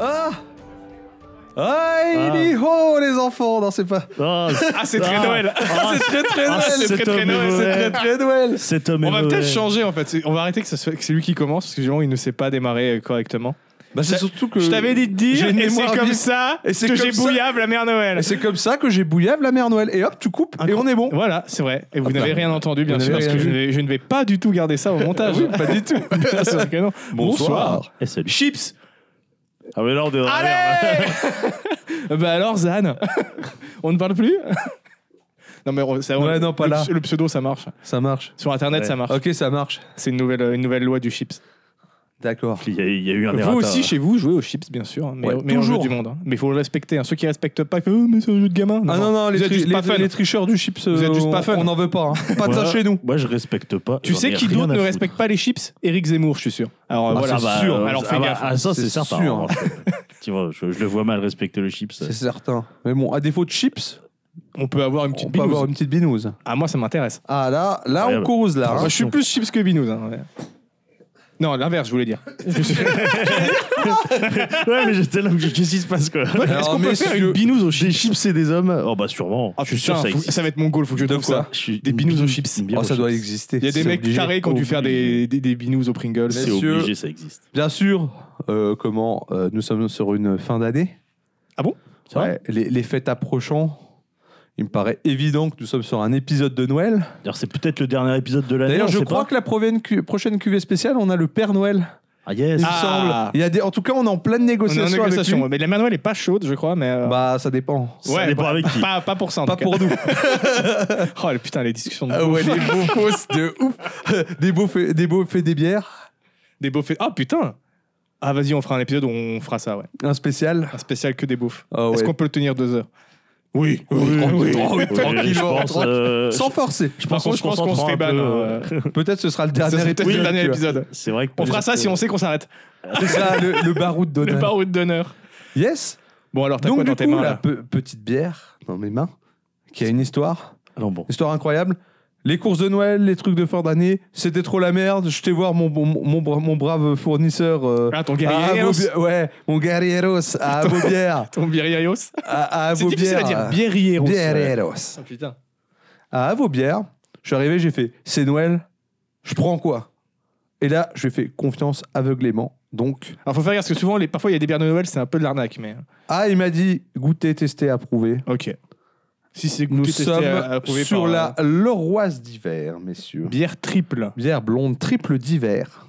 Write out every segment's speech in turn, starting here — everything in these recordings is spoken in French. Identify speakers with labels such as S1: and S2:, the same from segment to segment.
S1: Ah oh, enfants, non, c'est pas.
S2: Ah,
S3: Ah, c'est très
S2: Ah.
S3: Noël.
S2: Ah,
S3: c'est très très
S2: ah,
S3: Noël.
S2: cet
S3: C'est très très
S2: homme est
S3: Noël.
S2: mauvais.
S3: C'est
S1: C'est
S3: très
S1: très Noël.
S2: Cet homme est
S3: On va peut-être
S2: mauvais.
S3: changer en fait. C'est- On va arrêter que, ça soit- que c'est lui qui commence parce que généralement il ne sait pas démarrer euh, correctement. Euh,
S1: Bah, c'est
S3: Je-
S1: surtout que.
S3: Je t'avais dit de dire,
S1: j'ai une
S3: et c'est
S1: mémoire
S3: comme
S1: vive.
S3: ça
S1: Et c'est
S3: que
S1: comme
S3: j'ai
S1: ça.
S3: bouillable la mère Noël.
S1: Et c'est comme ça que j'ai bouillable la mère Noël. Et hop, tu coupes et on est bon.
S3: Voilà, c'est vrai. Et vous
S1: Ah,
S3: n'avez
S1: bah,
S3: rien entendu, bien
S1: vous
S3: sûr,
S1: n'avez
S3: parce
S1: rien
S3: que je
S1: vu.
S3: ne, vais- je ne vais pas du tout garder ça au montage. pas du tout. bien sûr que non. Bonsoir.
S2: Et salut.
S3: Chips.
S2: Ah, mais là, on est dans la merde.
S3: Allez Bah alors, Zan, on ne parle plus Non, mais on- ça, on-
S1: Ouais, non, pas
S3: le,
S1: là.
S3: le pseudo, ça marche.
S1: Ça marche.
S3: Sur Internet,
S2: Ouais.
S3: ça marche.
S1: Ok, ça marche.
S3: C'est une nouvelle, une nouvelle loi du chips.
S1: D'accord.
S2: Il y, a, il y a eu un
S3: Vous
S2: errata.
S3: aussi, chez vous, jouez aux chips, bien sûr. hein, Mais,
S1: Ah, Ouais,
S3: mais en jeu
S1: toujours.
S3: du monde. hein. Mais il faut le respecter. hein. Ceux qui respectent pas, ils font, Oh, mais c'est un jeu de gamin.
S1: Ah non, non,
S3: vous
S1: les,
S3: êtes
S1: tri-
S3: juste
S1: les-
S3: pas fun.
S1: les tricheurs du chips,
S3: Vous êtes
S1: euh,
S3: juste
S1: on-
S3: pas fun.
S1: On n'en veut pas. hein. Pas de
S2: Moi,
S1: ça chez nous.
S2: Moi, je respecte pas.
S3: Tu
S2: J'en ai
S3: sais qui
S2: rien
S3: d'autre
S2: à
S3: ne
S2: foutre.
S3: respecte pas les chips Eric Zemmour, je suis sûr. Alors
S2: Ah,
S3: voilà,
S2: ça va, euh,
S3: Alors
S2: ah,
S3: fais
S2: bah,
S3: gaffe.
S2: ah, ça, c'est
S1: C'est
S2: certain.
S1: sûr.
S2: en fait. tu vois, je, je le vois mal respecter le chips.
S1: C'est certain. Mais bon, à défaut de chips,
S3: On peut avoir une petite
S1: on peut avoir
S3: binouse.
S1: une petite binouse.
S3: Ah moi ça m'intéresse.
S1: Ah là, là
S2: Ouais,
S1: on
S2: bah.
S1: cause là.
S3: Moi,
S1: hein.
S3: je suis plus chips que binouse. hein, ouais. Non, l'inverse, je voulais dire.
S2: ouais, mais j'étais là, mais qu'est-ce qui se passe, quoi
S3: Est-ce
S1: Alors,
S3: qu'on peut faire
S1: messieurs-
S3: une binouse aux
S2: Des
S3: chips
S2: chips et des hommes Oh, bah, sûrement.
S3: Ah
S2: je suis sûr,
S3: putain,
S2: ça
S3: faut-
S2: existe.
S3: ça va être mon goal, faut que je
S1: De
S3: trouve
S1: quoi
S3: ça.
S2: Je suis-
S3: Des binous aux chips.
S2: Une bière
S1: Oh,
S2: aux
S1: ça doit
S2: chips.
S1: exister.
S3: Il y a des
S1: c'est
S3: mecs
S1: obligé.
S3: tarés qui ont dû faire des,
S2: Obligé.
S3: des, des binous aux Pringles.
S2: C'est
S1: Messieurs-
S2: obligé, ça existe.
S1: Bien sûr, euh, comment euh, nous sommes sur une fin d'année.
S3: Ah bon C'est vrai
S1: Ouais, les, les fêtes approchant, il me paraît évident que nous sommes sur un épisode de Noël.
S2: D'ailleurs, c'est peut-être le dernier épisode de l'année.
S1: D'ailleurs,
S2: Bah, on
S1: je
S2: sait
S1: crois
S2: pas.
S1: que la provaine cu- prochaine cuvée spéciale, on a le Père Noël,
S2: Ah, yes.
S1: il me
S3: Ah.
S1: semble. Il y a des... En tout cas, on est en pleine
S3: On est
S1: négociation.
S3: en
S1: avec
S3: négociation.
S1: lui.
S3: ouais. Mais la main Noël est pas chaude, je crois, mais. euh,
S1: Bah, ça dépend.
S2: Ça dépend
S3: bah,
S2: avec qui.
S3: Pas, pas pour ça, en
S1: Pas
S3: tout
S1: pour
S3: cas.
S1: nous.
S3: Oh le putain, les discussions de
S1: Ah
S3: beauf.
S1: ouais, les beaux fausses de ouf. Des beaux fait des, beaux fait des bières.
S3: Des beaufs. Ah putain Ah vas-y, on fera un épisode où on fera ça, ouais.
S1: Un spécial.
S3: Un spécial que des beaufs.
S1: Ah
S3: Est-ce
S1: ouais.
S3: qu'on peut le tenir deux heures
S2: Oui,
S1: oui, oui,
S2: oui, je
S1: tranquillement,
S2: pense, euh,
S1: Sans forcer.
S2: je
S3: Par
S2: pense qu'on
S3: contre,
S2: se
S3: je pense qu'on se
S2: concentrera
S3: fait
S2: un
S3: ban.
S2: peu,
S3: euh,
S1: Peut-être ce sera le
S3: Ça,
S1: dernier
S3: c'est peut-être
S1: épisode.
S3: le dernier
S1: tu vois.
S3: épisode.
S2: C'est vrai que
S3: On fera ça si on sait qu'on s'arrête.
S1: C'est ça, le, le baroud
S3: Le
S1: d'honneur.
S3: baroud d'honneur.
S1: Yes.
S3: Bon, alors, t'as
S1: Donc
S3: quoi dans
S1: du
S3: tes
S1: coup,
S3: mains
S1: la
S3: là
S1: pe- petite bière dans mes mains, qui a une histoire,
S2: Alors bon.
S1: histoire incroyable. Les courses de Noël, les trucs de fin d'année, c'était trop la merde. Je t'ai voir mon, mon, mon, bra- mon brave fournisseur. euh,
S3: Ah, ton
S1: à
S3: guerrieros.
S1: Abobi- ouais, mon guerrieros à Abobière.
S3: Ton guerrieros.
S1: Ah, à, à
S3: C'est difficile à
S1: Abobière.
S3: dire. Guerrieros.
S1: Guerrieros.
S3: Ah, putain.
S1: À Abobière, je suis arrivé, j'ai fait c'est Noël, je prends quoi Et là, j'ai fait confiance aveuglément. Donc,
S3: Alors, faut faire gaffe parce que souvent, les... parfois, il y a des bières de Noël, c'est un peu de l'arnaque, mais. hein.
S1: ah, il m'a dit goûter, tester, approuver.
S3: Ok. Si c'est
S1: Nous
S3: goûté, testé,
S1: sommes
S3: euh, approuvé
S1: sur
S3: par,
S1: la
S3: euh,
S1: Leroise d'hiver, messieurs.
S3: bière triple.
S1: Bière blonde triple d'hiver.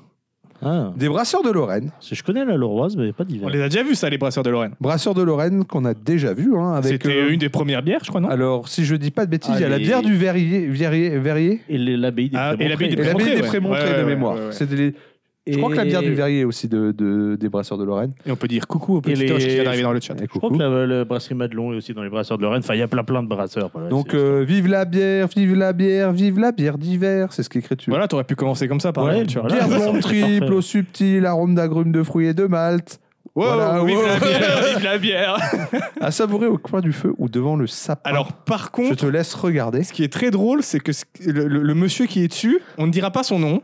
S2: Ah,
S1: Des brasseurs de Lorraine.
S2: parce que je connais la Leroise, mais pas
S3: On
S2: d'hiver.
S3: les a déjà vus, ça, les brasseurs de Lorraine.
S1: Brasseurs de Lorraine qu'on a déjà vu. hein, avec,
S3: C'était
S1: euh,
S3: une des premières bières, je crois, non
S1: Alors, si je dis pas de bêtises, il y a la
S2: Allez.
S1: bière du Verrier, Verrier, Verrier
S2: Et les- l'abbaye des
S3: Ah, et l'abbaye
S1: et
S3: des
S1: la
S3: Prémontrés,
S1: bière des
S3: ouais.
S1: Prémontrés
S3: Ouais, ouais,
S1: de
S3: ouais,
S1: mémoire.
S3: ouais, ouais.
S1: C'est des- Je crois que la bière du Verrier est aussi de, de- des brasseurs de Lorraine.
S3: Et on peut dire coucou au
S2: Et
S3: petit
S2: les-
S3: Toche qui vient d'arriver dans le chat.
S1: Et
S2: Je crois que
S1: coucou.
S2: la, la brasserie Madelon est aussi dans les brasseurs de Lorraine. Enfin, il y a plein, plein de brasseurs. Voilà,
S1: Donc,
S2: c'est-
S1: euh, vive la bière, vive la bière, vive la bière d'hiver. C'est ce qui est écrit dessus.
S3: Voilà, t'aurais pu commencer comme ça, par
S2: Ouais,
S3: exemple, tu vois.
S2: Voilà,
S1: Bière
S2: ça,
S1: blonde
S2: c'est parfait.
S1: triple, au subtil, arôme d'agrumes, de fruits et de malt.
S3: Wow,
S1: Voilà,
S3: vive
S1: wow.
S3: la bière, vive la bière.
S1: À savourer au coin du feu ou devant le sapin.
S3: Alors, par
S1: je
S3: contre,
S1: te laisse regarder.
S3: ce qui est très drôle, c'est que ce- le, le- le monsieur qui est dessus, on ne dira pas son nom.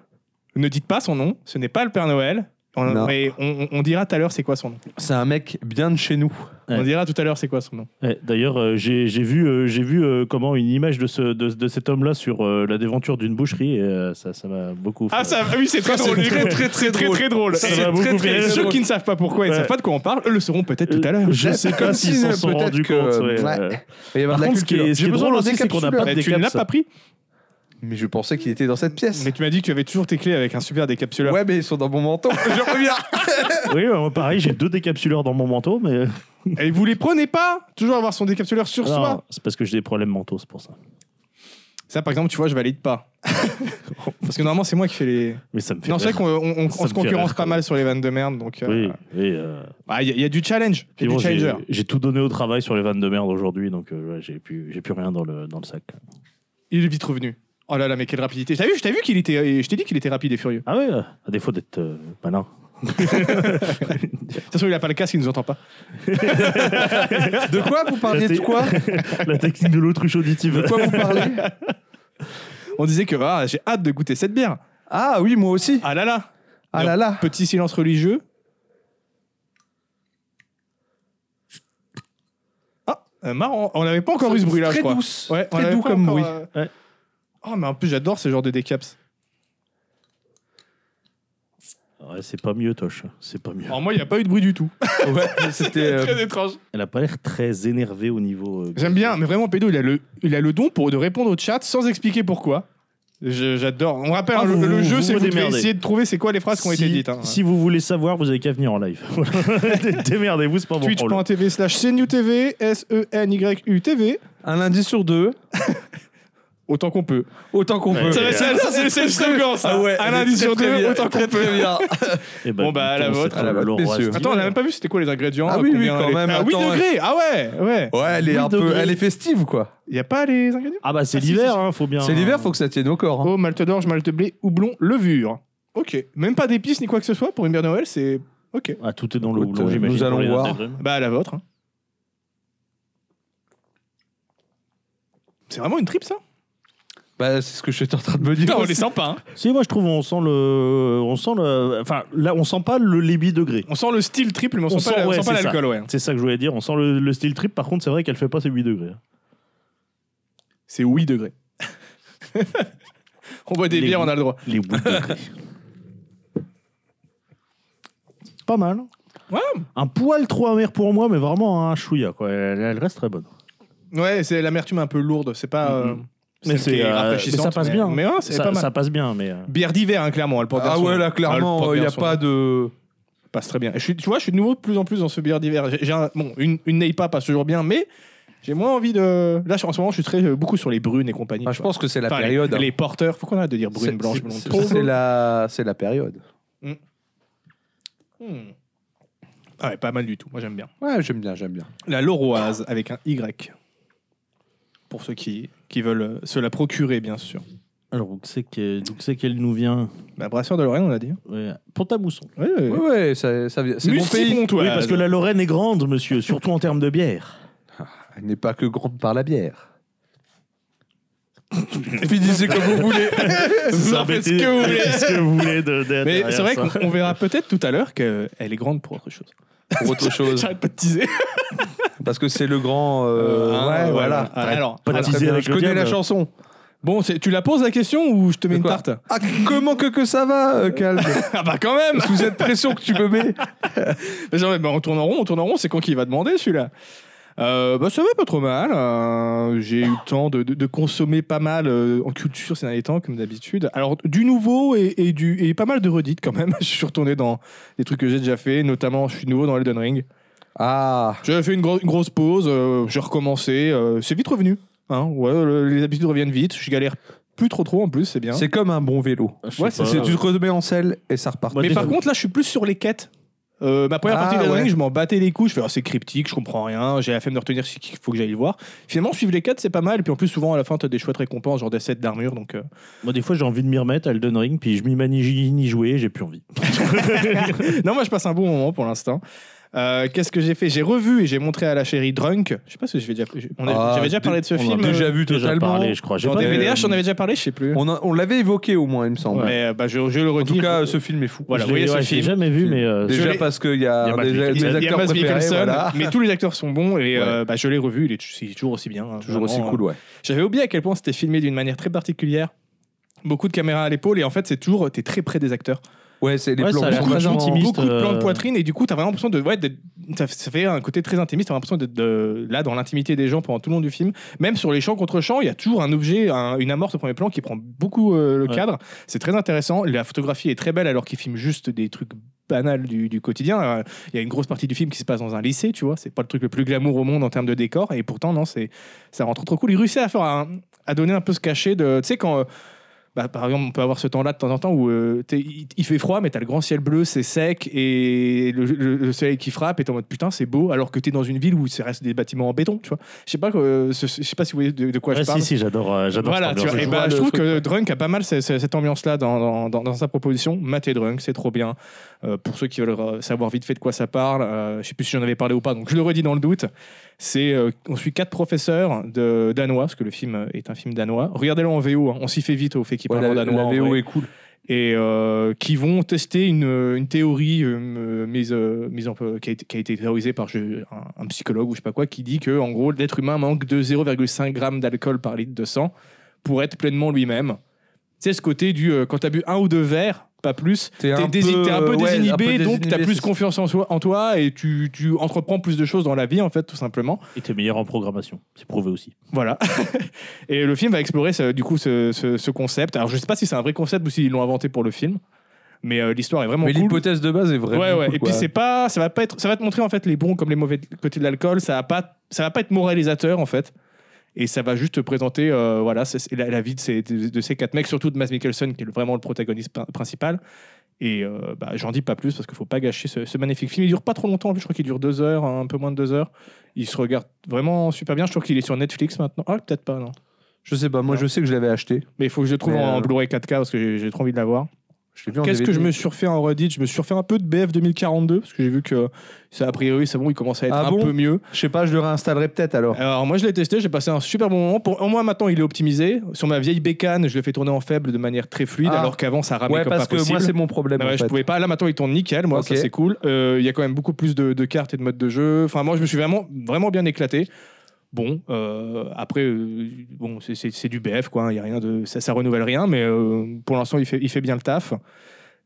S3: Ne dites pas son nom. Ce n'est pas le Père Noël. On,
S1: Non.
S3: mais on, on- on dira tout à l'heure c'est quoi son nom.
S1: C'est un mec bien de chez nous.
S2: Ouais.
S3: On dira tout à l'heure c'est quoi son nom.
S2: Ouais, D'ailleurs, euh, j'ai j'ai vu, euh, j'ai vu euh, comment une image de, ce, de, de cet homme-là sur euh, la déventure d'une boucherie. Et, euh, ça ça m'a beaucoup.
S3: Ah,
S2: fait-
S3: ça, ah oui, c'est très drôle. Très, très, très, très, très drôle.
S2: Ça
S3: Et
S2: m'a beaucoup fait
S3: très,
S2: rire.
S3: Ceux qui ne savent pas pourquoi et ne
S2: Ouais.
S3: savent pas de quoi on parle, eux le sauront peut-être tout à l'heure.
S2: Euh, Je
S1: Là,
S2: sais
S1: c'est
S2: pas
S1: comme
S2: s'ils
S1: si,
S2: s'en
S1: euh,
S2: sont
S1: peut-être
S2: rendus
S1: que-
S2: compte. ouais,
S1: ouais. Il
S2: euh.
S1: va y avoir
S2: Par
S1: de la
S2: contre, ce qui
S1: culture.
S2: est- ce qui
S1: J'ai
S2: est
S1: besoin
S2: drôle
S1: d'un
S2: aussi, c'est qu'on n'a pas
S1: décapsuleur.
S2: de
S3: Bah, tu ne l'as
S2: décapsuleur.
S3: pas pris,
S1: Mais je pensais qu'il était dans cette pièce.
S3: mais tu m'as dit que tu avais toujours tes clés avec un super décapsuleur.
S1: Ouais, mais ils sont dans mon menton. je reviens.
S2: Oui, ouais, moi, pareil, j'ai deux décapsuleurs dans mon manteau, mais
S3: Et vous les prenez pas Toujours avoir son décapsuleur sur
S2: Non,
S3: soi.
S2: c'est parce que j'ai des problèmes mentaux, c'est pour ça.
S3: Ça, par exemple, tu vois, je valide pas. Parce que normalement, c'est moi qui fais les.
S2: Mais ça me fait.
S3: Non, c'est vrai
S2: rire.
S3: qu'on on- on-
S2: Ça
S3: on
S2: me
S3: se
S2: fait
S3: concurrence
S2: rire,
S3: pas
S2: quoi.
S3: mal sur les vannes de merde, donc euh, bah, il
S2: Oui, oui. euh,
S3: y, a- il y a du challenge, il
S2: puis
S3: y a
S2: bon,
S3: du
S2: j'ai
S3: challenger.
S2: j'ai tout donné au travail sur les vannes de merde aujourd'hui, donc euh, ouais, j'ai plus, j'ai plus rien dans le, dans le sac.
S3: Il est vite revenu. Oh là là, mais quelle rapidité. T'as vu, je t'ai vu qu'il était, euh, je t'ai dit qu'il était rapide et furieux.
S2: Ah ouais, euh, à défaut d'être euh, malin.
S3: De toute façon, il a pas le casque, il nous entend pas.
S1: De quoi vous parliez De quoi
S2: La technique de l'autruche auditive.
S1: De quoi vous parlez
S3: On disait que ah, j'ai hâte de goûter cette bière.
S1: Ah oui, moi aussi.
S3: Ah là là,
S1: Ah là là.
S3: petit silence religieux. Ah, Euh, marrant. On n'avait pas encore eu ce bruit-là, je
S1: Très
S3: crois.
S1: douce.
S3: Ouais, on
S1: très
S3: l'avait
S1: doux
S3: pas
S1: comme
S3: encore,
S1: bruit.
S3: euh,
S2: Ouais.
S3: Oh, mais en plus, j'adore ce genre de décaps.
S2: Ouais, c'est pas mieux, Toche. C'est pas mieux.
S3: Alors, moi, il n'y a pas eu de bruit du tout.
S1: Ouais, c'était. euh,
S3: Très étrange.
S2: Elle a pas l'air très énervée au niveau. euh,
S3: J'aime bien, mais vraiment, Pédo, il a le, il a le don pour de répondre au chat sans expliquer pourquoi. Je- J'adore. On rappelle,
S2: Ah,
S3: hein, le,
S2: vous-
S3: le
S2: vous-
S3: jeu,
S2: vous
S3: c'est
S2: vous
S3: vous devez
S2: démerdez.
S3: essayer de trouver c'est quoi les phrases qui ont été
S2: si-
S3: dites. hein.
S2: Si vous voulez savoir, vous avez qu'à venir en live. Dé- Démerdez-vous, c'est pas mon problème.
S3: Twitch.tv slash CNUTV, S-E-N-Y-U-T-V,
S1: un lundi sur deux,
S3: autant qu'on peut.
S1: autant qu'on
S2: Ouais.
S1: peut.
S2: Ça va,
S3: ça, c'est c'est le slogan, ça.
S1: Ah ouais,
S3: Un lundi sur deux, autant qu'on peut.
S2: Eh ben,
S3: Bon, bah, à la
S2: putain,
S3: vôtre,
S2: c'est
S1: à la
S2: le
S1: vôtre,
S2: Laurent
S1: messieurs.
S2: Rastignac.
S3: Attends, on n'a même pas vu c'était quoi les ingrédients.
S1: Ah
S3: euh,
S1: oui, oui,
S3: combien
S1: quand
S3: elle est-
S1: même,
S3: Ah, 8
S1: attends,
S3: degrés, ah ouais, ouais.
S1: Ouais, elle est
S2: Oui,
S1: un peu,
S2: degré.
S1: elle est festive quoi.
S3: Il n'y a pas les ingrédients
S2: Ah bah c'est
S3: Ah, si, si,
S2: l'hiver,
S3: si.
S2: hein, faut bien.
S1: C'est l'hiver, faut que ça tienne au corps. hein.
S3: Oh, malte d'orge, malte blé, houblon, levure. Ok. Même pas d'épices ni quoi que ce soit pour une bière de Noël, c'est. Ok.
S2: Ah tout est dans le
S1: Écoute,
S2: houblon,
S1: euh,
S2: j'imagine.
S1: nous
S2: pour
S1: allons
S2: les
S1: voir.
S2: intégrer.
S3: Bah, à la vôtre. hein. C'est vraiment une trip, ça
S1: Bah, c'est ce que j'étais en train de me dire.
S3: Putain, on
S1: aussi.
S3: les sent pas. hein.
S2: Si moi je trouve on sent le, on sent le, enfin là on sent pas le débit degré.
S3: On sent le style triple, mais on,
S2: On
S3: sent,
S2: sent,
S3: pas, la- on
S2: ouais,
S3: sent pas
S2: c'est
S3: l'alcool, ouais.
S2: C'est ça que je voulais dire. On sent le, le style trip. Par contre c'est vrai qu'elle fait pas ses 8 degrés.
S3: C'est 8 degrés. on boit des
S2: Les
S3: bières,
S2: goûts.
S3: on a le droit.
S2: Les 8 degrés. Pas mal.
S3: Ouais.
S2: Un poil trop amer pour moi, mais vraiment un chouïa quoi. Elle, elle reste très bonne.
S3: Ouais, c'est l'amertume un peu lourde, c'est pas. euh,
S2: Mhm.
S3: celle
S2: Mais c'est,
S3: qui est
S2: euh,
S3: rafraîchissante,
S2: mais ça passe
S3: mais-
S2: bien.
S3: Mais ouais, c'est
S2: Ça,
S3: pas mal.
S2: ça passe bien, mais. euh,
S3: Bière d'hiver, hein, clairement, elle porte bien
S1: Ah
S3: son
S1: ouais,
S3: nom.
S1: là
S3: Ah, elle porte
S1: clairement, il
S3: bien
S1: n'y a
S3: son
S1: pas
S3: nom.
S1: de.
S3: passe très bien. Et je suis, tu vois, je suis de nouveau de plus en plus dans ce bière d'hiver. J'ai- j'ai un- bon, une, une Neipa passe toujours bien, mais j'ai moins envie de. Là, en ce moment, je suis très euh, beaucoup sur les brunes et compagnie.
S1: Ah,
S3: tu
S1: je
S3: vois.
S1: pense que c'est la
S3: Enfin, les-
S1: période.
S3: Les,
S1: hein.
S3: porteurs, faut qu'on arrête de dire brune,
S1: C'est-
S3: blanche,
S1: c'est-
S3: blonde. tout
S1: c'est-
S3: ça.
S1: C'est la, c'est la période.
S3: Hmm. Ah ouais, pas mal du tout. Moi, j'aime bien.
S1: Ouais, j'aime bien, j'aime bien.
S3: La Loroise avec un Y. Pour ceux qui, qui veulent euh, se la procurer, bien sûr.
S2: Alors où que c'est que- d'où que c'est qu'elle nous vient
S3: La brasseur de Lorraine, on l'a dit. hein.
S2: ouais. Pont-à-Mousson.
S3: Ouais, ouais.
S1: Ouais, ouais, ça, ça vient- C'est mon pays.
S2: Oui, parce que la Lorraine est grande, monsieur, surtout en termes de bière.
S1: Elle n'est pas que grande par la bière. Finissez comme vous voulez.
S3: Vous en faites ce que vous voulez.
S2: ce que vous voulez de, de-
S3: Mais
S2: derrière
S3: c'est vrai
S2: ça.
S3: qu'on on verra peut-être tout à l'heure qu'elle est grande pour autre chose.
S1: Pour autre chose.
S3: J'arrête pas de teaser.
S1: Parce que c'est le grand. euh,
S3: Ah,
S1: ouais, voilà.
S3: Ah, Alors,
S2: Pas de
S1: Voilà,
S2: teaser
S1: très bien.
S2: avec
S1: je
S2: le
S1: connais
S2: diable.
S1: la chanson.
S3: Bon, c'est- tu la poses la question ou je te mets
S1: De
S3: une
S1: quoi
S3: tarte
S1: Ah, comment que, que ça va, euh, Calme
S3: Ah bah quand même
S1: Sous cette pression que tu me mets.
S3: Mais genre, mais on tourne en rond, on tourne en rond, c'est quand qui va demander celui-là Euh, bah ça va pas trop mal. euh, j'ai eu le temps de, de- de consommer pas mal euh, en culture ces derniers temps, comme d'habitude. Alors du nouveau et, et du et pas mal de redites quand même. je suis retourné dans des trucs que j'ai déjà fait, notamment je suis nouveau dans Elden Ring.
S1: Ah,
S3: J'avais fait une, gro- une grosse pause, euh, j'ai recommencé, euh, c'est vite revenu. Hein, ouais, le- les habitudes reviennent vite. Je galère plus trop trop en plus, c'est bien.
S1: c'est comme un bon vélo.
S2: Ah, je sais
S3: Ouais,
S2: pas.
S3: c'est-
S1: C'est tu te remets en selle et ça repart.
S2: Moi,
S3: Mais
S2: des-
S3: par contre, là, je suis plus sur les quêtes. Euh, ma première
S1: Ah,
S3: partie de
S1: ouais.
S3: Elden Ring, je m'en battais les couilles. Je fais, Ah, c'est cryptique, je comprends rien. J'ai la flemme de retenir ce qu'il faut que j'aille le voir. Finalement, suivre les quêtes, c'est pas mal. Et puis en plus, souvent, à la fin, t'as des chouettes récompenses, genre des sets d'armure. Donc, euh,
S2: Moi, des fois, j'ai envie de m'y remettre à Elden Ring, puis je m'y manie ni jouer, j'ai plus envie.
S3: non, moi, je passe un bon moment pour l'instant. Euh, Qu'est-ce que j'ai fait J'ai revu et j'ai montré à la chérie Drunk. Je sais pas si j'avais déjà, on a-
S1: Ah,
S3: j'avais déjà parlé de ce
S1: on
S3: film.
S1: a déjà
S3: euh,
S1: vu
S2: Déjà
S1: totalement.
S2: parlé, je crois. J'ai euh,
S3: dans
S2: pas
S3: DVDH, on avait déjà parlé, je sais plus.
S1: on a- on l'avait évoqué au moins, il me semble.
S3: Mais euh, bah, je, je le
S1: En
S3: redis.
S1: tout cas, ce film est fou.
S3: Voilà,
S2: je
S3: vous voyez
S2: l'ai
S3: ce
S2: ouais, je l'ai
S3: film.
S2: jamais vu, mais euh,
S1: Déjà
S3: l'ai-
S1: parce qu'il y a,
S2: Il y a Mads
S1: déjà
S2: Mikkelsen.
S1: mes
S3: il y a
S1: acteurs
S3: Mads
S1: préférés.
S3: Mikkelsen,
S1: Voilà.
S3: mais tous les acteurs sont bons
S1: Ouais.
S3: et euh, bah, je l'ai revu. Il est, il est toujours aussi bien. hein,
S1: Toujours aussi
S3: vraiment,
S1: cool, ouais.
S3: J'avais oublié à quel point c'était filmé d'une manière très particulière. Beaucoup de caméras à l'épaule et en fait c'est toujours t'es très près des acteurs.
S1: Ouais, c'est les
S2: Ouais,
S1: plans
S2: ça a l'air
S1: sont
S2: très
S1: vachement-
S2: intimiste.
S3: Beaucoup de plans de
S2: euh,
S3: poitrine et du coup t'as vraiment l'impression de ouais d'être- ça, ça fait un côté très intimiste. T'as l'impression d'être de- là dans l'intimité des gens pendant tout le long du film. Même sur les champs contre champs, il y a toujours un objet, un- une amorce au premier plan qui prend beaucoup euh, le
S2: Ouais.
S3: cadre. C'est très intéressant. La photographie est très belle alors qu'ils filment juste des trucs banals du, du quotidien. Euh, Il y a une grosse partie du film qui se passe dans un lycée, tu vois. C'est pas le truc le plus glamour au monde en termes de décor et pourtant non c'est ça rentre trop cool. Ils réussissent à faire un- à donner un peu ce cachet de tu sais quand euh, bah, par exemple, on peut avoir ce temps-là de temps en temps où euh, t'es- il, il fait froid, mais t'as le grand ciel bleu, c'est sec, et le, le- le soleil qui frappe, et t'es en mode putain, c'est beau, alors que t'es dans une ville où ça reste des bâtiments en béton, tu vois. Je sais pas, euh, ce- ce- je sais pas si vous voyez de, de quoi
S2: ouais,
S3: je parle.
S2: si, si, j'adore. euh, j'adore
S3: Voilà,
S2: cette
S3: tu vois,
S2: ambiance.
S3: et
S1: je
S3: bah,
S1: vois
S3: je
S1: le
S3: trouve
S1: truc,
S3: que Drunk a pas mal ce- ce- cette ambiance-là dans, dans- dans- dans sa proposition. Matt et Drunk, c'est trop bien. Euh, pour ceux qui veulent euh, savoir vite fait de quoi ça parle, euh, je sais plus si j'en avais parlé ou pas, donc je le redis dans le doute. C'est, euh, on suit quatre professeurs de, danois, parce que le film est un film danois. Regardez-le en VO, hein, on s'y fait vite au fait qu'il
S1: Ouais,
S3: parle en
S1: la,
S3: danois.
S1: la
S3: en
S1: VO
S3: vrai.
S1: est cool.
S3: et euh, qui vont tester une, une théorie euh, mise, euh, mise en, qui, a été, qui a été théorisée par je- un, un psychologue ou je sais pas quoi, qui dit que en gros l'être humain manque de 0,5 g d'alcool par litre de sang pour être pleinement lui-même. C'est ce côté du euh, quand t'as bu un ou deux verres, pas plus,
S1: T'es
S3: t'es
S1: un
S3: dési-
S1: peu,
S3: t'es un peu
S1: ouais,
S3: désinhibé,
S1: un peu
S3: donc t'as
S1: désinhibé,
S3: plus
S1: c'est ça.
S3: confiance en, soi, en toi et tu, tu entreprends plus de choses dans la vie en fait tout simplement.
S2: Et t'es bah, meilleur en programmation. C'est prouvé aussi.
S3: Voilà. et le film va explorer ce- du coup ce, ce- ce concept. Alors je sais pas si c'est un vrai concept ou s'ils l'ont inventé pour le film, mais euh, l'histoire est vraiment
S1: Mais
S3: cool.
S1: l'hypothèse de base est vraiment.
S3: Ouais, ouais.
S1: cool,
S3: et
S1: quoi.
S3: puis c'est pas, ça va pas être, ça va te montrer en fait les bons comme les mauvais côtés de l'alcool. Ça va pas, ça va pas être moralisateur en fait. Et ça va juste te présenter, euh, voilà, c'est- c'est la, la vie de ces, de, de ces quatre mecs, surtout de Mads Mikkelsen qui est le- vraiment le protagoniste prin- principal. Et euh, bah, j'en dis pas plus parce qu'il faut pas gâcher ce, ce magnifique film. Il dure pas trop longtemps. en plus, Je crois qu'il dure deux heures, hein, un peu moins de deux heures. Il se regarde vraiment super bien. Je crois qu'il est sur Netflix maintenant. Ah, peut-être pas non.
S1: Je sais pas, moi je sais que je l'avais acheté.
S3: Mais il faut que je le trouve
S1: Mais,
S3: en
S1: euh,
S3: Blu-ray 4K parce que j'ai- j'ai trop envie de l'avoir.
S1: Je l'ai vu en
S3: Qu'est-ce que
S1: DVD.
S3: je me suis refait en Reddit Je me suis refait un peu de BF 2042 parce que j'ai vu que ça a priori c'est bon, il commence à être
S1: Ah
S3: un
S1: bon
S3: peu mieux.
S1: Je sais pas, je le réinstallerai peut-être alors.
S3: Alors moi je l'ai testé, j'ai passé un super bon moment. Pour au moins maintenant il est optimisé. Sur ma vieille bécane, je le fais tourner en faible de manière très fluide,
S1: Ah.
S3: alors qu'avant ça ramait
S1: ouais,
S3: comme
S1: parce
S3: pas
S1: que
S3: possible.
S1: moi c'est mon problème.
S3: Ah ouais,
S1: en
S3: je
S1: fait.
S3: pouvais pas. Là maintenant il tourne nickel, moi
S1: Ok.
S3: ça c'est cool. Euh, Il y a quand même beaucoup plus de, de cartes et de modes de jeu. Enfin moi je me suis vraiment vraiment bien éclaté. Bon euh, après euh, bon c'est- c'est c'est du BF quoi. hein. Il y a rien de ça, ça renouvelle rien, mais euh, pour l'instant il fait il fait bien le taf.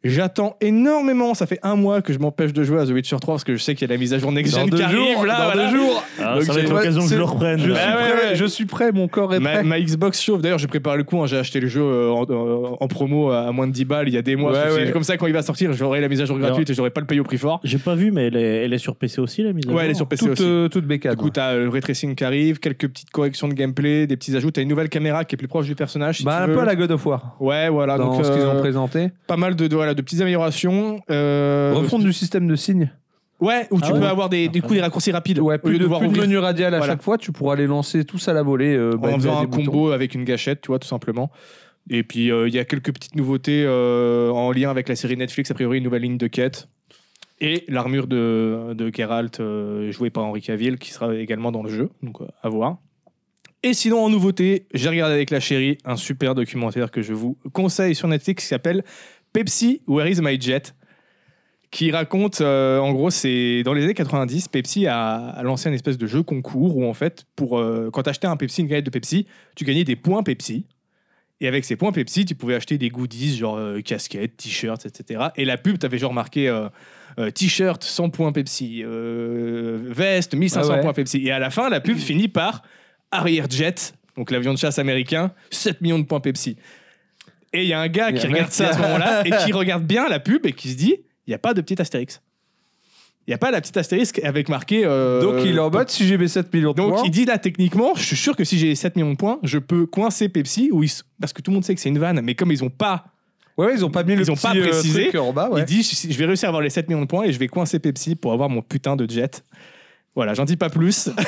S3: J'attends énormément. Ça fait un mois que je m'empêche de jouer à The Witcher 3 parce que je sais qu'il y a la mise à jour next
S1: Dans
S3: gen
S1: deux
S3: qui
S1: jours,
S3: arrive là.
S1: dans
S3: voilà.
S1: deux jours.
S2: Ah,
S1: Donc,
S2: ça va
S1: j'ai-
S2: être l'occasion que
S1: c'est-
S2: je le reprenne. Bah,
S1: Je,
S2: là.
S1: suis
S3: ouais,
S1: prêt,
S3: ouais.
S1: je suis prêt, mon corps est
S3: Ma,
S1: prêt.
S3: ma Xbox chauffe. D'ailleurs, j'ai préparé le coup. hein. J'ai acheté le jeu euh, en, en- en promo à moins de 10 balles il y a des mois.
S1: Ouais,
S3: parce que
S1: ouais.
S3: C'est comme ça quand il va sortir, j'aurai la mise à jour
S2: Alors-
S3: gratuite et j'aurai pas le payer au prix fort.
S2: J'ai pas vu, mais elle est, elle est sur PC aussi, la mise à
S3: Ouais,
S2: jour.
S3: elle est sur PC
S1: toute,
S3: aussi.
S1: euh, toute bécane.
S3: Du coup, t'as euh, le ray tracing qui arrive, quelques petites corrections de gameplay, des petits ajouts. T'as une nouvelle caméra qui est plus proche du personnage. si
S1: bah,
S3: tu
S1: un
S3: veux.
S1: peu à la God of War.
S3: Ouais, voilà.
S1: dans
S3: donc,
S1: ce qu'ils
S3: euh,
S1: ont présenté.
S3: pas mal de, de- voilà, de petites améliorations. Euh,
S1: Refonte du système de signes.
S3: Ouais, où
S2: Ah
S3: tu
S2: ouais.
S3: peux avoir des, du
S2: Ah,
S3: coup, des raccourcis rapides.
S1: Ouais,
S3: au lieu
S1: plus de,
S3: devoir
S1: plus de
S3: ouvrir
S1: menu radial à
S3: Voilà.
S1: chaque fois, tu pourras les lancer tous à la volée. euh, bah, via
S3: en
S1: des
S3: faisant un
S1: boutons.
S3: combo avec une gâchette, tu vois, tout simplement. Et puis, euh, il y a quelques petites nouveautés euh, en lien avec la série Netflix, a priori, une nouvelle ligne de quête. Et l'armure de, de Geralt, euh, jouée par Henri Cavill, qui sera également dans le jeu. Donc, euh, à voir. Et sinon, en nouveauté, j'ai regardé avec la chérie un super documentaire que je vous conseille sur Netflix qui s'appelle Pepsi, Where is my jet qui raconte, euh, en gros, c'est dans les années 90, Pepsi a, a lancé un espèce de jeu concours où, en fait, pour, euh, quand tu achetais un Pepsi, une canette de Pepsi, tu gagnais des points Pepsi. Et avec ces points Pepsi, tu pouvais acheter des goodies, genre euh, casquettes, t-shirts, etc. Et la pub, t'avais genre marqué euh, euh, t-shirt 100 points Pepsi, euh, veste 1500
S1: Ah ouais.
S3: points Pepsi. Et à la fin, la pub finit par Harrier Jet, donc l'avion de chasse américain, 7 millions de points Pepsi. Et il y a un gars
S1: Il y a
S3: qui
S1: un
S3: regarde
S1: mec
S3: ça à
S1: qui-
S3: ce moment-là et qui regarde bien la pub et qui se dit il n'y a pas de petit astérix. Il n'y a pas la petite astérisque avec marqué. euh,
S1: Donc il est en mode si j'ai mes 7 millions de
S3: donc
S1: points.
S3: il dit là techniquement, je suis sûr que si j'ai 7 millions de points, je peux coincer Pepsi ou ils s- parce que tout le monde sait que c'est une vanne, mais comme ils ont pas,
S1: Ouais, ouais, ils ont pas mis le
S3: Ils ont
S1: petit,
S3: pas
S1: euh,
S3: précisé.
S1: truc en bas. ouais.
S3: il dit je je vais réussir à avoir les 7 millions de points et je vais coincer Pepsi pour avoir mon putain de jet. Voilà, j'en dis pas plus.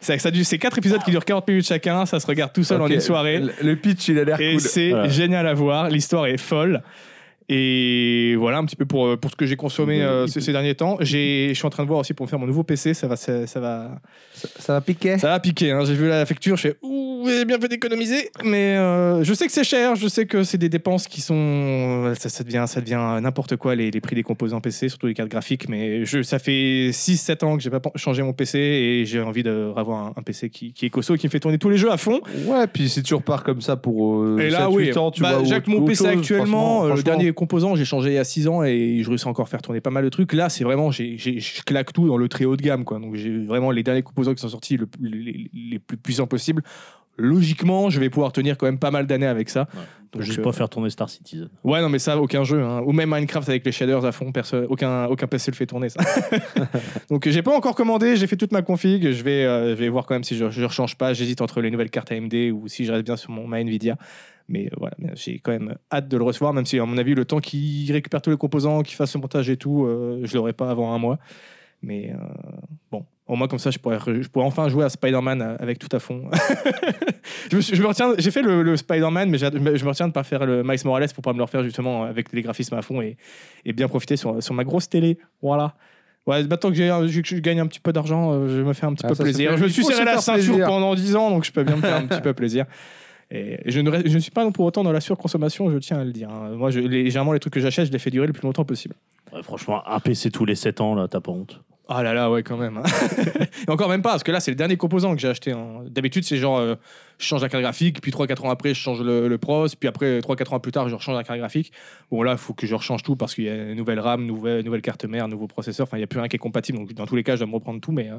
S3: c'est ça du- c'est quatre épisodes qui durent 40 minutes chacun, ça se regarde tout seul en
S1: Ok,
S3: une soirée.
S1: Le le pitch, il a l'air
S3: Et
S1: cool.
S3: c'est
S2: Voilà.
S3: génial à voir. L'histoire est folle. Et voilà un petit peu pour, euh, pour ce que j'ai consommé euh, ces, ces derniers temps. J'ai- Je suis en train de voir aussi pour me faire mon nouveau PC. Ça va, ça, ça va,
S1: Ça va piquer.
S3: ça va piquer. hein. J'ai vu la facture. Je fais Ouh, j'ai bien fait d'économiser. Mais euh, je sais que c'est cher. Je sais que c'est des dépenses qui sont. euh, Ça, ça devient, ça devient n'importe quoi les, les prix des composants PC, surtout les cartes graphiques. Mais je, ça fait 6-7 ans que j'ai pas pen- changé mon PC et j'ai envie de avoir un, un PC qui, qui est costaud, qui me fait tourner tous les jeux à fond.
S1: Ouais, puis si tu repars comme ça pour euh,
S3: Et là,
S1: 7,
S3: oui.
S1: 8 ans, tu
S3: Bah,
S1: vois.
S3: Jacques,
S1: autre-
S3: mon
S1: autre
S3: PC
S1: chose,
S3: actuellement,
S1: franchement,
S3: euh, le
S1: franchement.
S3: dernier composant, j'ai changé il y a 6 ans et je réussis encore à faire tourner pas mal de trucs. Là, c'est vraiment, j'ai- j'ai- je claque tout dans le très haut de gamme. Quoi. Donc, j'ai vraiment les derniers composants qui sont sortis le- les, les plus puissants possibles. Logiquement, je vais pouvoir tenir quand même pas mal d'années avec ça.
S2: Ouais.
S3: Donc,
S2: Juste
S3: euh,
S2: pas faire tourner Star Citizen.
S3: Ouais, non, mais ça, aucun jeu. hein. Ou même Minecraft avec les shaders à fond, perso- aucun, aucun PC le fait tourner, ça. Donc, j'ai pas encore commandé, j'ai fait toute ma config. Je vais, euh, je vais voir quand même si je, je rechange pas. J'hésite entre les nouvelles cartes AMD ou si je reste bien sur mon, ma Nvidia. Mais euh, voilà, mais j'ai quand même hâte de le recevoir, même si, à mon avis, le temps qu'il récupère tous les composants, qu'il fasse ce montage et tout, euh, je l'aurai pas avant un mois. Mais euh, bon, au moins, comme ça, je pourrais, re- je pourrais enfin jouer à Spider-Man euh, avec tout à fond. Je me, suis- je me retiens, j'ai fait le, le Spider-Man, mais j'ai- je me, je me retiens de pas faire le Miles Morales pour pas me le refaire justement avec les graphismes à fond et, et bien profiter sur, sur ma grosse télé. Voilà. Ouais, maintenant que j'ai un- je, je gagne un petit peu d'argent, euh, je me fais un petit
S1: Ah,
S3: peu
S1: ça, ça
S3: plaisir.
S1: fait-
S3: Je me
S1: il
S3: suis
S1: faut
S3: serré
S1: se
S3: la
S1: faire
S3: ceinture
S1: plaisir.
S3: pendant 10 ans, donc je peux bien me faire un petit peu plaisir. Et je, ne, re- je ne suis pas pour autant dans la surconsommation, je tiens à le dire. hein. Moi, je, les- généralement, les trucs que j'achète, je les fais durer le plus longtemps possible.
S2: Ouais, franchement, un PC tous les 7 ans, là, t'as pas honte.
S3: Ah là là, ouais, quand même. hein. Et encore même pas, parce que là, c'est le dernier composant que j'ai acheté. hein. D'habitude, c'est genre, euh, je change la carte graphique, puis 3-4 ans après, je change le, le pros, puis après, 3-4 ans plus tard, je rechange la carte graphique. Bon, là, il faut que je rechange tout, parce qu'il y a une nouvelle RAM, nouvelle, nouvelle carte mère, nouveau processeur, enfin, il n'y a plus rien qui est compatible, donc dans tous les cas, je dois me reprendre tout, mais... euh,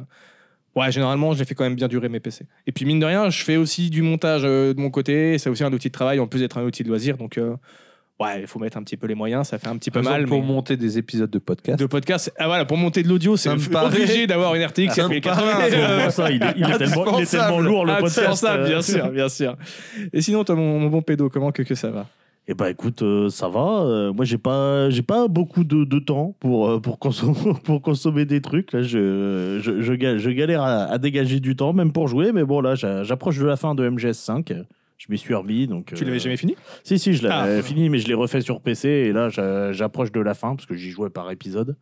S3: Ouais, généralement, je les fais quand même bien durer mes PC. Et puis, mine de rien, je fais aussi du montage euh, de mon côté. C'est aussi un outil de travail, en plus d'être un outil de loisir. Donc, euh, ouais, il faut mettre un petit peu les moyens. Ça fait un petit peu
S1: Par exemple,
S3: mal.
S1: pour
S3: mais-
S1: monter des épisodes de podcast.
S3: de podcast. Ah voilà, pour monter de l'audio, c'est
S1: Ça me paraît-
S3: obligé d'avoir une RTX
S1: Ça me
S3: 4080.
S1: paraît-
S2: Faut
S3: Euh,
S2: voir ça, il, est, il est tellement, il est tellement
S1: Indispensable.
S2: lourd le podcast.
S3: Indispensable,
S2: euh.
S3: bien sûr, bien sûr. Et sinon, toi, mon, mon bon pédo, comment que, que ça va
S2: Eh ben écoute, euh, ça va. Euh, moi, j'ai pas, j'ai pas beaucoup de, de temps pour euh, pour consommer pour consommer des trucs. Là, je je, je, ga- je galère à, à dégager du temps, même pour jouer. Mais bon, là, j'a- j'approche de la fin de MGS 5. Je m'y suis remis, donc.
S3: Tu
S2: euh,
S3: l'avais jamais fini
S2: Si si, je l'avais
S3: Ah.
S2: fini, mais je l'ai refait sur PC et là, j'a- j'approche de la fin parce que j'y jouais par épisode.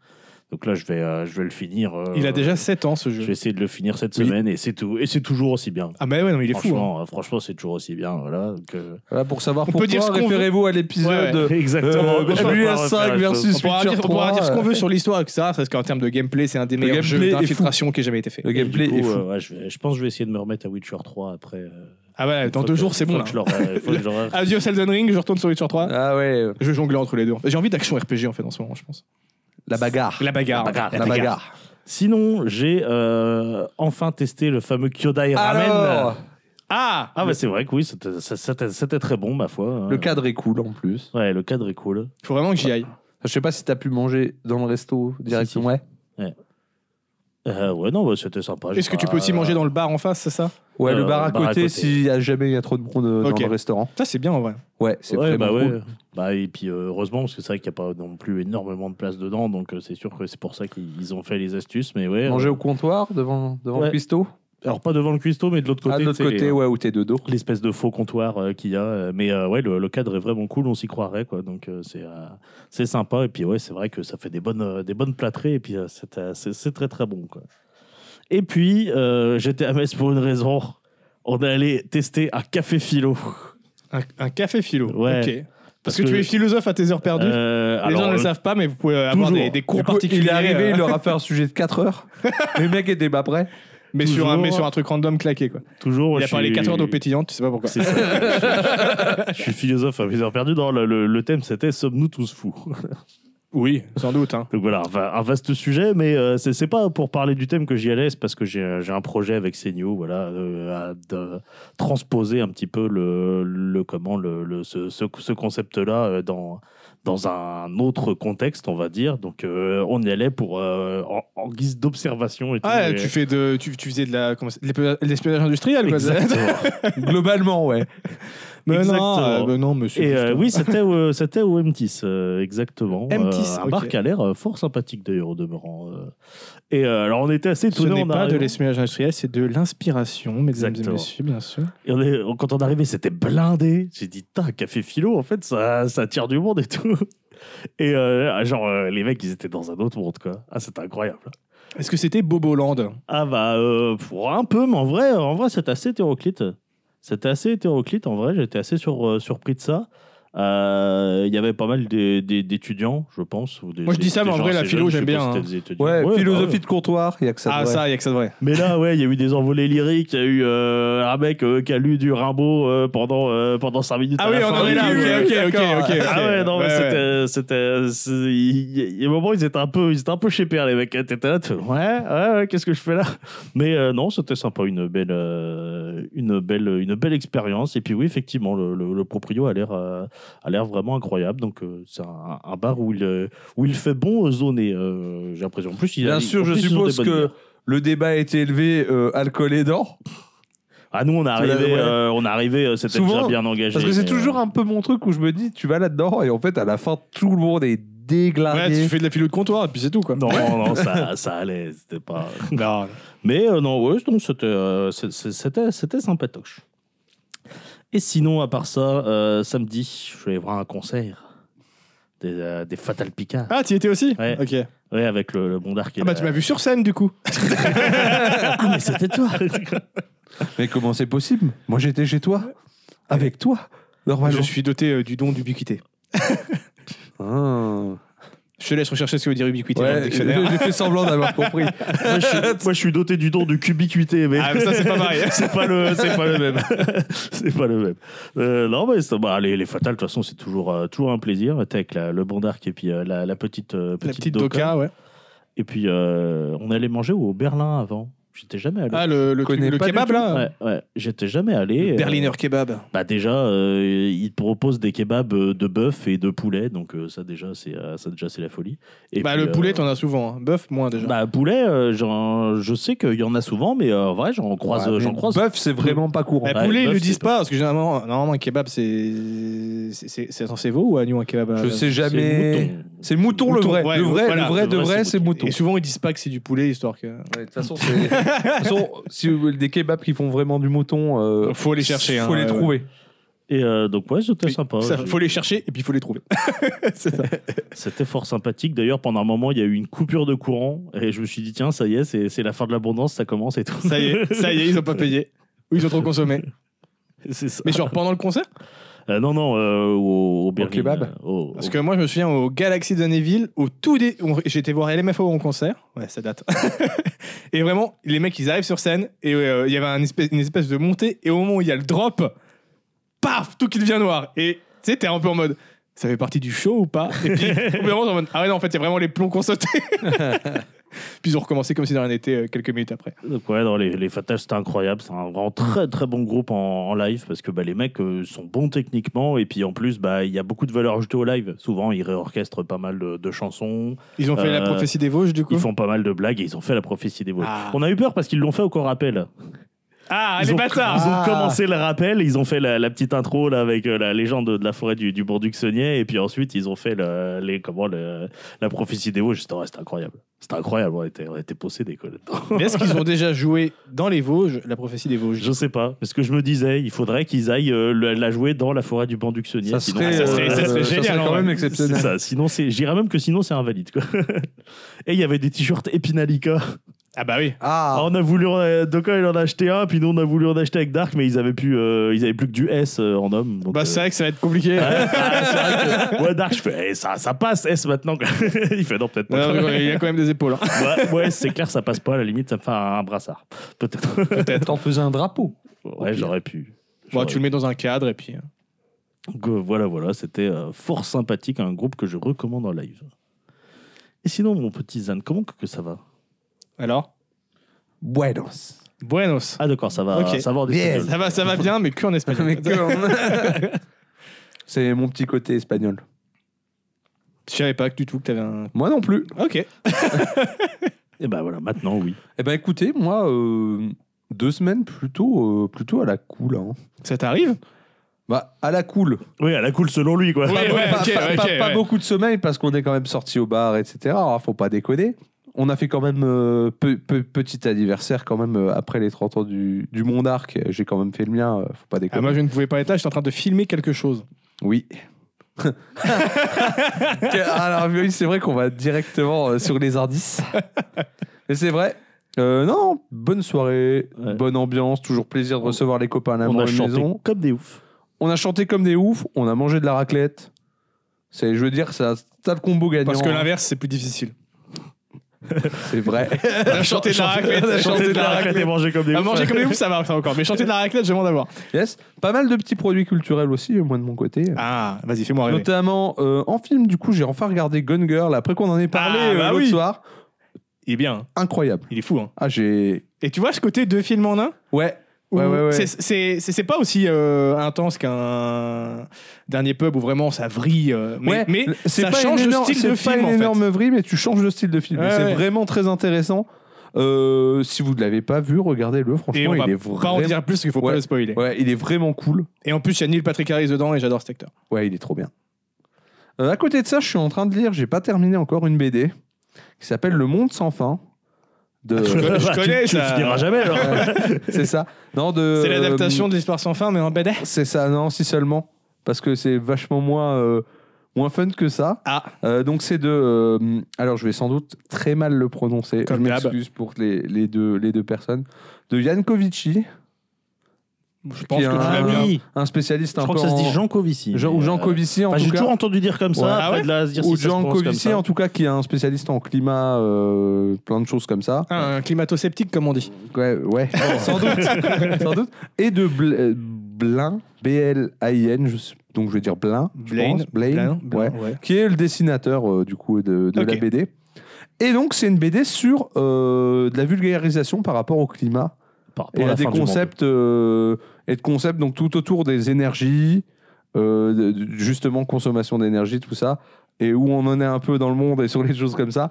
S2: Donc là, je vais euh, je vais le finir. euh,
S3: Il a déjà 7 ans, ce
S2: Je
S3: jeu.
S2: vais essayer de le finir cette
S1: Oui.
S2: semaine et c'est tout. Et c'est toujours aussi bien.
S3: Ah mais ouais, non, il est fou. hein.
S2: franchement, euh, franchement, c'est toujours aussi bien. Voilà. Donc, euh,
S1: Voilà, pour savoir
S3: On peut
S1: pourquoi,
S3: dire ce qu'on veut.
S1: référez-vous à l'épisode
S3: Ouais,
S1: euh,
S2: Je vais pas refaire
S1: WS5
S2: la chose.
S1: versus
S3: On pourra, dire,
S1: Future
S3: on pourra
S1: 3.
S3: dire ce qu'on veut sur l'histoire, etc. Parce qu'en termes de gameplay, c'est un des
S1: Le
S3: meilleurs jeux
S1: gameplay est fou.
S3: d'infiltration qui ait jamais été fait.
S1: Le
S2: Et
S1: gameplay
S2: du coup,
S1: est fou.
S2: euh, ouais, je, vais- je pense que je vais essayer de me remettre à Witcher 3 après. euh,
S3: Ah ouais, dans
S2: faut
S3: deux
S2: que-
S3: jours, c'est
S2: faut
S3: bon.
S2: que
S3: là. Ah
S2: je leur- euh, faut que je leur-
S3: Adieu Elden Ring, je retourne sur Witcher 3.
S1: Ah ouais, euh,
S3: Je jongle entre les deux. J'ai envie d'action RPG en fait en ce moment, je pense.
S1: la bagarre.
S3: La bagarre.
S2: La bagarre.
S1: La bagarre.
S2: Sinon, j'ai euh, enfin testé le fameux Kyodai Ramen.
S3: euh,
S1: Alors,
S3: Ah,
S2: ah, bah c'est vrai que oui, c'était- ça- c'était c'était très bon, ma foi. hein.
S1: le cadre est cool en plus.
S2: Ouais, le cadre est cool.
S3: faut vraiment que j'y aille.
S1: Je sais pas si t'as pu manger dans le resto directement.
S2: si.
S1: Ouais.
S2: Euh, ouais, non, bah, c'était sympa.
S3: Est-ce que tu peux
S1: euh,
S3: aussi manger dans le bar en face, c'est ça
S1: Ouais,
S2: Euh,
S1: le bar à côté, si y a jamais il y a trop de monde euh,
S3: Ok.
S1: dans le restaurant.
S3: Ça, c'est bien en vrai.
S1: Ouais, c'est
S2: ouais,
S1: vraiment
S2: bah ouais.
S1: cool.
S2: Bah, et puis euh, heureusement, parce que c'est vrai qu'il n'y a pas non plus énormément de place dedans, donc euh, c'est sûr que c'est pour ça qu'ils ont fait les astuces. Mais ouais,
S1: Manger au comptoir devant, devant
S2: Ouais.
S1: le cuistot.
S2: euh, alors pas devant le cuistot, mais de hein. l'autre côté.
S1: Ah, de l'autre
S2: tu sais,
S1: côté,
S2: les-
S1: ouais, où t'es de dos.
S2: l'espèce de faux comptoir euh, qu'il y a. euh, Mais euh, ouais, le, le cadre est vraiment cool, on s'y croirait, quoi. Donc euh, c'est euh, c'est sympa. Et puis ouais, c'est vrai que ça fait des bonnes, euh, des bonnes plâtrées. Et puis euh, c'est euh, c'est- c'est très très bon, quoi. Et puis euh, j'étais à Metz pour une raison. On est allé tester un café philo.
S3: Un, un café philo.
S2: Ouais.
S3: Ok.
S2: Parce
S3: Parce, que,
S2: que-
S3: tu es philosophe à tes heures perdues.
S2: Euh,
S3: les
S2: alors,
S3: gens ne le
S2: euh,
S3: savent pas, mais vous pouvez avoir
S2: toujours.
S3: des, des cours
S1: Du coup,
S3: particuliers.
S1: il est arrivé,
S3: euh,
S1: il leur a fait un sujet de 4 heures. les mecs étaient pas prêts.
S3: mais, sur un,
S2: toujours.
S3: mais sur un truc random claqué. Quoi.
S2: toujours.
S3: il a
S2: je
S3: parlé
S2: suis-
S3: 4 heures d'eau pétillante, tu sais pas pourquoi.
S2: C'est ça. je, suis, je suis philosophe à mes heures perdues. Non, le, le- le thème c'était Sommes-nous tous fous
S3: Oui, sans doute. hein.
S2: Donc voilà, un va- un vaste sujet, mais euh, c'est c'est pas pour parler du thème que j'y allais, c'est parce que j'ai j'ai un projet avec Seigno, voilà, euh, à de- transposer un petit peu le, le comment le, le- ce, ce- ce concept-là euh, dans dans un autre contexte, on va dire. Donc euh, on y allait pour euh, en, en guise d'observation et tout.
S3: Ah,
S2: Et-
S3: tu, fais de, tu, tu faisais de la, comment c'est- de l'espionnage industriel. Quoi.
S2: Exactement.
S1: Globalement, ouais.
S3: Mais non,
S2: Exactement.
S3: euh, mais non, monsieur.
S2: Et euh,
S3: juste-
S2: oui, c'était au, c'était au M10, euh, exactement.
S3: M10,
S2: Euh, un
S3: ok.
S2: bar qui a l'air euh, fort sympathique d'ailleurs au demeurant. euh. Et euh, alors on était assez
S3: Ce
S2: étonnés.
S3: n'est
S2: en
S3: pas de
S2: arrivant.
S3: l'espionnage industriel, c'est de l'inspiration, mesdames et
S2: Exactement.
S3: messieurs, bien sûr.
S2: Et on est- quand on est arrivé, c'était blindé. J'ai dit, un café philo, en fait, ça, ça attire du monde et tout. Et euh, genre, euh, les mecs, ils étaient dans un autre monde, quoi. Ah, c'était incroyable.
S3: Est-ce que c'était Boboland
S2: Ah, bah, euh, pff, un peu, mais en vrai, en vrai c'était assez hétéroclite. C'était assez hétéroclite, en vrai. J'étais assez sur- euh, surpris de ça. Euh, Il y avait pas mal des- des- d'étudiants, je pense. ou des-
S3: Moi, je
S2: des-
S3: dis ça,
S2: des
S3: mais en
S2: gens
S3: vrai, la
S2: assez
S3: philo,
S2: jeunes, je
S3: j'aime
S2: sais
S3: bien,
S2: pas si
S3: hein.
S2: c'était des étudiants.
S1: Ouais,
S2: bah,
S1: philosophie
S2: ouais.
S1: de comptoir, il y a que ça. de
S3: Ah,
S1: vrai.
S3: ça, il y a que ça de vrai.
S2: Mais là, ouais, il y a eu des envolées lyriques, il y a eu euh, un mec euh, qui a lu du Rimbaud euh, pendant, euh, pendant 5 minutes.
S3: Ah
S2: à
S3: oui,
S2: la
S3: on
S2: fin
S3: en est
S2: du-
S3: là.
S1: ouais,
S3: Ok, ok, ok,
S1: d'accord.
S3: ok, ok.
S2: Ah ouais, non, mais
S3: Ouais, ouais.
S2: c'était. c'était- c'est- Il y, il y a un moment, ils étaient un peu, ils étaient un peu chez les mecs. T'étais là, tu- ouais, ouais, ouais, qu'est-ce que je fais là Mais euh, non, c'était sympa, une belle, euh, une belle, une belle expérience. Et puis oui, effectivement, le, le- le proprio a l'air, euh, a l'air vraiment incroyable. Donc euh, c'est un, un bar où il, euh, où il fait bon euh, zoner. euh, j'ai l'impression. En plus, il
S1: Bien
S2: a- en
S1: sûr,
S2: plus,
S1: je
S2: ils ont des
S1: suppose
S2: bonnes
S1: que
S2: bières.
S1: le débat a été élevé euh, alcool aidant.
S2: Ah nous, on est
S1: l'avais,
S2: arrivé,
S1: ouais.
S2: euh, on est arrivé, euh, c'était
S1: Souvent,
S2: déjà bien engagé.
S1: Parce que c'est
S2: mais, euh,
S1: toujours un peu mon truc où je me dis, tu vas là-dedans et en fait, à la fin, tout le monde est
S3: Ouais,
S1: déglingué.
S3: tu fais de la philo de comptoir, et puis c'est tout, quoi.
S2: Non, euh, non, ça, ça allait, c'était pas.
S3: Non.
S2: Mais euh, non, ouais, donc c'était, euh, c'est- c'est- c'était, c'était sympatoche. Et sinon, à part ça, euh, samedi, je vais voir un concert des, euh, des Fatal Picard.
S3: Ah, tu y étais aussi
S2: Ouais.
S3: Ok.
S2: Ouais, avec le, le Bondard qui est
S3: Ah bah
S2: là.
S3: tu m'as vu sur scène du coup.
S2: Ah, mais c'était toi
S1: Mais comment c'est possible Moi, j'étais chez toi. Avec toi Normalement.
S3: Je suis doté euh, du don d'ubiquité.
S1: Ah.
S3: Je te laisse rechercher ce que veut dire ubiquité dans le
S1: Ouais,
S3: dictionnaire.
S1: j'ai j'ai fait semblant d'avoir compris.
S2: Moi je, suis, moi, je suis doté du don de cubiquité, mais
S3: Ah, mais ça, c'est pas pareil.
S2: c'est pas le, c'est pas le même. c'est pas le même. Euh, non, mais c'est- bah, les, les fatales, de toute façon, c'est toujours, euh, toujours un plaisir. T'es avec la- le bandark et puis euh, la, la petite, euh,
S3: La
S2: petite,
S3: petite
S2: Doka.
S3: Doka, ouais.
S2: Et puis, euh, on allait manger au Berlin avant. J'étais jamais allé.
S3: Ah, le, le, truc-
S1: connais
S3: le
S1: pas du
S3: kebab,
S1: tout.
S3: là
S2: ouais, ouais, j'étais jamais allé.
S3: Le
S2: Euh,
S3: Berliner kebab.
S2: Bah déjà, euh, ils te proposent des kebabs euh, de bœuf et de poulet, donc euh, ça déjà c'est euh, ça déjà c'est la folie. Et
S3: bah,
S2: puis,
S3: le poulet,
S2: euh,
S3: t'en as souvent. hein. Bœuf, moins déjà.
S2: bah poulet, euh, j'en- je sais qu'il y en a souvent, mais euh, en vrai j'en croise,
S1: Ouais, mais
S2: j'en croise.
S1: Bœuf, c'est vraiment pas courant.
S3: Bah,
S2: ouais,
S3: poulet, ils
S2: bœuf,
S3: le
S2: c'est
S3: disent
S2: pas-
S3: pas, parce que généralement, normalement, un kebab, c'est. c'est- C'est c'est censé veau ou agneau, un kebab
S1: Je
S3: euh,
S1: sais
S2: c'est
S1: jamais.
S2: mouton.
S1: C'est mouton, le
S3: Mouton,
S1: vrai.
S3: ouais,
S1: le vrai,
S3: voilà,
S1: le vrai,
S2: le
S1: de
S2: vrai,
S1: vrai,
S2: c'est
S1: c'est mouton.
S3: Et souvent, ils disent pas que c'est du poulet, histoire que.
S1: Ouais, De toute façon, c'est- de toute façon, si vous voulez des kebabs qui font vraiment du mouton, euh,
S3: Faut les chercher, hein,
S1: Faut les
S3: ouais,
S1: trouver.
S2: Et euh, donc ouais, c'était
S3: Puis,
S2: sympa.
S3: ça,
S2: J'ai-
S3: faut les chercher et puis il faut les trouver. C'est ça.
S2: C'était fort sympathique. D'ailleurs, pendant un moment, il y a eu une coupure de courant et je me suis dit tiens, ça y est, c'est c'est la fin de l'abondance, ça commence et tout.
S3: ça y est, ça y est, ils ont pas payé. Ou ils ont trop consommé.
S2: C'est ça.
S3: Mais genre pendant le concert
S2: Euh, non non, euh, au, au Berlin,
S1: kebab
S2: euh, au-
S3: Parce que moi, je me souviens au Galaxy de Neville, au tout dé... on- j'étais voir LMFAO en concert. Ouais, ça date. et vraiment, les mecs, ils arrivent sur scène et euh, il y avait un espèce- une espèce de montée. Et au moment où il y a le drop, paf, tout qui devient noir. Et tu sais, t'es un peu en mode. Ça fait partie du show ou pas Et puis, au bout d'un moment, t'es en mode, ah ouais, non, en fait, il y a vraiment les plombs qu'on sautait. puis ils ont recommencé comme si de rien n'était euh, quelques minutes après.
S2: Donc ouais, non, les, les Fatales, c'était incroyable. C'est un vraiment très très bon groupe en, en live parce que bah, les mecs euh, sont bons techniquement et puis en plus, bah, il y a beaucoup de valeur ajoutée au live. Souvent, ils réorchestrent pas mal de, de chansons,
S3: Ils ont fait la
S2: Euh,
S3: prophétie des Vosges, du coup.
S2: ils font pas mal de blagues et ils ont fait la prophétie des vols.
S3: Ah.
S2: On a eu peur parce qu'ils l'ont fait au corps rappel.
S3: Ah,
S2: ils
S3: les
S2: ont,
S3: bâtards
S2: Ils ont
S1: Ah.
S2: commencé le rappel, ils ont fait la, la petite intro là, avec euh, la légende de la forêt du, du Bourduxonnier et puis ensuite, ils ont fait le- les, comment, le- la prophétie des Vosges. C'était ouais, c'était incroyable. C'était incroyable, on était, on était possédés quoi, là-dedans.
S3: Mais est-ce qu'ils ont déjà joué dans les Vosges la prophétie des Vosges
S2: Je sais pas, parce que je me disais, il faudrait qu'ils aillent euh, le- la jouer dans la forêt du Banduxonnier.
S1: Ça
S2: sinon-
S1: serait,
S2: Ah,
S1: euh,
S3: serait- ça serait génial,
S1: quand
S3: ouais.
S1: même
S2: c'est
S1: exceptionnel.
S2: ça, sinon c'est, j'irais même que sinon c'est invalide quoi. Et il y avait des t-shirts Epinalica.
S3: Ah bah oui.
S1: Ah,
S2: Alors, on a voulu, euh, Doka il en a acheté un, puis nous on a voulu en acheter avec Dark, mais ils avaient plus, euh, ils avaient plus que du S euh, en homme. donc,
S3: Bah
S2: euh,
S3: c'est vrai que ça va être compliqué.
S2: ah, c'est vrai que- ouais, Dark, je fais, eh, ça, ça passe S maintenant. quoi. il fait non peut-être pas.
S3: Non, mais Ah, ouais, il y a quand même des épaules. hein.
S2: ouais, ouais, c'est clair, ça passe pas. À la limite, ça me fait un, un brassard. Peut-être.
S1: t'en faisais un drapeau.
S2: ouais, j'aurais pu.
S3: Bon,
S2: J'aurais
S3: tu le mets dans un cadre et puis. euh,
S2: Donc, euh, voilà, voilà, c'était euh, fort sympathique, un groupe que je recommande en live. Et sinon, mon petit Zan, comment que que ça va
S3: Alors
S1: Buenos.
S3: Buenos.
S2: Ah d'accord, ça va,
S3: Ok.
S2: ça va en
S1: Bien.
S2: espagnol.
S3: Ça va, ça va bien, mais que en espagnol.
S1: Mais que on- C'est mon petit côté espagnol.
S3: Je savais pas du tout que t'avais un.
S1: Moi non plus.
S3: Ok.
S2: Et ben voilà, maintenant oui.
S1: Eh ben écoutez, moi, euh, deux semaines plutôt, euh, plutôt à la cool. hein.
S3: Ça t'arrive
S1: Bah, à la cool.
S2: Oui, elle a cool selon lui quoi.
S3: Oui,
S1: pas,
S3: ouais,
S1: pas-
S3: ok,
S1: pas-
S3: ok,
S1: pas- pas
S3: ouais.
S1: beaucoup de sommeil parce qu'on est quand même sorti au bar, etc. Alors, faut pas déconner. On a fait quand même euh, pe- pe- petit anniversaire quand même euh, après les 30 ans du, du Mont d'Arc. J'ai quand même fait le mien, euh, faut pas
S3: Ah,
S1: déconner.
S3: Moi je ne pouvais pas être là, j'étais en train de filmer quelque chose.
S1: Oui. ah, Alors oui, c'est vrai qu'on va directement euh, sur les indices. Mais c'est vrai. Euh, non, bonne soirée,
S2: Ouais.
S1: bonne ambiance, toujours plaisir de recevoir les copains à la
S2: On a chanté
S1: maison.
S2: comme des oufs.
S1: On a chanté comme des oufs, on a mangé de la raclette. C'est, je veux dire, ça, t'as le combo gagnant.
S3: Parce que
S1: hein.
S3: l'inverse, c'est plus difficile.
S1: c'est vrai.
S3: On a chanté de la raclette, on
S2: Chanter
S3: a Ah, chanté de la raclette.
S2: et manger comme des
S3: À
S2: oufs.
S3: manger comme des ouf, ça marche encore. Mais chanter de la raclette, j'ai moins d'avoir.
S1: Yes. Pas mal de petits produits culturels aussi, euh, moi de mon côté.
S3: Ah, vas-y, fais-moi rêver.
S1: Notamment euh, en film, du coup, j'ai enfin regardé Gun Girl après qu'on en ait parlé
S3: Ah,
S1: euh,
S3: bah
S1: l'autre
S3: oui.
S1: soir.
S3: Il est bien, hein.
S1: Incroyable.
S3: il est fou. Hein.
S1: Ah, j'ai.
S3: Et tu vois ce côté deux films en un
S1: Ouais.
S3: Ou-
S1: Ouais, ouais, ouais.
S3: c'est- C'est c'est- c'est pas aussi euh, intense qu'un dernier pub où vraiment ça vrille. euh, mais
S1: Ouais,
S3: mais
S1: le-
S3: ça
S1: pas
S3: change
S1: une
S3: le
S1: énorme-
S3: style de
S1: c'est pas
S3: film
S1: une
S3: en fait.
S1: énorme vrille, mais tu changes de style de film.
S3: Ouais,
S1: Et c'est
S3: ouais.
S1: vraiment très intéressant. Euh, si vous ne l'avez pas vu, regardez-le.
S3: Et on
S1: Franchement,
S3: va
S1: il est
S3: pas en
S1: vraiment.
S3: dire plus parce qu'il faut
S1: Ouais.
S3: pas le spoiler.
S1: Ouais, il est vraiment cool.
S3: Et en plus, il y a Neil Patrick Harris dedans et j'adore cet acteur.
S1: Ouais, il est trop bien. Euh, à côté de ça, je suis en train de lire, j'ai pas terminé encore une BD qui s'appelle Le Monde sans fin. De...
S3: connais- je
S2: Bah, tu-
S3: connais
S2: tu
S3: ça.
S2: finiras jamais alors.
S1: c'est ça. Non, de.
S3: C'est l'adaptation de l'histoire sans fin, mais en BD.
S1: C'est ça, non, si seulement. Parce que c'est vachement moins, euh, moins fun que ça.
S3: Ah,
S1: Euh, donc c'est de. euh, alors je vais sans doute très mal le prononcer.
S3: Comme
S1: je
S3: d'hab.
S1: m'excuse pour les, les deux, les deux personnes. De Yankovici.
S3: Je pense que
S1: est
S3: tu
S1: un-
S3: l'as bien.
S2: oui.
S1: un spécialiste
S2: Je
S1: un
S2: crois
S1: peu
S2: que ça se dit
S1: en-
S2: Jean Covici.
S1: Jean- ou
S2: mais,
S1: Jean
S2: euh,
S1: Covici en
S2: enfin,
S1: tout
S2: J'ai
S1: cas
S2: toujours entendu dire comme ça.
S1: Ouais.
S2: après,
S3: Ah ouais
S2: de la- dire
S1: ou
S2: si ça se
S1: Jean
S2: prononce comme
S1: Covici hein.
S2: ça.
S1: en tout cas qui est un spécialiste en climat euh, plein de choses comme ça
S3: Ah, un climato-sceptique, comme on dit.
S1: ouais, ouais. sans doute sans doute et de Bl- euh, Blin B L A I N je sais- donc je vais dire Blin je
S3: Blaine,
S1: pense. Blaine,
S3: Blain,
S1: ouais.
S3: Blain, Bah, ouais.
S1: qui est le dessinateur euh, du coup de, de la
S3: Ok.
S1: BD. Et donc c'est une BD sur euh, de la vulgarisation par rapport au climat
S2: Par rapport
S1: et
S2: à
S1: à
S2: la
S1: des
S2: fin du monde.
S1: concepts euh, et de concepts donc tout autour des énergies, euh, de- de- justement consommation d'énergie, tout ça, et où on en est un peu dans le monde et sur les choses comme ça.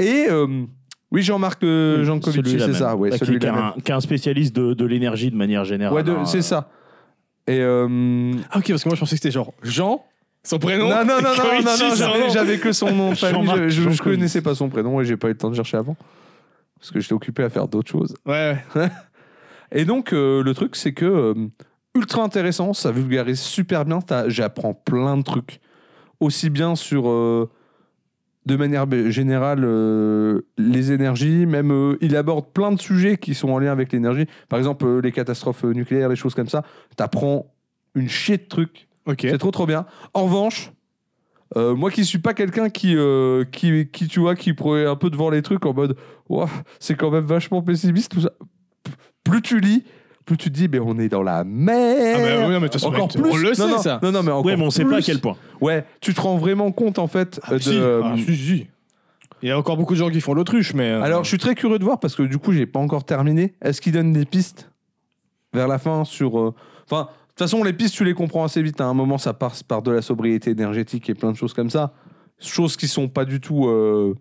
S1: Et euh, oui, Jean-Marc euh, Jean Covici,
S2: Celui-là
S1: c'est ça,
S2: même.
S1: ouais,
S2: Bah, qui- qui est
S1: celui-là
S2: un-
S1: même.
S2: Qui est un spécialiste de de l'énergie de manière générale.
S1: Ouais, de-
S2: hein,
S1: c'est
S2: euh,
S1: ça. Et euh,
S3: Ah, ok, parce que moi, je pensais que c'était genre Jean, son prénom.
S1: non, non, non, non,
S3: et Koichi,
S1: non, non,
S3: son
S1: j'avais-
S3: nom.
S1: j'avais que son nom de famille.
S2: Jean-Marc
S1: Je, je- je
S2: Jancovici.
S1: connaissais pas son prénom et j'ai pas eu le temps de chercher avant. Parce que j'étais occupé à faire d'autres choses.
S3: Ouais, ouais.
S1: Et donc, euh, le truc, c'est que euh, ultra intéressant, ça vulgarise super bien. t'as- J'apprends plein de trucs. Aussi bien sur, euh, de manière b- générale, euh, les énergies, même euh, il aborde plein de sujets qui sont en lien avec l'énergie. Par exemple, euh, les catastrophes euh, nucléaires, les choses comme ça. T'apprends une chier de trucs.
S3: Ok.
S1: C'est trop trop bien. En revanche, euh, moi qui suis pas quelqu'un qui, euh, qui, qui, tu vois, qui pourrait un peu devant les trucs en mode Ouah, c'est quand même vachement pessimiste, tout ça. P- Plus tu lis, plus tu te dis, mais on est dans la
S3: Ah, mais,
S1: merde.
S3: oui, non, mais de toute façon,
S1: encore
S3: on
S1: plus.
S3: le
S1: non,
S3: sait,
S1: non,
S3: ça.
S1: Non, non, mais encore
S2: Ouais, mais on sait pas à
S1: plus.
S2: quel point.
S1: Ouais, tu te rends vraiment compte en fait
S3: Ah,
S1: Euh, de.
S3: si. Ah, si, si. Il y a encore beaucoup de gens qui font l'autruche, mais. euh,
S1: Alors, je suis très curieux de voir parce que du coup, j'ai pas encore terminé. Est-ce qu'il donne des pistes vers la fin sur. euh, Enfin, de toute façon, les pistes, tu les comprends assez vite. hein. À un moment, ça passe par de la sobriété énergétique et plein de choses comme ça. Choses qui sont pas du tout euh,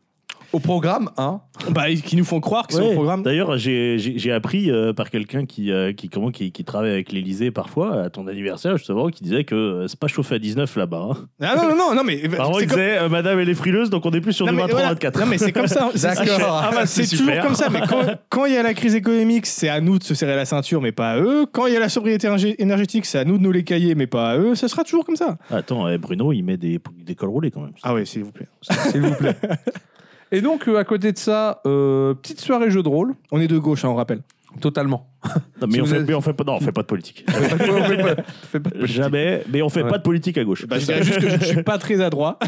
S1: au programme, hein.
S3: Bah, ils- qui nous font croire que c'est
S2: Ouais.
S3: au programme.
S2: D'ailleurs, j'ai- j'ai j'ai appris euh, par quelqu'un qui, euh, qui, comment, qui, qui travaille avec l'Elysée parfois, à ton anniversaire justement, qui disait que euh, c'est pas chauffé à 19 là-bas. hein.
S3: Ah non, non, non, non, mais.
S2: Par contre,
S3: c'est
S2: il
S3: comme-
S2: disait euh, Madame, elle est frileuse, donc on est plus sur
S3: Non,
S2: du
S3: mais voilà.
S2: 23-24.
S3: Non, mais c'est comme ça. C'est-
S1: D'accord.
S2: Ah bah,
S3: C'est
S2: c'est
S3: toujours
S2: super.
S3: comme ça, mais quand- quand il y a la crise économique, c'est à nous de se serrer la ceinture, mais pas à eux. Quand il y a la sobriété ingé- énergétique, c'est à nous de nous les cailler, mais pas à eux. Ce sera toujours comme ça.
S2: Attends, eh, Bruno, il met des, des cols roulés quand même.
S3: Ah oui, s'il vous plaît.
S1: S'il vous plaît. Et donc, euh, à côté de ça, euh, petite soirée jeu de rôle.
S3: On est de gauche, hein, on rappelle.
S1: Totalement.
S2: Non, mais,
S1: Si
S2: on
S1: vous
S2: fait,
S1: avez-
S2: mais on fait pas, non, on fait pas de politique.
S1: Fais pas de- fais pas- fais pas
S2: Euh,
S1: de politique.
S2: Jamais, mais on fait
S1: Ouais.
S2: pas de politique à
S1: Eh
S2: gauche.
S1: ben,
S3: Bah, je dirais juste que je ne suis pas très à droite.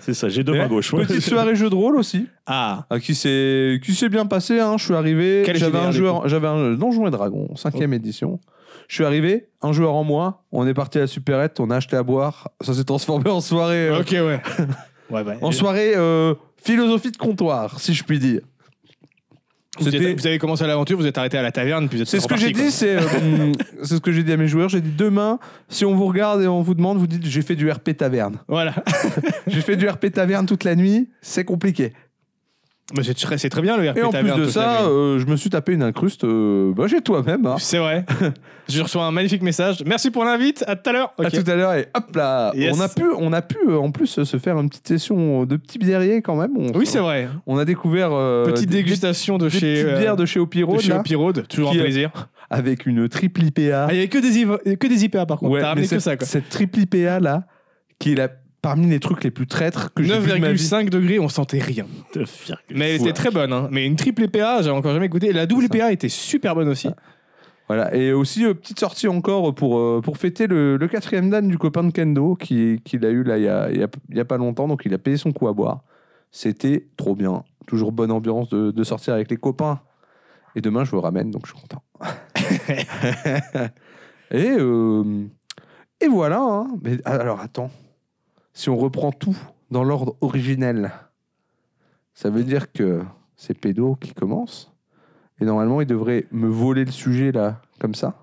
S2: c'est ça, j'ai deux mains gauche. ouais.
S1: Petite soirée jeu de rôle aussi,
S3: Ah,
S1: Ah, qui s'est qui s'est bien passé. hein. Je suis arrivé,
S3: Quel
S1: j'avais
S3: génère,
S1: un
S3: du Oh.
S1: joueur, j'avais un donjon et dragon, cinquième édition. Je suis arrivé, un joueur en moi. On est parti à la supérette, on a acheté à boire. Ça s'est transformé en soirée, euh,
S3: ok, ouais. ouais bah,
S1: en soirée euh, philosophie de comptoir, si je puis dire.
S3: vous,
S1: C'était-
S3: êtes- vous avez commencé l'aventure, vous êtes arrêté à la taverne, puis vous êtes
S1: C'est ce que j'ai
S3: reparti,
S1: dit, c'est euh, c'est ce que j'ai dit à mes joueurs. J'ai dit demain, si on vous regarde et on vous demande, vous dites j'ai fait du RP taverne.
S3: quoi. Voilà.
S1: J'ai fait du RP taverne toute la nuit, c'est compliqué.
S3: Mais c'est très, c'est très bien le RP
S1: Et en plus
S3: taverne,
S1: de
S3: toute la
S1: ça,
S3: nuit.
S1: euh, je me suis tapé une incruste euh, bah, chez toi-même. hein.
S3: C'est vrai. Je reçois un magnifique message. Merci pour l'invite. À tout à l'heure. Ok.
S1: À tout à l'heure et hop là
S3: Yes.
S1: on a pu on a pu euh, en plus euh, se faire une petite session euh, de petits biériers quand même on,
S3: Oui, c'est vrai.
S1: on a découvert euh,
S3: Petite
S1: des-
S3: dégustation de
S1: des
S3: chez.
S1: petites
S3: euh,
S1: bières de chez Opiro
S3: de chez Opirode, toujours
S1: Qui,
S3: un
S1: euh,
S3: plaisir.
S1: avec une triple IPA
S3: Ah, il n'y avait que des, IV que des IPA par contre.
S1: Ouais,
S3: T'as
S1: mais
S3: ramené que
S1: cette-
S3: ça quoi.
S1: cette triple IPA là qui est la, parmi les trucs les plus traîtres que j'ai vu de ma vie
S3: 9,5 degrés, on sentait rien.
S2: Te faire que-
S3: Mais elle
S2: Ouais.
S3: était très bonne. hein. Mais une triple IPA, j'avais encore jamais goûté. Et la double
S1: C'est ça.
S3: IPA était super bonne aussi.
S1: voilà et aussi euh, petite sortie encore pour euh, pour fêter le, le quatrième dan du copain de Kendo qui qu'il a eu là il y a, il y a- il y a pas longtemps donc il a payé son coup à boire c'était trop bien toujours bonne ambiance de, de sortir avec les copains et demain je vous ramène donc je suis content et euh, et voilà hein. mais alors attends si on reprend tout dans l'ordre originel ça veut dire que c'est Pédo qui commence et normalement il devrait me voler le sujet là comme ça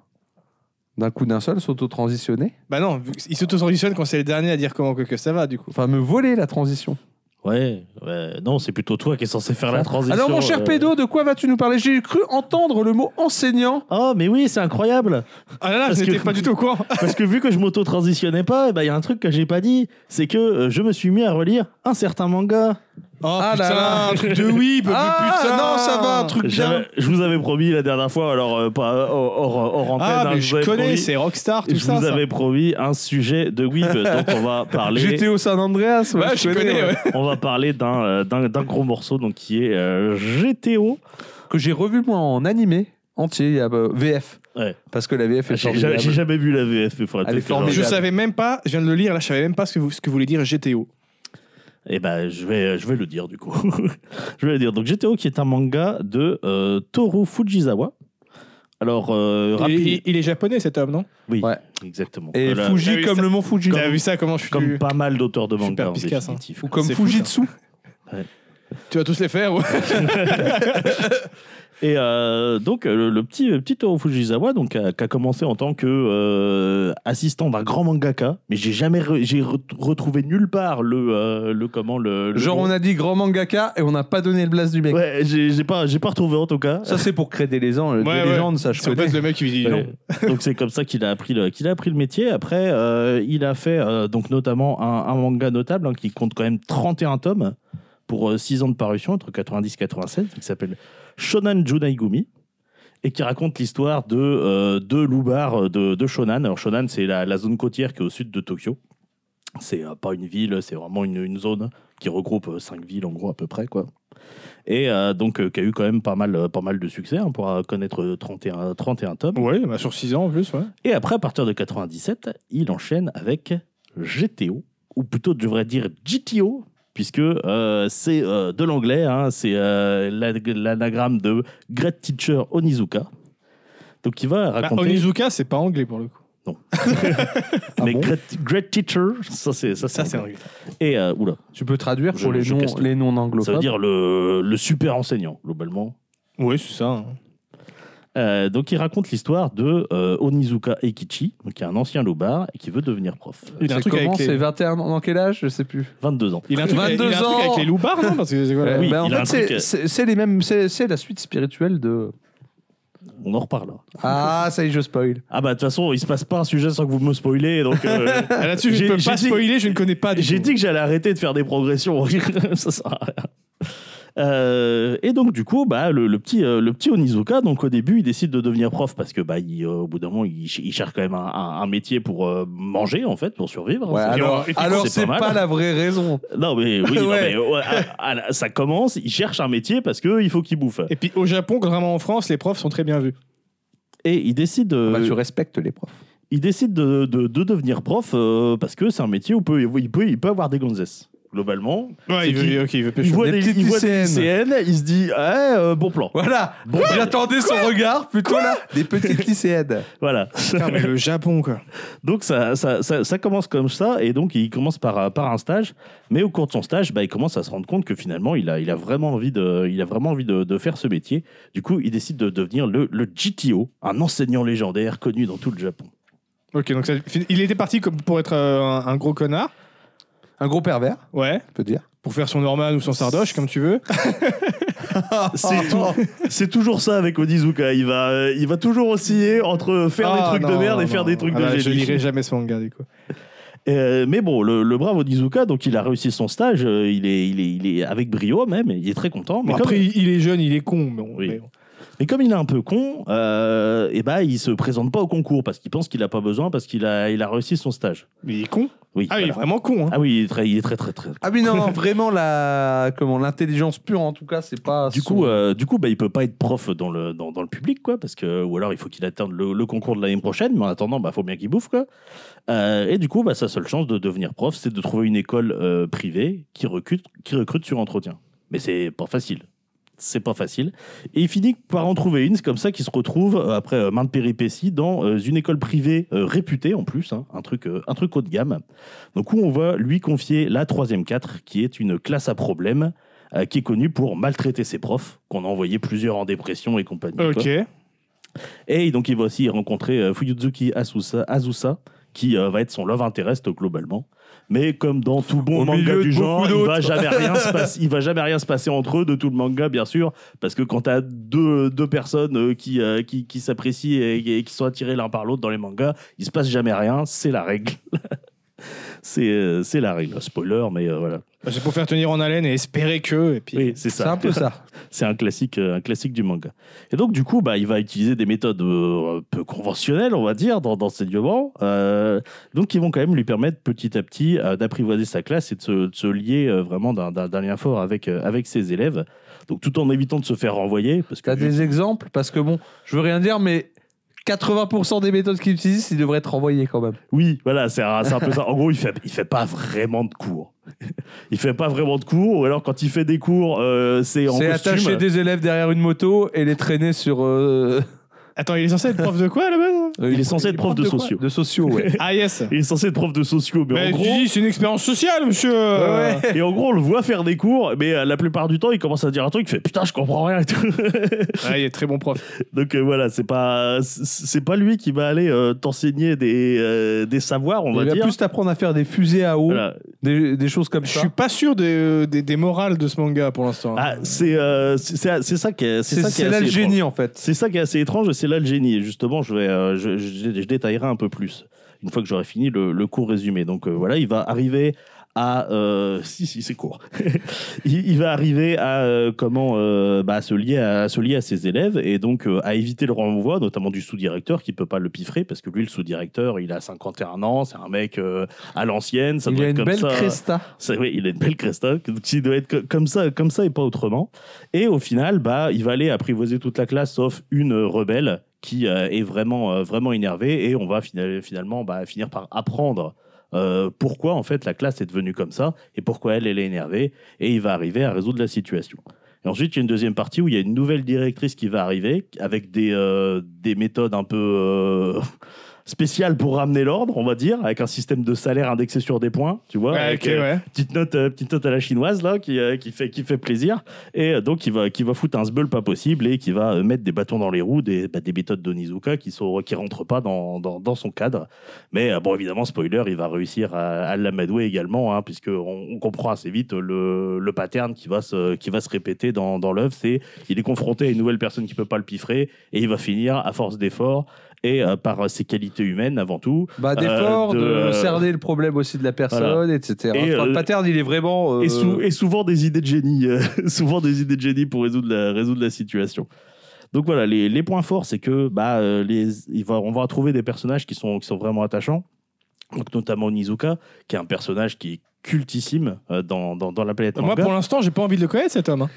S1: d'un coup d'un seul s'auto-transitionner
S3: Bah non, vu que- il s'auto-transitionne quand c'est le dernier à dire comment que, que ça va du coup.
S1: enfin me voler la transition
S2: Ouais, ouais. non, c'est plutôt toi qui est censé faire Ah, la transition.
S1: Alors, mon cher
S2: euh.
S1: Pédo, de quoi vas-tu nous parler J'ai cru entendre le mot enseignant.
S2: Oh, mais oui, c'est incroyable.
S3: Ah là là,
S2: Parce
S3: je n'étais
S2: que-
S3: pas du tout au courant.
S2: Parce que vu que je m'auto-transitionnais pas, eh ben, il y a un truc que j'ai pas dit, c'est que euh, je me suis mis à relire un certain manga.
S3: Oh
S1: Ah là
S3: putain,
S1: là.
S3: un truc de oui,
S1: Ah, non, ça va, un truc bien.
S2: J'avais- Je vous avais promis la dernière fois, alors euh, pas euh, hors, hors- hors antenne.
S3: Ah,
S2: hein,
S3: mais
S2: vous
S3: je
S2: avais
S3: connais,
S2: promis-
S3: c'est Rockstar, tout
S2: Je
S3: ça.
S2: vous
S3: ça.
S2: avais promis un sujet de Weeb, donc on va parler.
S1: J'étais au San Andreas. ouais,
S3: Ouais, je connais, ouais.
S2: On va parler d'un euh, d'un d'un gros morceau donc qui est euh, GTO.
S1: Que j'ai revu moi en animé entier, il y a, euh, VF.
S2: Ouais. Ah,
S1: Parce que la VF est
S2: J'ai jamais,
S1: formidable.
S2: j'ai jamais vu la VF, mais faudrait
S1: Elle est
S2: peut-être que j'en-
S1: formidable.
S3: Je savais même pas, je viens de le lire, là, je savais même pas ce que, vous- ce que voulait dire GTO.
S2: Eh ben, je vais, je vais le dire du coup. je vais le dire. Donc, GTO, qui est un manga de euh, Toru Fujizawa. Alors, euh,
S3: Il,
S2: rapide.
S3: il- il est japonais cet homme, non
S2: Oui,
S1: Ouais.
S2: exactement.
S1: Et
S2: Voilà.
S3: T'as
S1: Fuji
S3: vu
S1: comme
S3: ça
S1: le mont Fuji.
S3: T'as vu ça comment je suis
S2: Comme pas mal d'auteurs de
S3: Super
S2: manga en
S3: Piscasse, hein.
S2: définitif.
S1: Ou comme
S3: C'est fou,
S1: Fujitsu.
S3: Tu vas tous les faire ouais.
S2: Et euh, donc, euh, le, le petit, le petit Toru Fujizawa, donc, qui a, qui a commencé en tant que euh, assistant d'un grand mangaka, mais j'ai jamais re- j'ai re- retrouvé nulle part le, euh, le comment le. le
S1: Genre,
S2: nom.
S1: on a dit grand mangaka et on n'a pas donné le blast du mec.
S2: Ouais, j'ai j'ai pas, j'ai pas retrouvé en tout cas.
S1: Ça, c'est pour créer des légendes, des
S3: Ouais, ouais.
S1: légendes ça, je
S3: C'est en fait
S1: connais.
S3: le mec qui lui dit non.
S2: Ouais. donc c'est comme ça qu'il a appris le, qu'il a appris le métier. Après, euh, il a fait euh, donc notamment un, un manga notable hein, qui compte quand même 31 tomes pour 6 ans de parution entre 90 et 96, qui s'appelle Shonan Junaigumi et qui raconte l'histoire de euh, deux loupards de, de Shonan. Alors Shonan, c'est la, la zone côtière qui est au sud de Tokyo. C'est euh, pas une ville, c'est vraiment une, une zone qui regroupe euh, cinq villes en gros à peu près quoi. Et euh, donc euh, qui a eu quand même pas mal, euh, pas mal de succès hein, pour euh, connaître 31, 31 tomes.
S3: Ouais, bah, sur 6 ans en plus, ouais.
S2: Et après, à partir de 97, il enchaîne avec GTO, ou plutôt, je devrais dire GTO, puisque euh, c'est euh, de l'anglais, hein, c'est euh, l'an- l'anagramme de Great Teacher Onizuka. Donc, il va
S3: Bah,
S2: raconter.
S3: Onizuka, c'est pas anglais pour le coup.
S1: Ah
S2: mais
S1: bon
S2: great, Great Teacher, ça c'est ça,
S3: Ça, c'est
S2: anglais.
S3: anglais.
S2: Et euh, oula,
S1: Tu peux traduire
S2: Je-
S1: pour les
S2: je
S1: noms,
S2: casse tout.
S1: les noms
S2: ça veut
S1: anglophones.
S2: dire le, le super enseignant globalement.
S3: Ouais, c'est ça. hein.
S2: Euh, donc, il raconte l'histoire de euh, Onizuka Eikichi, donc, qui est un ancien lobard et qui veut devenir prof.
S3: Il a un
S1: C'est
S3: truc avec
S1: comment
S3: les-
S1: C'est 21 ans Dans quel âge Je sais plus.
S2: 22 ans.
S3: Il a un truc, avec,
S1: 22
S3: il a un truc avec
S1: ans.
S3: les loupards, non Parce que c'est quoi, là
S1: Euh,
S2: oui,
S1: ben, en
S2: il a un
S1: fait, c'est-
S2: truc-
S1: c'est c'est les mêmes. C'est c'est la suite spirituelle de.
S2: On en reparle.
S1: Ah, ça y est, je spoil.
S2: Ah bah de toute façon, il se passe pas un sujet sans que vous me spoilez, donc euh,
S3: Ah, Là-dessus, je
S2: J'ai-
S3: ne peux
S2: j'ai
S3: pas
S2: dit-
S3: spoiler, je ne connais pas. du
S2: j'ai
S3: tout.
S2: dit que j'allais arrêter de faire des progressions. ça sert à rien. Euh, et donc du coup, bah le, le petit euh, le petit Onizuka, donc au début, il décide de devenir prof parce que bah il, euh, au bout d'un moment, il, ch- il cherche quand même un, un- un métier pour euh, manger en fait, pour survivre.
S1: Ouais,
S2: C'est-
S1: alors,
S2: et puis,
S1: alors
S2: c'est
S1: c'est
S2: pas
S1: pas,
S2: mal.
S1: la vraie raison.
S2: Non mais oui, non,
S1: Ouais.
S2: mais, ouais, à- à la- ça commence. Il cherche un métier parce que il faut qu'il bouffe.
S3: Et puis au Japon, contrairement en France, les profs sont très bien vus.
S2: Et il décide. de
S1: Bah, tu respectes les profs.
S2: il décide de, de- de devenir prof euh, parce que c'est un métier où peut, il, peut, il peut avoir des gonzesses. Globalement,
S3: Ouais, il
S2: C'est qui
S3: veut, ok, il veut
S2: il
S3: pécho.
S2: voit
S1: des
S2: des,
S1: petites
S2: il voit des
S1: lycéennes.
S2: lycéennes, il se dit ah, euh, bon plan.
S1: Voilà.
S2: Bon,
S1: Quoi
S2: bah,
S1: J'attendais son regard plutôt là. Des petites lycéennes.
S2: Voilà.
S3: Putain, Ah, mais le Japon, quoi.
S2: donc ça, ça, ça, ça commence comme ça et donc il commence par, euh, par un stage, mais au cours de son stage, bah, il commence à se rendre compte que finalement il a, il a vraiment envie de, il a vraiment envie de, de faire ce métier. Du coup, il décide de devenir le, le GTO, un enseignant légendaire connu dans tout le Japon.
S3: Ok, donc ça- il était parti comme pour être euh, un, un gros connard.
S1: Un gros pervers,
S3: Ouais.
S1: on peut dire.
S3: Pour faire son Norman ou son Sardoche, comme tu veux. Oh,
S2: C'est tout. C'est toujours ça avec Onizuka. Il va, euh, il va toujours osciller entre faire des
S3: Ah,
S2: trucs de
S3: non,
S2: merde et
S3: non,
S2: faire
S3: non.
S2: des trucs
S3: Ah bah,
S2: de
S3: Je
S2: génie.
S3: lirai jamais ce manga, du coup.
S2: Euh, mais bon, le, le brave Onizuka, donc il a réussi son stage. euh, il, est, il, est, il est avec brio même. et Il est très content. Mais,
S3: Bon,
S2: comme,
S3: après, il il est jeune, il est con. Mais on-
S2: Oui.
S3: mais on-
S2: mais comme il est un peu con, euh, et ben il se présente pas au concours parce qu'il pense qu'il a pas besoin parce qu'il a, il a réussi son stage.
S3: mais il est con.
S2: Oui.
S3: Ah, il est
S2: voilà.
S3: vraiment con. hein.
S2: Ah oui, il est très, il est très, très, très.
S1: Ah oui, non, non, vraiment la comment l'intelligence pure en tout cas, c'est pas.
S2: Du
S1: son-
S2: coup, euh, du coup, bah, il peut pas être prof dans le, dans, dans le public, quoi, parce que ou alors il faut qu'il atteigne le, le concours de l'année prochaine, mais en attendant, bah, faut bien qu'il bouffe, quoi. Euh, et du coup, bah, sa seule chance de devenir prof, c'est de trouver une école euh, privée qui recrute, qui recrute sur entretien. Mais c'est pas facile. C'est pas facile. Et il finit par en trouver une, c'est comme ça qu'il se retrouve, euh, après euh, maintes péripéties, dans euh, une école privée euh, réputée en plus, hein, un, truc, euh, un truc haut de gamme. Donc où on va lui confier la troisième 4, qui est une classe à problème, euh, qui est connue pour maltraiter ses profs, qu'on a envoyé plusieurs en dépression et compagnie. quoi.
S3: Ok.
S2: Et donc il va aussi rencontrer euh, Fuyuzuki Asusa, Azusa, qui euh, va être son love interest globalement. Mais comme dans tout bon
S1: Au milieu
S2: manga
S1: de
S2: du genre,
S1: beaucoup
S2: il va,
S1: d'autres.
S2: jamais rien se passer, il va jamais rien se passer entre eux de tout le manga, bien sûr, parce que quand t'as deux, deux personnes euh, qui, euh, qui, qui s'apprécient et, et qui sont attirées l'un par l'autre dans les mangas, il se passe jamais rien, c'est la règle. c'est euh, c'est la règle. Spoiler, mais euh, voilà.
S3: Bah, C'est pour faire tenir en haleine et espérer que. Et puis...
S2: Oui, c'est
S1: c'est
S2: ça.
S1: un peu ça.
S2: C'est un classique, euh, un classique du manga. Et donc, du coup, bah, il va utiliser des méthodes euh, un peu conventionnelles, on va dire, dans, dans ses diamants. Euh, donc, qui vont quand même lui permettre petit à petit euh, d'apprivoiser sa classe et de se, de se lier euh, vraiment d'un- d'un d'un lien fort avec, euh, avec ses élèves. Donc, tout en évitant de se faire renvoyer. Parce que,
S1: T'as des exemples parce que bon, je veux rien dire, mais 80% des méthodes qu'il utilise, il devrait être renvoyé quand même.
S2: Oui, voilà, c'est un, c'est un peu ça. En gros, il fait, il fait pas vraiment de cours. Il fait pas vraiment de cours, ou alors quand il fait des cours, euh, c'est en
S1: C'est
S2: costume.
S1: attacher des élèves derrière une moto et les traîner sur. euh,
S3: Attends, il est censé être prof de quoi là-bas
S2: Il est censé être prof de
S1: quoi
S2: sociaux.
S1: De sociaux, ouais.
S3: hein Ah yes.
S2: Il est censé être prof de sociaux, mais, en gros.
S3: c'est une expérience sociale, monsieur. Ouais.
S2: Et en gros, on le voit faire des cours, mais euh, la plupart du temps, il commence à dire un truc, il fait putain, je comprends rien et tout.
S3: Ah, il est très bon prof.
S2: Donc euh, voilà, c'est pas c'est- c'est pas lui qui va aller euh, t'enseigner des, euh, des savoirs, on
S1: il
S2: va
S1: va
S2: dire.
S1: plus t'apprendre à faire des fusées à eau,
S2: Voilà.
S1: des, des choses comme
S3: Je
S1: ça.
S3: suis pas sûr des, des, des morales de ce manga pour l'instant.
S2: Ah, c'est euh, c'est c'est- c'est ça qui est c'est
S1: C'est
S2: ça qui est
S1: c'est là
S2: assez
S1: le
S2: étrange.
S1: génie en fait.
S2: C'est ça qui est assez étrange et c'est là le génie. Et justement, je, vais, euh, je, je- je détaillerai un peu plus une fois que j'aurai fini le, le cours résumé. Donc euh,
S1: Mmh.
S2: voilà, il va arriver à euh, si si c'est court. il, il va arriver à euh, comment euh, bah, se lier à, à se lier à ses élèves et donc euh, à éviter le renvoi, notamment du sous-directeur qui peut pas le piffrer parce que lui le sous-directeur il a 51 ans, c'est un mec euh, à l'ancienne, ça
S1: il
S2: doit
S1: a
S2: être
S1: une
S2: comme
S1: belle
S2: ça. euh,
S1: cresta.
S2: Ça, oui, il a une belle cresta, donc il doit être co- comme ça, comme ça et pas autrement. Et au final, bah, il va aller apprivoiser toute la classe, sauf une euh, rebelle qui euh, est vraiment, euh, vraiment énervée. Et on va fina- finalement bah, finir par apprendre euh, pourquoi en fait la classe est devenue comme ça et pourquoi elle, elle est énervée. Et il va arriver à résoudre la situation. Et ensuite, il y a une deuxième partie où il y a une nouvelle directrice qui va arriver avec des, euh, des méthodes un peu euh, spéciales pour ramener l'ordre, on va dire, avec un système de salaire indexé sur des points, tu vois.
S3: Ouais,
S2: avec,
S3: ok,
S2: euh,
S3: ouais.
S2: petite note, euh, petite note à la chinoise là, qui, euh, qui fait, qui fait plaisir. Et euh, donc, il va, qui va foutre un sbeul pas possible et qui va euh, mettre des bâtons dans les roues, des, bah, des méthodes d'Onizuka qui sont qui rentrent pas dans, dans, dans son cadre. Mais euh, bon, évidemment, spoiler, il va réussir à, à l'amadouer également, hein, puisque on, on comprend assez vite le, le pattern qui va se, qui va se répéter dans, dans l'œuvre. C'est il est confronté à une nouvelle personne qui peut pas le piffrer et il va finir à force d'efforts et euh, par ses qualités humaines avant tout.
S1: Bah, d'effort,
S2: Euh, de,
S1: de,
S2: euh,
S1: cerner le problème aussi de la personne, etc.
S2: Et,
S1: Enfin, le
S2: euh,
S1: pattern, il est vraiment. euh,
S2: Et, sou- et souvent des idées de génie, euh, souvent des idées de génie pour résoudre la, résoudre la situation. Donc voilà, les, les points forts, c'est que bah, euh, les, il va- on va retrouver des personnages qui sont, qui sont vraiment attachants, Donc, notamment Nizuka, qui est un personnage qui est cultissime euh, dans, dans, dans la planète
S3: Moi,
S2: manga.
S3: pour l'instant, j'ai pas envie de le connaître cet homme. hein.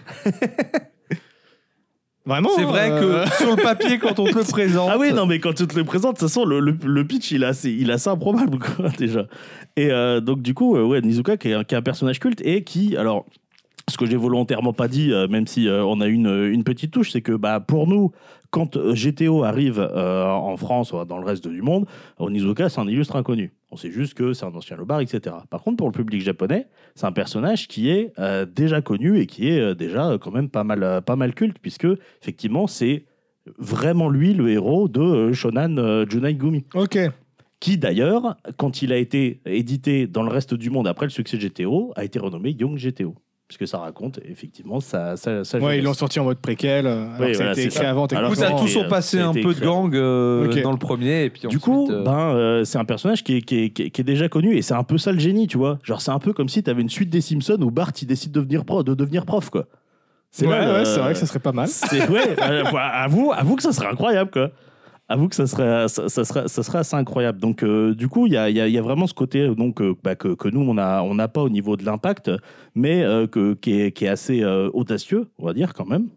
S3: Vraiment.
S1: C'est vrai
S3: euh,
S1: que sur le papier, quand on te le présente.
S2: Ah oui, non, mais quand tu te le présentes, de toute façon, le, le- le pitch, il est assez, il est assez improbable, quoi, déjà. Et euh, donc, du coup, euh, ouais, Nizuka, qui est, un, qui est un personnage culte et qui, alors, ce que j'ai volontairement pas dit, euh, même si euh, on a une, une petite touche, c'est que bah, pour nous, quand euh, GTO arrive euh, en France ou dans le reste du monde, Onizuka, c'est un illustre inconnu. On sait juste que c'est un ancien lobar, etc. Par contre, pour le public japonais, c'est un personnage qui est euh, déjà connu et qui est euh, déjà euh, quand même pas mal, euh, pas mal culte, puisque effectivement, c'est vraiment lui le héros de euh, Shonan euh, Junai Gumi
S3: Ok.
S2: qui d'ailleurs, quand il a été édité dans le reste du monde après le succès de GTO, a été renommé Young GTO. Puisque ça raconte effectivement ça. ça,
S3: Ouais, ils l'ont sorti en mode préquel. euh, Alors
S2: Oui,
S3: que ça a
S2: voilà,
S3: été
S2: c'est
S3: écrit
S2: ça.
S3: avant.
S2: Alors,
S1: Écoute,
S3: techniquement.
S1: à
S2: vraiment,
S1: tous,
S2: euh,
S1: on passait
S2: ça a
S1: un
S2: été
S1: peu de
S2: écrit.
S1: gang euh,
S3: Ok.
S1: dans le premier. Et puis
S2: Du
S1: ensuite,
S2: coup,
S1: euh,
S2: ben, euh, c'est un personnage qui est, qui, est, qui est- qui est déjà connu et c'est un peu ça le génie, tu vois. Genre, c'est un peu comme si tu avais une suite des Simpsons où Bart il décide de devenir, pro, de devenir prof, quoi.
S3: Ouais,
S2: là,
S3: ouais,
S2: euh,
S3: c'est vrai que ça serait pas mal.
S2: C'est ouais, euh, bah, avoue, avoue que ça serait incroyable quoi. Avoue que ça serait, ça, ça serait, ça serait assez incroyable. Donc, euh, du coup, il y a, il y a- il y a vraiment ce côté donc, euh, bah, que, que nous, on n'a on n'a pas au niveau de l'impact, mais euh, que, qui, est, qui est assez euh, audacieux, on va dire, quand même.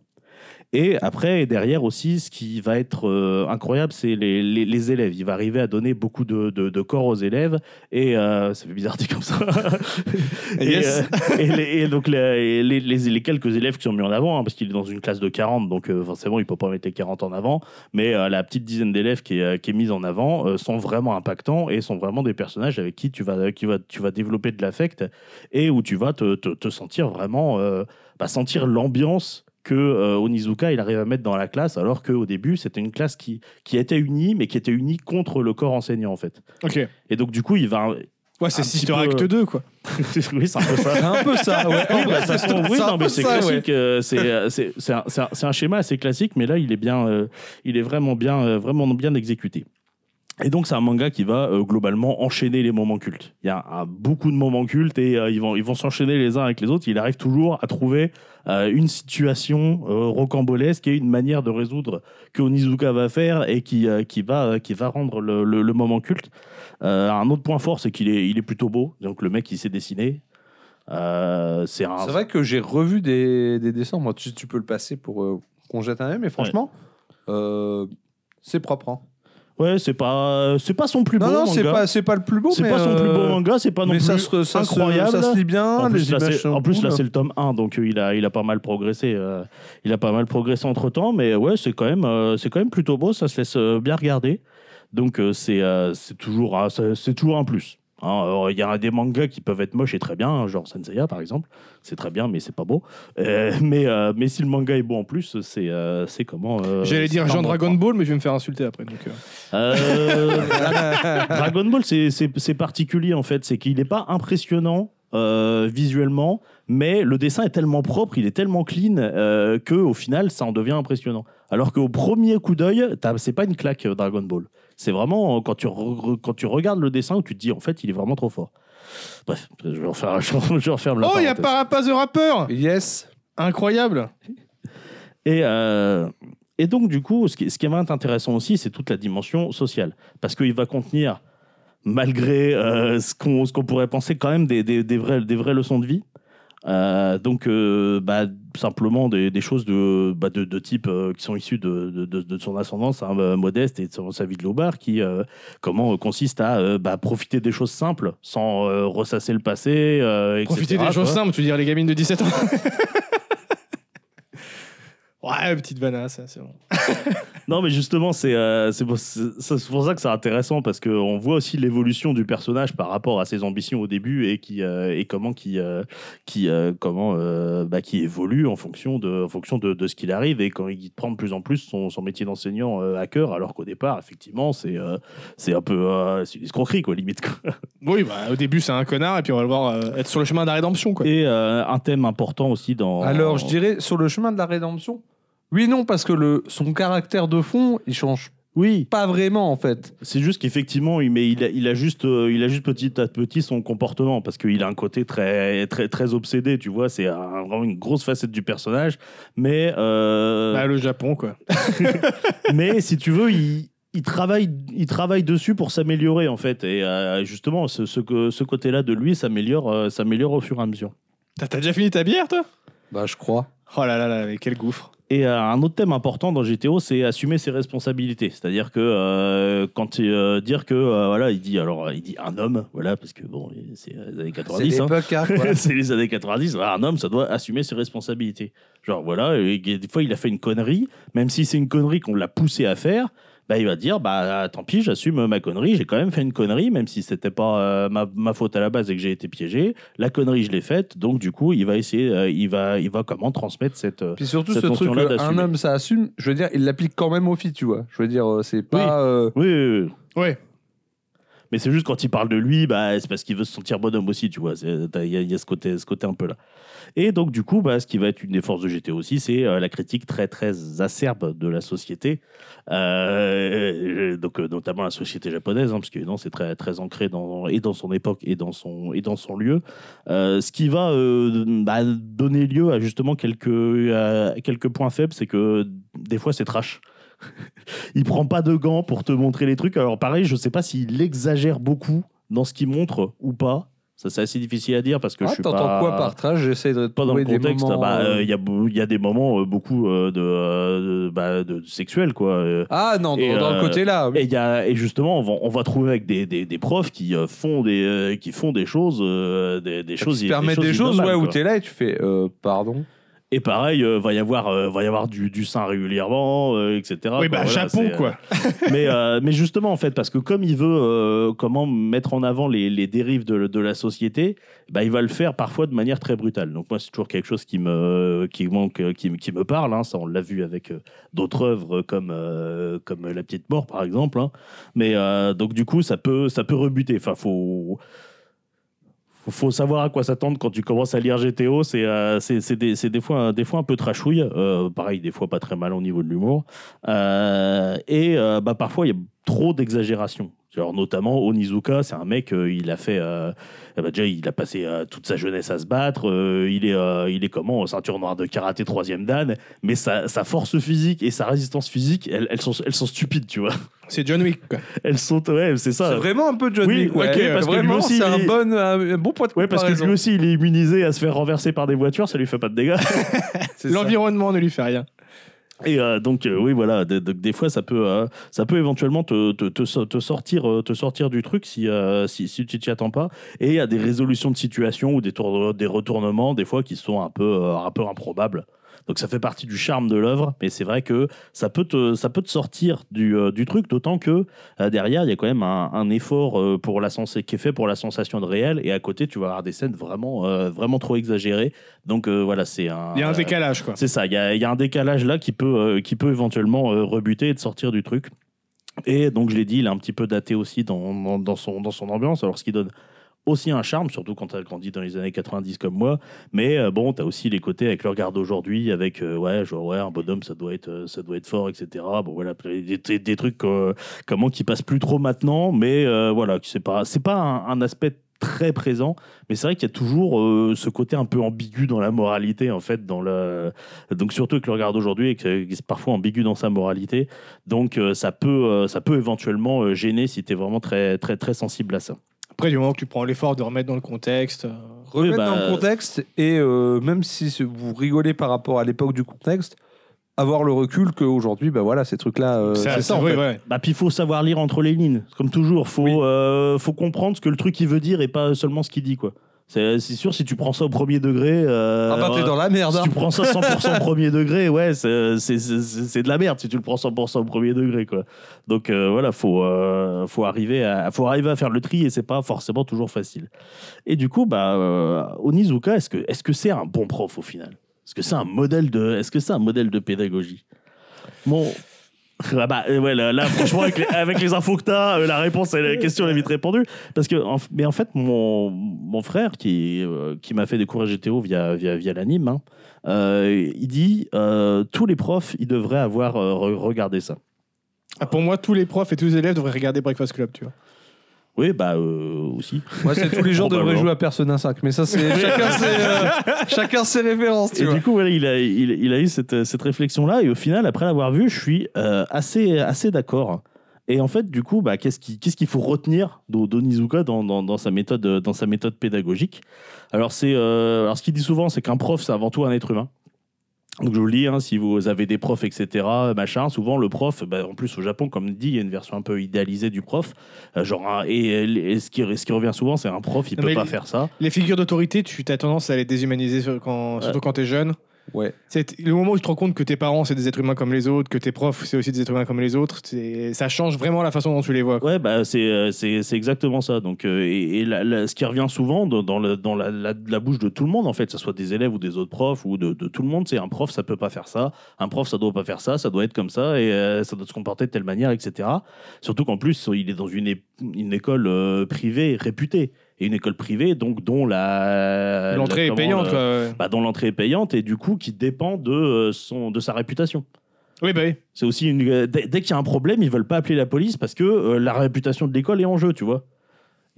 S2: Et après, derrière aussi, ce qui va être euh, incroyable, c'est les, les- les élèves. Il va arriver à donner beaucoup de, de- de corps aux élèves. Et euh, ça fait bizarre dit comme ça.
S3: Yes.
S2: Et, euh, et les- et donc, les, les- les- les quelques élèves qui sont mis en avant, hein, parce qu'il est dans une classe de 40, donc euh, forcément, il ne peut pas mettre les 40 en avant. Mais euh, la petite dizaine d'élèves qui, est, euh, qui est mise en avant euh, sont vraiment impactants et sont vraiment des personnages avec qui tu vas, qui va, tu vas développer de l'affect et où tu vas te, te- te sentir vraiment euh, bah, sentir l'ambiance que euh, Onizuka il arrive à mettre dans la classe alors qu'au début c'était une classe qui, qui était unie mais qui était unie contre le corps enseignant en fait
S3: Ok.
S2: et donc du coup il va
S3: Ouais, c'est
S2: petit
S3: Sister
S2: peu,
S3: Act
S2: euh,
S3: 2, quoi.
S2: oui c'est un peu ça
S1: c'est un peu ça. Ouais.
S2: oui, bah, ça se trouve, oui,
S1: C'est un
S2: non, mais
S1: peu
S2: c'est
S1: ça, ouais.
S2: classique. euh, c'est, euh, c'est- c'est un, c'est un- c'est un schéma assez classique, mais là, il est, bien, euh, il est vraiment, bien, euh, vraiment bien exécuté. Et donc, c'est un manga qui va euh, globalement enchaîner les moments cultes. Il y a un- beaucoup de moments cultes et euh, ils vont ils vont s'enchaîner les uns avec les autres. Il arrive toujours à trouver euh, une situation euh, rocambolesque et une manière de résoudre que Onizuka va faire et qui, euh, qui, va, euh, qui va rendre le, le- le moment culte. Euh, un autre point fort, c'est qu'il est, il est plutôt beau. Donc, le mec, il s'est dessiné. Euh, c'est un,
S1: C'est vrai que j'ai revu des, des dessins. Moi, tu, tu peux le passer pour euh, qu'on jette un œil, mais franchement, euh, c'est propre. hein.
S2: Ouais, c'est pas, c'est pas son plus beau
S1: Non, non, c'est
S2: manga.
S1: pas, c'est pas le plus beau,
S2: C'est
S1: mais,
S2: pas son plus beau
S1: euh,
S2: manga, c'est pas non
S1: mais
S2: plus
S1: ça se, ça se-
S2: incroyable.
S1: ça se lit bien,
S2: en plus,
S1: les
S2: là,
S1: images
S2: c'est,
S1: sont
S2: en plus, là,
S1: cool.
S2: c'est le tome 1, donc euh, il a, il a pas mal progressé. euh, il a pas mal progressé entre temps, mais ouais, c'est quand, même, euh, c'est quand même plutôt beau, ça se laisse euh, bien regarder. Donc euh, c'est, euh, c'est, toujours, ah, c'est, c'est toujours un plus. Hein, alors, Il y a des mangas qui peuvent être moches et très bien, hein, genre Senseiya par exemple, c'est très bien, mais c'est pas beau. Euh, mais, euh, mais si le manga est beau en plus, c'est, euh, c'est comment euh,
S3: J'allais
S2: c'est
S3: dire
S2: pas
S3: Jean
S2: bon,
S3: Dragon
S2: quoi.
S3: Ball, mais je vais me faire insulter après. Donc, euh,
S2: Euh, Dragon Ball, c'est- c'est c'est particulier en fait. C'est qu'il n'est pas impressionnant euh, visuellement, mais le dessin est tellement propre, il est tellement clean euh, que au final, ça en devient impressionnant. Alors qu'au premier coup d'œil, t'as- c'est pas une claque euh, Dragon Ball. C'est vraiment euh, quand tu, re- re- quand tu regardes le dessin où tu te dis en fait, il est vraiment trop fort. Bref, je vais refaire, je vais referme la
S3: Oh, il y a
S2: parenthèse.
S3: Parapaz the Rapper
S1: Yes.
S3: Incroyable
S2: Et, euh, et donc, du coup, ce qui, ce qui va être intéressant aussi, c'est toute la dimension sociale. Parce qu'il va contenir, malgré euh, ce qu'on ce qu'on pourrait penser, quand même des, des, des vraies, des vraies leçons de vie. Euh, donc, euh, bah, simplement des, des choses de, bah, de, de type euh, qui sont issues de, de, de- de son ascendance hein, euh, modeste et de son- sa vie de globard, qui euh, comment euh, consiste à euh, bah, profiter des choses simples sans euh, ressasser le passé. euh, etc.,
S3: Profiter des
S2: quoi.
S3: choses simples, tu veux dire les gamines de 17 ans Ouais, petite banane, ça, c'est bon.
S2: Non, mais justement, c'est euh, c'est pour, c'est- c'est pour ça que c'est intéressant parce qu'on voit aussi l'évolution du personnage par rapport à ses ambitions au début et, qui, euh, et comment qui, euh, qui, euh, comment, euh, bah, qui évolue en fonction de, en fonction de, de ce qu'il arrive et quand il prend de plus en plus son, son métier d'enseignant euh, à cœur, alors qu'au départ, effectivement, c'est euh, c'est un peu euh, c'est une escroquerie, quoi, limite. quoi.
S3: Oui, bah, au début, c'est un connard, et puis on va le voir euh, être sur le chemin de la rédemption, quoi.
S2: Et euh, un thème important aussi dans.
S1: Alors, je dirais sur le chemin de la rédemption. Oui, non, parce que le, son caractère de fond, il change
S2: Oui,
S1: pas vraiment en fait.
S2: C'est juste qu'effectivement, il, mais il, a, il a juste, euh, il a juste petit à petit son comportement parce qu'il a un côté très, très, très obsédé. Tu vois, c'est un- vraiment une grosse facette du personnage. Mais, euh,
S3: Bah, le Japon, quoi.
S2: mais si tu veux, il, il travaille, il travaille dessus pour s'améliorer en fait. Et euh, justement, ce, ce, que- ce côté-là de lui s'améliore, euh, s'améliore au fur et à mesure.
S3: T'as t'as déjà fini ta bière, toi
S1: Bah, je crois.
S3: Oh là là là, mais quel gouffre.
S2: Et euh, un autre thème important dans GTO, c'est assumer ses responsabilités. C'est-à-dire que euh, quand il, euh, dire que euh, voilà, il dit alors euh, il dit un homme, voilà, parce que bon, c'est euh, les années 90. hein. c'est les années 90. voilà, un homme, ça doit assumer ses responsabilités. Genre voilà, et des fois il a fait une connerie, même si c'est une connerie qu'on l'a poussé à faire. Bah, il va dire bah tant pis j'assume ma connerie j'ai quand même fait une connerie même si c'était pas euh, ma, ma faute à la base et que j'ai été piégé la connerie je l'ai faite donc du coup il va essayer euh, il va il va comment transmettre cette euh,
S1: Puis surtout,
S2: Cette
S1: ce truc,
S2: notion-là
S1: euh, un
S2: d'assumer.
S1: homme, ça assume. Je veux dire, il l'applique quand même aux filles, tu vois. Je veux dire, euh, c'est pas. euh,
S2: Oui, oui, oui.
S3: Ouais.
S2: Mais c'est juste quand il parle de lui, bah, c'est parce qu'il veut se sentir bonhomme aussi, tu vois. C'est- t'as- Il y, a- il y a ce côté, ce côté un peu là. Et donc, du coup, bah, ce qui va être une des forces de GT aussi, c'est euh, la critique très, très acerbe de la société. Euh, euh, donc, euh, notamment la société japonaise, hein, parce que non, c'est très, très ancré dans, et dans son époque et dans son, et dans son lieu. Euh, ce qui va euh, bah, donner lieu à justement quelques, à quelques points faibles, c'est que des fois, c'est trash il prend pas de gants pour te montrer les trucs. Alors pareil, je sais pas s'il exagère beaucoup dans ce qu'il montre ou pas. Ça c'est assez difficile à dire parce que
S1: ah,
S2: je suis
S1: t'entends
S2: pas
S1: quoi par trash J'essaie de
S2: pas dans
S1: trouver
S2: le
S1: des
S2: contexte. Ah
S1: moments.
S2: bah,
S1: euh,
S2: euh, il y a beau- il y, a des moments euh, beaucoup euh, de, euh, de- bah, de- de sexuels quoi. Euh,
S1: Ah non,
S2: et,
S1: dans, dans
S2: euh,
S1: le côté là.
S2: Et, il y a, et justement, on va, on va trouver avec des, des, des profs qui euh, font des euh, qui font des choses euh, des, des choses
S1: qui se permettent des choses,
S2: innommables,
S1: ouais, où
S2: quoi.
S1: t'es là et tu fais, euh, pardon.
S2: Et pareil, euh, va y avoir euh, va y avoir du, du sein régulièrement, euh, etc.
S3: oui,
S2: Quoi,
S3: bah,
S2: voilà,
S3: Japon,
S2: c'est, euh,
S3: quoi.
S2: mais, euh, mais justement, en fait, parce que comme il veut euh, comment mettre en avant les, les dérives de, de la société, bah, il va le faire parfois de manière très brutale. Donc moi, c'est toujours quelque chose qui me, qui manque, euh, qui, me- qui me parle. hein. Ça, on l'a vu avec euh, d'autres œuvres comme, euh, comme La Petite Mort, par exemple. hein. Mais euh, donc du coup, ça peut, ça peut rebuter. Enfin, faut... faut- Faut savoir à quoi s'attendre quand tu commences à lire GTO. C'est euh, c'est- c'est des, c'est des, fois, des fois un peu trashouille. Euh, pareil, des fois pas très mal au niveau de l'humour. Euh, et euh, bah, parfois, il y a trop d'exagération. Genre, notamment, Onizuka, c'est un mec, euh, il a fait. euh, eh ben, déjà, il a passé euh, toute sa jeunesse à se battre. euh, il, est, euh, il est comment Ceinture noire de karaté, troisième dan. Mais sa, sa force physique et sa résistance physique, elles, elles sont, elles sont stupides, tu vois.
S3: C'est John Wick, quoi.
S2: Elles sont. Ouais, c'est ça.
S1: C'est vraiment un peu John
S2: oui,
S1: Wick, ouais.
S2: ok, parce que lui
S1: vraiment,
S2: aussi,
S1: c'est un
S2: il-
S1: bon, un bon point de
S2: Ouais, parce que
S1: comparaison.
S2: lui aussi, il est immunisé à se faire renverser par des voitures, ça lui fait pas de dégâts.
S1: C'est ça.
S3: L'environnement ne lui fait rien.
S2: Et euh, donc euh, oui voilà des, des- des fois ça peut euh, ça peut éventuellement te, te, te, so- te sortir euh, te sortir du truc si euh, si, si tu t'y attends pas et il y a des résolutions de situation ou des tour- des retournements des fois qui sont un peu euh, un peu improbables donc ça fait partie du charme de l'œuvre mais c'est vrai que ça peut te ça peut te sortir du, euh, du truc d'autant que euh, derrière il y a quand même un, un effort euh, pour la sensé- qui est fait pour la sensation de réel et à côté tu vas avoir des scènes vraiment euh, vraiment trop exagérées donc euh, voilà c'est un
S3: Il y a un
S2: euh,
S3: décalage, quoi.
S2: c'est ça, il y a, il y a un décalage là qui peut, euh, qui peut éventuellement euh, rebuter et de sortir du truc. Et donc, je l'ai dit, il est un petit peu daté aussi dans, dans, dans son, dans son ambiance, alors ce qui donne aussi un charme, surtout quand t'as grandi dans les années 90 comme moi. Mais euh, bon, t'as aussi les côtés avec le regard d'aujourd'hui, avec euh, ouais, genre, ouais, un bonhomme, ça doit être, euh, ça doit être fort, etc. Bon, voilà, des, des- des trucs euh, comment qui passent plus trop maintenant, mais euh, voilà, c'est pas, c'est pas un, un aspect très présent, mais c'est vrai qu'il y a toujours euh, ce côté un peu ambigu dans la moralité, en fait, dans le, donc surtout avec le regard d'aujourd'hui et que c'est parfois ambigu dans sa moralité. Donc euh, ça peut, euh, ça peut éventuellement euh, gêner si tu es vraiment très, très, très sensible à ça.
S3: Après, du moment que tu prends l'effort de remettre dans le contexte. euh,
S1: remettre
S2: Oui, bah,
S1: dans le contexte et euh, même si ce- vous rigolez par rapport à l'époque du contexte, avoir le recul qu'aujourd'hui, bah voilà, ces trucs-là, euh,
S3: ça-
S1: c'est ça en
S3: oui,
S1: fait.
S3: ouais.
S2: Bah, puis il faut savoir lire entre les lignes, comme toujours. Faut,
S1: Oui.
S2: euh, faut comprendre ce que le truc il veut dire et pas seulement ce qu'il dit. quoi. C'est c'est sûr, si tu prends ça au premier degré. euh,
S1: Ah bah t'es
S2: euh,
S1: dans la merde.
S2: si
S1: hein.
S2: tu prends ça 100% premier degré, ouais, c'est c'est- c'est- c'est de la merde si tu le prends 100% premier degré, quoi. Donc euh, voilà, faut euh, faut arriver à faut arriver à faire le tri et c'est pas forcément toujours facile. Et du coup, bah euh, Onizuka, est-ce que est-ce que c'est un bon prof au final Est-ce que c'est un modèle de est-ce que c'est un modèle de pédagogie Bon. Ah bah, euh, ouais, là, là, franchement, avec les, avec les infos que t'as, euh, la réponse, à la question elle est vite répondue. Parce que, en f- mais en fait, mon, mon frère qui, euh, qui m'a fait découvrir GTO via, via, via l'anime, hein, euh, il dit euh, tous les profs, ils devraient avoir euh, re- regardé ça.
S3: Ah, Pour moi, tous les profs et tous les élèves devraient regarder Breakfast Club, tu vois.
S2: Oui, bah euh, aussi.
S1: Ouais, c'est tous les gens devraient
S2: Probablement.
S1: jouer à Persona 5, mais ça c'est chacun ses euh, chacun ses références, tu
S2: Et
S1: vois.
S2: du coup, voilà, il, a, il, il a eu cette, cette réflexion-là. Et au final, après l'avoir vu, je suis euh, assez, assez d'accord. Et en fait, du coup, bah, qu'est-ce qui- qu'est-ce qu'il faut retenir d'O- d'Onizuka dans, dans, dans sa méthode, euh, dans sa méthode pédagogique Alors, c'est, euh, alors, ce qu'il dit souvent, c'est qu'un prof, c'est avant tout un être humain. Donc, je vous le dis, hein, si vous avez des profs, etc., machin, souvent, le prof, bah, en plus, au Japon, comme dit, il y a une version un peu idéalisée du prof. euh, genre, un- et, et ce, qui, ce qui revient souvent, c'est un prof, il
S3: Non,
S2: peut
S3: mais
S2: pas
S3: il-
S2: faire ça.
S3: Les figures d'autorité, tu as tendance à les déshumaniser, sur- quand- surtout quand t'es jeune.
S1: Ouais.
S3: C'est le moment où tu te rends compte que tes parents, c'est des êtres humains comme les autres, que tes profs, c'est aussi des êtres humains comme les autres. c'est- Ça change vraiment la façon dont tu les vois. quoi.
S2: Ouais, bah, c'est, euh, c'est, c'est exactement ça. Donc, euh, et, et la- la- ce qui revient souvent dans, dans le- dans la, la- la bouche de tout le monde, en fait, que ce soit des élèves ou des autres profs ou de, de tout le monde, c'est un prof, ça peut pas faire ça, un prof, ça doit pas faire ça, ça doit être comme ça, et euh, ça doit se comporter de telle manière, etc. Surtout qu'en plus, il est dans une, é- une école euh, privée réputée. Et une école privée, donc, dont la. la-
S3: L'entrée est
S2: comment,
S3: payante.
S2: euh,
S3: quoi, ouais.
S2: bah, dont l'entrée est payante et du coup qui dépend de, euh, son, de sa réputation.
S3: Oui, bah oui.
S2: C'est aussi une. euh, Dès, dès qu'il y a un problème, ils veulent pas appeler la police parce que euh, la réputation de l'école est en jeu, tu vois.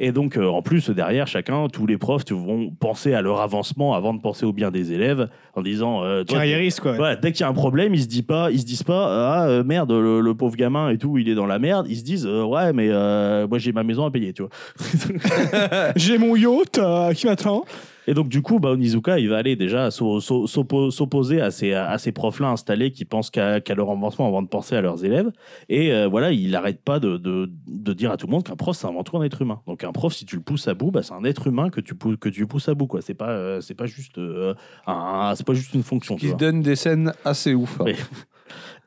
S2: Et donc, euh, en plus, derrière, chacun, tous les profs tu- vont penser à leur avancement avant de penser au bien des élèves en disant. euh, toi,
S3: Carriériste, quoi.
S2: voilà, dès qu'il y a un problème, ils se disent pas, ils se disent pas, ah euh, merde, le, le pauvre gamin et tout, il est dans la merde. Ils se disent, euh, ouais, mais euh, moi j'ai ma maison à payer, tu vois.
S3: J'ai mon yacht euh, qui m'attend.
S2: Et donc, du coup, bah, Onizuka, il va aller déjà s'o- s'o- s'oppo- s'opposer à ces, à ces profs-là installés qui pensent qu'à qu'à leur avancement avant de penser à leurs élèves. Et euh, voilà, il n'arrête pas de, de- de dire à tout le monde qu'un prof, c'est avant tout un être humain. Donc, un prof, si tu le pousses à bout, bah, c'est un être humain que tu, pou- que tu pousses à bout. quoi. C'est pas, euh, c'est pas, juste, euh, un- c'est pas juste une fonction. tu
S1: Qui
S2: vois.
S1: donne des scènes assez ouf. hein.
S2: Oui.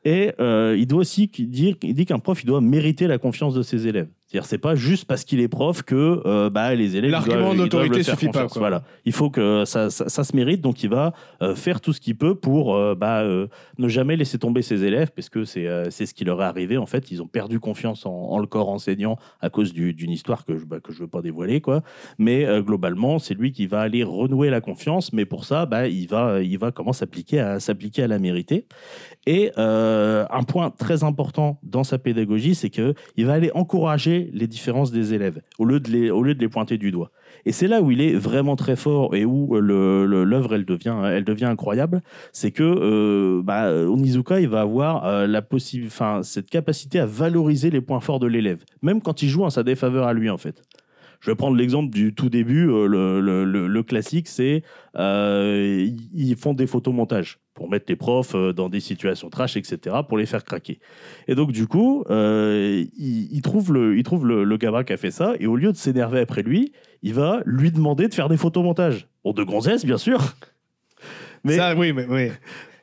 S2: Et euh, il doit aussi qu- dire, il dit qu'un prof, il doit mériter la confiance de ses élèves. C'est-à-dire, c'est pas juste parce qu'il est prof que euh, bah, les élèves. ils
S3: L'argument
S2: doivent- ils doivent
S3: d'autorité
S2: le faire
S3: suffit pas,
S2: confiance.
S3: quoi.
S2: Voilà, il faut que ça, ça, ça se mérite. Donc, il va euh, faire tout ce qu'il peut pour euh, bah, euh, ne jamais laisser tomber ses élèves, parce que c'est euh, c'est ce qui leur est arrivé. En fait, ils ont perdu confiance en, en le corps enseignant à cause du- d'une histoire que je bah, que je veux pas dévoiler, quoi. Mais euh, globalement, c'est lui qui va aller renouer la confiance. Mais pour ça, bah, il va il va comment s'appliquer à s'appliquer à la mériter. Et euh, un point très important dans sa pédagogie, c'est que il va aller encourager les différences des élèves au lieu de les, au lieu de les pointer du doigt. Et c'est là où il est vraiment très fort et où euh, le- le- l'œuvre elle devient, elle devient incroyable, c'est que euh, bah, Onizuka il va avoir euh, la possi- enfin, cette capacité à valoriser les points forts de l'élève, même quand il joue en sa défaveur à lui en fait. Je vais prendre l'exemple du tout début, euh, le, le- le- le classique, c'est euh, ils ils font des photomontages. pour mettre les profs euh, dans des situations trash, etc., pour les faire craquer. Et donc, du coup, euh, il, il trouve, le, il trouve le, le gamin qui a fait ça, et au lieu de s'énerver après lui, il va lui demander de faire des photomontages. Bon, de gonzesse, bien sûr. Mais
S3: Ça, oui, mais oui.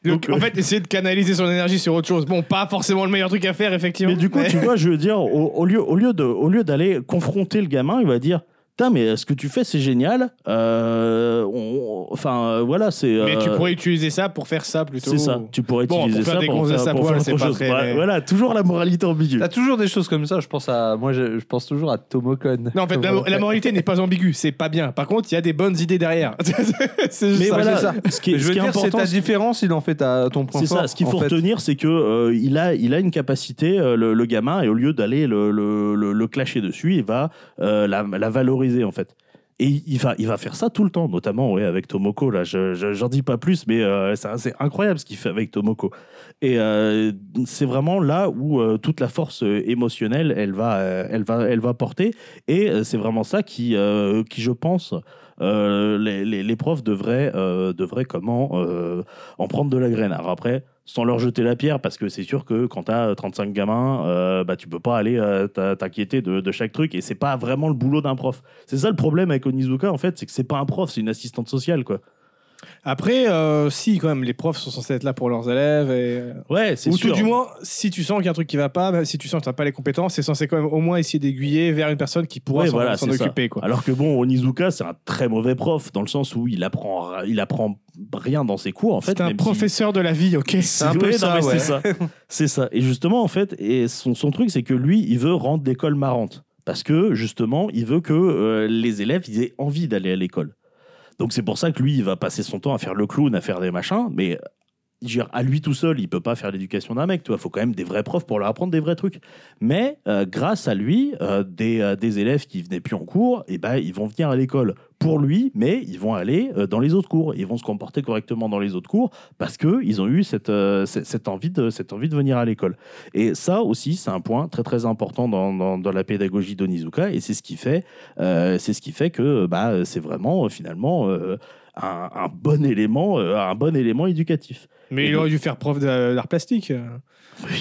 S3: Donc,
S2: Donc, euh,
S3: en fait, essayer de canaliser son énergie sur autre chose. Bon, pas forcément le meilleur truc à faire, effectivement.
S2: Mais du coup, tu vois, je veux dire, au, au lieu, au lieu de- au lieu d'aller confronter le gamin, il va dire Putain, mais ce que tu fais, c'est génial. Euh, on- enfin, euh, voilà, c'est.
S3: Mais tu
S2: euh,
S3: pourrais utiliser ça pour faire ça plutôt.
S2: C'est ça, tu pourrais
S3: Bon, pour
S2: utiliser
S3: faire
S2: ça
S3: des
S2: pour
S3: gonzesses à
S2: pour
S3: poil,
S2: autre
S3: c'est pas
S2: chose.
S3: très,
S2: Voilà,
S3: mais-
S2: Voilà, toujours la moralité ambiguë.
S1: T'as toujours des choses comme ça. Je pense à moi, je, je pense toujours à Tomocon.
S3: Non, en fait, la, la moralité n'est pas ambiguë, c'est pas bien. Par contre, il y a des bonnes idées derrière. c'est juste
S2: Mais
S3: ça.
S2: voilà,
S1: c'est ça.
S2: ce qui est,
S1: je
S2: ce
S1: veux
S2: qui est
S1: dire, c'est
S2: important,
S1: ta différence, il en fait ta, ton point
S2: C'est
S1: fort.
S2: ça. Ce qu'il
S1: en
S2: faut
S1: fait.
S2: retenir, c'est que euh, il a, il a une capacité, euh, le, le gamin, et au lieu d'aller le, le, le- le clasher dessus, il va euh, la, la valoriser en fait. Et il il va, il va faire ça tout le temps, notamment ouais, avec Tomoko. Là, je, je- j'en dis pas plus, mais euh, c'est, c'est incroyable ce qu'il fait avec Tomoko. Et euh, c'est vraiment là où euh, toute la force euh, émotionnelle, elle va, euh, elle va, elle va porter. Et euh, c'est vraiment ça qui, euh, qui je pense, euh, les, les, les profs devraient, euh, devraient comment euh, en prendre de la graine. Alors après, sans leur jeter la pierre, parce que c'est sûr que quand t'as euh, 35 gamins, euh, bah, tu peux pas aller euh, t'a- t'inquiéter de, de chaque truc, et c'est pas vraiment le boulot d'un prof. C'est ça le problème avec Onizuka, en fait, c'est que c'est pas un prof, c'est une assistante sociale, quoi.
S3: Après, euh, si, quand même, les profs sont censés être là pour leurs élèves. Et... euh,
S2: Ouais, c'est
S3: Ou
S2: sûr.
S3: tout du moins, si tu sens qu'il y a un truc qui va pas, même si tu sens que tu n'as pas les compétences, c'est censé quand même au moins essayer d'aiguiller vers une personne qui pourra
S2: Ouais,
S3: s'en
S2: voilà,
S3: s'en
S2: c'est ça.
S3: occuper. Quoi.
S2: Alors que bon, Onizuka, c'est un très mauvais prof, dans le sens où il apprend, il apprend rien dans ses cours, en fait.
S3: c'est un
S2: même si-
S3: professeur de la vie, ok
S1: C'est un peu
S2: Ouais, non,
S1: ça,
S2: mais
S1: ouais.
S2: C'est ça. C'est ça. Et justement, en fait, et son, son truc, c'est que lui, il veut rendre l'école marrante. Parce que, justement, il veut que euh, les élèves ils aient envie d'aller à l'école. Donc, c'est pour ça que lui, il va passer son temps à faire le clown, à faire des machins. Mais, je veux dire, à lui tout seul, il peut pas faire l'éducation d'un mec. Il faut quand même des vrais profs pour leur apprendre des vrais trucs. Mais, euh, grâce à lui, euh, des, euh, des élèves qui venaient plus en cours, et ben, ils vont venir à l'école pour lui, mais ils vont aller euh, dans les autres cours. Ils vont se comporter correctement dans les autres cours parce qu'ils ont eu cette, euh, cette, cette envie de, cette envie de venir à l'école. Et ça aussi, c'est un point très très important dans, dans- dans la pédagogie d'Onizuka, et c'est ce qui fait, euh, c'est ce qui fait que bah, c'est vraiment euh, finalement euh, un, un bon élément, euh, un bon élément éducatif.
S3: Mais il aurait dû faire prof d'a- d'art plastique.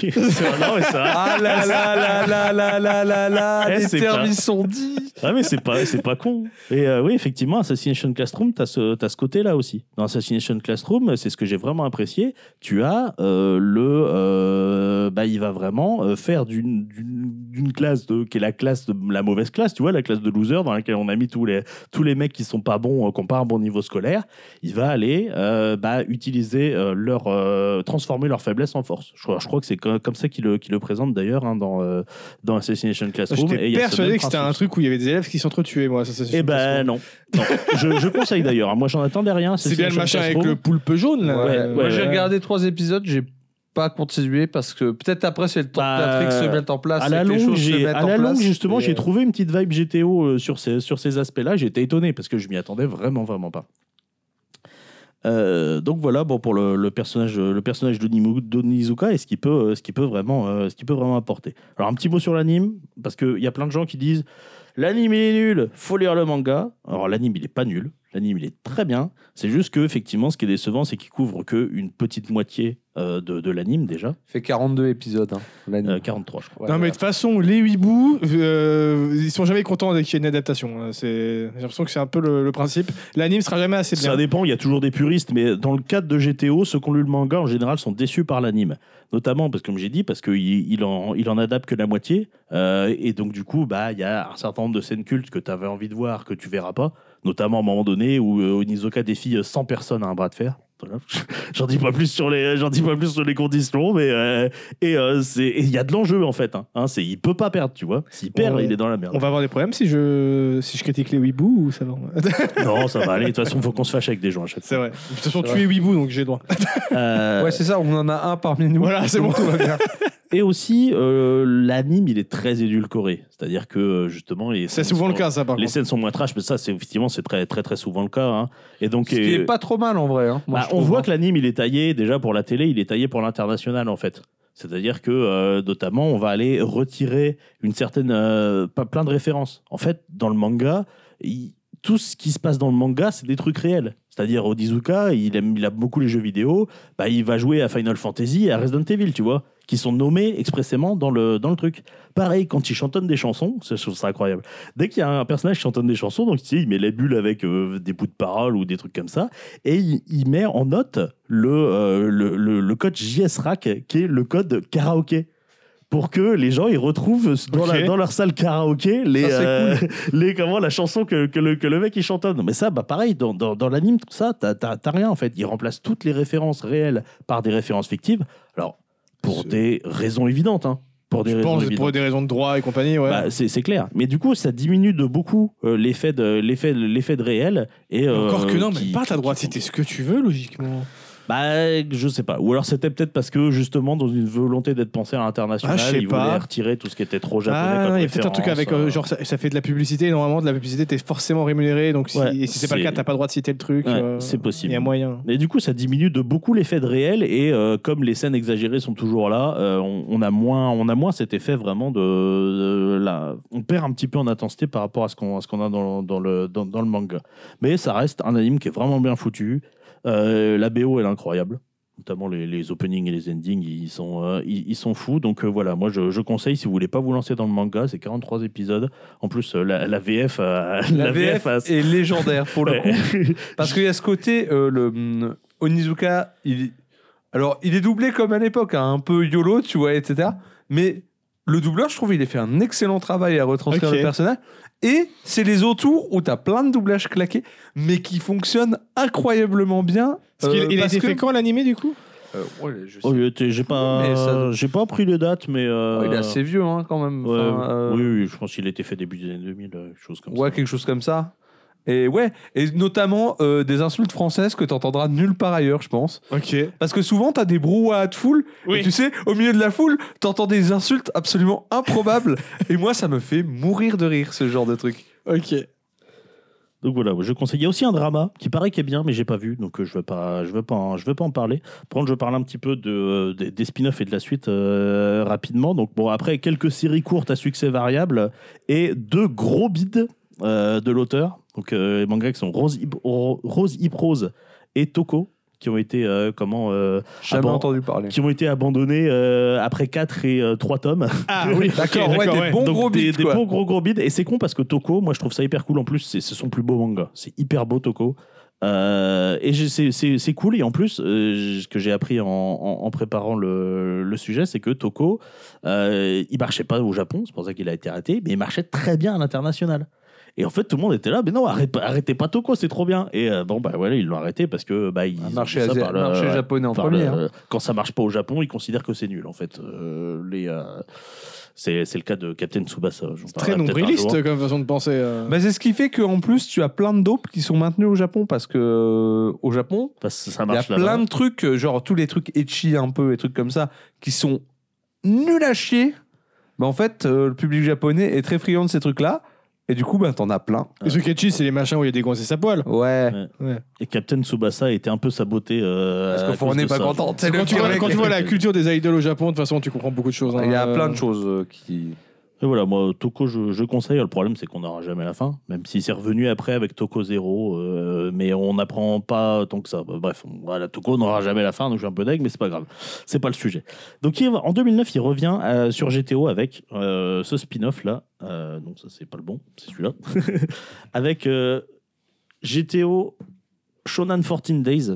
S2: Oui, c'est vrai, non, mais c'est vrai.
S1: Ah là là là là là là là là,
S2: Eh,
S1: les
S2: c'est
S1: termes
S2: pas-
S1: ils sont dits.
S2: Ah mais c'est pas c'est pas con. Et euh, oui effectivement Assassination Classroom t'as ce t'as ce côté là aussi. Dans Assassination Classroom c'est ce que j'ai vraiment apprécié. Tu as euh, le euh, bah il va vraiment euh, faire d'une d'une d'une classe de qui est la classe de la mauvaise classe tu vois la classe de loser dans laquelle on a mis tous les tous les mecs qui sont pas bons euh, qui ont pas un bon niveau scolaire. Il va aller euh, bah, utiliser euh, leur euh, transformer leur faiblesse en force. Je crois je crois que c'est co- comme ça qu'il le qu'il le présente d'ailleurs hein, dans euh, dans Assassination Classroom. Et il
S3: J'étais
S2: y a ce même
S3: persuadé que c'était
S2: principe.
S3: un truc où il y avait des élèves qui s'entretuaient, moi. ça, ça,
S2: Eh
S3: c'est-
S2: ben non. Non. Je, je conseille d'ailleurs. hein. Moi, j'en attendais rien.
S3: c'est bien le
S2: Session
S3: machin avec
S2: Classroom.
S3: le poulpe jaune, là.
S1: Ouais,
S3: Euh,
S1: moi,
S2: ouais,
S1: j'ai
S2: ouais.
S1: regardé trois épisodes, j'ai pas continué parce que peut-être après c'est le temps
S2: Bah,
S1: que Patrick se mette en place.
S2: À
S1: et
S2: la
S1: Ah, que les
S2: longue,
S1: choses se
S2: j'ai-
S1: mettent
S2: à
S1: en
S2: la
S1: place.
S2: longue, justement,
S1: Mais,
S2: j'ai
S1: euh,
S2: trouvé une petite vibe GTO euh, sur ces, sur ces aspects-là. J'étais étonné parce que je m'y attendais vraiment, vraiment pas. Euh, donc voilà, bon pour le, le personnage, le personnage d'Onimu- d'Onizuka et ce qu'il peut, euh, ce qu'il peut vraiment, euh, ce qu'il peut vraiment apporter. Alors un petit mot sur l'anime parce qu'il y a plein de gens qui disent l'anime il est nul, faut lire le manga. Alors l'anime il est pas nul, l'anime il est très bien. C'est juste que effectivement, ce qui est décevant, c'est qu'il couvre que une petite moitié euh, de, de l'anime déjà,
S1: fait 42 épisodes. hein, l'anime.
S2: Euh, 43 je crois.
S1: Ouais,
S3: non, mais de toute façon, les hiboux, euh, ils sont jamais contents dès qu'il y a une adaptation. hein. C'est- J'ai l'impression que c'est un peu le, le principe. L'anime sera jamais assez bien.
S2: Ça dépend, il y a toujours des puristes, mais dans le cadre de GTO, ceux qui ont lu le manga en général sont déçus par l'anime. Notamment, parce que, comme j'ai dit, parce qu'il il en, il en adapte que la moitié. euh, et donc, du coup, bah, il y a un certain nombre de scènes cultes que tu avais envie de voir, que tu verras pas. Notamment à un moment donné où euh, Onizuka défie euh, 100 personnes à un bras de fer. Voilà. J'en dis pas plus sur les, j'en dis pas plus sur les conditions, mais euh, et euh, c'est- et il y a de l'enjeu en fait. Hein, Hein, c'est, il peut pas perdre, tu vois. S'il perd,
S3: On-
S2: il est dans la merde.
S3: On va avoir des problèmes si je, si je critique les hiboux ou ça va
S2: Non, ça va aller. De toute façon, faut qu'on se fâche avec des gens à chaque
S3: C'est
S2: fois.
S3: vrai. De toute façon,
S1: C'est
S3: tu es hibou, donc j'ai droit.
S2: Euh,
S1: Ouais, c'est ça, on en a un parmi nous.
S3: Voilà, c'est
S1: Donc,
S3: bon.
S1: tout va bien.
S2: Et aussi, euh, l'anime, il est très édulcoré. C'est-à-dire que, euh, justement... les
S3: C'est
S2: scènes
S3: souvent le
S2: sont-
S3: cas, ça, par
S2: Les
S3: contre.
S2: scènes sont moins trash, mais ça, c'est effectivement, c'est très, très, très souvent le cas. hein. Et donc...
S1: Ce qui
S2: euh,
S1: est pas trop mal en vrai. hein, moi,
S2: bah,
S1: je
S2: on
S1: trouve,
S2: voit
S1: hein.
S2: que l'anime, il est taillé, déjà pour la télé, il est taillé pour l'international, en fait. C'est-à-dire que, euh, notamment, on va aller retirer une certaine... euh, pas plein de références. En fait, dans le manga, il- tout ce qui se passe dans le manga, c'est des trucs réels. C'est-à-dire, Odizuka, il aime, il aime beaucoup les jeux vidéo, bah, il va jouer à Final Fantasy et à Resident Evil, tu vois, qui sont nommés expressément dans le, dans le truc. Pareil, quand il chantonne des chansons, ça, je trouve ça incroyable. Dès qu'il y a un personnage qui chantonne des chansons, donc tu sais, il met les bulles avec euh, des bouts de paroles ou des trucs comme ça, et il, il met en note le, euh, le, le, le code JSRAC, qui est le code karaoké. Pour que les gens ils retrouvent dans, la-
S3: Ok.
S2: dans leur salle karaoké les,
S1: Ça, c'est
S2: euh, les comment la chanson que, que le, que le mec il chantonne. Mais ça, bah pareil, dans, dans, dans l'anime, tout ça, t'as, t'as- t'as rien en fait. Il remplace toutes les références réelles par des références fictives. Alors, pour
S1: C'est-
S2: des raisons évidentes. hein. Pour des
S3: Je
S2: raisons
S3: pense
S2: évidentes.
S3: pour des raisons de droit et compagnie, ouais.
S2: Bah, c'est, c'est clair. Mais du coup, ça diminue de beaucoup euh, l'effet, de, l'effet, de- l'effet de réel. Et,
S3: Mais Encore que
S2: euh,
S3: non,
S2: qui-
S3: mais pas ta
S2: qui-
S3: droite,
S2: qui-
S3: c'était ce que tu veux, logiquement.
S2: Bah, je sais pas. Ou alors c'était peut-être parce que justement, dans une volonté d'être pensé à l'international,
S3: Ah, je sais
S2: ils voulaient
S3: pas.
S2: retirer tout ce qui était trop japonais.
S3: Ah,
S2: comme
S3: non, il y a peut-être un truc
S2: référence,
S3: avec, euh,
S2: euh,
S3: genre, ça, ça fait de la publicité, et normalement, de la publicité, t'es forcément rémunéré, donc si,
S2: Ouais,
S3: et si c'est pas le
S2: c'est-
S3: cas, t'as pas le droit de citer le truc.
S2: Ouais,
S3: euh,
S2: c'est possible.
S3: Il y a moyen.
S2: Et du coup, ça diminue de beaucoup l'effet de réel. Et euh, comme les scènes exagérées sont toujours là, euh, on, on a moins, on a moins cet effet vraiment de, de la- On perd un petit peu en intensité par rapport à ce qu'on à ce qu'on a dans, dans le, dans, dans le manga. Mais ça reste un anime qui est vraiment bien foutu. Euh, la BO, elle est incroyable. Notamment les, les openings et les endings, ils sont, euh, ils, ils sont fous. Donc euh, voilà, moi je, je conseille, si vous voulez pas vous lancer dans le manga, c'est 43 épisodes. En plus, euh, la, la VF, euh,
S1: La, VF,
S2: a-
S1: est légendaire pour le
S2: Ouais.
S1: coup. Parce qu'il y a ce côté, euh, le hum, Onizuka, il, alors il est doublé comme à l'époque, hein, un peu yolo, tu vois, etc. Mais le doubleur, je trouve, il a fait un excellent travail à retranscrire
S3: Ok.
S1: le personnage. Et c'est les autours où t'as plein de doublages claqués, mais qui fonctionnent incroyablement bien.
S3: Parce qu'il-
S1: euh,
S3: il a
S1: parce
S3: été
S1: que-
S3: fait quand l'animé, du coup
S1: Euh, ouais, je sais
S2: Oh, il était- j'ai
S1: Mais
S2: pas,
S1: ça-
S2: j'ai pas pris les dates, mais euh,
S1: pas, il est assez vieux hein, quand même.
S2: ouais,
S1: Enfin, euh,
S2: oui, oui, je pense qu'il était fait début des années 2000, euh, quelque chose comme
S1: Ouais,
S2: ça.
S1: quelque chose comme ça. Et ouais, et notamment euh, des insultes françaises que t'entendras nulle part ailleurs, je pense.
S3: Ok.
S1: Parce que souvent, t'as des brouhahas de foule.
S3: Oui.
S1: Et tu sais, au milieu de la foule, t'entends des insultes absolument improbables. et moi, ça me fait mourir de rire, ce genre de truc.
S3: Ok.
S2: Donc voilà, je conseille. Il y a aussi un drama qui paraît qu'il est bien, mais j'ai pas vu, donc euh, je veux pas, je veux pas, en- je veux pas en parler. Par contre, je parle un petit peu de euh, des, des spin-offs et de la suite euh, rapidement. Donc bon, après quelques séries courtes à succès variable et deux gros bids euh, de l'auteur. Donc euh, les mangas qui sont Rose, Ip- Ro- Rose Ip Rose et Toko qui ont été euh, comment euh,
S1: Jamais
S2: bon
S1: entendu parler.
S2: qui ont été abandonnés euh, après 4 et 3 tomes.
S3: Ah oui,
S1: D'accord,
S3: ok,
S1: ouais, des bons
S2: Donc
S1: gros
S2: des,
S1: bites,
S2: des
S1: quoi.
S2: bons gros gros bides. Et c'est con parce que Toko, moi je trouve ça hyper cool en plus, c'est c'est son plus beau manga. C'est hyper beau Toko. Euh, et j'ai- c'est- c'est c'est cool. Et en plus, euh, j- ce que j'ai appris en, en- en préparant le, le sujet, c'est que Toko, euh, il marchait pas au Japon, c'est pour ça qu'il a été arrêté, mais il marchait très bien à l'international. Et en fait, tout le monde était là, mais non, arrête pas- arrêtez pas Toko, c'est trop bien. Et euh, bon, bah voilà, ils l'ont arrêté parce que bah, ils
S1: Un
S2: ont
S1: marché,
S2: fait ça euh,
S1: asi-
S2: par le-
S1: marché
S2: ouais,
S1: japonais en
S2: par
S1: premier.
S2: le-
S1: hein.
S2: Quand ça marche pas au Japon, ils considèrent que c'est nul, en fait. Euh, les, euh, c'est c'est le cas de Captain Tsubasa. j'en
S3: Très
S2: parlerai peut-être un jour.
S3: nombriliste comme façon de penser. euh.
S1: Bah, c'est ce qui fait qu'en plus, tu as plein de dopes qui sont maintenus au Japon. Parce que euh, au Japon,
S2: Parce que ça
S1: il y a
S2: marche
S1: plein
S2: là-bas.
S1: de trucs, euh, genre tous les trucs etchi un peu, et trucs comme ça, qui sont nuls à chier. Bah, en fait, euh, le public japonais est très friand de ces trucs-là. Et du coup, bah, t'en as plein.
S3: Les sketchy, c'est les machins où il y a des gonzesses à poil.
S1: Ouais.
S2: Et Captain Tsubasa était un peu saboté. euh,
S1: Parce
S2: à
S1: qu'au fond,
S2: cause
S1: on n'est
S2: de
S1: pas
S2: ça,
S1: content.
S2: genre.
S1: C'est le
S3: Quand tu,
S1: pire
S3: vois,
S1: mec.
S3: quand tu vois la culture des idoles au Japon, de toute façon, tu comprends beaucoup de choses. hein.
S1: Il y a plein de
S3: Euh,
S1: choses euh, qui.
S2: Et voilà, moi, Toko, je, je conseille. Le problème, c'est qu'on n'aura jamais la fin. Même si c'est revenu après avec Toko Zero. euh, mais on n'apprend pas tant que ça. Bah, bref, on- voilà, Toko n'aura jamais la fin. Donc je suis un peu deg, mais c'est pas grave. C'est pas le sujet. Donc il- en 2009, il revient euh, sur GTO avec euh, ce spin-off là. Euh, non, ça, c'est pas le bon. C'est celui-là. avec euh, GTO Shonan 14 Days.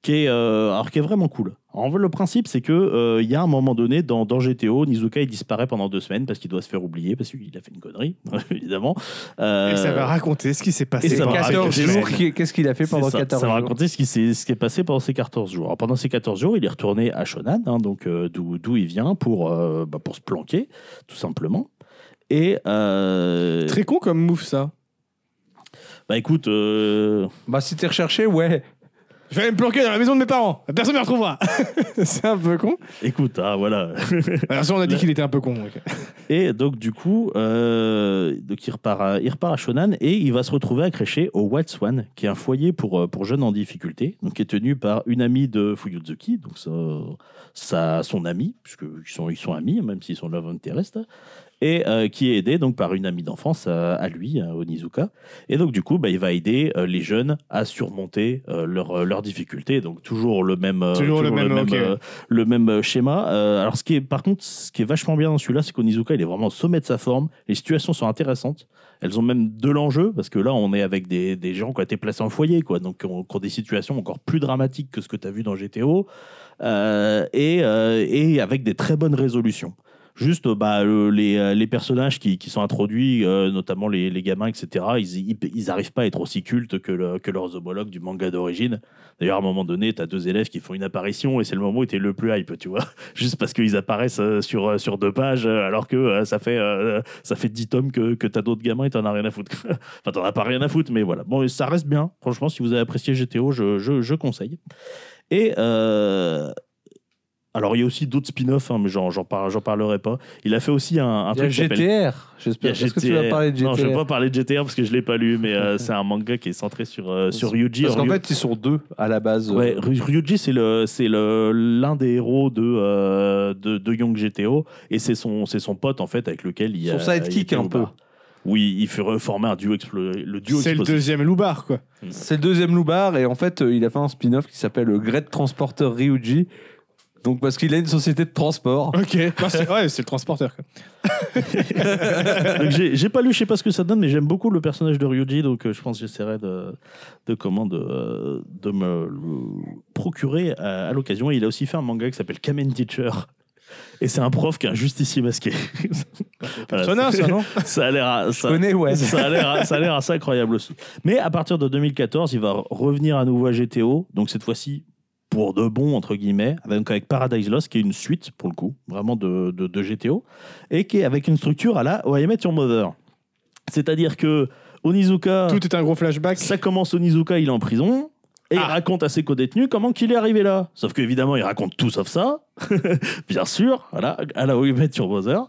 S2: Qui est, euh, alors qui est vraiment cool. En vrai, le principe, c'est que euh, il y a un moment donné, dans, dans GTO, Nizuka, il disparaît pendant deux semaines parce qu'il doit se faire oublier, parce qu'il a fait une connerie, évidemment. Euh,
S3: Et ça va raconter ce qui s'est passé.
S2: et ça
S1: Et
S2: va
S3: pendant
S1: 14
S2: raconter
S3: ces quatre
S1: jours,
S2: semaines.
S1: qui- qu'est-ce qu'il a fait
S2: c'est
S1: pendant
S2: ça,
S1: 14
S2: ça va
S1: jours
S2: raconter ce qui, s'est- ce qui est passé pendant ces 14 jours. Alors, pendant ces 14 jours, il est retourné à Shonan, hein, donc euh, d'où d'où il vient, pour, euh, bah, pour se planquer, tout simplement. Et euh,
S3: Très con comme move ça.
S2: bah écoute, euh,
S1: Bah, si t'es recherché, ouais.
S3: Je vais aller me planquer dans la maison de mes parents. Personne ne me retrouvera. c'est un peu con.
S2: écoute, ah, voilà.
S3: Alors, ça, on a dit qu'il était un peu con. ok.
S2: Et donc, du coup, euh, donc il, repart à, il repart à Shonan et il va se retrouver accroché au White Swan, qui est un foyer pour, euh, pour jeunes en difficulté, donc qui est tenu par une amie de Fuyuzuki, donc sa, sa- son ami, puisqu'ils sont, ils sont amis, même s'ils sont de Love Interest, et euh, qui est aidé donc par une amie d'enfance euh, à lui, euh, Onizuka. Et donc du coup, bah, il va aider euh, les jeunes à surmonter euh, leurs euh, leurs difficultés. Donc toujours le même, euh,
S3: Toujours le même, ok.
S2: euh, le même euh, schéma. Euh, alors ce qui est par contre, ce qui est vachement bien dans celui-là, c'est qu'Onizuka il est vraiment au sommet de sa forme. Les situations sont intéressantes. Elles ont même de l'enjeu parce que là, on est avec des, des gens qui ont été placés en foyer, quoi. Donc qui ont, qui ont des situations encore plus dramatiques que ce que tu as vu dans GTO euh, et, euh, et avec des très bonnes résolutions. Juste bah, le- les, euh, les personnages qui, qui sont introduits, euh, notamment les, les gamins, etc., ils n'arrivent pas à être aussi cultes que, le- que leurs homologues du manga d'origine. D'ailleurs, à un moment donné, tu as deux élèves qui font une apparition et c'est le moment où tu es le plus hype, tu vois. Juste parce qu'ils apparaissent euh, sur, euh, sur deux pages euh, alors que euh, ça fait euh, ça fait 10 tomes que, que tu as d'autres gamins et t'en as rien à foutre. enfin, t'en as pas rien à foutre, mais voilà. Bon, ça reste bien. Franchement, si vous avez apprécié GTO, je, je, je conseille. Et. euh, alors, il y a aussi d'autres spin-offs, hein, mais j'en j'en par- j'en parlerai pas. Il a fait aussi un, un
S1: Il y a
S2: truc qui s'appelle-
S1: GTR,
S2: il y a
S1: j'espère. Est-ce que tu vas
S2: GTR.
S1: parler de GTR
S2: Non, je vais pas parler de GTR parce que je l'ai pas lu, mais euh, c'est un manga qui est centré sur, euh, sur Yuji.
S1: Parce
S2: Or,
S1: qu'en
S2: Yu-
S1: fait, ils sont deux à la base.
S2: Ouais,
S1: Euh,
S2: Ryu- Ryuji, c'est le, c'est le, l'un des héros de, euh, de, de Young GTO, et c'est son, c'est son pote, en fait, avec lequel il
S1: Son
S2: a-
S1: sidekick,
S2: il était au
S1: un peu.
S2: bar. Oui, il fait reformer un duo explo- le duo
S3: C'est le
S2: explosif.
S3: deuxième loupard, quoi.
S1: C'est le deuxième Loubar et en fait, euh, il a fait un spin-off qui s'appelle euh, Great Transporter Ryuji. Donc parce qu'il a une société de transport.
S3: Ok. Non, Bah, c'est- ouais, c'est le transporteur, quoi.
S2: Donc, j'ai, j'ai pas lu, je sais pas ce que ça donne, mais j'aime beaucoup le personnage de Ryuji, donc euh, je pense que j'essaierai de, de, comment, de, euh, de me le procurer à, à l'occasion. Et Il a aussi fait un manga qui s'appelle Kamen Teacher, et c'est un prof qui est un justicier masqué. Voilà,
S3: Persona, ça, non
S2: ça a l'air à-
S1: Je
S2: ça-
S1: connais, ouais.
S2: ça a l'air hein, ça a l'air assez incroyable aussi. Mais à partir de 2014, il va revenir à nouveau à GTO, donc cette fois-ci pour de bon, entre guillemets, avec, avec Paradise Lost, qui est une suite, pour le coup, vraiment de, de, de GTO, et qui est avec une structure à la Oh, I Met Your Mother. C'est-à-dire que Onizuka,
S3: Tout est un gros flashback.
S2: ça commence Onizuka, il est en prison, et il
S3: Ah.
S2: raconte à ses co-détenus comment qu'il est arrivé là. Sauf qu'évidemment, il raconte tout sauf ça, bien sûr, voilà, à la Oh, I Met Your Mother.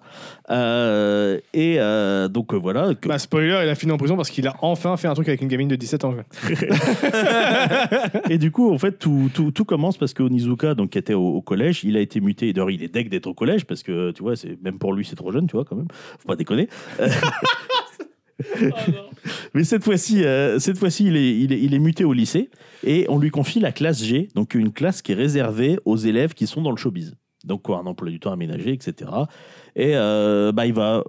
S2: Euh, et euh, donc euh, voilà. que-
S3: Bah, spoiler, il a fini en prison parce qu'il a enfin fait un truc avec une gamine de 17 ans. quoi.
S2: Et du coup, en fait, tout, tout, tout commence parce que Onizuka, donc, qui était au, au collège, il a été muté. Et D'ailleurs, il est deg d'être au collège parce que, tu vois, c'est, même pour lui, c'est trop jeune, tu vois, quand même. Faut pas déconner. Mais cette fois-ci, euh, cette fois-ci il, est, il, est, il est muté au lycée et on lui confie la classe G, donc une classe qui est réservée aux élèves qui sont dans le showbiz. Donc, quoi, un emploi du temps aménagé, etc. Et euh, bah, il va,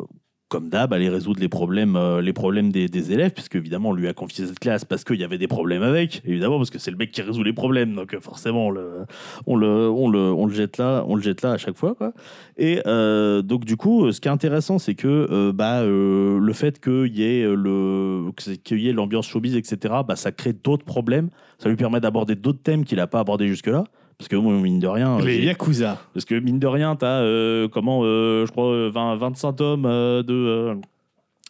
S2: comme d'hab, aller résoudre les problèmes, euh, les problèmes des, des élèves, puisque évidemment, on lui a confié cette classe parce qu'il y avait des problèmes avec, évidemment, parce que c'est le mec qui résout les problèmes. Donc, euh, forcément, on le, on le, on le, on le jette là, on le jette là à chaque fois, quoi. Et euh, donc, du coup, euh, ce qui est intéressant, c'est que euh, bah, euh, le fait qu'il y ait le, que- qu'il y ait l'ambiance showbiz, etc., bah, ça crée d'autres problèmes. Ça lui permet d'aborder d'autres thèmes qu'il n'a pas abordés jusque-là. Parce que, moi, mine de rien.
S1: Oh,
S3: Les
S2: j'ai-
S3: Yakuza.
S2: parce que mine de rien, t'as euh, comment, euh, je crois, euh, 20, 25 tomes euh, de. euh,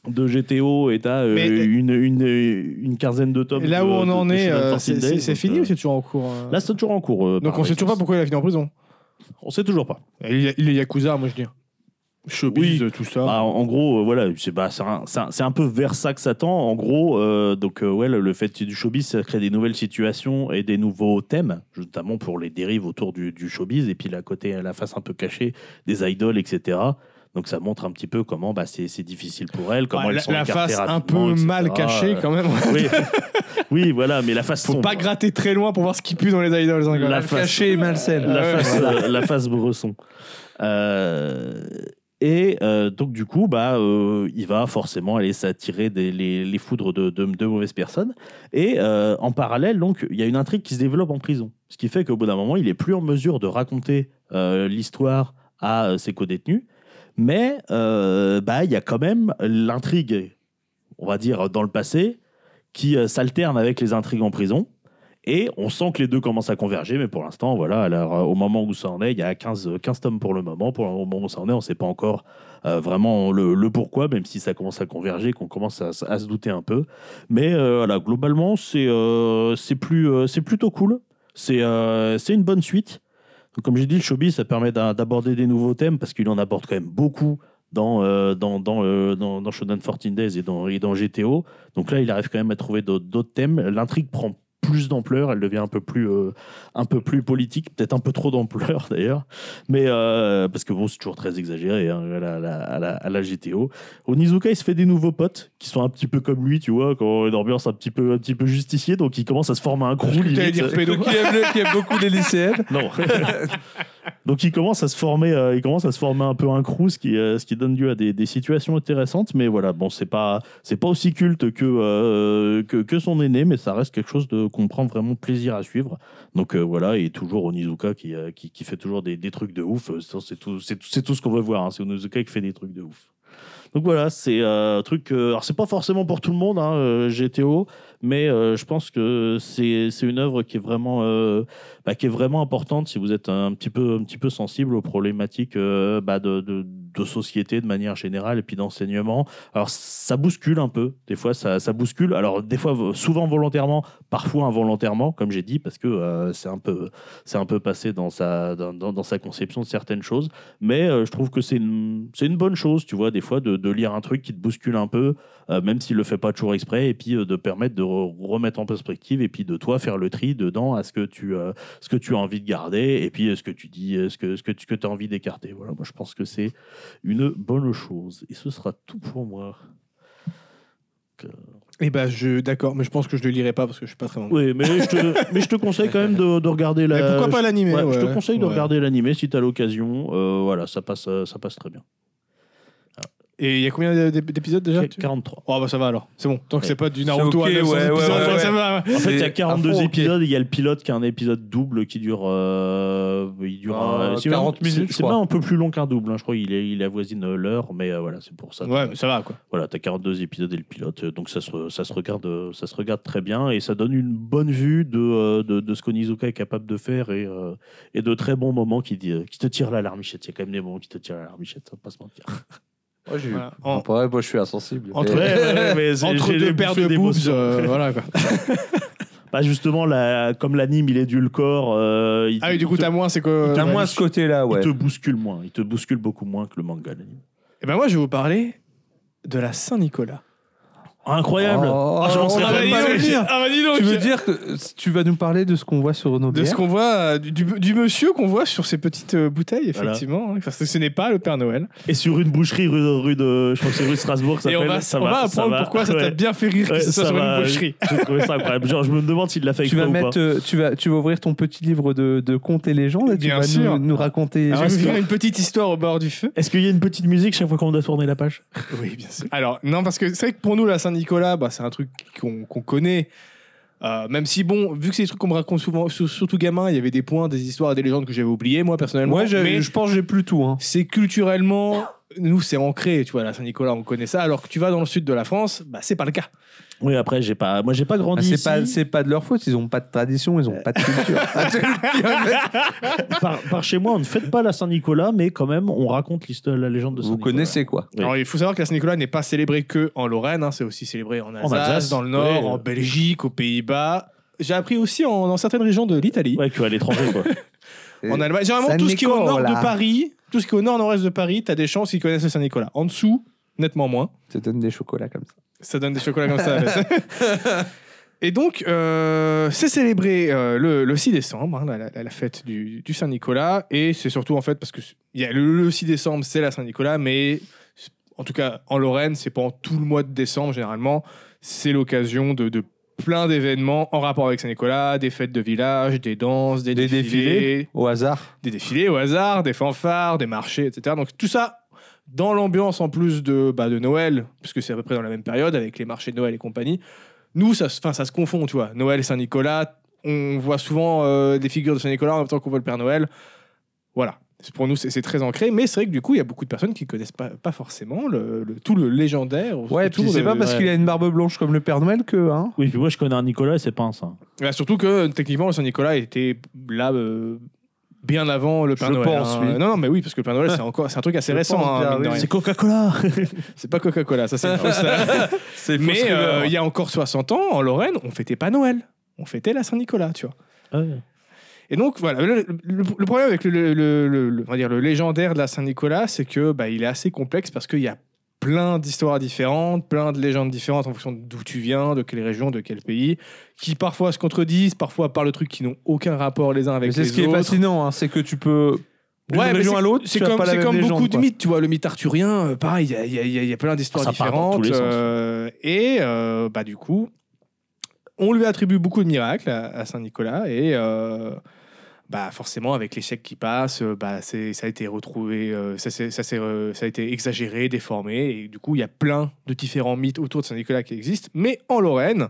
S2: de GTO et t'as euh,
S3: Mais-
S2: une, une, une quinzaine de tomes.
S3: Et là où
S2: de-
S3: on
S2: de-
S3: en
S2: de
S3: est,
S2: Shonen
S3: euh,
S2: 14
S3: c'est-
S2: Days,
S3: c'est c'est
S2: donc,
S3: fini
S2: euh,
S3: ou c'est toujours en cours euh
S2: Là, c'est toujours en cours. euh,
S3: Donc on
S2: pareil,
S3: sait toujours pas
S2: ça,
S3: pourquoi il a fini en prison.
S2: c'est- On sait toujours pas.
S3: Il est- il est Yakuza, moi je dis. Showbiz, tout ça.
S2: Bah, en- en gros, euh, voilà, c'est bah, c'est un, c'est un- c'est un peu vers ça que ça tend. En gros, euh, donc, euh, ouais, le, le fait du showbiz, ça crée des nouvelles situations et des nouveaux thèmes, notamment pour les dérives autour du, du showbiz, et puis la, côté, la face un peu cachée des idoles, etc. Donc ça montre un petit peu comment bah, c'est c'est difficile pour elles, comment
S3: Ouais,
S2: elles
S3: la,
S2: sont
S3: la
S2: écartées
S3: face un peu
S2: rapidement, etc.
S3: mal cachée
S2: Euh,
S3: quand même.
S2: oui. oui, voilà, mais la face
S3: Faut
S2: sombre.
S3: pas gratter très loin pour voir ce qui pue dans les idols. hein, quand
S2: La
S3: même.
S2: face-
S1: Caché et malsaine.
S2: la
S3: Ouais,
S2: face, euh, la face Bresson. Euh, et euh, donc, du coup, bah, euh, il va forcément aller s'attirer des- les, les foudres de, de- de mauvaises personnes. Et euh, en parallèle, donc, il y a une intrigue qui se développe en prison. Ce qui fait qu'au bout d'un moment, il est plus en mesure de raconter euh, l'histoire à euh, ses co-détenus. Mais euh, bah, il y a quand même l'intrigue, on va dire, dans le passé, qui euh, s'alterne avec les intrigues en prison. Et on sent que les deux commencent à converger, mais pour l'instant, voilà, alors, euh, au moment où ça en est, il y a 15, euh, 15 tomes pour le moment. Pour le moment où ça en est, on ne sait pas encore euh, vraiment le, le pourquoi, même si ça commence à converger, qu'on commence à, s- à se douter un peu. Mais euh, voilà, globalement, c'est euh, c'est plus, euh, c'est plutôt cool. C'est euh, c'est une bonne suite. Donc, comme j'ai dit, le showbiz, ça permet d'a- d'aborder des nouveaux thèmes parce qu'il en aborde quand même beaucoup dans, euh, dans, dans, euh, dans, dans Shonen 14 Days et dans, et dans GTO. Donc là, il arrive quand même à trouver d'autres d'autres thèmes. L'intrigue prend plus d'ampleur, elle devient un peu plus, euh, un peu plus politique, peut-être un peu trop d'ampleur d'ailleurs, mais euh, parce que bon, c'est toujours très exagéré hein, à, la, à la- à la- à la GTO. Onizuka, il se fait des nouveaux potes qui sont un petit peu comme lui, tu vois, qui ont une ambiance un petit peu, un petit peu justifiée, donc il commence à se former un crew.
S3: Je t'allais
S2: limite.
S3: dire
S1: Pédo
S3: pédo.
S1: qui aime, le- qui aime beaucoup les lycéennes.
S2: Non. Donc il commence à se former, euh, il commence à se former un peu un crew, ce qui, euh, ce qui donne lieu à des, des situations intéressantes. Mais voilà, bon, c'est pas, c'est pas aussi culte que, euh, que que son aîné, mais ça reste quelque chose de qu'on prend vraiment plaisir à suivre. Donc euh, voilà, et toujours Onizuka qui, euh, qui, qui fait toujours des, des trucs de ouf. Euh, ça, C'est tout, c'est tout, c'est tout ce qu'on veut voir. hein. C'est Onizuka qui fait des trucs de ouf. Donc voilà, c'est euh, un truc. euh, alors c'est pas forcément pour tout le monde, hein, euh, GTO, mais euh, je pense que c'est c'est une œuvre qui est vraiment euh, bah, qui est vraiment importante si vous êtes un petit peu, un petit peu sensible aux problématiques euh, bah, de, de- de société de manière générale et puis d'enseignement. Alors ça bouscule un peu, des fois ça, ça bouscule. Alors des fois souvent volontairement, parfois involontairement, comme j'ai dit, parce que euh, c'est un peu, c'est un peu passé dans sa, dans, dans- dans sa conception de certaines choses. Mais euh, je trouve que c'est une, c'est une bonne chose, tu vois, des fois de, de lire un truc qui te bouscule un peu, euh, même s'il le fait pas toujours exprès, et puis euh, de permettre de re- remettre en perspective et puis de toi faire le tri dedans à ce que tu euh, ce que tu as envie de garder et puis euh, ce que tu dis, euh, ce que, ce que tu as envie d'écarter. Voilà, moi je pense que c'est une bonne chose. Et ce sera tout pour moi.
S3: Eh ben, je, d'accord, mais je pense que je le lirai pas parce que je suis pas très bon.
S2: Oui, mais je te, mais je te conseille quand même de, de regarder la.
S3: Mais pourquoi pas l'animé
S2: Ouais, Je te
S3: ouais,
S2: conseille de
S3: ouais.
S2: regarder l'animé si tu as l'occasion. Euh, voilà, ça passe, euh, ça passe très bien.
S3: Et il y a combien d'ép- d'épisodes déjà tu-
S2: 43.
S3: Oh bah ça va alors, c'est bon. Tant que
S2: Ouais.
S3: c'est pas du
S1: C'est
S3: Naruto
S1: ok,
S3: à 900
S1: ouais, ouais,
S3: épisodes,
S1: ouais,
S3: ça
S1: ouais.
S3: va.
S2: En fait, il y
S1: C'est
S2: a
S1: à
S2: 42
S1: fond, ok.
S2: épisodes. et Il y a le pilote qui a un épisode double qui dure. euh, il dure
S1: Euh,
S3: Ah,
S2: euh, c'est
S1: 40
S2: même-
S1: minutes, je
S2: c'est- C'est
S1: crois.
S2: même un peu plus long qu'un double. hein, je crois qu'il est, il avoisine euh, l'heure, mais euh, voilà, c'est pour ça.
S3: Ouais, mais ça va quoi.
S2: Voilà, t'as 42 épisodes et le pilote, euh, donc ça se, re- ça se regarde, euh, ça se regarde très bien et ça donne une bonne vue de, euh, de, de ce qu'Onizuka est capable de faire et, euh, et de très bons moments qui, di- qui te tirent la larmichette. Il y a quand même des moments qui te tirent la larmichette, ça va pas se mentir.
S1: Moi, j'ai eu-
S3: Voilà.
S1: En
S3: En-
S1: vrai, moi, je suis insensible. Et-
S3: Entre- Entre deux paires de boobs, euh, voilà quoi.
S2: Bah justement, la, comme l'anime, il est du corps. euh, il
S3: Ah oui, du coup,
S2: te,
S3: t'as moins, c'est quoi euh,
S1: T'as
S2: ouais,
S1: moins
S2: je-
S1: ce côté-là,
S2: il
S1: ouais.
S2: te bouscule moins, il te bouscule beaucoup moins que le manga. l'anime.
S3: Eh ben moi, je vais vous parler de la Saint-Nicolas.
S2: Incroyable.
S1: Oh,
S2: Ah, je m'en
S1: on
S2: serais
S1: avait
S2: même pas
S1: dit-
S2: fait.
S1: venir.
S3: Ah bah dis donc
S1: Tu veux dire que euh, tu vas nous parler de ce qu'on voit sur nos
S3: de ce
S1: bières
S3: qu'on voit, euh, du, du- du monsieur qu'on voit sur ces petites euh, bouteilles,
S2: Voilà.
S3: effectivement. hein, parce que ce n'est pas le Père Noël.
S2: Et sur une boucherie rue, de- rue de, je crois que c'est rue de Strasbourg, ça
S3: Et on
S2: s'appelle,
S3: va,
S2: ça
S3: on va
S2: ça
S3: apprendre
S2: va.
S3: pourquoi ça t'a
S2: Ouais.
S3: bien fait rire
S2: Ouais,
S3: que ce soit
S2: ça
S3: sur
S2: va,
S3: une boucherie.
S2: J'ai trouvé ça incroyable. Genre, je me demande s'il l'a fait avec
S1: tu vas,
S2: toi ou
S1: mettre,
S2: pas.
S1: euh, tu, vas, tu vas ouvrir ton petit livre de, de contes et légendes et tu
S3: Bien
S1: vas
S3: sûr.
S1: nous, nous raconter.
S3: Je
S2: Ah,
S3: vais vous
S2: c'est
S3: faire une petite histoire au bord du feu.
S2: Est-ce qu'il y a une petite musique chaque fois qu'on doit tourner la page
S3: Oui, bien sûr. Alors, non, parce que c'est vrai que pour nous, la Saint-Nicolas, bah, c'est un truc qu'on qu'on connaît. Euh, même si, bon, vu que c'est des trucs qu'on me raconte souvent, sur- surtout gamin, il y avait des points, des histoires et des légendes que j'avais oubliées, moi, personnellement.
S1: Moi, j'ai-
S3: Mais
S1: je pense que j'ai plus tout. Hein.
S3: c'est culturellement, nous, c'est ancré, tu vois, la Saint-Nicolas, on connaît ça. Alors que tu vas dans le sud de la France, bah, c'est pas le cas.
S2: Oui, après, j'ai pas, moi, j'ai pas
S1: Ah,
S2: grandi.
S1: c'est
S2: ici.
S1: pas, c'est pas de leur faute, ils ont pas de tradition, ils ont pas de culture. Ah, c'est le pire, mec.
S2: Par, par chez moi, on ne fête pas la Saint-Nicolas, mais quand même, on raconte l'histoire- la légende de
S1: Vous
S2: Saint-Nicolas.
S1: connaissez quoi
S2: Oui.
S3: Alors, il faut savoir que la Saint-Nicolas n'est pas célébrée que en Lorraine, hein, c'est aussi célébré en Alsace,
S2: Alsace,
S3: dans le Nord,
S2: oui.
S3: en Belgique, aux Pays-Bas. J'ai appris aussi en- dans certaines régions de l'Italie,
S2: Ouais, que à l'étranger, quoi.
S1: Et-
S3: en Allemagne. Généralement, tout ce qui est au nord
S1: Saint-Nicolas.
S3: de Paris, tout ce qui est au nord nord-est de Paris, t'as des chances qu'ils connaissent le Saint-Nicolas. En dessous, nettement moins.
S1: te donne des chocolats comme ça.
S3: Ça donne des chocolats comme ça. à la base. Et donc, euh, c'est célébré euh, le, le 6 décembre, hein, la, la- la fête du, du Saint-Nicolas. Et c'est surtout en fait parce que c'est- il y a le, le 6 décembre, c'est la Saint-Nicolas, mais c'est- en tout cas en Lorraine, c'est pendant tout le mois de décembre généralement. C'est l'occasion de, de plein d'événements en rapport avec Saint-Nicolas, des fêtes de village, des danses, des,
S1: Des
S3: défilés
S1: défilés au hasard.
S3: des défilés au hasard, des fanfares, des marchés, etc. Donc tout ça dans l'ambiance en plus de, bah, de Noël, puisque c'est à peu près dans la même période avec les marchés de Noël et compagnie. Nous, ça, se- 'fin, ça se confond, tu vois. Noël et Saint-Nicolas, on voit souvent euh, des figures de Saint-Nicolas en même temps qu'on voit le Père Noël. Voilà. C'est- Pour nous, c'est c'est très ancré, mais c'est vrai que du coup, il y a beaucoup de personnes qui connaissent pas, pas forcément le, le- tout le légendaire. euh,
S1: Ouais,
S3: tout
S1: puis c'est pas parce
S2: ouais.
S1: qu'il a une barbe blanche comme le Père Noël que. Hein
S2: Oui, puis moi, je connais un Nicolas et c'est hein. pas un saint.
S3: Bah, surtout que euh, techniquement, le Saint-Nicolas était là euh, bien avant le Père
S1: Je
S3: Noël. hein.
S1: pense, oui.
S3: Non, non, mais oui, parce que le Père Noël, c'est encore, c'est un truc assez
S1: Je
S3: récent.
S1: pense
S3: hein,
S1: bien,
S3: mine de
S1: oui.
S3: rien.
S2: C'est Coca-cola
S3: C'est pas Coca-Cola, ça c'est une fausse. mais euh, il y a encore 60 ans, en Lorraine, on fêtait pas Noël. On fêtait la Saint-Nicolas, tu vois.
S2: Ah Ouais.
S3: Et donc voilà, le, le- le problème avec le, le- le- le- le- on va dire le légendaire de la Saint-Nicolas, c'est que bah, il est assez complexe parce qu'il y a plein d'histoires différentes, plein de légendes différentes en fonction d'où tu viens, de quelle région, de quel pays, qui parfois se contredisent, parfois parlent de trucs qui n'ont aucun rapport les uns
S1: Mais
S3: avec
S1: c'est
S3: les
S1: ce qui est
S3: autres.
S1: fascinant, hein, c'est que tu peux. D'une
S3: mais
S1: région
S3: c'est-
S1: à l'autre,
S3: c'est
S1: tu as
S3: comme,
S1: pas la
S3: c'est
S1: même
S3: comme
S1: légende,
S3: beaucoup de
S1: quoi.
S3: mythes, tu vois. Le mythe arthurien, euh, pareil, il y a, il y a- il y a- il y a plein d'histoires
S2: Ah, ça part dans
S3: différentes.
S2: tous les sens.
S3: euh, et euh, bah, du coup, on lui attribue beaucoup de miracles à, à Saint-Nicolas. Et euh, bah, forcément, avec les siècles qui passent, euh, bah, c'est, ça a été retrouvé, euh, ça, s'est- ça, s'est, euh, ça a été exagéré, déformé. Et du coup, il y a plein de différents mythes autour de Saint-Nicolas qui existent. Mais en Lorraine,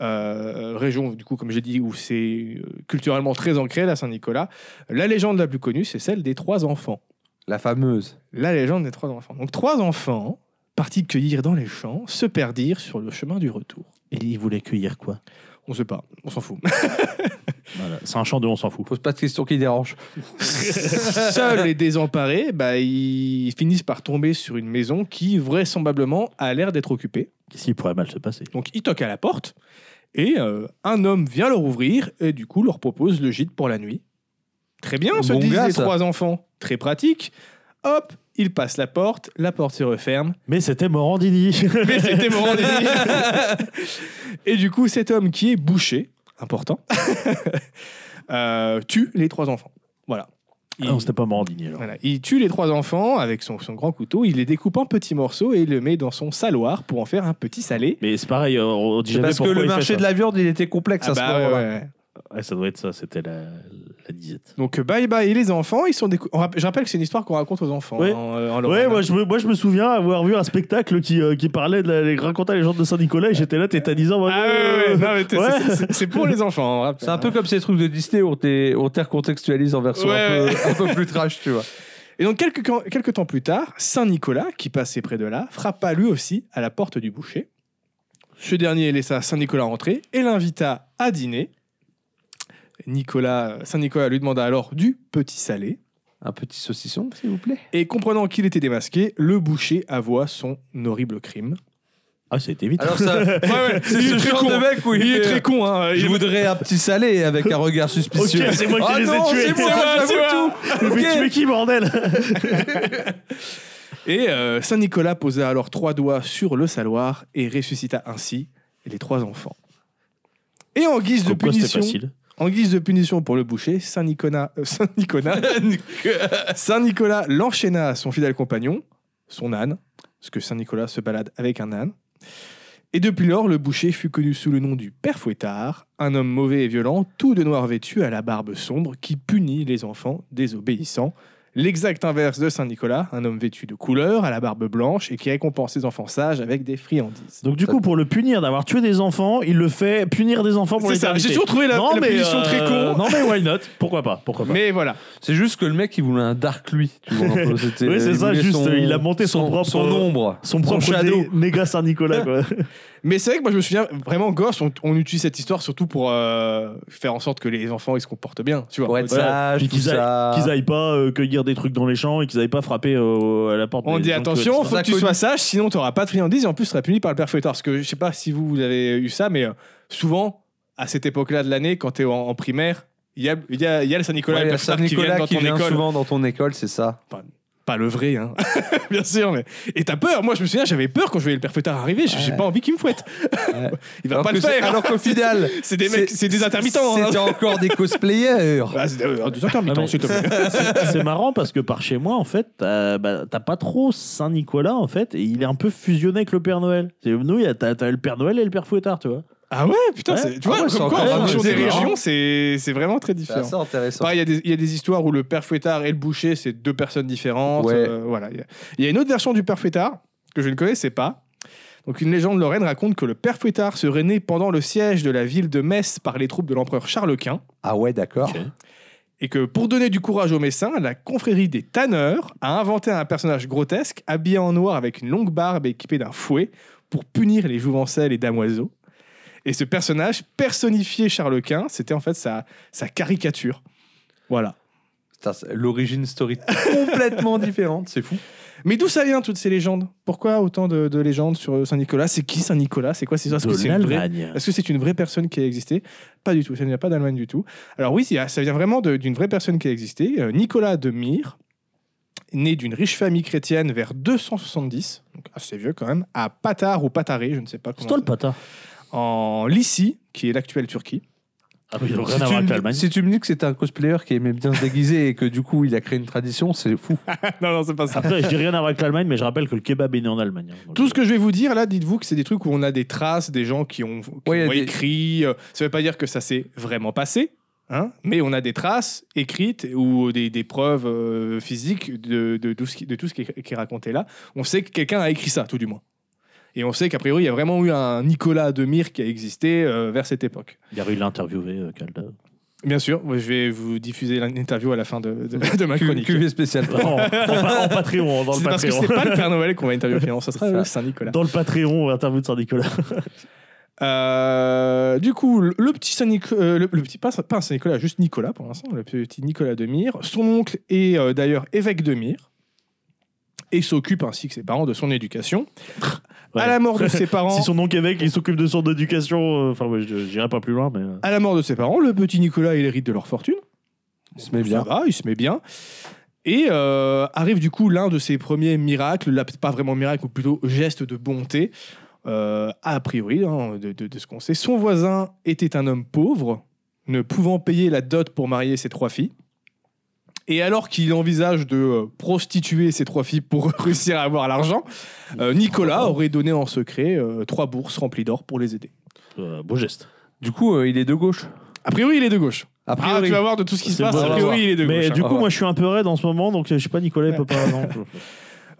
S3: euh, région, du coup, comme j'ai dit, où c'est euh, culturellement très ancré, la Saint-Nicolas, la légende la plus connue, c'est celle des trois enfants.
S1: La fameuse.
S3: La légende des trois enfants. Donc, trois enfants, partis cueillir dans les champs, se perdirent sur le chemin du retour.
S2: Et il voulait cueillir quoi
S3: On sait pas, on s'en fout.
S2: Voilà, C'est un champ de on s'en fout.
S1: Pose pas de questions qui dérangent.
S3: Seuls et désemparés, bah, ils finissent par tomber sur une maison qui, vraisemblablement, a l'air d'être occupée.
S2: Qu'est-ce qui pourrait mal se passer
S3: Donc, ils toquent à la porte et euh, un homme vient leur ouvrir et du coup leur propose le gîte pour la nuit. Très bien, se
S1: Bon
S3: disent
S1: gars,
S3: les
S1: ça.
S3: trois enfants. Très pratique. Hop, ils passent la porte, la porte se referme.
S2: Mais c'était Morandini
S3: Mais c'était Morandini. et du coup, cet homme qui est bouché, important, euh, tue les trois enfants. Voilà.
S2: Ah
S3: Il-
S2: Non, c'était pas Morandini alors.
S3: voilà. Il tue les trois enfants avec son, son grand couteau, il les découpe en petits morceaux et il le met dans son saloir pour en faire un petit salé.
S2: Mais c'est pareil, euh, on dit
S1: C'est
S2: jamais
S1: parce que
S2: pourquoi
S1: le
S2: il fait
S1: marché
S2: ça.
S1: de la viande, il était complexe
S3: Ah
S1: à ce
S3: bah,
S1: moment-là.
S3: ouais, ouais, ouais.
S2: Ouais, ça doit être ça, c'était la, la disette.
S3: Donc euh, bye bye et les enfants, ils sont décou- on rapp- je rappelle que c'est une histoire qu'on raconte aux enfants
S2: Ouais.
S3: hein, en, euh, en
S2: Ouais,
S3: Lorraine.
S2: moi je, me, moi je me souviens avoir vu un spectacle qui, euh, qui parlait, de la, les- racontait les gens de Saint-Nicolas et j'étais là, tétanisant. moi,
S3: Ah ouais, ouais, ouais,
S2: euh,
S3: non, mais t'es-
S2: ouais.
S3: c'est- c'est- c'est pour les enfants. on rappelle,
S1: C'est un
S3: hein.
S1: peu comme ces trucs de Disney où on t'est- on te recontextualise en version
S3: Ouais,
S1: un, peu, un peu plus trash, tu vois.
S3: Et donc quelques, camp- quelques temps plus tard, Saint Nicolas, qui passait près de là, frappa lui aussi à la porte du boucher. Ce dernier laissa Saint Nicolas entrer et l'invita à dîner. Nicolas, Saint Nicolas lui demanda alors du petit salé.
S1: Un petit saucisson, s'il vous plaît.
S3: Et comprenant qu'il était démasqué, le boucher avoua son horrible crime.
S2: Ah, ça a été vite.
S1: Alors ça, c'est
S3: il est
S1: ce
S3: très
S1: genre
S3: con.
S1: de mec où il,
S3: Il est
S1: fait,
S3: très con, hein.
S1: Je
S3: Il-
S1: voudrais un petit salé avec un regard
S2: Ok,
S1: suspicieux.
S2: c'est moi qui
S1: Ah
S2: les ai
S1: non,
S2: tués.
S1: c'est moi,
S3: c'est moi.
S1: j'avoue tout.
S2: Mais
S1: Ok.
S2: tu es qui, bordel
S3: Et euh, Saint Nicolas posa alors trois doigts sur le saloir et ressuscita ainsi les trois enfants. Et en guise de
S2: Comme quoi, c'était
S3: punition,
S2: facile.
S3: en guise de punition pour le boucher, euh, Saint Nicolas, Saint Nicolas, Saint Nicolas l'enchaîna à son fidèle compagnon, son âne, parce que Saint Nicolas se balade avec un âne. Et depuis lors, le boucher fut connu sous le nom du père Fouettard, un homme mauvais et violent, tout de noir vêtu, à la barbe sombre, qui punit les enfants désobéissants. L'exact inverse de Saint Nicolas, un homme vêtu de couleur, à la barbe blanche, et qui récompense les enfants sages avec des friandises.
S2: Donc, du coup, pour le punir d'avoir tué des enfants, il le fait punir des enfants pour
S3: C'est ça,
S2: l'éternité.
S3: j'ai toujours trouvé la, la
S2: mais,
S3: punition
S2: euh,
S3: très con.
S2: Non, mais why not Pourquoi pas Pourquoi pas
S3: mais voilà.
S1: C'est juste que le mec, il voulait un dark lui. Tu vois, un peu. C'était-
S2: Oui, c'est
S1: il
S2: ça,
S1: voulait
S2: juste, euh, il a monté son propre-
S1: Son ombre.
S2: Son propre
S1: shadow.
S2: dé- méga Saint-Nicolas, quoi.
S3: Mais c'est vrai que moi je me souviens vraiment gosse, on, on utilise cette histoire surtout pour euh, faire en sorte que les enfants ils se comportent bien, tu vois.
S1: Pour être
S2: Voilà.
S1: sage,
S2: Puis
S1: tout
S2: qu'ils aillent-
S1: ça.
S2: Qu'ils aillent pas euh, cueillir des trucs dans les champs et qu'ils aillent pas frapper euh, à la porte.
S3: On
S2: des
S3: dit
S2: gens que-
S3: attention, faut
S1: ça
S3: que tu
S1: connu.
S3: sois sage, sinon t'auras pas de friandises et en plus tu seras puni par le père fouettard. Parce que je sais pas si vous, vous avez eu ça, mais euh, souvent à cette époque-là de l'année, quand t'es en, en primaire, il y a, il y a- il y a le Saint-Nicolas et
S1: Ouais,
S3: le
S1: il y a
S3: père
S1: Saint
S3: Fouettard qui viennent
S1: Nicolas
S3: dans
S1: qui
S3: ton
S1: vient
S3: école.
S1: souvent dans ton école, c'est ça.
S3: Pas le vrai, hein. bien sûr, mais. Et t'as peur, moi je me souviens, j'avais peur quand je voyais le père fouettard arriver, j'ai j'ai
S1: Ouais.
S3: pas envie qu'il me fouette.
S1: Ouais.
S3: Il va
S1: Alors
S3: pas
S1: que
S3: le
S1: c'est-
S3: faire.
S1: alors qu'au final,
S3: c'est des mecs, c'est des intermittents. hein.
S1: C'était encore des cosplayers.
S3: Bah, c'est des- des intermittents,
S1: Ah,
S2: mais-
S3: s'il te plaît.
S2: C'est- C'est marrant parce que par chez moi, en fait, t'as bah, t'as pas trop Saint-Nicolas, en fait, et il est un peu fusionné avec le Père Noël. C'est- Nous, il y a- t'as t'as le Père Noël et le Père Fouettard, tu vois.
S3: Ah ouais, putain,
S2: Ouais.
S3: c'est- tu
S1: Ah
S3: vois,
S1: ouais, c'est
S3: comme quoi,
S1: encore
S3: en
S1: mieux,
S3: fonction
S1: c'est
S3: des
S1: marrant.
S3: régions, c'est c'est vraiment très
S1: C'est
S3: différent.
S1: assez intéressant.
S3: Pareil, il y a des- il y, a des histoires où le père fouettard et le boucher, c'est deux personnes différentes.
S1: Ouais.
S3: euh, voilà. Il y a- il y, a une autre version du père fouettard que je ne connaissais pas. Donc, une légende lorraine raconte que le père fouettard serait né pendant le siège de la ville de Metz par les troupes de l'empereur Charles Quint.
S1: Ah ouais, d'accord.
S3: Et que pour donner du courage aux Messins, la confrérie des tanneurs a inventé un personnage grotesque, habillé en noir avec une longue barbe et équipé d'un fouet, pour punir les jouvencelles et damoiseaux. Et ce personnage personnifié Charles Quint, c'était en fait sa, sa caricature. Voilà.
S1: Putain, c'est- L'origine story complètement différente, c'est fou.
S3: Mais d'où ça vient toutes ces légendes Pourquoi autant de, de légendes sur Saint-Nicolas C'est qui Saint-Nicolas C'est quoi ces histoires Est-ce que
S2: De
S3: c'est une vraie-
S2: l'Allemagne.
S3: Est-ce que c'est une vraie personne qui a existé Pas du tout, ça ne vient pas ah, d'Allemagne du tout. Alors oui, ça ça vient vraiment de- d'une vraie personne qui a existé, euh, Nicolas de Myre, né d'une riche famille chrétienne vers 270, donc assez vieux quand même, à Patar ou Pataré, je ne sais pas
S2: C'est
S3: comment.
S2: toi le
S3: ça-
S2: patard.
S3: En Lycie, qui est l'actuelle Turquie.
S2: Ah, mais il n'a
S1: Si
S2: rien à
S1: tu,
S2: voir avec
S1: me,
S2: l'Allemagne.
S1: dis- si tu me dis que c'est un cosplayer qui aimait bien se déguiser et que du coup il a créé une tradition, c'est fou.
S3: non, non, c'est pas ça.
S2: Après, je dis rien à voir avec l'Allemagne, mais je rappelle que le kebab est né en Allemagne. hein. Donc,
S3: Tout ce que je vais vous dire, là, dites-vous que c'est des trucs où on a des traces, des gens qui ont, qui
S1: Ouais, y a
S3: ont
S1: des-
S3: écrit. euh, Ça ne veut pas dire que ça s'est vraiment passé, hein, mais on a des traces écrites ou des, des preuves euh, physiques de, de tout ce qui, de tout ce qui est, qui est raconté là. On sait que quelqu'un a écrit ça, tout du moins. Et on sait qu'a priori, il y a vraiment eu un Nicolas de Myre qui a existé euh, vers cette époque.
S2: Il a eu l'interviewé, euh, Calda.
S3: Bien sûr, moi, je vais vous diffuser l'interview à la fin de, de- de ma
S1: Q-
S3: chronique.
S1: QV spécial.
S2: En, en pa- en Patreon, dans le
S3: C'est parce que
S2: Patreon.
S3: c'est pas le Père Noël qu'on va interviewer finalement, ça sera
S1: C'est
S3: le
S1: ça.
S3: Saint-Nicolas.
S2: Dans le Patreon, interview de Saint-Nicolas.
S3: Euh, du coup, le, le petit Saint-Nicolas, le, le petit pas, pas Saint-Nicolas, juste Nicolas pour l'instant, le petit Nicolas de Myre. Son oncle est euh, d'ailleurs évêque de Myre et s'occupe ainsi que ses parents de son éducation.
S2: Ouais.
S3: À la mort de ses parents,
S2: Si son nom Québec, il s'occupe de son éducation. euh, Enfin, ouais, je- j'irai pas plus loin, mais. euh,
S3: à la mort de ses parents, le petit Nicolas il hérite de leur fortune.
S1: Il se met
S3: Ça
S1: bien.
S3: va, il se met bien. Et euh, arrive du coup l'un de ses premiers miracles, là, peut-être pas vraiment miracle, ou plutôt geste de bonté, euh, a priori, hein, de, de- de ce qu'on sait. Son voisin était un homme pauvre, ne pouvant payer la dot pour marier ses trois filles. Et alors qu'il envisage de euh, prostituer ses trois filles pour réussir à avoir l'argent, euh, Nicolas aurait donné en secret euh, trois bourses remplies d'or pour les aider.
S2: euh, beau geste.
S1: Du coup, euh, il est de gauche.
S3: A priori, il est de gauche.
S1: A
S3: Ah,
S1: priori.
S3: tu vas voir de tout ce qui se
S2: C'est
S3: passe,
S2: beau,
S3: a
S2: on va
S1: voir.
S3: priori, il est de gauche.
S2: Mais
S3: hein.
S2: du coup,
S1: ouais.
S2: moi, je suis un peu raide en ce moment, donc euh, je sais pas, Nicolas, il peut pas. non.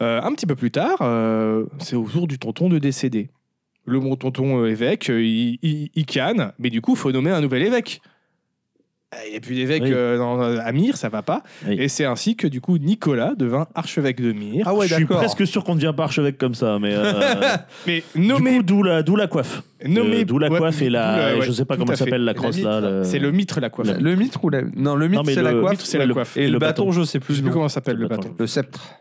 S3: Euh, un petit peu plus tard, euh, c'est au jour du tonton de décédé. Le mon tonton euh, évêque, euh, il, il- il canne, mais du coup, faut nommer un nouvel évêque. Euh, Il n'y a plus d'évêque
S2: Oui.
S3: euh, dans- à Myre, ça va pas.
S2: Oui.
S3: Et c'est ainsi que du coup, Nicolas devint archevêque de Myre.
S1: Ah ouais,
S2: je suis
S1: d'accord.
S2: presque sûr qu'on ne devient pas archevêque comme ça, mais. euh,
S3: Mais
S2: du
S3: nommé,
S2: coup, d'où la, d'où la coiffe.
S3: nommé
S2: Euh, d'où la
S3: ouais,
S2: coiffe et la.
S3: d'où la- ouais,
S2: je sais pas
S3: tout
S2: comment
S3: à
S2: elle
S3: fait.
S2: s'appelle la
S1: La
S2: crosse
S1: mitre,
S2: là. le-
S3: C'est le mitre la coiffe.
S1: Le mitre ou la. Non, le mitre,
S2: mais
S1: c'est
S2: le
S1: la coiffe.
S2: mitre,
S3: c'est la
S2: le-
S3: coiffe.
S1: Et le,
S2: le
S1: bâton,
S2: bâton.
S1: je sais
S3: Je
S1: plus.
S3: sais
S1: le
S3: plus
S1: nom.
S3: comment ça s'appelle
S2: Le
S3: le
S2: bâton,
S3: bâton.
S1: Le sceptre.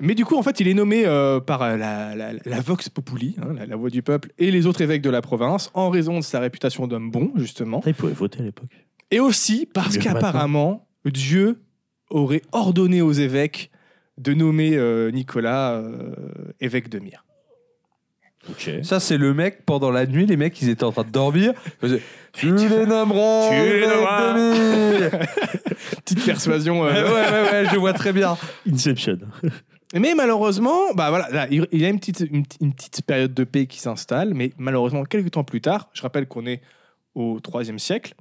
S3: Mais du coup, en fait, il est nommé euh, par euh, la, la- la- la Vox Populi, hein, la, la voix du peuple, et les autres évêques de la province, en raison de sa réputation d'homme bon, justement.
S2: Putain, Il pouvait voter à l'époque.
S3: Et aussi parce
S2: Mieux
S3: qu'apparemment, Dieu aurait ordonné aux évêques de nommer euh, Nicolas euh, évêque de Myre.
S2: Ok.
S1: Ça, c'est le mec, pendant la nuit, les mecs, ils étaient en train de dormir. Ils faisaient, tu les nommerons
S3: Tu les
S1: évêques de
S3: nommeras.
S1: Mille.
S3: Petite persuasion.
S1: Ouais,
S3: euh,
S1: ouais, ouais, ouais, je vois très bien.
S2: Inception.
S3: mais malheureusement, bah voilà, là, il il y a une petite, une, petite- une petite période de paix qui s'installe, mais malheureusement, quelques temps plus tard, je rappelle qu'on est au IIIe siècle,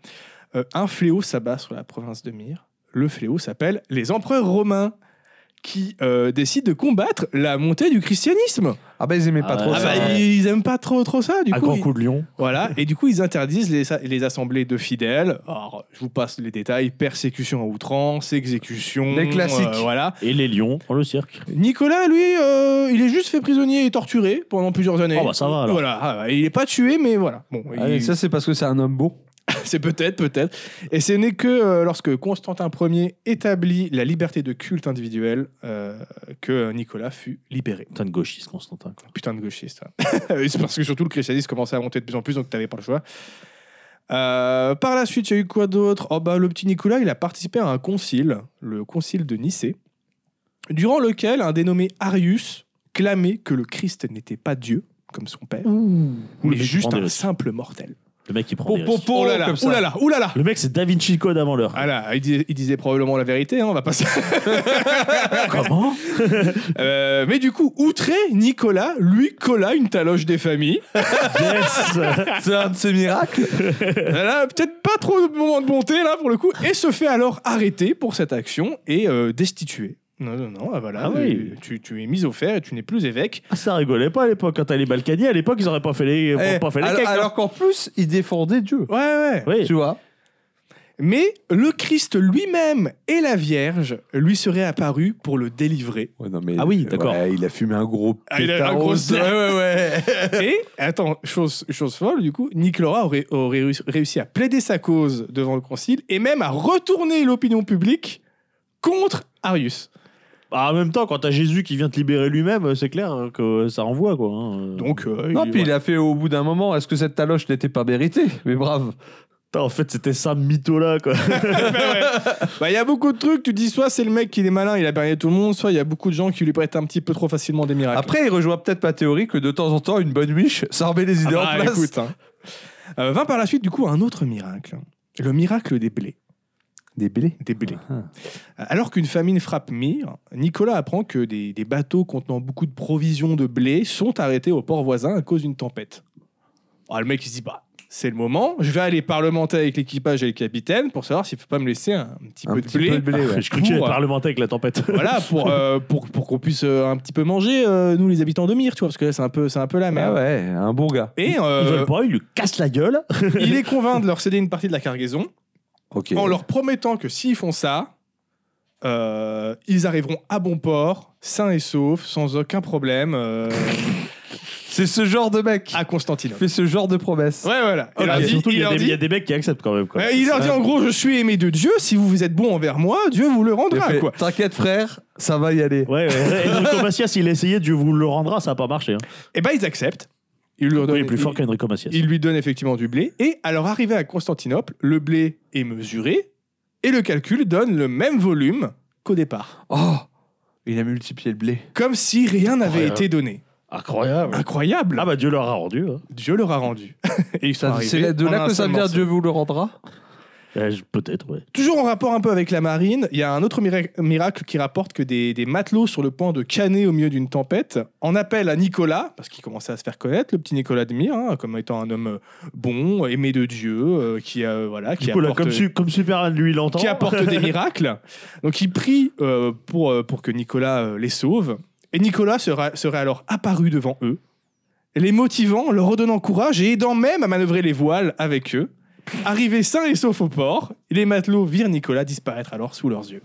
S3: euh, un fléau s'abat sur la province de Myre. Le fléau s'appelle les empereurs romains, qui euh, décident de combattre la montée du christianisme.
S1: Ah bah, ils aimaient pas
S2: Ah
S1: trop
S2: ouais.
S3: Ah
S1: ça.
S3: bah, ils aiment pas trop trop ça, du
S2: à
S3: coup.
S2: grand
S3: ils-
S2: coup de lion.
S3: Voilà, et du coup, ils interdisent les, les assemblées de fidèles. Alors, je vous passe les détails persécution à outrance, exécution.
S1: Les classiques.
S3: euh, voilà.
S2: Et les lions dans le cirque.
S3: Nicolas, lui, euh, il est juste fait prisonnier et torturé pendant plusieurs années.
S2: Oh, bah, ça va, alors.
S3: Voilà, ah, ouais, il est pas tué, mais voilà. Bon,
S1: Ah, et
S3: bah, il-
S1: Ça, c'est parce que c'est un homme beau.
S3: c'est peut-être, peut-être. Et ce n'est que euh, lorsque Constantin Ier établit la liberté de culte individuelle euh, que Nicolas fut libéré.
S2: Putain de gauchiste, Constantin. quoi.
S3: Putain de gauchiste. ouais. Et c'est parce que surtout le christianisme commençait à monter de plus en plus, donc t'avais pas le choix. Euh, par la suite, il y a eu quoi d'autre Oh bah le petit Nicolas, il a participé à un concile, le concile de Nicée, durant lequel un dénommé Arius clamait que le Christ n'était pas Dieu comme son père,
S2: Le
S3: mais
S2: mec qui
S3: juste
S2: prend des
S3: un
S2: risques.
S3: simple mortel.
S2: Le mec qui prend
S1: Po,
S2: des
S1: po,
S2: risques.
S1: po,
S3: oh là là,
S1: comme ça.
S3: oh là là, oh là là.
S2: Le mec, c'est Da Vinci Code avant l'heure.
S3: Ah là, il, disait, il disait probablement la vérité, hein, on va pas se-
S2: Comment
S3: Euh, mais du coup, outré, Nicolas lui colla une taloche des familles.
S2: Yes
S1: C'est un de ces miracles.
S3: Voilà, peut-être pas trop de moments de bonté là pour le coup, et se fait alors arrêter pour cette action et euh, destituer. Non, non, non, ah, voilà,
S2: Ah oui.
S3: euh, tu, tu es mis au fer et tu n'es plus évêque.
S2: Ah, Ça rigolait pas à l'époque. Quand t'as les Balkany, à l'époque, ils auraient pas fait les,
S1: Eh,
S2: pas fait les
S1: alors
S2: cakes, hein.
S1: alors qu'en plus, il défendait Dieu.
S3: Ouais, ouais.
S2: Oui.
S1: Tu vois
S3: Mais le Christ lui-même et la Vierge lui seraient apparus pour le délivrer.
S1: Ouais, non, mais,
S2: Ah oui, d'accord.
S1: ouais, il a fumé un gros
S3: Ah, il a un
S1: pétard
S3: gros-
S1: rose. Ouais, ouais, ouais.
S3: Et, attends, chose, chose folle, du coup, Nicolas aurait, aurait réussi- réussi à plaider sa cause devant le concile et même à retourner l'opinion publique contre Arius.
S2: Ah, en même temps, quand t'as Jésus qui vient te libérer lui-même, euh, c'est clair hein, que ça renvoie, quoi. hein.
S3: Donc, euh,
S1: Non,
S3: il-
S1: puis il a fait au bout d'un moment, est-ce que cette taloche n'était pas méritée Mais brave.
S2: Putain, en fait, c'était ça mytho là, quoi.
S3: Bah, il y a beaucoup de trucs. Tu dis soit c'est le mec qui est malin, il a perdu tout le monde, soit il y a beaucoup de gens qui lui prêtent un petit peu trop facilement des miracles.
S1: Après, il rejoint peut-être ma théorie que de temps en temps, une bonne miche, ça remet les idées
S3: Ah
S1: en
S3: bah,
S1: place.
S3: écoute, hein. Euh, vint par la suite, du coup, un autre miracle. Le miracle des blés.
S1: Des blés.
S3: Des blés.
S1: ah.
S3: Alors qu'une famine frappe Myre, Nicolas apprend que des, des bateaux contenant beaucoup de provisions de blé sont arrêtés au port voisin à cause d'une tempête. Ah, le mec, il se dit bah, c'est le moment, je vais aller parlementer avec l'équipage et le capitaine pour savoir s'il ne faut pas me laisser un petit
S1: Un
S3: peu
S1: petit
S3: de blé.
S1: peu de blé, ouais.
S2: Je crois qu'il est
S3: Pour, euh,
S2: parlementaire avec la tempête.
S3: voilà, pour, euh, pour, pour qu'on puisse euh, un petit peu manger, euh, nous les habitants de Myre, tu vois, parce que là, c'est un peu, c'est un peu la
S1: Ah
S3: merde.
S1: ouais, un bon gars.
S3: Et euh,
S2: Ah Ils veulent pas, ils lui cassent la gueule.
S3: il est convaincu de leur céder une partie de la cargaison
S1: Ok.
S3: en leur promettant que s'ils font ça, euh, ils arriveront à bon port, sains et saufs, sans aucun problème, euh,
S1: C'est ce genre de mec
S3: à
S1: qui
S3: Constantinople.
S1: fait ce genre de promesses.
S3: Ouais, voilà. Il
S1: Ok.
S3: leur
S2: Ah,
S3: dit-
S2: surtout, il
S3: il
S2: y, a
S3: leur
S2: des- il y a
S3: dit-
S2: des mecs qui acceptent quand même, quoi.
S3: Ouais, il leur dit en gros, je suis aimé de Dieu, si vous vous êtes bon envers moi, Dieu vous le
S1: Il a
S3: rendra,
S1: fait,
S3: quoi.
S1: T'inquiète frère, ça va y aller.
S2: Ouais, ouais. Et Enrico Macias, il a essayé, Dieu vous le rendra, ça n'a pas marché. Hein.
S3: Et ben, ils acceptent. Ils
S2: Oui, il
S3: lui
S2: est
S3: redonnent-
S2: plus fort
S3: ils-
S2: qu'Enrico Macias.
S3: Il lui donne effectivement du blé. Et alors, arrivé à Constantinople, le blé est mesuré et le calcul donne le même volume qu'au départ.
S1: Oh, il a multiplié le blé.
S3: Comme si rien n'avait
S2: Incroyable.
S3: été donné.
S2: Incroyable.
S3: Incroyable
S2: Ah bah Dieu leur a rendu. hein.
S3: Dieu leur a rendu. et ils sont
S1: Ça,
S3: arrivés
S1: C'est de
S3: en
S1: là
S3: un
S1: que ça
S3: seul
S1: vient,
S3: morceau.
S1: Dieu vous le rendra.
S2: Euh, je- Peut-être, ouais.
S3: Toujours en rapport un peu avec la marine, il y a un autre mira- miracle qui rapporte que des, des matelots sur le point de caner au milieu d'une tempête en appellent à Nicolas, parce qu'il commençait à se faire connaître, le petit Nicolas de Myre, hein, comme étant un homme euh, bon, aimé de Dieu, euh, qui, euh, voilà, qui
S2: Du coup, là,
S3: apporte-
S2: comme, su- comme Superman, lui, il entend.
S3: qui apporte des miracles. Donc il prie euh, pour, euh, pour que Nicolas euh, les sauve. Et Nicolas sera- serait alors apparu devant eux, les motivant, leur redonnant courage et aidant même à manœuvrer les voiles avec eux. Arrivés sains et saufs au port, les matelots virent Nicolas disparaître alors sous leurs yeux.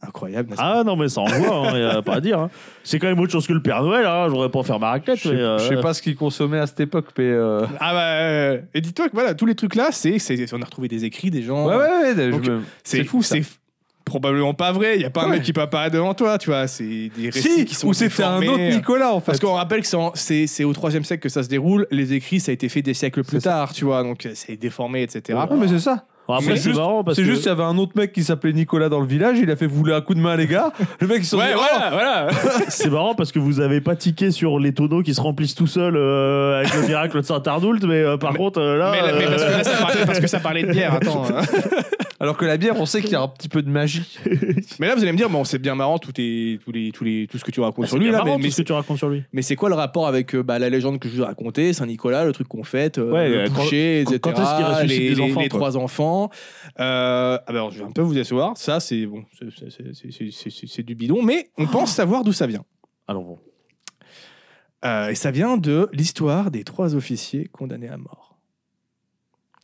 S3: Incroyable, n'est-ce pas
S2: Ah non, mais ça envoie, il n'y a pas à dire. hein. C'est quand même autre chose que le Père Noël, hein. j'aurais pas faire ma raclette.
S1: Je
S2: mais, euh,
S1: sais- je sais pas ce qu'il consommait à cette époque, mais. euh,
S3: Ah bah, euh, et dis-toi que voilà, tous les trucs là, c'est, c'est- on a retrouvé des écrits des gens.
S1: Ouais, ouais, ouais. je
S3: Donc,
S1: me-
S3: c'est,
S1: c'est
S3: fou,
S1: fou,
S3: c'est f- probablement pas vrai. Il y a pas un
S1: Ouais.
S3: mec qui peut apparaître devant toi, tu vois. C'est des récits
S1: Si,
S3: qui sont
S1: ou c'était un
S3: déformés.
S1: autre Nicolas en fait.
S3: Parce qu'on rappelle que c'est en- c'est c'est au 3 siècle que ça se déroule, les écrits, ça a été fait des siècles plus
S1: C'est ça.
S3: tard, tu vois, donc euh, c'est déformé, etc.
S1: Ouais, Ah, mais c'est ça.
S2: bon,
S3: Mais
S2: Après, Ah, c'est
S1: juste-
S2: marrant parce
S1: C'est
S2: que.
S1: juste, il y avait un autre mec qui s'appelait Nicolas dans le village, il a fait vouler un coup de main à les gars. Le mec, ils se sont dit, oh,
S3: voilà.
S2: C'est marrant parce que vous avez pas tiqué sur les tonneaux qui se remplissent tout seuls euh, avec le miracle de Saint-Arnoult, mais euh, par contre, euh, là.
S3: mais, là- mais parce, que
S2: euh,
S3: là, ça parlait, parce que ça parlait de bière, attends. hein.
S1: Alors que la bière, on sait qu'il y a un petit peu de magie.
S3: Mais là, vous allez me dire, bon, c'est bien marrant tout, est, tout, les, tout, les, tout ce que tu racontes
S2: Ah, c'est
S3: sur lui, là,
S2: marrant
S3: mais,
S2: tout
S3: mais
S2: ce que tu racontes sur lui.
S3: mais c'est quoi le rapport avec euh, bah, la légende que je vous ai racontée, Saint-Nicolas, le truc qu'on fête, euh,
S2: Ouais,
S3: le
S2: quand-
S3: boucher,
S2: quand-
S3: etc.
S2: quand est-ce qu'il ressuscite
S3: les,
S2: des
S3: les-
S2: enfants,
S3: les
S2: quoi.
S3: trois enfants. Euh, ah ben, alors, je vais un peu vous décevoir, ça, c'est bon, c'est- c'est- c'est- c'est- c'est- c'est- c'est du bidon, mais on pense savoir d'où ça vient.
S2: Alors bon.
S3: Euh, et ça vient de l'histoire des trois officiers condamnés à mort.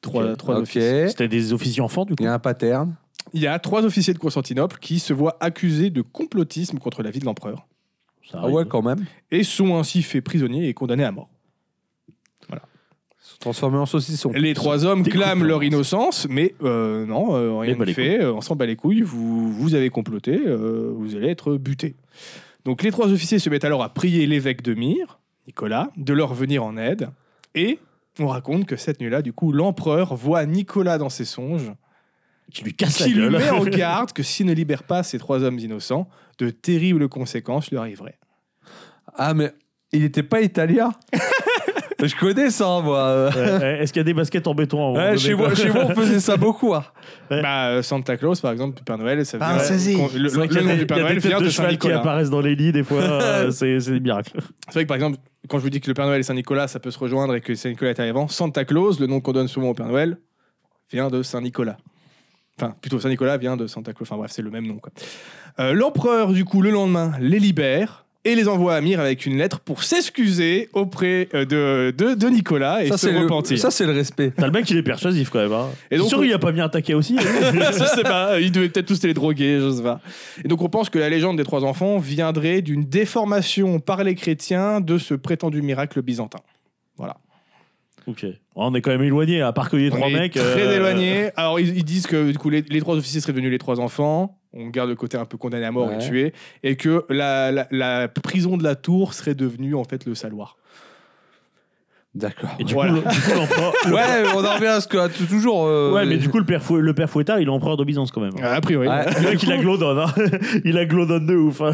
S3: Trois,
S2: Ok.
S3: trois
S1: ok,
S3: officiers.
S1: il
S2: C'était des officiers enfants, du coup.
S1: y a un pattern.
S3: Il y a trois officiers de Constantinople qui se voient accusés de complotisme contre la vie de l'empereur
S2: Ça
S1: Ah
S2: arrive.
S1: ouais, quand même.
S3: et sont ainsi faits prisonniers et condamnés à mort.
S1: Ils sont transformés en saucisson.
S3: Les trois hommes
S2: Des
S3: clament
S2: coups,
S3: leur
S2: hein.
S3: innocence, mais euh, non, euh, rien
S2: Eh ben,
S3: ne
S2: les
S3: fait, euh, on s'en bat les couilles, vous, vous avez comploté, euh, vous allez être butés. Donc les trois officiers se mettent alors à prier l'évêque de Myre, Nicolas, de leur venir en aide, et on raconte que cette nuit-là, du coup, l'empereur voit Nicolas dans ses songes
S2: Qui lui casse la
S3: qui lui
S2: Ah, gueule.
S3: met en garde que s'il ne libère pas ces trois hommes innocents, de terribles conséquences lui arriveraient.
S1: Ah, mais il n'était pas italien Je connais ça, moi.
S2: Ouais, ouais. Est-ce qu'il y a des baskets en béton hein, à un moment
S1: Ouais,
S2: donné,
S1: chez,
S2: quoi
S1: moi, chez moi, on faisait ça beaucoup. hein.
S2: Ouais.
S3: Bah, euh, Santa Claus, par exemple, du Père Noël, ça
S1: Ah,
S3: vient,
S1: ça, si.
S3: con- le,
S2: C'est vrai
S3: le
S2: qu'il y a
S3: nom
S2: des-
S3: du Père
S2: il y a
S3: Noël
S2: des têtes
S3: vient de
S2: de cheval qui
S3: Saint-Nicolas.
S2: apparaissent dans les lits, des fois. euh, c'est c'est des miracles.
S3: C'est vrai que, par exemple, quand je vous dis que le Père Noël et Saint-Nicolas, ça peut se rejoindre et que Saint-Nicolas est arrivant, Santa Claus, le nom qu'on donne souvent au Père Noël, vient de Saint-Nicolas. Enfin, plutôt Saint-Nicolas vient de Santa Claus. Enfin bref, c'est le même nom. quoi. Euh, L'empereur, du coup, le lendemain, les libère et les envoie à Myre avec une lettre pour s'excuser auprès euh, de, de, de Nicolas et
S1: Ça,
S3: se
S1: c'est le,
S3: repentir.
S1: ça, c'est le respect.
S2: T'as le mec, il est persuasif quand même. Hein.
S3: Et donc,
S2: sûr,
S3: on-
S2: il a pas mis un taquet aussi. hein.
S3: je sais pas, ils devaient peut-être tous les droguer, je sais pas. Et donc on pense que la légende des trois enfants viendrait d'une déformation par les chrétiens de ce prétendu miracle byzantin. Voilà.
S2: Ok. On est quand même éloigné, à part qu'il y ait trois
S3: On est
S2: mecs.
S3: Très
S2: euh,
S3: éloigné. Alors ils, ils disent que du coup les, les trois officiers seraient devenus les trois enfants. On garde le côté un peu condamné à mort
S1: Ouais.
S3: et tué, et que la, la- la prison de la tour serait devenue en fait le saloir.
S1: D'accord.
S2: Et du
S3: Voilà.
S2: coup, le- du coup, l'empereur-
S1: Ouais, mais on en revient à ce que à t- toujours. euh,
S2: Ouais, mais
S1: les-
S2: du coup, le père, Fou- le père Fouettard, il est empereur de Byzance quand même.
S3: A priori.
S1: Ouais.
S2: Le mec, il a Glodon, hein. Il a Glodon de ouf. hein.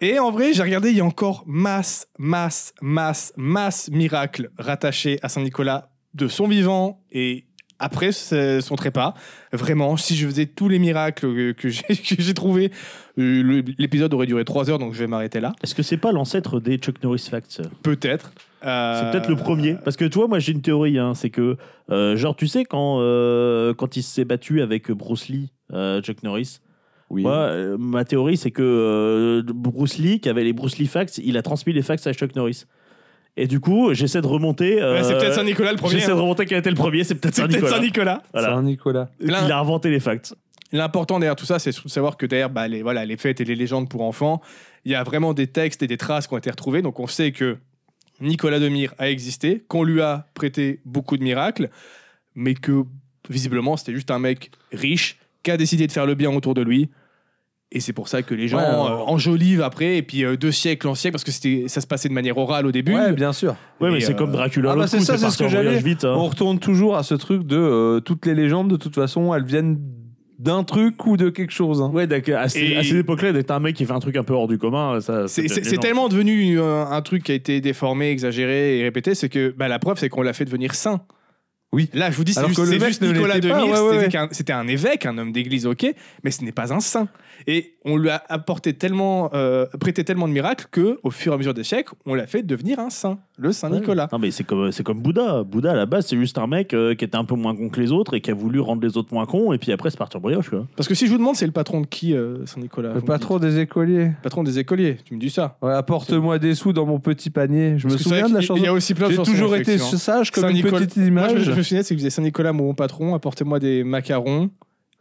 S3: Et en vrai, j'ai regardé, il y a encore masse, masse, masse, masse miracles rattachés à Saint-Nicolas de son vivant et après ce- son trépas. Vraiment, si je faisais tous les miracles euh, que j'ai- que j'ai trouvés, euh, le- l'épisode aurait duré 3 heures, donc je vais m'arrêter là.
S2: Est-ce que c'est pas l'ancêtre des Chuck Norris Facts
S3: Peut-être. Euh,
S2: C'est peut-être le premier. Parce que tu vois, moi j'ai une théorie, hein, c'est que, euh, genre, tu sais, quand, euh, quand il s'est battu avec Bruce Lee, euh, Chuck Norris,
S1: Oui.
S2: moi, euh, ma théorie c'est que euh, Bruce Lee, qui avait les Bruce Lee Facts, il a transmis les facts à Chuck Norris. Et du coup, j'essaie de remonter.
S3: Ouais, c'est
S2: euh,
S3: peut-être Saint-Nicolas le premier.
S2: J'essaie de
S3: hein.
S2: remonter qui a été le premier, c'est peut-être
S3: C'est peut-être
S2: Saint-Nicolas.
S3: Saint-Nicolas.
S2: Voilà.
S1: Saint-Nicolas.
S2: Il a inventé les facts.
S3: L'important derrière tout ça, c'est surtout de savoir que derrière bah, les, voilà, les fêtes et les légendes pour enfants, il y a vraiment des textes et des traces qui ont été retrouvées. Donc on sait que Nicolas de Myre a existé, qu'on lui a prêté beaucoup de miracles, mais que visiblement c'était juste un mec riche qui a décidé de faire le bien autour de lui. Et c'est pour ça que les gens
S1: Ouais,
S3: euh,
S1: alors-
S3: enjolivent après, et puis euh, de siècle en siècle, parce que c'était- ça se passait de manière orale au début.
S1: Ouais, bien sûr.
S2: Ouais, mais
S3: Et,
S2: c'est
S3: euh,
S2: comme Dracula.
S1: ah bah,
S2: l'autre
S1: c'est
S2: coup,
S1: ça, c'est ce
S2: parti
S1: que
S2: en voyage
S1: j'allais-
S3: Ah.
S2: Vite, hein.
S1: On retourne toujours à ce truc de euh, toutes les légendes, de toute façon, elles viennent d'un truc ou de quelque chose. hein.
S2: Ouais, d'accord. À, ces-
S3: Et-
S2: à cette époque-là, d'être un mec qui fait un truc un peu hors du commun, ça. ça
S3: C'est-
S2: devient
S3: C'est c'est
S2: gênant.
S3: tellement devenu euh, un truc qui a été déformé, exagéré et répété, c'est que bah, la preuve, c'est qu'on l'a fait devenir saint.
S1: Oui.
S3: Là, je vous dis, c'est
S1: Alors
S3: juste,
S1: que le
S3: c'est
S1: mec
S3: juste
S1: ne
S3: Nicolas
S1: l'était
S3: de
S1: pas,
S3: Myre,
S1: ouais, ouais,
S3: c'était
S1: ouais.
S3: qu'un- c'était un évêque, un homme d'église, ok, mais ce n'est pas un saint. Et on lui a apporté tellement, euh, prêté tellement de miracles que, au fur et à mesure des siècles, on l'a fait devenir un saint, le saint
S2: Ouais.
S3: Nicolas.
S2: Non, mais c'est comme, c'est comme Bouddha. Bouddha, à la base, c'est juste un mec euh, qui était un peu moins con que les autres et qui a voulu rendre les autres moins cons, et puis après, c'est parti en brioche, quoi.
S3: Parce que si je vous demande, c'est le patron de qui, euh, saint Nicolas
S1: Le
S3: Vous me dites.
S1: patron des écoliers.
S3: patron des écoliers. Tu me dis ça.
S1: Ouais, Apporte-moi des sous dans mon petit panier. Je me
S3: Parce que c'est
S1: souviens
S3: vrai
S1: de la
S3: qu'il- Il y
S1: chanson.
S3: a aussi plein de
S1: J'ai
S3: chansons,
S1: toujours été
S3: effectivement.
S1: sage comme une
S3: Saint-Nicolas-
S1: petite
S3: Moi, je,
S1: image.
S3: me- je me souviens, c'est que vous faisais Saint-Nicolas, mon bon patron, apportez-moi des macarons,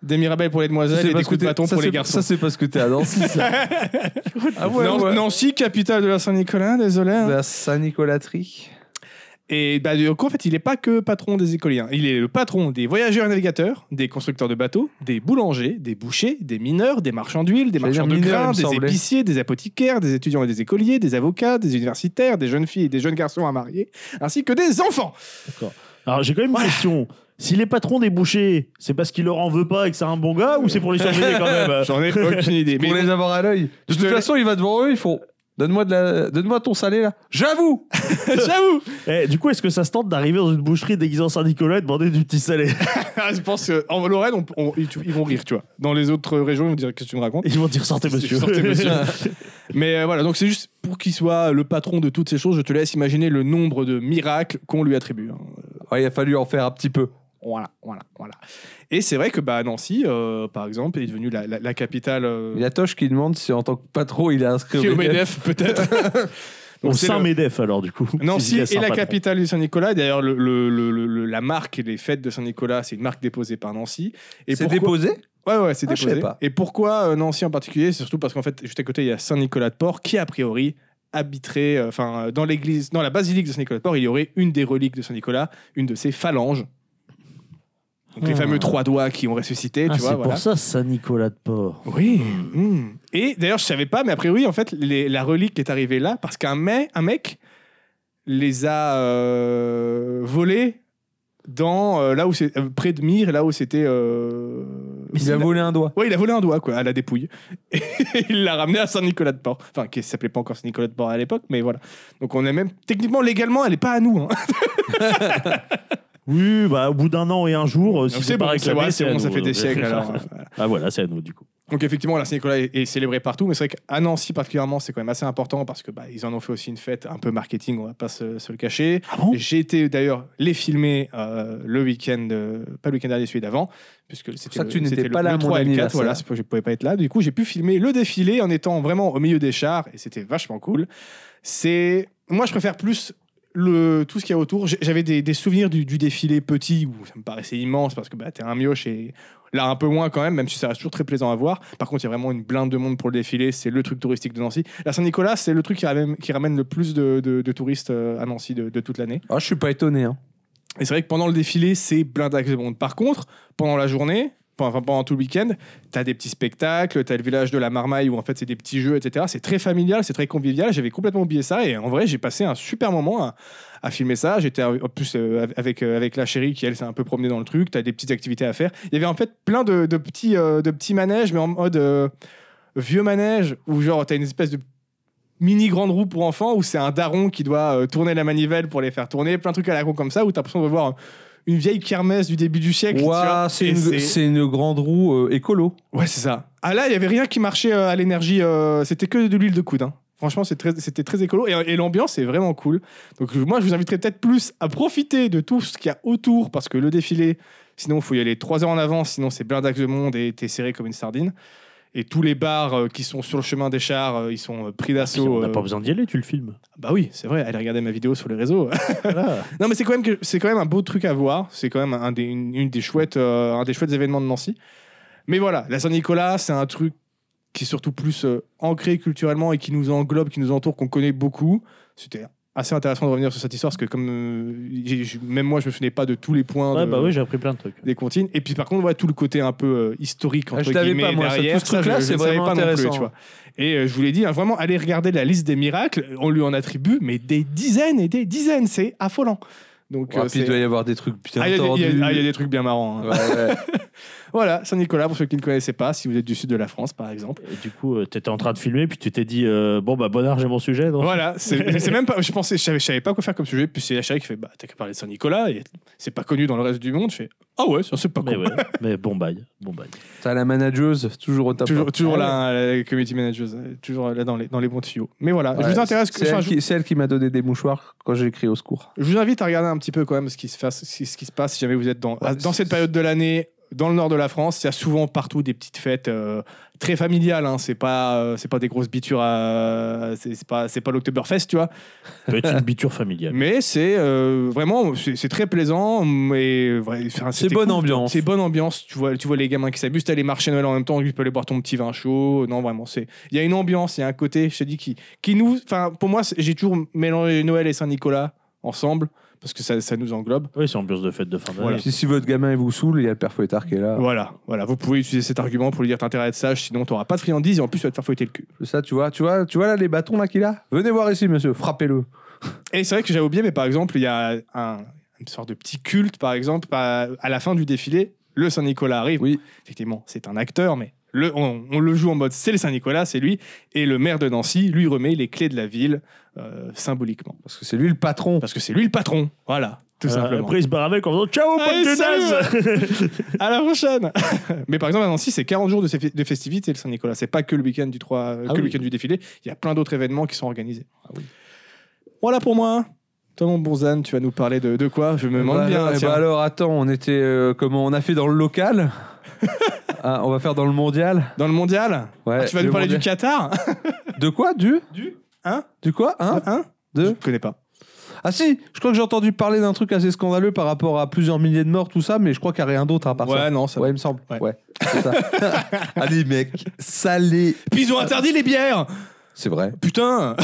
S3: des mirabelles pour les demoiselles et des
S1: parce
S3: coups de
S1: t'es-
S3: bâton
S1: ça,
S3: pour les
S1: c'est-
S3: garçons.
S1: ça, c'est parce que t'es à Nancy. ça. ah ouais,
S3: Nan-
S1: ouais.
S3: Nancy, capitale de la Saint-Nicolas, désolé. hein.
S1: La Saint-Nicolaterie.
S3: Et bah, donc, en fait, il n'est pas que patron des écoliers. hein. Il est le patron des voyageurs et navigateurs, des constructeurs de bateaux, des boulangers, des bouchers, des mineurs, des marchands d'huile, des
S1: J'allais dire
S3: marchands de
S1: mineurs, il
S3: grains,
S1: me
S3: des
S1: semblait.
S3: épiciers, des apothicaires, des étudiants et des écoliers, des avocats, des universitaires, des jeunes filles et des jeunes garçons à marier, ainsi que des enfants.
S2: Alors, j'ai quand même une question. Si les patrons des bouchers, c'est parce qu'il leur en veut pas et que c'est un bon gars, ou c'est pour les surveiller quand même euh
S3: J'en ai aucune idée.
S1: Pour
S3: Mais
S1: les avoir à l'œil. De
S3: Je
S1: toute
S3: te-
S1: façon, il va devant eux, ils font. Donne-moi de la... Donne ton salé là. J'avoue
S3: j'avoue,
S2: Eh, Du coup, est-ce que ça se tente d'arriver dans une boucherie déguisée en Saint-Nicolas et demander du petit salé
S3: Ah, je pense qu'en Lorraine, on- on- ils, tu- ils vont rire, tu vois. Dans les autres régions, ils vont dire Qu'est-ce que tu me racontes
S2: Ils vont dire sortez, monsieur.
S3: Sortez, monsieur. Mais euh, voilà, donc c'est juste pour qu'il soit le patron de toutes ces choses, je te laisse imaginer le nombre de miracles qu'on lui attribue. hein.
S1: Ouais, il a fallu en faire un petit peu.
S3: Voilà, voilà, voilà. Et c'est vrai que bah, Nancy, euh, par exemple, est devenue la, la- la capitale. euh,
S1: Il y a Tosh qui demande si en tant que patron, il a inscrit
S3: qui est
S1: au
S3: au
S1: BDF.
S3: MEDEF, peut-être.
S2: Au
S3: Donc, c'est le-
S2: Saint-Médef, alors, du coup.
S3: Nancy
S2: s'il y a
S3: est la
S2: Saint-Patron.
S3: capitale du Saint-Nicolas. D'ailleurs, le- le- le- le- la marque et les fêtes de Saint-Nicolas, c'est une marque déposée par Nancy. Et
S1: C'est
S3: pourquoi-
S1: déposé
S3: Ouais, ouais, c'est
S1: Ah, je
S3: déposé.
S1: savais pas.
S3: Et pourquoi euh, Nancy en particulier C'est surtout parce qu'en fait, juste à côté, il y a Saint-Nicolas-de-Port qui, a priori, habiterait, euh, enfin, euh, dans l'église, dans la basilique de Saint-Nicolas-de-Port, il y aurait une des reliques de Saint-Nicolas, une de ses phalanges. Donc les
S2: Ah.
S3: fameux trois doigts qui ont ressuscité,
S2: Ah,
S3: tu
S2: c'est
S3: vois.
S2: pour
S3: voilà.
S2: ça Hmm. Saint-Nicolas de Port.
S3: Oui. Mm. Et d'ailleurs, je savais pas, mais a priori, en fait, les- la relique est arrivée là parce qu'un mec, un mec les a euh, volés dans euh, là où c'est euh, près de Myre, là où c'était. euh,
S1: Il a volé un doigt.
S3: Ouais, il a volé un doigt, quoi, à la dépouille. Et il l'a ramené à Saint-Nicolas-de-Port. Enfin, qui s'appelait pas encore Saint-Nicolas-de-Port à l'époque, mais voilà. Donc on est même, techniquement, légalement, elle est pas à nous. hein.
S2: Oui, bah, au bout d'un an et un jour, euh, si
S3: Donc
S2: c'est pas
S3: bon,
S2: réclamé,
S3: ouais, c'est
S2: à
S3: bon,
S2: nous,
S3: ça fait
S2: donc.
S3: des siècles. alors, euh, voilà.
S2: Ah voilà, c'est à nous, du coup.
S3: Donc effectivement, la Saint-Nicolas est, est célébrée partout, mais c'est vrai qu'à Nancy particulièrement, c'est quand même assez important parce que bah, ils en ont fait aussi une fête un peu marketing, on va pas se, se le cacher.
S2: Ah bon
S3: J'ai été d'ailleurs les filmer euh, le week-end, euh, pas le week-end dernier, celui d'avant, puisque c'était
S1: ça
S3: le-
S1: que tu n'étais
S3: c'était
S1: pas
S3: le,
S1: là à
S3: le
S1: mon
S3: 3 et le 4,
S1: anniversaire.
S3: voilà, c'est pour- je pouvais pas être là. Du coup, j'ai pu filmer le défilé en étant vraiment au milieu des chars et c'était vachement cool. C'est moi, je préfère plus le tout ce qu'il y a autour. J'ai- J'avais des, des souvenirs du, du défilé petit où ça me paraissait immense parce que bah, t'es un mioche et là un peu moins quand même, même si ça reste toujours très plaisant à voir. Par contre, il y a vraiment une blinde de monde pour le défilé. C'est le truc touristique de Nancy. La Saint-Nicolas, c'est le truc qui ramène, qui ramène le plus de, de- de touristes euh, à Nancy de, de toute l'année.
S1: Ah, je suis pas étonné. Hein.
S3: Et c'est vrai que pendant le défilé, c'est blindax de monde. Par contre, pendant la journée, enfin, pendant tout le week-end. T'as des petits spectacles, t'as le village de la marmaille où en fait c'est des petits jeux, etc. C'est très familial, c'est très convivial. J'avais complètement oublié ça et en vrai j'ai passé un super moment à, à filmer ça. J'étais en plus euh, avec, euh, avec la chérie qui elle s'est un peu promenée dans le truc. T'as des petites activités à faire. Il y avait en fait plein de, de petits, euh, de petits manèges, mais en mode euh, vieux manège où genre t'as une espèce de mini grande roue pour enfants où c'est un daron qui doit euh, tourner la manivelle pour les faire tourner. Plein de trucs à la con comme ça où t'as l'impression de voir une vieille kermesse du début du siècle. tu vois.
S1: Ouah, c'est
S3: Et
S1: une,
S3: c'est-
S1: c'est une grande roue euh, écolo.
S3: Ouais, c'est ça. Ah là, il y avait rien qui marchait euh, à l'énergie. euh, c'était que de l'huile de coude. hein. Franchement, c'est très- c'était très, écolo. Et, et l'ambiance est vraiment cool. Donc, euh, moi, je vous inviterai peut-être plus à profiter de tout ce qu'il y a autour. Parce que le défilé, sinon, il faut y aller trois heures en avance. Sinon, c'est blindax de monde et t'es serré comme une sardine. Et tous les bars euh, qui sont sur le chemin des chars, euh, ils sont euh, pris
S2: Ah, Puis on
S3: d'assaut.
S2: n'a
S3: euh,
S2: pas besoin d'y aller, tu le filmes.
S3: bah oui, c'est vrai. Allez regarder ma vidéo sur les réseaux.
S2: Voilà.
S3: Non, mais c'est quand même que- c'est quand même un beau truc à voir. C'est quand même un des, une, une des chouettes euh, un des chouettes événements de Nancy. Mais voilà, la Saint-Nicolas, c'est un truc qui est surtout plus euh, ancré culturellement et qui nous englobe, qui nous entoure, qu'on connaît beaucoup. C'était assez intéressant de revenir sur cette histoire parce que comme euh, j'ai- j'ai- même moi, je me souvenais pas de tous les points
S2: Ouais,
S3: Ah de-
S2: bah oui, j'ai appris plein de trucs.
S3: des comptines. Et puis par contre, ouais, tout le côté un peu euh, historique entre
S1: Ah, je l'avais
S3: guillemets
S1: pas, moi, ça,
S3: derrière,
S1: tout ce truc-là,
S3: je- je
S1: c'est
S3: ne savais
S1: vraiment
S3: pas non plus,
S1: intéressant.
S3: tu vois. Et euh, je vous l'ai dit, hein, vraiment, allez regarder la liste des miracles. On lui en attribue, mais des dizaines et des dizaines. C'est affolant. Donc,
S1: Ah,
S3: euh,
S1: puis
S3: c'est-
S1: il doit y avoir des trucs bien
S3: Ah, il y a des- il y a-
S1: tordus.
S3: ah, il y a des trucs bien marrants. hein.
S1: Ouais, ouais.
S3: Voilà, Saint-Nicolas, pour ceux qui ne connaissaient pas, si vous êtes du sud de la France, par exemple.
S2: Et du coup, tu étais en train de filmer, puis tu t'es dit, euh, bon, bah, bonheur, j'ai mon sujet. donc.
S3: Voilà, c'est c'est même pas. Je pensais, je savais, je savais pas quoi faire comme sujet. Puis c'est la chérie qui fait, bah, t'as qu'à parler de Saint-Nicolas. et C'est pas connu dans le reste du monde. Je fais, ah ouais, ça, c'est pas
S2: Mais,
S3: connu.
S2: ouais, mais bon bail, bon bail.
S1: T'as la manageuse, toujours au top.
S3: Toujours, toujours
S1: Ah
S3: là, hein, la community manager, euh, toujours là dans les, dans les bons tuyaux. Mais voilà,
S1: ouais.
S3: je vous intéresse.
S1: C'est
S3: enfin,
S1: elle,
S3: je-
S1: qui- c'est elle qui m'a donné des mouchoirs quand j'ai crié au secours.
S3: Je vous invite à regarder un petit peu quand même ce qui se, fasse, ce ce qui se passe si jamais vous êtes dans,
S1: Ouais,
S3: dans
S1: c'est-
S3: cette période de l'année, dans le nord de la France. Il y a souvent partout des petites fêtes euh, très familiales. Hein. C'est pas, euh, c'est pas des grosses bitures. À... C'est c'est pas, c'est pas l'Oktoberfest, tu vois.
S2: Peut-être une biture familiale.
S3: Mais c'est euh, vraiment, c'est c'est très plaisant. Mais ouais, enfin,
S1: C'est
S3: c'était
S1: bonne
S3: cool.
S1: ambiance.
S3: C'est bonne ambiance. Tu vois, tu vois les gamins qui s'abusent. T'as les marchés Noël en même temps. Tu peux aller boire ton petit vin chaud. Non, vraiment, c'est. Il y a une ambiance. Il y a un côté, je te dis, qui, qui nous. Enfin, pour moi, c'est- j'ai toujours mélangé Noël et Saint-Nicolas ensemble parce que ça, ça nous englobe.
S2: Oui, c'est ambiance de fête de fin d'année.
S1: Puis si votre gamin il vous saoule, il y a le père Fouettard qui est là.
S3: Voilà, voilà. Vous pouvez utiliser cet argument pour lui dire t'as intérêt à être sage, sinon t'auras pas de friandises et en plus tu vas te faire fouetter le cul.
S1: Ça, tu vois, tu vois, tu vois là les bâtons là qu'il a. Venez voir ici, monsieur, frappez-le.
S3: Et c'est vrai que j'avais oublié, mais par exemple, il y a un, une sorte de petit culte, par exemple, à, à la fin du défilé, le Saint-Nicolas arrive.
S1: Oui.
S3: Effectivement, c'est un acteur, mais le, on, on le joue en mode c'est le Saint-Nicolas, c'est lui. Et le maire de Nancy lui remet les clés de la ville euh, symboliquement.
S1: Parce que c'est lui le patron.
S3: Parce que c'est lui le patron. Voilà, tout
S2: Euh,
S3: simplement.
S2: Après, il se barre avec en faisant ciao,
S3: Allez,
S2: pote de naze
S3: À la prochaine Mais par exemple, à Nancy, c'est 40 jours de, ces fé- de festivités, le Saint-Nicolas. C'est pas que le week-end du, 3, euh,
S2: Ah
S3: que le
S2: oui.
S3: week-end du défilé. Il y a plein d'autres événements qui sont organisés.
S1: oui.
S3: Voilà pour moi. Toi, mon bon Zan, tu vas nous parler de, de quoi Je me demande
S1: Bah,
S3: bien.
S1: eh
S3: tiens.
S1: bah alors attends, on était euh, comment on a fait dans le local Ah, On va faire dans le mondial.
S3: Dans le mondial Ah,
S1: Ouais,
S3: Tu vas nous
S1: le
S3: parler du
S1: mondial.
S3: Qatar
S1: De quoi Du
S3: Du Hein
S1: Du quoi Un
S3: Hein Je
S1: Deux
S3: connais pas.
S1: Ah si, je crois que j'ai entendu parler d'un truc assez scandaleux par rapport à plusieurs milliers de morts, tout ça, mais je crois qu'il n'y a rien d'autre à part
S3: ouais,
S1: ça.
S3: non, ça
S1: Ouais, il me semble.
S3: Ouais.
S1: Ouais. c'est ça. Allez, mec, salé.
S3: Puis ils ont interdit les bières
S1: C'est vrai,
S3: Putain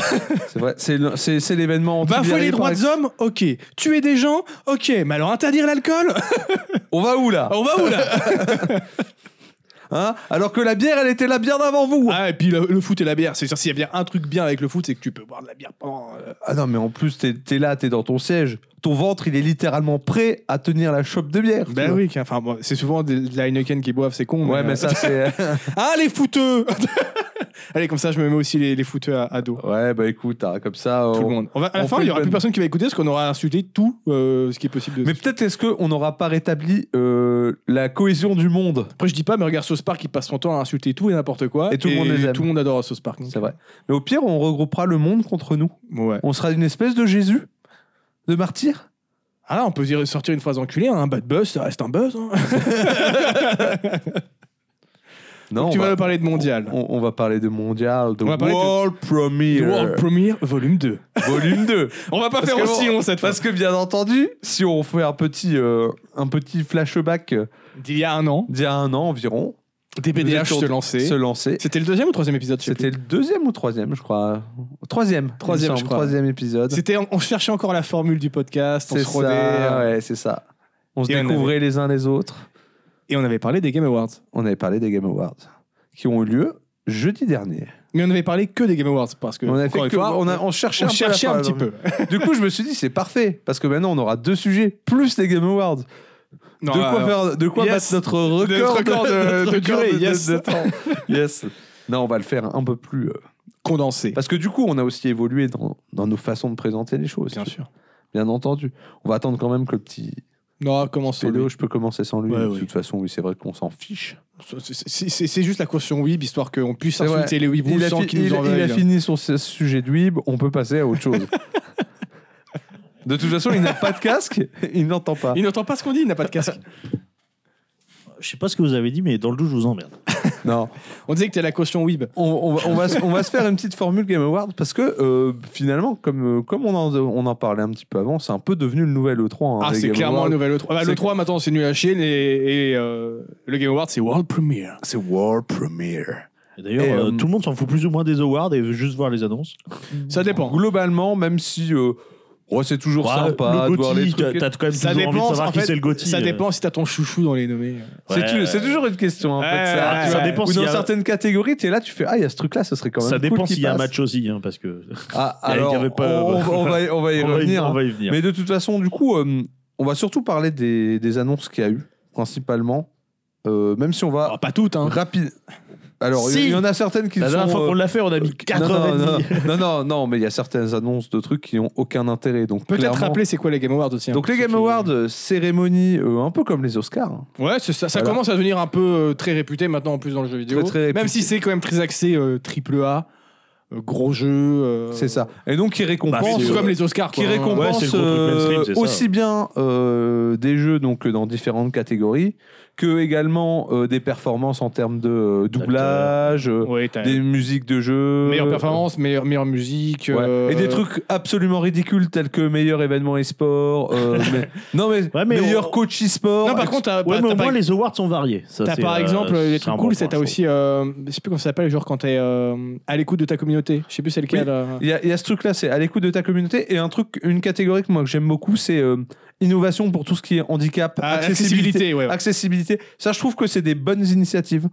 S1: c'est vrai. C'est le- C'est c'est l'événement.
S3: Bafouer
S1: anti-guerrier
S3: les droits
S1: par
S3: des hommes Ok. Tuer des gens Ok. Mais alors interdire l'alcool Ah,
S1: ex- On va où là
S3: On va où là
S1: Hein Alors que la bière, elle était là bien avant vous. Ah,
S3: Ah, et puis le, le foot et la bière. C'est-à-dire, s'il y a bien un truc bien avec le foot, c'est que tu peux boire de la bière pendant. euh,
S1: Ah non, mais en plus, t'es es là, t'es dans ton siège. Ton ventre, il est littéralement prêt à tenir la chope de bière. tu
S3: Ben
S1: vois.
S3: oui, qui- enfin, bon, c'est souvent de, de la Heineken qui boivent, c'est con. euh,
S1: Ouais, mais ça, c'est.
S3: Ah, les fouteux Allez, comme ça, je me mets aussi les, les fouteux à, à dos.
S1: ouais, bah écoute, hein, comme ça.
S3: Tout
S1: on-
S3: le monde. On va, à la
S1: on
S3: fin,
S1: fait
S3: il n'y
S1: une
S3: aura plus
S1: bonne-
S3: personne qui va écouter parce qu'on aura insulté tout euh, ce qui est possible de.
S1: Mais peut-être est-ce qu'on n'aura pas rétabli euh, la cohésion du monde
S3: Après, je dis pas, mais regarde Sauce Park, ils passent son temps à insulter tout et n'importe quoi.
S1: Et tout le monde les aime.
S3: tout le monde adore Sauce Park.
S1: C'est vrai. Mais au pire, on regroupera le monde contre nous.
S3: Ouais.
S1: On sera une espèce de Jésus De martyr
S3: Ah, là, on peut dire- sortir une phrase enculée, hein, un bad buzz, ça reste un buzz. hein.
S1: Non,
S3: tu
S1: on,
S3: vas
S1: va,
S3: nous parler de mondial.
S1: on- on va parler de mondial, de
S3: On va parler de-
S1: World
S3: The
S1: Premiere,
S3: World Premiere, volume 2.
S1: volume 2.
S3: On va pas
S1: Parce
S3: faire
S1: que
S3: aussi
S1: bon,
S3: on cette fois.
S1: Parce que bien entendu, si on fait un petit, euh, un petit flashback euh,
S3: D'il y a un an,
S1: d'il y a un an environ,
S3: des BDH
S1: Nous
S3: se
S1: étions-
S3: lançaient.
S1: se lancer,
S3: C'était le deuxième ou troisième épisode je sais plus.
S1: c'était le deuxième ou troisième, je crois. Troisième. il me
S3: Troisième,
S1: semble,
S3: je crois.
S1: Troisième épisode.
S3: C'était, on, on cherchait encore la formule du podcast, on
S1: C'est
S3: se rodait.
S1: ça,
S3: euh,
S1: ouais, c'est ça. On se
S3: Et on
S1: découvrait les uns les autres.
S3: Et on avait parlé des Game Awards.
S1: On avait parlé des Game Awards qui ont eu lieu jeudi dernier.
S3: Mais on n'avait parlé que des Game Awards parce que
S1: On, a fait
S3: encore une
S1: que-
S3: fois,
S1: on, a-
S3: on
S1: on cherchait un, peu la hein.
S3: cherchait un
S1: fin,
S3: petit
S1: alors.
S3: peu.
S1: Du coup, je me suis dit, c'est parfait, parce que maintenant, on aura deux sujets, plus les Game Awards.
S3: Non, euh,
S1: de quoi,
S3: alors,
S1: faire, de quoi battre
S3: Yes.
S1: notre record,
S3: record de- de durée, yes.
S1: temps. Yes. Non, on va le faire un peu plus. euh,
S3: Condensé.
S1: Parce que du coup, on a aussi évolué dans, dans nos façons de présenter les choses.
S3: Bien sûr.
S1: Bien entendu. On va attendre quand même que le petit
S3: Non, comment ça
S1: pédo, je peux commencer sans lui.
S3: Ouais,
S1: de
S3: oui.
S1: toute façon, oui, c'est vrai qu'on s'en fiche.
S3: C'est- C'est c'est- c'est juste la caution Weeb, histoire qu'on puisse
S1: C'est vrai.
S3: insulter les Weebous
S1: il a,
S3: sans
S1: fi-
S3: qu'ils nous
S1: il-
S3: hein. en
S1: il a
S3: veuillent.
S1: fini sur ce sujet de Weeb, on peut passer à autre chose. de toute façon, il n'a pas de casque, il n'entend pas.
S3: Il n'entend pas ce qu'on dit, il n'a pas de casque.
S2: Je sais pas ce que vous avez dit, mais dans le doute, je vous emmerde.
S1: Non.
S3: On disait que t'es la caution Weeb.
S1: on, on va, on va se- on va se faire une petite formule Game Award parce que euh, finalement, comme, euh, comme on, en, on en parlait un petit peu avant, c'est un peu devenu le nouvel E3. hein,
S3: Ah,
S1: les
S3: c'est
S1: Game
S3: clairement
S1: Awards.
S3: le nouvel E3. Ah bah, le
S1: C'est-
S3: 3, maintenant, c'est nul à chier. Et, et, euh, le Game Award, c'est World Premiere.
S1: C'est World Premiere.
S2: Et D'ailleurs,
S1: Et,
S2: euh,
S1: euh,
S2: tout le monde s'en fout plus ou moins des awards et veut juste voir les annonces.
S1: Mmh.
S3: Ça dépend.
S1: Globalement, même si euh, ouais, c'est toujours
S2: Bah,
S1: sympa
S2: le
S1: de voir les
S2: Gotti,
S1: trucs.
S2: t'as t'as quand même
S3: Ça
S2: toujours envie de
S3: dépend,
S2: savoir
S3: en
S2: qui
S3: fait,
S2: c'est le Gotti.
S3: ça
S2: euh.
S3: dépend si t'as ton chouchou dans les nommés.
S1: C'est
S2: Ouais,
S1: tu-
S2: ouais.
S1: c'est toujours une question. hein, En fait,
S3: Ouais,
S1: ça,
S3: ouais,
S1: tu
S3: ouais.
S1: vois.
S3: Ça
S2: dépend
S1: Ou
S2: s'il
S1: dans
S2: y a-
S1: certaines catégories, tu es là, tu fais Ah, il y a ce truc-là, ce serait quand même.
S2: Ça
S1: cool
S2: dépend
S1: qu'il
S2: s'il y a un
S1: passe.
S2: match aussi, hein, parce que
S1: Ah,
S2: Il y avait
S1: alors,
S2: pas-
S1: on, on va, y- on va y
S2: on, va y,
S1: revenir. hein.
S2: on va y venir.
S1: Mais de toute façon, du coup, euh, on va surtout parler des, des annonces qu'il y a eu, principalement. Euh, même si on va
S3: pas toutes, hein.
S1: rapide. Alors, il
S2: Si.
S1: y- il y en a certaines qui
S2: La
S1: sont.
S2: dernière fois
S1: euh,
S2: qu'on l'a fait, on a mis 80
S1: non, non, non,
S2: minutes.
S1: non, non, non, mais il y a certaines annonces de trucs qui n'ont aucun intérêt. Donc,
S3: Peut-être
S1: clairement-
S3: rappeler c'est quoi les Game Awards aussi. hein,
S1: Donc, les
S3: pour ceux
S1: Game
S3: qui-
S1: Awards, euh, cérémonie euh, un peu comme les Oscars. hein.
S3: Ouais, c'est ça, ça
S1: Voilà.
S3: commence à devenir un peu euh, très réputé maintenant en plus dans le jeu vidéo.
S1: Très, très réputé.
S3: Même si c'est quand même très axé euh, triple A, euh, gros jeu. euh,
S1: C'est ça. Et donc, qui
S2: Bah,
S1: récompense.
S3: mais
S2: c'est-
S3: tout comme les Oscars.
S1: qui
S3: quoi, hein.
S2: Ouais,
S1: récompense
S2: c'est le gros truc
S1: euh,
S2: mainstream, c'est ça.
S1: aussi bien euh, des jeux donc dans différentes catégories que également euh, des performances en termes de euh, doublage, euh,
S3: Ouais, t'as
S1: des musiques de jeu,
S3: meilleure performance, meilleure, meilleure musique.
S1: Euh, Ouais.
S3: euh,
S1: Et des trucs absolument ridicules tels que meilleur événement e-sport, euh, mais- non mais,
S2: Ouais, mais
S1: meilleur
S2: on-
S1: coach e-sport.
S3: Non, par contre, t'as
S2: Ouais,
S3: t'as-
S2: mais
S3: t'as
S2: au
S3: par-
S2: moins, les awards sont variés. Ça,
S3: t'as
S2: c'est,
S3: par
S2: euh,
S3: exemple les
S2: c'est un
S3: trucs
S2: bon
S3: cool, c'est
S2: point,
S3: t'as
S2: je
S3: aussi, euh, je sais plus comment ça s'appelle, genre quand t'es euh, à l'écoute de ta communauté. Je sais plus c'est lequel. euh.
S1: il y, a- il y a ce truc là, c'est à l'écoute de ta communauté et un truc, une catégorie que moi que j'aime beaucoup, c'est euh, innovation pour tout ce qui est handicap,
S3: Ah, accessibilité, ouais. ouais.
S1: accessibilité. Ça, je trouve que c'est des bonnes initiatives.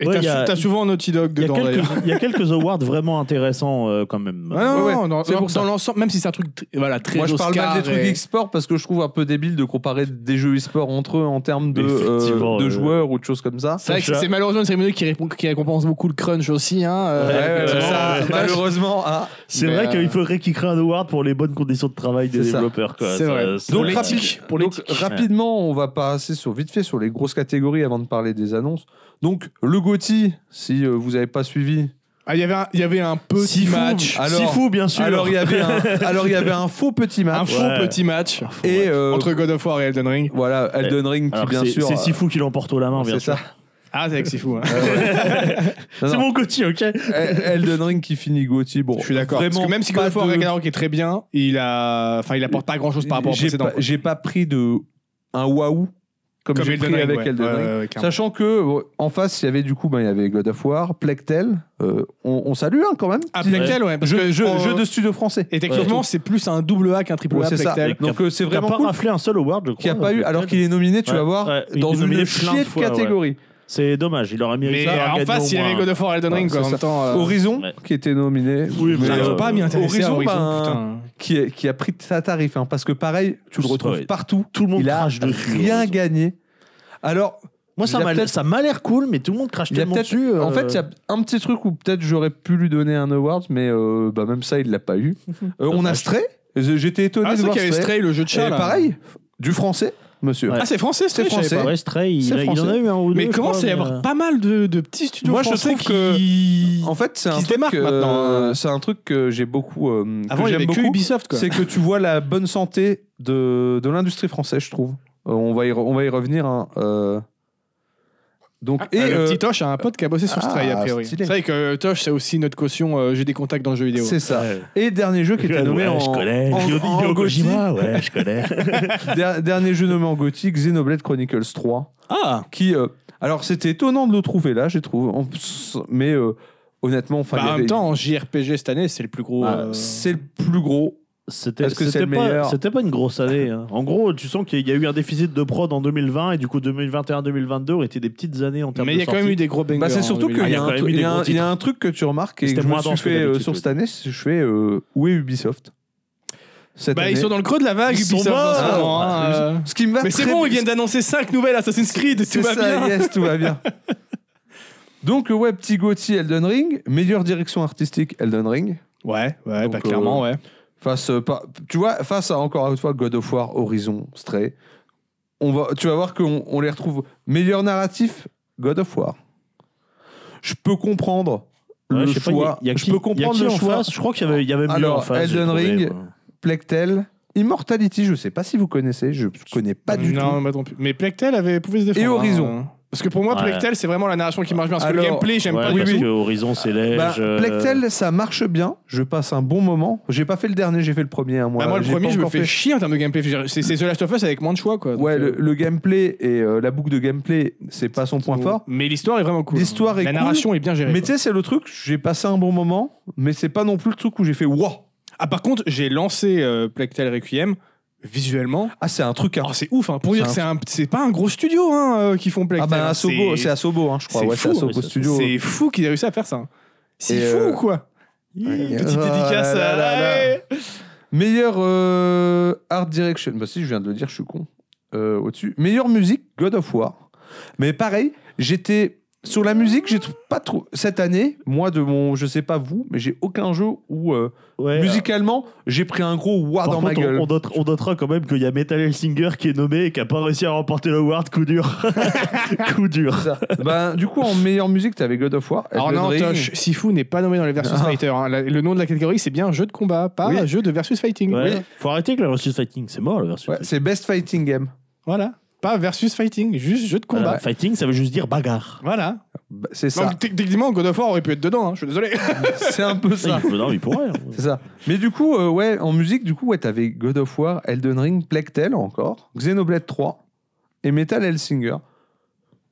S3: Et
S2: Ouais,
S3: t'as
S2: y a-
S3: sou- t'as souvent Naughty Dog
S2: Il y, a
S3: dedans. d'ailleurs.
S2: quelques, il y a quelques awards vraiment intéressants euh, quand même.
S3: Ouais, non,
S1: Ouais,
S3: non, dans,
S1: c'est pour
S3: dans
S1: ça.
S3: l'ensemble, même si c'est un truc tr- voilà, très
S1: Moi, je parle
S3: Oscar
S1: mal des trucs
S3: et-
S1: e-sport parce que je trouve un peu débile de comparer des jeux e-sport entre eux en termes de, euh,
S2: Effectivement,
S1: de
S2: euh.
S1: joueurs ou de choses comme ça.
S3: C'est vrai que
S2: Ça-
S3: c'est malheureusement une cérémonie qui, répon- qui récompense beaucoup le crunch aussi. Hein, euh,
S2: Ouais, ouais,
S3: euh,
S2: ouais,
S3: ça,
S2: ouais, ouais.
S3: dommage.
S1: malheureusement. ah.
S2: C'est
S3: Mais,
S2: vrai
S3: euh,
S2: qu'il faudrait qu'ils créent un award pour les bonnes conditions de travail des
S1: C'est ça.
S2: développeurs. quoi.
S3: C'est
S2: Ça,
S3: vrai.
S2: ça,
S1: Donc,
S2: euh,
S1: rapide-
S3: Pour
S1: donc,
S3: l'éthique.
S1: rapidement, on va passer sur, vite fait sur les grosses catégories avant de parler des annonces. Donc, le GOTY, si euh, vous n'avez pas suivi.
S3: Ah, Il y avait un- il y avait un petit
S2: Sifu,
S3: match.
S1: Alors-
S2: Sifu, bien sûr.
S1: Alors, il y avait un, alors, il y avait un faux petit
S3: Un
S1: match.
S3: faux
S2: Ouais.
S3: petit match
S1: et euh,
S3: entre God of War et Elden Ring.
S1: voilà, Elden Ring qui,
S2: Ah, Alors,
S1: bien
S2: c'est-
S1: sûr.
S2: C'est
S1: euh,
S2: Sifu qui l'emporte au la main, bien
S1: C'est
S2: sûr.
S1: ça.
S3: Ah, c'est avec Sifu. hein.
S1: Non,
S2: C'est
S1: non.
S2: mon Gauthier, ok
S1: E-, Elden Ring qui finit GOTY. Bon,
S3: Je suis d'accord. Parce
S1: Vraiment
S3: que même si God
S1: pas
S3: of War
S1: de-
S3: Ragnarok est très bien, il a, enfin, il apporte pas grand chose par rapport au
S1: j'ai
S3: précédent.
S1: pas, j'ai pas pris de un waouh comme, j'ai pris avec
S3: ouais.
S1: Elden
S3: Ouais,
S1: Ring.
S3: ouais, ouais, clairement.
S1: Sachant que bon, en face, il y avait du coup, ben, il y avait God of War, Plectel. euh, on, on salue hein, quand même.
S3: Ah,
S1: Petit-
S3: Plectel, ouais. parce
S1: jeu,
S3: que,
S1: jeu-
S3: euh,
S1: jeu de studio français.
S3: Et techniquement, c'est plus un double A qu'un triple
S1: Ouais,
S3: A.
S1: c'est ça.
S3: Plectel.
S1: Donc euh, c'est
S2: Il n'a
S1: vraiment
S2: pas
S1: cool
S2: raflé un seul award, je crois.
S1: qu'il n'y a pas eu, alors qu'il est nominé, tu
S2: Ouais,
S1: vas voir,
S2: ouais, il
S1: dans
S2: est
S1: une
S2: nominé plein de
S1: chier de
S2: fois, ouais.
S1: catégorie.
S2: C'est dommage, il aurait mérité
S3: Mais
S2: d'avoir
S3: en
S2: gagné
S3: face,
S2: au
S3: il y
S2: moins
S3: avait God of War et Elden
S1: Ouais,
S3: Ring. quoi,
S1: c'est
S3: En
S1: ça.
S3: même temps, euh,
S1: Horizon,
S2: ouais.
S1: qui était nominé,
S2: Oui, mais
S3: J'arrive
S2: euh,
S3: pas à m'y intéresser. à
S1: Horizon,
S3: Horizon,
S1: ben,
S3: putain.
S1: qui, qui a pris sa tarif. hein, parce que pareil, tu le
S2: Ouais.
S1: retrouves partout.
S2: Tout le monde
S1: Il a
S2: crache dessus.
S1: rien
S2: heureusement.
S1: gagné. Alors,
S2: Moi, ça
S1: Il a
S2: m'a
S1: peut-être-
S2: ça m'a l'air cool, mais tout le monde crache
S1: Il y a
S2: tellement
S1: peut-être,
S2: dessus. euh,
S1: en fait, il y a un petit truc où peut-être j'aurais pu lui donner un award, mais euh, bah, même ça, il l'a pas eu. Euh, on a
S2: Dommage.
S1: Stray. J'étais étonné
S3: Ah,
S1: de
S3: c'est
S1: voir
S3: qu'il y avait
S1: Stray.
S3: Stray, le jeu de
S1: Et
S3: chat. là.
S1: pareil, du français, monsieur.
S2: Ouais.
S3: Ah, c'est français, Stray,
S1: C'est
S3: je savais
S1: français.
S3: pas.
S2: Ouais, Stray, il,
S1: C'est
S2: a- il en a
S1: français.
S2: eu un ou deux.
S3: Mais
S2: je
S3: comment
S2: crois,
S3: ça y
S2: mais,
S3: avoir
S2: euh,
S3: pas mal de, de petits studios
S1: Moi, je
S3: français
S1: trouve que-
S3: qui...
S1: En fait, c'est
S3: Qui
S1: un,
S3: se
S1: truc
S3: démarque
S1: que-
S3: maintenant. hein.
S1: c'est un truc que j'ai beaucoup. euh, que
S3: Avant, il y
S1: j'aime
S3: avait que
S1: beaucoup.
S3: Ubisoft, quoi.
S1: C'est que tu vois la bonne santé de, de l'industrie française, je trouve. Euh, on, va y re- on va y revenir. hein, euh. Donc,
S3: Et
S1: et, euh,
S3: Ah, le petit Tosh a un pote qui a bossé sur
S1: ah,
S3: Stray, a priori.
S1: stylé.
S3: C'est vrai que euh, Tosh, c'est aussi notre caution, euh, j'ai des contacts dans le jeu vidéo.
S1: c'est ça.
S2: ouais.
S1: Et dernier jeu qui était nommé
S2: Ouais,
S1: en,
S2: je connais.
S1: en-
S2: Hideo-
S1: en
S2: Hideo
S1: Gotti.
S2: Kojima, ouais, je connais.
S1: Der- dernier jeu nommé en gothique, Xenoblade Chronicles 3,
S3: Ah
S1: qui... euh, alors, c'était étonnant de le trouver là, j'ai trouvé, en- mais euh, honnêtement, enfin,
S3: Bah,
S1: il y
S3: En
S1: avait-
S3: même temps, en JRPG cette année, c'est le plus gros...
S1: Ah,
S3: euh,
S1: c'est le plus gros.
S2: C'était
S1: Est-ce que c'est
S2: c'était
S1: le
S2: pas,
S1: meilleur
S2: c'était pas une grosse année. hein. En gros, tu sens qu'il y a eu un déficit de prod en 2020 et du coup 2021-2022 ont été des petites années en termes
S3: Mais
S2: de
S3: il y a quand même
S2: sorties.
S3: eu des gros bangers.
S1: Bah, c'est
S3: hein,
S1: surtout
S3: oui.
S1: qu'il
S2: Ah,
S1: y,
S2: il y
S1: a
S2: a
S1: un
S2: quand même
S1: truc-
S2: eu
S1: il y
S2: des
S1: a
S2: gros
S1: un- il y a
S2: titres.
S1: un truc que tu remarques et
S2: C'était
S1: que je
S2: moins
S1: me suis
S2: dense que
S1: fait euh,
S2: d'habitude,
S1: sur
S2: oui.
S1: cette année, c'est- je fais euh, où est Ubisoft Cette
S3: Bah,
S1: année.
S3: ils sont dans le creux de la vague,
S2: Ils sont
S3: Ubisoft, en ce
S2: morts.
S3: moment, hein,
S2: Ah,
S3: euh.
S1: Ce qui me va
S3: Mais c'est
S1: très
S3: bon, ils
S1: bien.
S3: viennent d'annoncer 5 nouvelles Assassin's Creed, tout
S1: C'est
S3: va
S1: ça,
S3: bien.
S1: yes, tout va bien. Donc, euh, ouais, petit Gauthier, Elden Ring. Meilleure direction artistique, Elden Ring.
S3: Ouais, ouais,
S1: Donc,
S3: bah, clairement, ouais.
S1: Face, euh, pas- tu vois, face à encore une fois God of War, Horizon, Stray. On va, tu vas voir qu'on on les retrouve. Meilleur narratif, God of War. Je peux comprendre
S2: Ouais,
S1: le
S2: je sais pas, il y a-
S1: choix.
S2: il y a
S1: je
S2: qui-
S1: peux
S2: il y a
S1: comprendre
S2: qui
S1: le
S2: en
S1: choix.
S2: face Je crois qu'il y avait, il y avait mieux
S1: Alors,
S2: en face. j'ai
S1: Elden
S2: trouvé,
S1: Ring,
S2: moi.
S1: Plectel, Immortality, je sais pas si vous connaissez, je connais pas du
S3: non,
S1: tout.
S3: moi non plus. Mais Plectel avait pouvait se défendre.
S1: Et Horizon.
S3: hein. Parce que pour moi,
S2: Ouais.
S3: Plectel, c'est vraiment la narration qui marche bien. Parce que
S1: Alors,
S3: le gameplay, j'aime
S2: Ouais,
S3: pas
S2: parce
S3: du
S2: que
S3: tout.
S2: Horizon, c'est léger.
S1: Bah,
S2: euh,
S1: Plectel, ça marche bien. Je passe un bon moment. J'ai pas fait le dernier, j'ai fait le premier. hein, moi,
S3: Bah, moi, le
S1: J'ai
S3: premier,
S1: pas
S3: je me
S1: encore
S3: fais chier en termes de gameplay. C'est c'est The Last of Us avec moins de choix, quoi. Donc,
S1: Ouais, le,
S3: euh,
S1: le gameplay et euh, la boucle de gameplay, c'est pas son point fort.
S3: Mais l'histoire est vraiment cool.
S1: L'histoire est
S3: La
S1: cool,
S3: narration est bien gérée.
S1: Mais
S3: quoi.
S1: tu sais, c'est le truc, j'ai passé un bon moment, mais c'est pas non plus le truc où j'ai fait wow.
S3: Ah, par contre, j'ai lancé euh, Plectel Requiem visuellement.
S1: Ah, c'est un truc. Hein.
S3: Oh, c'est ouf, hein. pour dire
S1: C'est
S3: que c'est un- c'est pas un gros studio hein, euh, qui font
S1: ah,
S3: Plectel.
S1: bah,
S3: hein.
S1: Asobo, c'est Asobo, hein, je crois.
S3: c'est
S1: Ouais, c'est
S3: fou,
S1: Asobo
S2: ouais, c'est-
S1: Studio.
S3: C'est fou qu'ils aient réussi à faire ça. C'est
S1: Et,
S3: fou
S1: euh,
S3: ou quoi
S1: Ouais.
S3: Petite
S1: Oh
S3: dédicace
S1: là
S3: à-
S1: là là.
S3: Ouais.
S1: Meilleur euh, art direction. Bah, si, je viens de le dire, je suis con. Euh, Au-dessus. Meilleure musique, God of War. Mais pareil, j'étais. Sur la musique, j'ai trou- pas trop. Cette année, moi, de mon. Je sais pas vous, mais j'ai aucun jeu où, euh,
S2: ouais,
S1: musicalement, j'ai pris un gros war
S2: Eh,
S1: dans
S2: Par
S1: ma
S2: contre, on-
S1: gueule.
S2: On, note- on notera quand même qu'il y a Metal Hellsinger qui est nommé et qui n'a pas réussi à remporter le World coup dur. coup dur.
S1: Ça. Ben, du coup, en meilleure musique, t'avais God of War.
S3: Alors
S1: Elden
S3: Oh, non,
S1: Ring.
S3: Tosh, Sifu n'est pas nommé dans les versus
S1: Ah.
S3: fighter. hein. La- Le nom de la catégorie, c'est bien jeu de combat, pas
S1: Oui.
S3: jeu de versus fighting.
S2: Ouais. Faut arrêter que le versus fighting, c'est mort le versus
S1: Ouais,
S2: fighting.
S1: c'est Best Fighting Game.
S3: Voilà, pas versus fighting, juste jeu de combat.
S2: Voilà, Euh, Fighting, ça veut juste dire bagarre.
S3: Voilà.
S1: Bah, C'est ça.
S3: Donc techniquement, God of War aurait pu être dedans. hein, Je suis désolé.
S1: C'est un peu ça.
S2: Il peut- non, il pourrait. hein.
S1: C'est ça. Mais du coup, euh, ouais, en musique, du coup, ouais, t'avais God of War, Elden Ring, Plectel encore, Xenoblade 3 et Metal Hellsinger.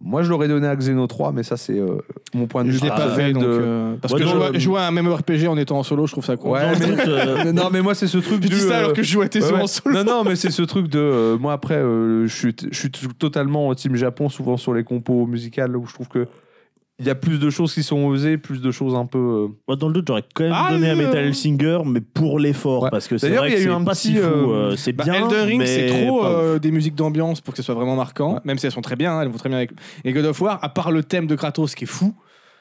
S1: Moi, je l'aurais donné à Xeno 3, mais ça, c'est euh, mon point de vue.
S3: je l'ai pas
S1: personnel
S3: fait, donc,
S1: de-
S3: euh, parce
S2: Ouais,
S3: que
S2: non,
S3: jouer,
S2: euh,
S3: jouer à un MMORPG en étant en solo, je trouve ça con.
S1: Ouais,
S3: Genre,
S2: Dans le
S1: mais-
S2: doute, euh,
S1: Mais Non, mais moi, c'est ce truc
S3: je
S1: du.
S3: dis ça alors
S1: euh,
S3: que je jouais à tes
S1: ouais,
S3: souvent
S1: ouais.
S3: en solo.
S1: Non, non, mais c'est ce truc de. euh, moi, après, euh, je suis, je suis totalement au Team Japon, souvent sur les compos musicales, où je trouve que. Il y a plus de choses qui sont osées, plus de choses un peu. euh,
S2: moi, dans le doute, j'aurais quand même
S3: Ah,
S2: donné à
S3: euh,
S2: Metal Hellsinger, mais pour l'effort.
S1: Ouais.
S2: Parce que c'est
S1: D'ailleurs, il
S2: vrai
S1: y a
S2: que
S1: eu
S2: c'est
S1: un
S2: pas
S1: petit,
S2: si fou.
S1: euh,
S2: euh, c'est
S3: Bah,
S2: bien.
S3: Elden Ring,
S2: mais
S3: c'est trop
S2: pas ouf.
S3: euh, des musiques d'ambiance pour que ce soit vraiment marquant,
S1: Ouais.
S3: même si elles sont très bien, hein, elles vont très bien avec. Et God of War, à part le thème de Kratos qui est fou,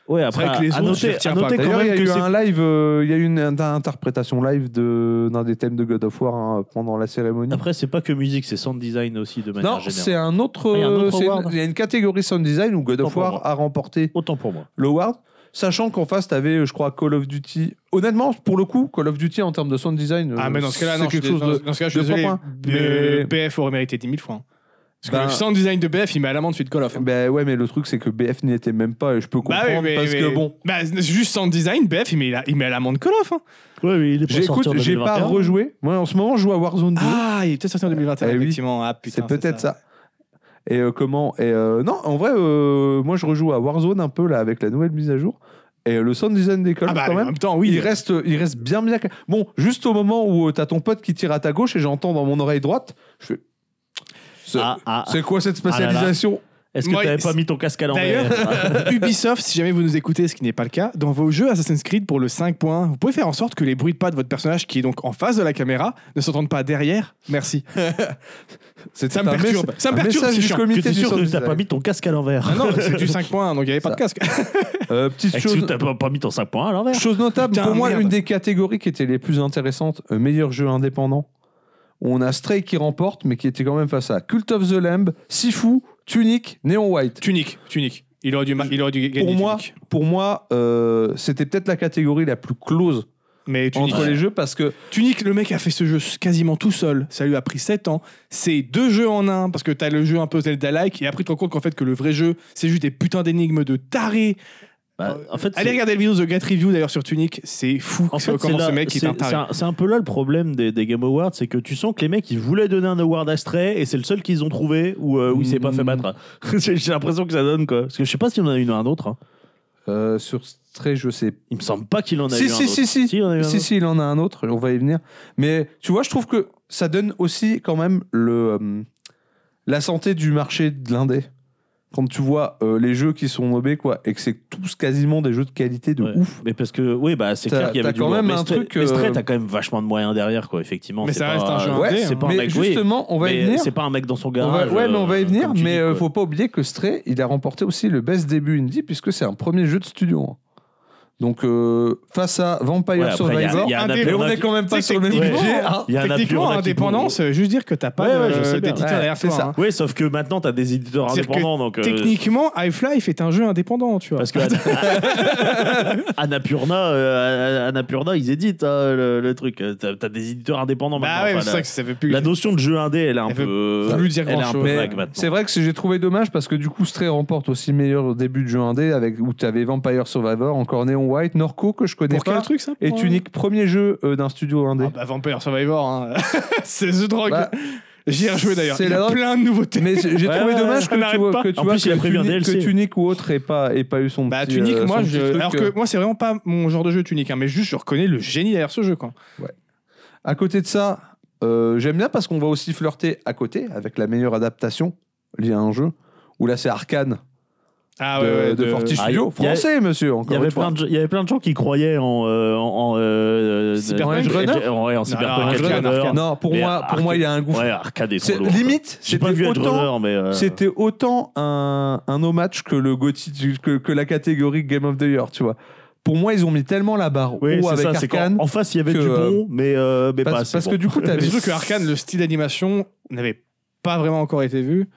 S2: Ouais,
S3: c'est
S2: après,
S3: vrai que les
S2: à
S3: autres, je les
S2: noter,
S3: retiens
S2: à
S3: pas.
S2: noter quand
S1: D'ailleurs, il y
S2: même
S1: a
S2: que
S1: eu
S2: c'est
S1: un live, euh, il y a eu une inter- interprétation live de- d'un des thèmes de God of War hein, pendant la cérémonie.
S2: Après, c'est pas que musique, c'est sound design aussi de manière
S1: non,
S2: générale.
S1: c'est un autre.
S2: Ah, il y a un autre
S1: c'est une-
S2: award.
S1: Il y a une catégorie sound design où God of
S2: Autant pour
S1: War
S2: moi.
S1: a remporté
S2: Autant pour moi.
S1: l'award, sachant qu'en face, t'avais, euh, je crois, Call of Duty. Honnêtement, pour le coup, Call of Duty en termes de sound design,
S3: Ah,
S1: euh,
S3: mais dans ce cas-là, non,
S1: c'est
S3: je suis
S1: quelque chose
S3: dés-
S1: de.
S3: dans- dans ce cas-là, je suis
S1: de
S3: désolé.
S1: propre, hein.
S3: Mais
S1: Mais-
S3: BF aurait mérité 10 000 fois. hein. Parce que
S1: Ben-
S3: le sound design de BF, il met à l'amende suite Call of. hein.
S1: Ben ouais, mais le truc, c'est que BF n'y était même pas, et je peux
S3: Bah
S1: comprendre
S3: oui, mais-
S1: parce que
S3: mais-
S1: bon.
S3: Bah, c'est juste sound design, BF, il met, la- il met à l'amende Call of. hein.
S2: Ouais, mais il est pas sorti
S1: J'écoute,
S2: en
S1: j'ai pas
S2: 2021.
S1: rejoué. Moi, en ce moment, je joue à Warzone 2.
S3: Ah, il est peut-être sorti en 2021,
S1: Eh oui.
S3: effectivement. Ah, putain,
S1: C'est peut-être ça. Et euh, comment Et euh, non, en vrai, euh, moi je rejoue à Warzone un peu là avec la nouvelle mise à jour. Et euh, le sound design d'école
S3: Ah, bah,
S1: quand
S3: en
S1: même.
S3: même temps, oui.
S1: Il reste, il reste bien bien. Bon, juste au moment où euh, t'as ton pote qui tire à ta gauche et j'entends dans mon oreille droite, je fais. C'est
S2: Ah, ah,
S1: c'est quoi cette
S2: là là.
S1: spécialisation
S2: Est-ce que
S3: Moi,
S2: t'avais pas
S3: c'est-
S2: mis ton casque à
S3: D'ailleurs,
S2: l'envers Ah.
S3: Ubisoft, si jamais vous nous écoutez, ce qui n'est pas le cas, dans vos jeux Assassin's Creed pour le 5.1, vous pouvez faire en sorte que les bruits de pas de votre personnage, qui est donc en face de la caméra, ne s'entendent pas derrière. Merci.
S1: C'est
S3: Ça me
S1: un mes-
S3: perturbe. Ça me
S1: un
S3: perturbe,
S1: message
S3: c'est
S1: du
S3: chiant.
S2: Que
S1: comité
S2: t'es
S1: du
S2: sûr
S1: sound
S2: que t'as
S1: design.
S2: pas mis ton casque à l'envers
S3: Ah non, c'est du 5.1, donc il n'y avait pas de casque.
S1: Euh, petite
S2: Est-ce
S1: chose.
S2: que t'as pas pas mis ton 5 points à l'envers
S1: Chose notable,
S3: Putain,
S1: pour moi,
S3: merde.
S1: une des catégories qui était les plus intéressantes, euh, meilleur jeu indépendant, on a Stray qui remporte, mais qui était quand même face à Cult of the Lamb, Sifu, Tunic, Neon White.
S3: Tunique, tunique. Il aurait dû, ma- il aurait dû gagner.
S1: Pour moi,
S3: Tunic.
S1: pour moi euh, c'était peut-être la catégorie la plus close
S3: mais tunique.
S1: entre les jeux parce que
S3: Tunic, le mec a fait ce jeu quasiment tout seul. Ça lui a pris 7 ans. C'est deux jeux en un, parce que t'as le jeu un peu Zelda-like, et après tu te rends compte qu'en fait, que le vrai jeu, c'est juste des putains d'énigmes de tarés.
S2: Bah, En fait,
S1: euh,
S3: Allez
S2: c'est-
S3: regarder la vidéo de Gat Review d'ailleurs sur Tunic, c'est fou
S2: En fait, c'est
S3: comment
S2: là-
S3: ce mec est
S2: c'est-
S3: un taré.
S2: c'est un- C'est un peu là le problème des, des Game Awards, c'est que tu sens que les mecs ils voulaient donner un award à Stray et c'est le seul qu'ils ont trouvé où, euh, où il s'est
S1: Mm.
S2: pas fait battre. J'ai j'ai l'impression que ça donne quoi. Parce que je sais pas si on en a une ou un autre. hein.
S1: euh, sur extrait, je sais
S2: Il me semble pas qu'il en a
S1: Si,
S2: eu
S1: si,
S2: un
S1: si,
S2: autre.
S1: si.
S2: il en a eu un
S1: Si,
S2: autre.
S1: si, il en a un autre, on va y venir. Mais tu vois, je trouve que ça donne aussi quand même le, euh, la santé du marché de l'indé. Quand tu vois euh, les jeux qui sont nobés, quoi, et que c'est tous quasiment des jeux de qualité de
S2: Ouais.
S1: ouf.
S2: Mais parce que, oui, bah, c'est
S1: T'as-
S2: clair qu'il y
S1: t'as
S2: avait du
S1: quand
S2: lourd.
S1: même
S2: Mais
S1: un
S2: Stray-
S1: truc,
S2: mais Stray,
S1: euh,
S2: t'as quand même vachement de moyens derrière, quoi, effectivement.
S3: Mais
S2: c'est
S3: ça
S2: pas,
S3: reste un jeu
S2: euh,
S1: Ouais,
S3: indé,
S2: c'est
S3: hein.
S2: pas un
S1: mais
S2: mec, oui.
S1: justement, on va y
S2: Mais, euh,
S1: venir.
S2: C'est pas un mec dans son
S1: On va-
S2: garage.
S1: ouais, mais on va y
S2: euh,
S1: venir.
S2: comme tu
S1: Mais
S2: dis,
S1: euh,
S2: quoi.
S1: faut pas oublier que Stray, il a remporté aussi le Best Début Indie, puisque c'est un premier jeu de studio. hein. Donc, euh, face à Vampire
S2: Ouais, après, il y a-
S1: Survivor,
S2: il y a un
S3: Indé,
S2: appel-
S1: on
S2: on a-
S1: est quand même pas
S3: tu sais,
S1: sur le même
S2: techniquement,
S1: budget. hein.
S2: il y a un
S3: Techniquement,
S2: appeleur là qui
S3: indépendance, euh, juste dire que t'as pas
S2: Ouais, ouais,
S3: de-
S2: je sais bien.
S3: d'éditeur
S1: Ouais,
S3: derrière
S1: c'est
S3: toi.
S1: ça.
S3: hein.
S2: Oui, sauf que maintenant, t'as des éditeurs
S3: C'est-à-dire que
S2: indépendants. Donc, euh,
S3: Techniquement, Half-Life est un jeu indépendant, tu vois.
S2: Parce que Ana- Annapurna, euh, Annapurna, ils éditent hein, le, le truc. T'as t'as des éditeurs indépendants
S3: bah
S2: maintenant.
S3: ouais, mais
S2: Enfin,
S3: c'est
S2: la,
S3: ça que ça fait plus.
S2: la notion de jeu indé, elle est un
S3: Elle veut
S2: peu.
S3: plus dire
S2: elle est un
S3: grand-chose.
S2: peu
S1: Mais
S2: vague maintenant.
S1: C'est vrai que j'ai trouvé dommage parce que du coup, Stray remporte aussi meilleur début de jeu indé avec où tu avais Vampire Survivor, encore Neon White, Norco que je connais
S3: Pour quel
S1: pas,
S3: truc ça
S1: et
S3: pour-
S1: Tunic, premier jeu euh, d'un studio indé.
S3: Ah bah Vampire Survivor, hein. c'est The Drog.
S1: Bah,
S3: J'y ai rejoué d'ailleurs.
S1: c'est
S3: Il y
S1: la
S3: a
S1: drogue.
S3: plein de nouveautés.
S1: mais j'ai j'ai
S2: Ouais,
S1: trouvé
S2: ouais,
S1: dommage
S3: ça
S1: que tu
S3: n'arrête
S1: vois
S3: pas.
S1: que tu
S2: En
S1: vois
S2: plus, il
S1: que
S2: a prévu un
S1: Tunic-
S2: DLC.
S1: que Tunic ou autre ait pas ait pas eu son
S3: Bah
S1: petit,
S3: Tunic,
S1: euh,
S3: moi,
S1: son
S3: je...
S1: petit truc,
S3: alors que
S1: euh.
S3: moi c'est vraiment pas mon genre de jeu Tunic, hein, mais juste je reconnais le génie derrière ce jeu quoi.
S1: À côté de ça, euh, j'aime bien parce qu'on va aussi flirter à côté avec la meilleure adaptation liée à un jeu où là c'est Arcane
S3: Ah
S1: de, de Forti
S2: Ah,
S1: Studio,
S2: il y a-
S1: français monsieur
S2: Il y,
S1: encore
S2: avait
S1: une fois.
S2: plein de, gens- il y avait plein de gens qui croyaient en. euh, en, en, euh,
S3: Cyberpunk
S2: euh,
S1: Runner
S2: euh, Ouais, en Cyberpunk
S3: Arcade,
S2: Runner.
S3: Arcade.
S1: Non, pour
S2: Mais
S1: moi pour
S2: Arcade-
S1: moi il y a un gouffre.
S2: Ouais, arcade et
S1: C'est-
S2: solo.
S1: limite,
S2: J'ai pas
S1: c'était
S2: vu Edge
S1: autant
S2: Runner, mais. euh,
S1: C'était autant un, un match que, le GOTY du- que, que la catégorie Game of the Year, tu vois. Pour moi, ils ont mis tellement la barre
S2: Oui,
S1: haut
S2: c'est
S1: avec
S2: ça. C'est qu'en
S1: Arkane.
S2: en face, il y avait
S1: que,
S2: du
S1: euh,
S2: bon, mais, euh, mais pas
S1: Parce,
S2: assez
S1: parce
S2: bon.
S1: que du coup,
S3: Mais
S1: t'avais.
S3: surtout que Arkane, le style d'animation n'avait pas vraiment encore été vu.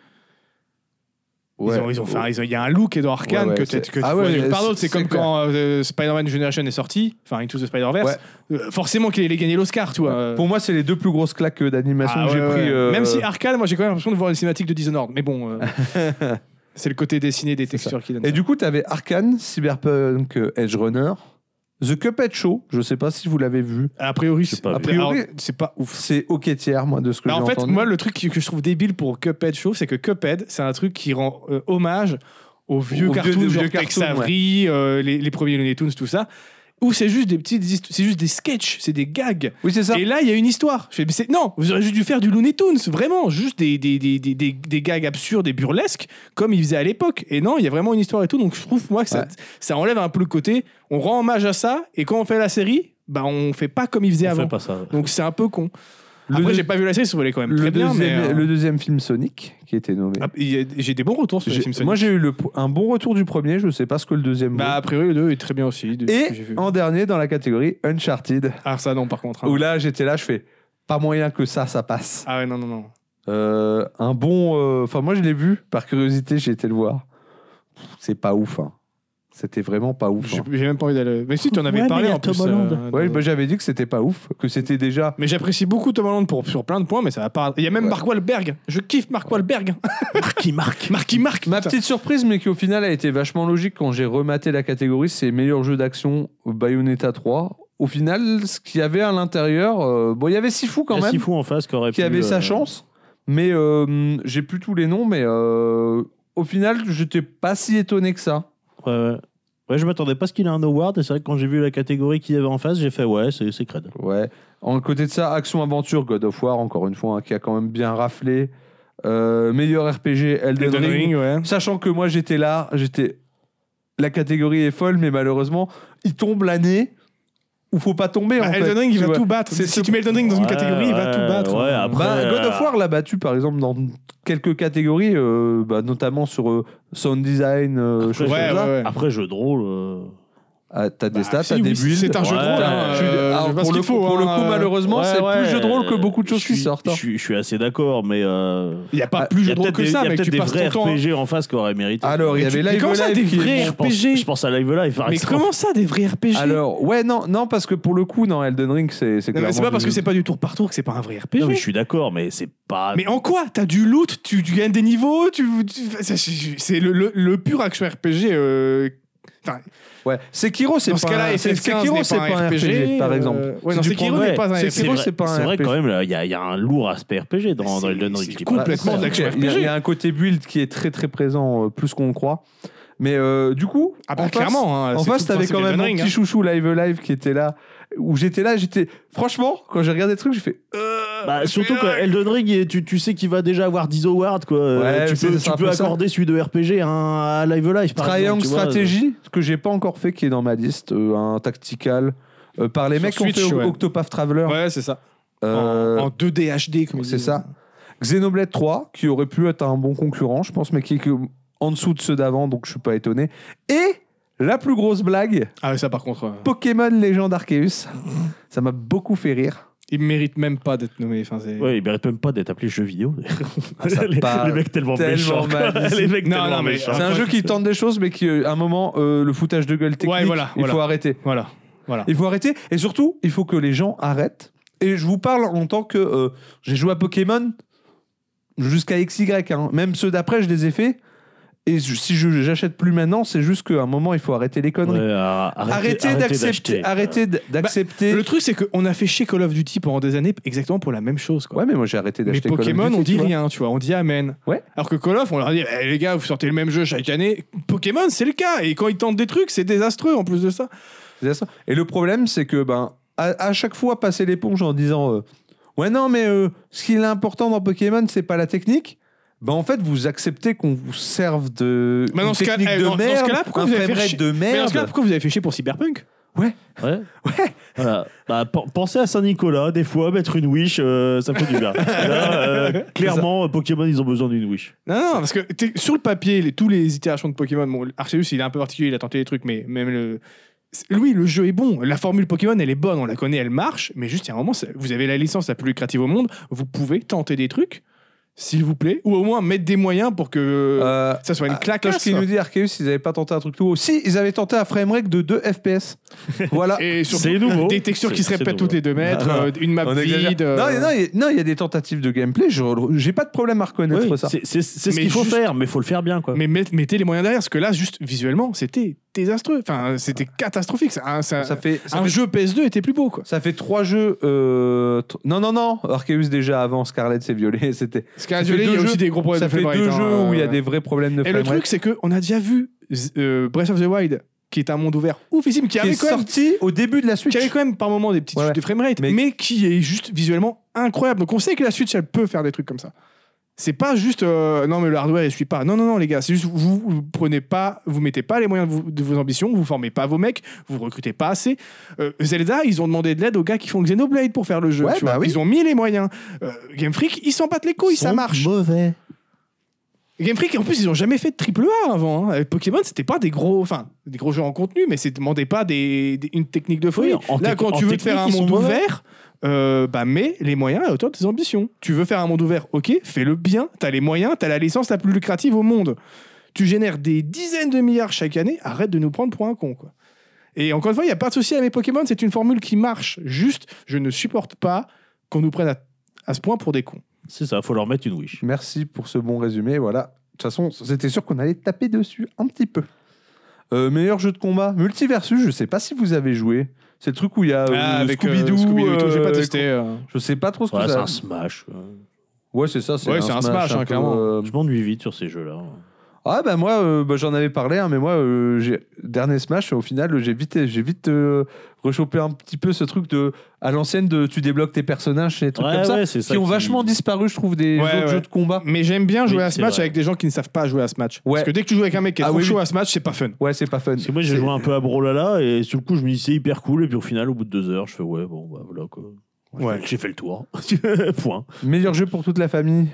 S1: Ouais.
S3: Ils ont, ils ont fait un- ils ont- il y a un look Edouard Arkane
S1: Ouais, ouais,
S3: que,
S1: c'est-
S3: tu- que tu
S1: Ah
S3: vois
S1: ouais,
S3: nulle part d'autre.
S1: c'est-
S3: C'est comme
S1: c'est clair.
S3: quand euh, Spider-Man Generation est sorti, enfin Into the Spider-Verse. euh, forcément qu'il allait gagner l'Oscar, tu vois. Euh,
S1: Pour moi, c'est les deux plus grosses claques euh, d'animation
S3: ah
S1: que j'ai
S3: ouais,
S1: pris.
S3: ouais.
S1: euh,
S3: Même si Arkane, moi j'ai quand même l'impression de voir une cinématique de Dishonored. Mais bon, euh, c'est le côté dessiné des
S1: ça.
S3: textures qui donne.
S1: Et
S3: ça.
S1: du coup, t'avais Arkane, Cyberpunk, euh, Edge Runner, The Cuphead Show. Je sais pas si vous l'avez vu.
S3: A priori,
S2: J'ai pas
S3: a
S2: vu.
S3: priori,
S1: Alors,
S3: c'est pas ouf.
S1: C'est ok tiers, moi, de ce que
S3: Bah,
S1: j'ai
S3: en fait,
S1: entendu.
S3: moi, le truc qui- que je trouve débile pour Cuphead Show, c'est que Cuphead, c'est un truc qui rend euh, hommage aux vieux
S1: Aux vieux-
S3: cartoons,
S1: des
S3: genre
S1: vieux
S3: Tex
S1: cartoons, ouais.
S3: Avery, euh, les, les premiers Looney Tunes, tout ça. Où c'est juste des petites, histo- c'est juste des sketchs, c'est des gags.
S1: oui, c'est ça.
S3: Et là, il y a une histoire. Je fais, mais c'est- non, vous auriez juste dû faire du Looney Tunes, vraiment, juste des, des, des, des, des- des gags absurdes et burlesques, comme ils faisaient à l'époque. Et non, il y a vraiment une histoire et tout. Donc je trouve, moi, que ça,
S1: Ouais.
S3: ça enlève un peu le côté. On rend hommage à ça, et quand on fait la série, bah, on fait pas comme ils faisaient
S2: On fait
S3: avant.
S2: pas ça.
S3: Donc c'est un peu con.
S1: Le
S3: Après,
S1: deux-
S3: j'ai pas vu la série, ça voulait quand même
S1: le,
S3: très bien,
S1: deuxième,
S3: mais. euh,
S1: le deuxième film Sonic, qui était nommé.
S3: ah, il y a- J'ai des bons retours sur les
S1: J'ai-
S3: Simpsons.
S1: moi, j'ai eu le- un bon retour du premier. Je sais pas ce que le deuxième. vaut.
S3: bah, a priori, le 2 est très bien aussi. de ce que j'ai
S1: Et
S3: vu.
S1: en dernier, dans la catégorie Uncharted,
S3: Ah, ça, non, par contre. hein.
S1: où là, j'étais là, je fais pas moyen que ça, ça passe.
S3: Ah, ouais, non, non, non.
S1: Euh, un bon. euh, Enfin, moi, je l'ai vu, par curiosité, j'ai été le voir. Pff, C'est pas ouf, hein. C'était vraiment pas ouf.
S3: J'ai
S1: hein.
S3: j'ai même pas envie d'aller. Mais si, tu en
S2: Ouais,
S3: avais
S2: mais il
S3: parlé
S2: y a
S3: en
S2: Tom
S3: plus.
S2: Holland.
S3: euh,
S1: Ouais,
S3: dans-
S1: bah, j'avais dit que c'était pas ouf, que c'était déjà.
S3: Mais j'apprécie beaucoup Tom Holland pour, sur plein de points, mais ça va pas. Il y a même
S1: Ouais.
S3: Mark Wahlberg. Je kiffe Mark Wahlberg.
S2: Marc, il marque.
S3: Marky Mark.
S1: Ma
S3: putain.
S1: petite surprise, mais qui au final a été vachement logique quand j'ai rematé la catégorie, c'est meilleur jeu d'action Bayonetta 3. Au final, ce qu'il y avait à l'intérieur, euh, bon, il y avait Sifu quand
S2: Il y a
S1: même.
S2: Sifu en face qui aurait
S1: qui
S2: pu,
S1: avait sa
S2: euh,
S1: chance. Mais euh, j'ai plus tous les noms, mais euh, au final, j'étais pas si étonné que ça.
S2: Ouais, ouais. Ouais, je m'attendais pas à ce qu'il ait un award. Et c'est vrai que quand j'ai vu la catégorie qu'il y avait en face, j'ai fait ouais, c'est c'est crade.
S1: Ouais. En côté de ça, Action Aventure, God of War, encore une fois, hein, qui a quand même bien raflé. Euh, meilleur RPG, Elden,
S3: Elden
S1: Ring.
S3: Ring, ouais.
S1: Sachant que moi, j'étais là, j'étais. La catégorie est folle, mais malheureusement, il tombe l'année où faut pas tomber.
S3: Bah,
S1: en fait,
S3: Elden Ring,
S1: tu
S3: il va
S1: vois.
S3: tout battre.
S1: C'est
S3: Si
S1: ce-
S3: tu mets Elden Ring dans une
S2: Ouais,
S3: catégorie, il va
S2: ouais,
S3: tout battre.
S2: ouais,
S3: Euh,
S2: après-
S1: Bah,
S2: Euh,
S1: God of War l'a battu par exemple dans quelques catégories, euh, bah, notamment sur euh, sound design, euh,
S2: Après,
S1: choses
S3: ouais,
S1: comme ça.
S3: ouais, ouais.
S2: Après, jeu de rôle. euh,
S1: Ah, t'as des
S3: Bah,
S1: stats,
S3: si,
S1: t'as
S3: oui,
S1: des builds.
S3: C'est un jeu de
S2: Ouais.
S3: rôle. hein,
S1: Je suis-
S3: euh,
S1: alors,
S3: je sais pas
S1: pour,
S3: ce
S1: le
S3: qu'il
S1: coup,
S3: faut,
S1: pour le
S3: hein,
S1: coup,
S3: euh,
S1: malheureusement,
S2: ouais,
S1: c'est
S2: ouais,
S1: plus jeu de rôle que
S2: euh,
S1: beaucoup de choses
S2: je
S1: qui
S2: suis-
S1: sortent. hein.
S2: Je suis- je suis assez d'accord, mais. euh,
S3: Il n'y a pas
S1: Ah,
S3: plus
S2: il y
S3: jeu
S2: a
S3: de rôle
S2: peut-être
S3: que
S2: des-
S3: ça,
S2: il y a
S3: mec.
S2: peut-être
S3: Tu
S2: des
S3: passes
S2: vrais
S3: ton temps.
S2: RPG en face qui auraient mérité.
S1: Alors, il y
S3: tu-
S1: avait
S3: mais
S1: Live
S3: comment ça,
S1: Alive
S3: des
S1: qui-
S3: vrais
S2: je pense,
S3: RPG.
S2: je pense à Live Live. par
S3: Mais
S2: exemple.
S3: comment ça, des vrais RPG
S1: Alors, ouais, non, non, parce que pour le coup, non, Elden Ring, c'est c'est
S3: Non, mais
S1: clairement
S3: c'est pas parce
S1: du-
S3: que c'est pas du tour par tour que c'est pas un vrai RPG.
S2: Non, mais
S3: mais,
S2: je suis d'accord, mais c'est pas.
S3: en quoi T'as du loot, tu, tu gagnes des niveaux, tu, tu- c'est- c'est c'est le, le- le pur action RPG. euh,
S1: Ouais, Sekiro, c'est
S3: Dans
S1: pas.
S3: ce cas-là,
S1: un- c'est-
S3: FF15
S1: Sekiro,
S3: n'est
S1: c'est pas un RPG, par
S3: euh,
S1: exemple.
S3: Ouais,
S1: Si
S3: non,
S1: tu
S3: Sekiro
S1: prends-
S3: n'est
S2: ouais,
S3: pas un
S1: c'est- c'est-
S3: RPG.
S1: Sekiro,
S2: vrai-
S1: pas un
S2: C'est vrai
S1: RPG.
S2: quand même, là, il y, a- il y a un lourd aspect RPG dans, dans Elden
S3: C'est-
S2: Ring.
S3: c'est
S2: qui est pas-
S3: complètement
S1: Voilà,
S3: de l'action
S1: Il y a- il y,
S3: RPG.
S1: a un côté build qui est très très présent, euh, plus qu'on le croit. Mais euh, du coup,
S3: Ah bah
S1: en face-
S3: clairement. hein,
S1: en
S3: c'est hein.
S1: face,
S3: tout le
S1: t'avais
S3: principe
S1: quand
S3: de
S1: même
S3: Elden
S1: mon
S3: Ring,
S1: petit chouchou live live qui était là. Où j'étais là, j'étais. Franchement, quand j'ai regardé le truc, j'ai fait. euh,
S2: Bah, surtout que Elden Ring, il est- tu, tu sais qu'il va déjà avoir 10 awards, quoi. Euh, tu
S1: je sais,
S2: peux,
S1: ça
S2: tu
S1: sera
S2: peux
S1: pas ça.
S2: accorder celui de RPG à, un, hein, à Live Live. par
S1: Triangle
S2: exemple, tu vois. euh,
S1: Stratégie, ce que j'ai pas encore fait, qui est dans ma liste, euh, un tactical. euh, par les
S3: Sur
S1: mecs qui ont
S3: Switch,
S1: fait
S3: ouais.
S1: Octopath Traveler.
S3: Ouais, c'est ça.
S1: Euh,
S3: En, en 2D HD, comme ils
S1: c'est
S3: disent.
S1: ça. Xenoblade 3, qui aurait pu être un bon concurrent, je pense, mais qui est que- en dessous de ceux d'avant, donc je suis pas étonné. Et la plus grosse blague,
S3: Ah, ouais, ça par contre. euh,
S1: Pokémon Légende Arceus. Ça m'a beaucoup fait rire.
S3: Il mérite même pas d'être nommé. Enfin, c'est-
S2: euh. Ouais, il mérite même pas d'être appelé jeu vidéo.
S1: Ah, ça
S2: les,
S1: parle
S2: les mecs tellement,
S1: tellement
S2: méchants. quoi.
S1: mal.
S2: les mecs
S3: Non,
S2: tellement
S3: non, mais-
S2: méchants.
S1: C'est un jeu qui tente des choses, mais qui, euh, à un moment, euh, le foutage de gueule technique,
S3: Ouais, voilà,
S1: il
S3: voilà.
S1: faut arrêter.
S3: Voilà. Voilà.
S1: Il faut arrêter. Et surtout, il faut que les gens arrêtent. Et je vous parle en tant que euh, j'ai joué à Pokémon jusqu'à XY. hein. Même ceux d'après, je les ai faits. Et je- si je j'achète plus maintenant, c'est juste qu'à un moment, il faut arrêter les conneries.
S2: Ouais, ar-
S1: Arrêtez, d'accepter.
S2: d'acheter.
S1: Arrêtez d- d'accepter.
S3: Bah, Le truc, c'est qu'on a fait chez Call of Duty pendant des années exactement pour la même chose. Quoi.
S1: Ouais, mais moi j'ai arrêté
S3: mais
S1: d'acheter Call of
S3: Pokémon,
S1: Duty,
S3: on
S1: tu
S3: dit
S1: vois.
S3: rien, tu vois, on dit amen.
S1: Ouais.
S3: Alors que Call of, on leur dit, eh, les gars, vous sortez le même jeu chaque année. Pokémon, c'est le cas. Et quand ils tentent des trucs, c'est désastreux en plus de ça.
S1: C'est ça. Et le problème, c'est que ben, à, à chaque fois, passer l'éponge en disant euh, Ouais, non, mais euh, ce qui est important dans Pokémon, c'est pas la technique. Ben, en fait, vous acceptez qu'on vous serve de.
S3: Mais dans
S1: une
S3: ce cas-
S1: technique
S3: eh,
S1: de
S3: dans- dans ce
S1: merde,
S3: cas-là, pourquoi
S1: un
S3: vous avez fait
S1: framerate
S3: chier-
S1: de
S3: Mais en tout cas,
S1: merde.
S3: pourquoi vous avez fait chier pour Cyberpunk
S2: Ouais. Voilà. Bah, pen- pensez à Saint-Nicolas, des fois, mettre une wish, euh, ça fait du bien. Là, euh, clairement, euh, Pokémon, ils ont besoin d'une wish.
S3: Non, non, parce que t'es- sur le papier, les- tous les itérations de Pokémon, bon, Arceus, il est un peu particulier, il a tenté des trucs, mais même le. c'est- Oui, le jeu est bon. La formule Pokémon, elle est bonne, on la connaît, elle marche, mais juste, il y a un moment, c'est- vous avez la licence la plus lucrative au monde, vous pouvez tenter des trucs, s'il vous plaît, ou au moins mettre des moyens pour que
S1: Euh,
S3: ça soit une
S1: ah,
S3: claquasse. hein
S1: qui nous dit Arceus, ils avaient pas tenté un truc tout haut. Si, ils avaient tenté un framerate de 2 FPS. voilà.
S3: Et surtout,
S2: C'est nouveau.
S3: des textures qui se
S2: C'est- c'est
S3: répètent
S2: nouveau.
S3: toutes les deux mètres,
S1: Ah, Non,
S3: euh, une map
S1: On exagère.
S3: vide.
S1: Non,
S3: euh,
S1: il y a- non, il y a- non, il y a des tentatives de gameplay, je- j'ai pas de problème à reconnaître
S2: Oui,
S1: ça.
S2: c'est c'est- c'est ce
S3: Mais
S2: qu'il faut
S3: juste-
S2: faire, mais il faut le faire bien, quoi.
S3: Mais met- mettez les moyens derrière, parce que là, juste visuellement, c'était désastreux. Enfin, c'était catastrophique. Ça- un- ça-
S1: Ah. Ça fait, ça
S3: un
S1: fait
S3: jeu PS2 était plus beau, quoi.
S1: Ça fait trois jeux. euh, tr- Non, non, non. Arceus déjà avant Scarlet s'est violé. C'était.
S3: Parce qu'à
S1: Ça fait
S3: Violet, il y
S1: deux
S3: a
S1: jeux-
S3: aussi des gros problèmes
S1: ça
S3: de
S1: fait
S3: framerate,
S1: deux
S3: hein,
S1: jeux où il y a
S3: euh,
S1: des vrais problèmes de
S3: Et le
S1: framerate.
S3: truc, c'est qu'on a déjà vu Z- euh, Breath of the Wild, qui est un monde ouvert oufissime, qui,
S1: qui
S3: avait
S1: est
S3: quand même,
S1: sorti au début de la Switch.
S3: qui avait quand même par moment des petites
S1: Ouais,
S3: chutes
S1: ouais.
S3: de framerate,
S1: Mais-
S3: mais... qui est juste visuellement incroyable. Donc on sait que la Switch, elle peut faire des trucs comme ça. C'est pas juste euh, non mais le hardware il suit pas. Non non non les gars, c'est juste vous, vous prenez pas, vous mettez pas les moyens de, vous- de vos ambitions, vous formez pas vos mecs, vous recrutez pas assez. Euh, Zelda, ils ont demandé de l'aide aux gars qui font Xenoblade pour faire le jeu.
S1: Ouais,
S3: tu
S1: bah
S3: vois.
S1: oui.
S3: Ils ont mis les moyens. Euh, Game Freak, ils s'en battent les couilles,
S2: Ils
S3: ça
S2: sont
S3: marche.
S2: Mauvais.
S3: Game Freak, en plus, ils ont jamais fait de triple A avant. hein. Avec Pokémon, c'était pas des gros, enfin, des gros jeux en contenu, mais c'est demandait pas des, des- une technique de folie.
S2: Oui, en
S3: Là,
S2: tec-
S3: quand
S2: en
S3: tu veux te faire un
S2: technique, ils
S3: monde
S2: sont mauvais.
S3: ouvert, euh, bah, mets les moyens à la hauteur de tes ambitions. Tu veux faire un monde ouvert, ok, fais-le bien. T'as les moyens, t'as la licence la plus lucrative au monde. Tu génères des dizaines de milliards chaque année. Arrête de nous prendre pour un con, quoi. Et encore une fois, il n'y a pas de souci avec Pokémon. C'est une formule qui marche. Juste, je ne supporte pas qu'on nous prenne à, à ce point pour des cons.
S2: C'est ça, faut leur mettre une wish.
S1: Merci pour ce bon résumé. Voilà. De toute façon, c'était sûr qu'on allait taper dessus un petit peu. Euh, meilleur jeu de combat, Multiversus. Je sais pas si vous avez joué. C'est le truc où il y a euh,
S3: euh,
S1: Scooby-Doo.
S3: Scooby-Doo et tout, j'ai pas
S1: euh,
S3: testé. euh.
S1: Je sais pas trop ce que
S2: Ouais, c'est
S1: ça.
S2: un smash. quoi.
S1: Ouais, c'est ça.
S3: Ouais, c'est un smash,
S1: un
S3: hein,
S1: peu,
S3: clairement.
S1: euh,
S2: Je m'ennuie vite sur ces jeux-là.
S1: Ah bah moi euh, bah, j'en avais parlé hein, mais moi euh, j'ai- dernier smash au final euh, j'ai vite j'ai vite euh, rechopé un petit peu ce truc de à l'ancienne de tu débloques tes personnages et des trucs
S2: Ouais,
S1: comme ça
S2: ouais, c'est ça
S1: qui ont
S2: qui-
S1: vachement disparu je trouve des
S3: Ouais,
S1: autres
S3: ouais.
S1: jeux de combat.
S3: Mais j'aime bien jouer
S2: Oui,
S3: à ce
S2: c'est
S3: match
S2: vrai.
S3: avec des gens qui ne savent pas jouer à ce match.
S1: Ouais.
S3: Parce que dès que tu joues avec un mec qui est
S1: Ah
S3: trop
S1: oui,
S3: chaud
S1: oui.
S3: à ce match, c'est pas fun.
S1: Ouais, c'est pas fun.
S2: Parce que moi, j'ai
S1: C'est-
S2: joué un peu à Brolala et sur le coup, je me dis c'est hyper cool. Et puis au final, au bout de deux heures, je fais ouais, bon, bah voilà quoi.
S3: Ouais.
S2: J'ai fait le tour. Point.
S1: Meilleur jeu pour toute la famille.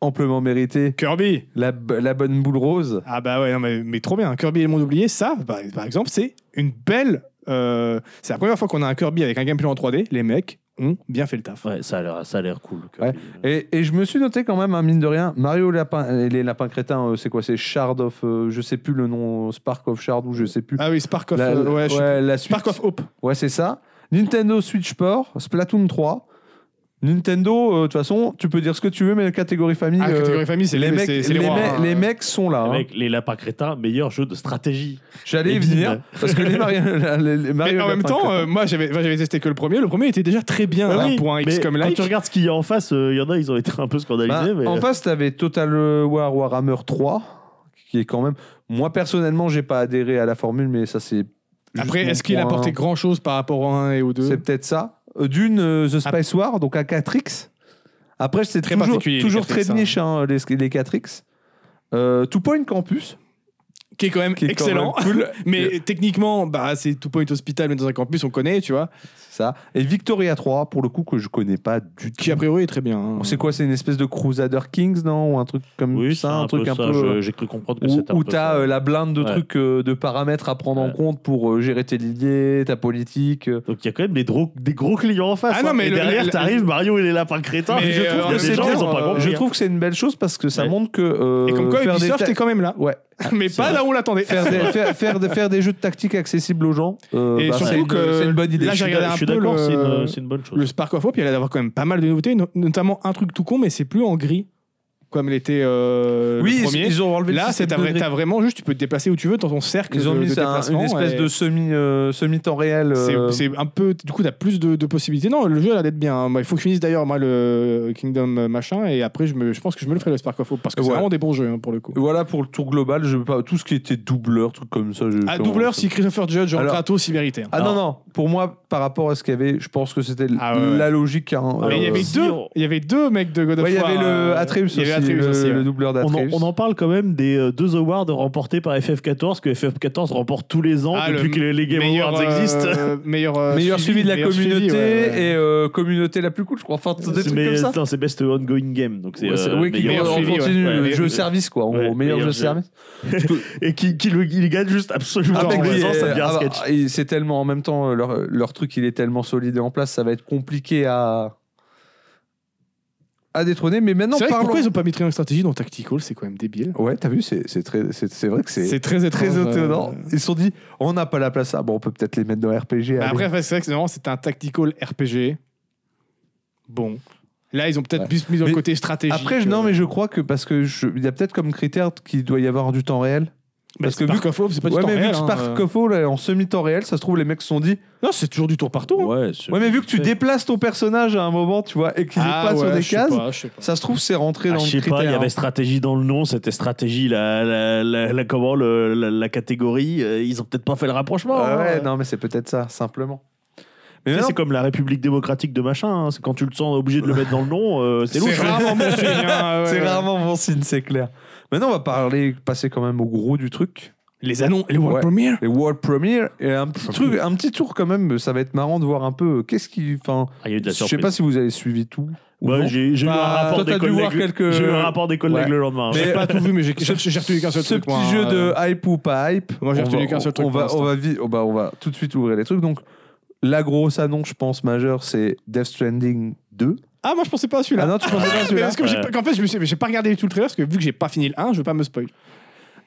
S1: Amplement mérité.
S3: Kirby
S1: La, b- la bonne boule rose.
S3: Ah bah ouais, non, mais, mais trop bien. Kirby et le monde oublié, ça, bah, par exemple, c'est une belle. euh, c'est la première fois qu'on a un Kirby avec un gameplay en 3D. Les mecs ont bien fait le taf.
S2: Ouais, ça a l'air, ça a l'air cool.
S1: Ouais.
S2: Kirby.
S1: Et, et je me suis noté quand même, hein, mine de rien, Mario Lapin, et les lapins crétins, euh, c'est quoi C'est Shard of, euh, je sais plus le nom, Spark of Shard ou je sais plus.
S3: Ah oui, Spark of,
S1: La-
S3: euh, ouais, je-
S1: ouais, Euh, la suite.
S3: Spark of Hope.
S1: Ouais, c'est ça. Nintendo Switch Sport, Splatoon 3. Nintendo, euh, de toute façon, tu peux dire ce que tu veux, mais la catégorie famille.
S3: Ah,
S1: euh,
S3: catégorie famille, c'est
S1: les, mecs,
S3: c'est- c'est
S1: les,
S3: rois,
S1: mecs-
S3: hein.
S1: les mecs sont là. hein.
S2: Avec les lapins crétins, meilleur jeu de stratégie.
S1: J'allais y
S2: les
S1: venir.
S2: bim.
S1: Parce que les Mario. les- les
S3: Mais
S1: Mario
S3: en même
S1: Lapin
S3: temps,
S1: Crétin.
S3: euh, moi j'avais moi, j'avais testé que le premier. Le premier était déjà très bien
S1: Ah
S2: Ouais,
S3: hein,
S2: oui,
S3: pour un X
S2: mais
S3: comme
S2: Quand
S3: like.
S2: tu regardes ce qu'il y a en face, euh, il y en a, ils ont été un peu
S1: Bah,
S2: scandalisés. mais...
S1: En face, t'avais Total War Warhammer 3, qui est quand même. Moi, personnellement, j'ai pas adhéré à la formule, mais ça, c'est. juste
S3: Après,
S1: mon
S3: est-ce qu'il a
S1: point.
S3: apporté grand chose par rapport au 1 et au 2
S1: C'est peut-être ça. Euh, D'une, euh, The Spice War, donc à 4X. Après, c'est
S3: Très
S1: toujours,
S3: particulier, les
S1: toujours très
S3: 4X, hein.
S1: niche, hein, les, les 4X. Euh, Two Point Campus.
S3: Qui est quand même
S1: qui est quand
S3: excellent.
S1: même cool.
S3: Mais techniquement, bah, c'est tout point hospital, mais dans un campus, on connaît, tu vois.
S1: C'est ça. Et Victoria 3, pour le coup, que je connais pas du tout.
S3: Qui a priori est très bien. hein.
S1: On sait quoi C'est une espèce de Crusader Kings, non Ou un truc comme
S2: Oui, c'est
S1: ça, un, truc un
S2: ça.
S1: peu. euh,
S2: Je- J'ai cru comprendre que
S1: Où,
S2: c'était un
S1: où
S2: peu
S1: t'as
S2: ça.
S1: euh, la blinde de
S2: Ouais.
S1: trucs, euh, de paramètres à prendre en
S2: Ouais.
S1: compte pour euh, gérer tes limiers, ta politique. euh.
S2: Donc il y a quand même des gros, des gros clients en face.
S3: Ah non,
S2: hein.
S3: mais
S2: Et
S3: le-
S2: derrière,
S3: le-
S2: t'arrives, Mario, il est là par le crétin.
S3: Mais
S2: je
S3: euh,
S2: trouve
S3: en
S2: que
S3: même
S2: des gens,
S3: temps,
S2: ils ont pas
S3: euh,
S2: compris.
S1: je
S2: hein.
S1: trouve que c'est une belle chose parce que ça
S2: Ouais.
S1: montre que. euh,
S3: Et comme quoi,
S1: faire des
S3: Ubisoft
S1: ta-
S3: est quand même là.
S1: Ouais.
S3: mais
S2: c'est
S3: pas
S2: vrai.
S3: là où on l'attendait.
S1: faire, des, faire, faire des- faire des jeux de tactique accessibles aux gens, euh,
S3: Et
S1: bah,
S3: surtout
S1: c'est une,
S3: que
S1: c'est une bonne idée.
S3: là,
S2: Je
S3: j'ai
S2: suis
S3: regardé
S2: d'a-
S3: un
S2: je suis
S3: peu euh,
S2: d'accord,
S3: le-
S2: c'est une- c'est une bonne chose.
S3: Le Spark of Hope, il y a d'avoir quand même pas mal de nouveautés, no- notamment un truc tout con, mais c'est plus en gris, comme l'était euh,
S1: oui,
S3: le
S1: ils-
S3: premier.
S1: ils ont enlevé. le
S3: Là, c'est
S1: système
S3: t'as
S1: de
S3: vrai-
S1: grid.
S3: t'as vraiment juste, tu peux te déplacer où tu veux dans ton cercle
S1: Ils ont
S3: de, de
S1: mis ça, un-
S3: déplacement.
S1: une espèce
S3: et
S1: de semi euh, semi temps réel.
S3: c'est-
S1: euh,
S3: C'est un peu. Du coup, t'as plus de, de possibilités. Non, le jeu a l'air d'être bien. hein. Moi, Il faut que je finisse d'ailleurs, moi, le Kingdom euh, machin, et après, je, me, je pense que je me le ferai le Spark of Hope, parce que c'est
S1: Ouais.
S3: vraiment des bons jeux hein, pour le coup.
S1: Voilà pour le tour global. Je veux pas tout ce qui était doubleur, truc comme ça. je-
S3: À
S1: comment-
S3: doubleur, Ah, si Christopher Judge en
S1: Alors-
S3: Kratos, il méritait. hein.
S1: Ah non non. Pour moi, par rapport à ce qu'il y avait, je pense que c'était l-
S3: Ah ouais, ouais.
S1: la logique. hein,
S2: Mais
S3: Mais il y
S1: euh,
S3: avait
S2: si
S3: deux.
S2: on-
S3: Il y avait deux mecs de God of
S1: ouais, il y
S3: War,
S1: avait le
S3: euh,
S1: Atreus
S3: il y
S1: aussi,
S3: avait Atreus
S1: le,
S3: aussi, ouais.
S1: le doubleur
S2: On en,
S1: d'Atreus.
S2: on en parle quand même des euh, deux awards remportés par FF14 que FF14 remporte tous les ans
S3: Ah, le
S2: depuis que les Game
S3: meilleur,
S2: Awards
S3: euh,
S2: existent.
S3: meilleur, euh,
S1: Meilleur suivi, de la
S3: meilleur suivi,
S1: communauté
S3: ouais, ouais.
S1: et euh, communauté la plus cool, je crois. Enfin, des trucs
S2: Mais-
S1: comme ça.
S2: non, c'est best ongoing game. Donc c'est
S1: Ouais, c'est-
S2: euh,
S1: oui, qui
S2: meilleur
S1: meilleur
S3: suivi, ouais.
S1: continue,
S2: Ouais,
S1: jeu
S2: meilleur-
S1: service quoi, en
S2: ouais,
S1: gros, meilleur jeu
S2: meilleur jeu.
S1: service.
S2: et qui, qui le- il gagne juste absolument
S1: Ah,
S3: Tout
S1: mais
S3: en
S2: tous
S1: qui
S2: les ans,
S1: est-
S2: ça devient
S1: ah
S2: un
S1: bah,
S2: sketch.
S1: et c'est tellement en même temps euh, leur, leur truc il est tellement solide et en place, ça va être compliqué à à détrôner. Mais maintenant
S3: C'est vrai que
S1: parlons.
S3: pourquoi ils ont pas mis Triangle Strategy dans Tactical C'est quand même débile.
S1: Ouais, t'as vu, c'est c'est très, c'est c'est vrai que c'est
S3: très
S1: très
S3: étrange,
S1: étonnant.
S3: euh.
S1: Ils se sont dit, on n'a pas la place. Ah bon, on peut peut-être les mettre dans RPG.
S3: Bah
S1: allez.
S3: après, c'est vrai que c'est vraiment, c'était un Tactical RPG. Bon. Là, ils ont peut-être
S1: Ouais.
S3: plus mis dans le
S1: Mais
S3: côté stratégique. euh.
S1: Après, je- non, mais je crois que parce que je- il y a peut-être comme critère qu'il doit y avoir du temps réel. parce
S3: parce
S1: que
S3: que
S1: vu
S3: Spark of Hope, c'est pas du
S1: ouais,
S3: temps
S1: mais vu
S3: réel,
S1: que
S3: hein.
S1: Spark of Hope, là, en semi-temps réel, ça se trouve les mecs se sont dit,
S3: Non, c'est toujours du tour par
S1: ah.
S3: tour. hein.
S2: Ouais,
S1: ouais, mais vu que tu déplaces ton personnage à un moment, tu vois, et qu'il est
S3: Ah
S1: pas sur
S3: ouais,
S1: des
S3: je sais
S1: cases,
S3: pas, je sais pas.
S1: ça se trouve c'est rentré
S2: Ah,
S1: dans
S2: je
S1: le
S2: sais
S1: critère.
S2: pas, il y
S1: hein.
S2: avait stratégie dans le nom, c'était stratégie, la, la, la- la- comment, le- la, la catégorie, euh, ils ont peut-être pas fait le rapprochement.
S1: Ah
S2: hein.
S1: ouais, non, mais c'est peut-être ça, simplement. Mais
S2: Tu sais,
S1: maintenant,
S2: C'est comme la République démocratique de machin, hein, c'est quand tu le sens obligé de le mettre dans le nom, euh, c'est
S3: C'est
S2: louche.
S3: rarement bon signe, hein, ouais,
S1: c'est
S3: ouais.
S1: rarement bon signe, c'est clair. Maintenant, on va parler, passer quand même au gros du truc.
S3: Les annonces, les World
S1: Ouais.
S3: Premiere.
S1: Les World Premiere, et un petit, truc, un petit tour quand même, ça va être marrant de voir un peu euh, qu'est-ce qui. Enfin,
S2: Ah, il y a eu de
S1: je
S2: la
S1: sais
S2: surprise.
S1: pas si vous avez suivi tout. ou
S2: Ouais,
S1: non.
S2: j'ai j'ai eu, un
S3: Bah,
S2: rapport
S1: toi,
S2: des
S1: t'as dû voir
S2: collègues-
S1: quelques-
S2: j'ai eu un rapport des collègues
S1: Ouais.
S2: le lendemain. hein.
S1: Mais-
S3: J'ai pas tout vu, mais j'ai
S1: Ce-
S3: j'ai- j'ai retenu qu'un seul
S1: ce
S3: truc.
S1: petit
S3: moi,
S1: jeu
S3: hein.
S1: de hype ou pas hype.
S3: Moi, j'ai
S1: on
S3: retenu
S1: va-
S3: qu'un seul
S1: on-
S3: truc
S1: On
S3: pour
S1: va,
S3: l'instant.
S1: on, va vi- oh, bah, on va tout de suite ouvrir les trucs. Donc, la grosse annonce, je pense, majeure, c'est Death Stranding 2.
S3: Ah, moi, je pensais pas à
S1: Ah
S3: celui-là.
S1: non, tu pensais pas à
S3: Mais
S1: celui-là
S3: parce que j'ai
S2: Ouais.
S3: pas- qu'en fait, je me suis, mais j'ai pas regardé tout le trailer parce que vu que j'ai pas fini le 1, je veux pas me spoil.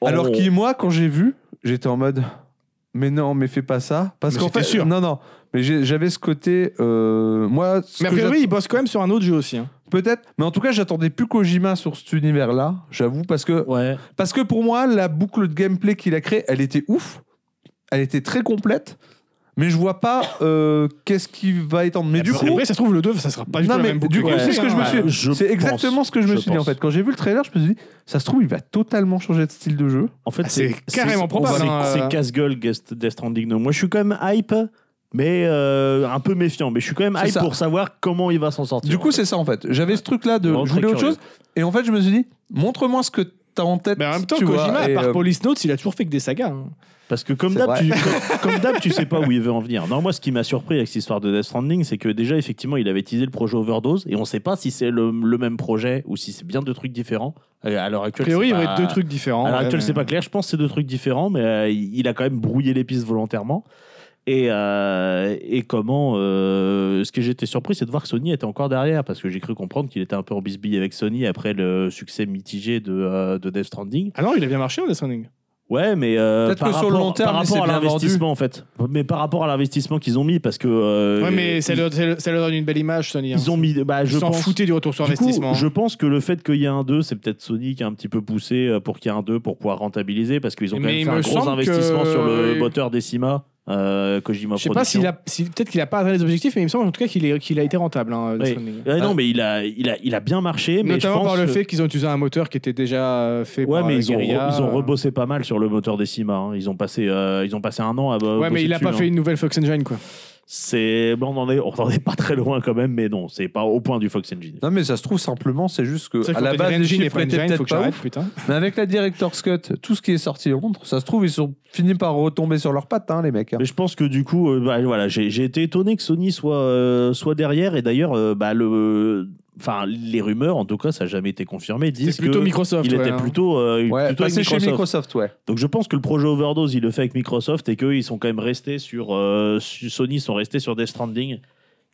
S2: Oh.
S1: Alors qui moi quand j'ai vu, j'étais en mode mais non, mais fais pas ça parce
S3: Mais
S1: qu'en
S3: c'était
S1: fait
S3: sûr.
S1: non non, mais j'ai- j'avais ce côté euh, moi ce
S3: Mais a
S1: que
S3: priori,
S1: j'att-
S3: ils bossent quand même sur un autre jeu aussi. hein.
S1: peut-être mais en tout cas, j'attendais plus Kojima sur cet univers là, j'avoue parce que
S2: Ouais.
S1: parce que pour moi la boucle de gameplay qu'il a créée, elle était ouf. Elle était très complète. Mais je vois pas euh, qu'est-ce qui va étendre. Mais
S3: Ah
S1: du
S3: bah,
S1: coup,
S3: en vrai, ça se trouve, le 2, ça sera pas du
S1: Non,
S3: tout la
S1: mais
S3: même boucle.
S1: du coup,
S3: Ouais.
S1: c'est ce que je me suis-
S2: Je
S1: c'est
S2: pense-
S1: exactement ce que je me
S2: je
S1: suis dit en
S2: pense.
S1: fait. Quand j'ai vu le trailer, je me suis dit, ça se trouve, il va totalement changer de style de jeu.
S2: En fait,
S3: Ah, c'est carrément probable,
S2: C'est,
S3: hein,
S2: c'est
S3: euh.
S2: casse-gueule Guest- Death Stranding. Donc, Moi, je suis quand même hype, mais euh, un peu méfiant. Mais je suis quand même
S1: C'est
S2: hype
S1: ça.
S2: pour savoir comment il va s'en sortir.
S1: Du
S2: en
S1: coup,
S2: fait.
S1: c'est ça en fait. J'avais ce truc-là de.
S2: Vraiment
S1: je
S2: très
S1: voulais autre
S2: curieux.
S1: chose. Et en fait, je me suis dit, montre-moi ce que t'as en tête.
S3: Mais en même temps,
S1: tu vois,
S3: Kojima, à
S1: et,
S3: part
S1: euh,
S3: Police Notes, il a toujours fait que des sagas. hein.
S2: Parce que comme
S1: C'est
S2: d'hab,
S1: vrai.
S2: tu, comme, comme d'hab, tu sais pas où il veut en venir. Non, moi, ce qui m'a surpris avec cette histoire de Death Stranding, c'est que déjà, effectivement, il avait teasé le projet Overdose et on sait pas si c'est le, le même projet ou si c'est bien deux trucs différents. Euh, À l'heure
S3: A
S2: actuelle,
S3: priori, il y
S2: c'est
S3: aurait
S2: pas-
S3: deux trucs différents.
S2: À l'heure
S3: ouais,
S2: actuelle,
S3: mais-
S2: c'est pas clair. Je pense que c'est deux trucs différents, mais euh, il il a quand même brouillé les pistes volontairement. Et, euh, et comment. euh, ce que j'étais surpris, c'est de voir que Sony était encore derrière, parce que j'ai cru comprendre qu'il était un peu en bisbille avec Sony après le succès mitigé de, euh, de Death Stranding.
S3: Ah non, il a bien marché en Death Stranding.
S2: Ouais, mais euh,
S1: Peut-être
S2: par
S1: que sur
S2: rapport,
S1: le long terme,
S2: par
S1: il s'est
S2: rapport à
S1: bien
S2: l'investissement en fait. Mais par rapport à l'investissement qu'ils ont mis, parce que euh,
S3: ouais, mais
S2: ils,
S3: ça leur, ça leur- ça leur donne une belle image, Sony. hein.
S2: ils ont mis. Bah,
S3: Ils
S2: je
S3: s'en
S2: pense.
S3: foutaient du retour sur
S2: Du coup,
S3: investissement.
S2: je pense que le fait qu'il y ait un 2, c'est peut-être Sony qui a un petit peu poussé euh, pour qu'il y ait un 2 pour pouvoir rentabiliser parce qu'ils ont quand
S3: Mais
S2: même
S3: il
S2: fait un
S3: me
S2: gros
S3: semble
S2: investissement
S3: que-
S2: sur le moteur Decima euh, Kojima
S3: Je sais pas
S2: Productions.
S3: s'il a, si- peut-être qu'il a pas atteint les objectifs, mais il me semble en tout cas qu'il est- qu'il a été rentable. hein, Death
S2: Oui.
S3: Stranding.
S2: Ouais, Non, mais il a, il, a, il a bien marché. Mais je
S3: Notamment
S2: pense
S3: par le
S2: que-
S3: fait qu'ils ont utilisé un moteur qui était déjà euh, fait
S2: Ouais,
S3: par
S2: mais
S3: la
S2: ils ont,
S3: guérilla.
S2: ils ont rebossé pas mal sur le moteur Decima. hein. Ils, ont passé, euh, ils ont passé un an à. bo-
S3: Ouais, mais
S2: bosser
S3: il a
S2: dessus,
S3: pas
S2: hein.
S3: fait une nouvelle Fox Engine, quoi.
S2: C'est. bon, on, en est... on en est pas très loin quand même, mais non, c'est pas au point du Fox Engine.
S1: Non, mais ça se trouve simplement, c'est juste que
S3: C'est vrai
S1: à
S3: que
S1: la
S3: quand
S1: base,
S3: t'as
S1: les
S3: dit Engine et
S1: chiffres
S3: pas
S1: étaient
S3: Engine,
S1: peut-être
S3: faut que
S1: pas
S3: j'arrête,
S1: ouf.
S3: putain.
S1: Mais avec la Director's Cut, tout ce qui est sorti en montre, ça se trouve, ils sont finis par retomber sur leurs pattes, hein, les mecs. hein.
S2: Mais je pense que du coup, euh, bah, voilà, j'ai j'ai été étonné que Sony soit, euh, soit derrière. Et d'ailleurs, euh, bah, le, enfin, les rumeurs, en tout cas, ça n'a jamais été confirmé, disent
S3: C'est plutôt
S2: que
S3: Microsoft.
S2: il
S3: ouais,
S2: était
S3: hein.
S2: plutôt, euh,
S1: Ouais,
S2: plutôt avec
S1: passer
S2: Microsoft.
S1: chez Microsoft, ouais.
S2: Donc je pense que le projet Overdose, il le fait avec Microsoft et qu'eux, ils sont quand même restés sur... euh, su- Sony sont restés sur Death Stranding.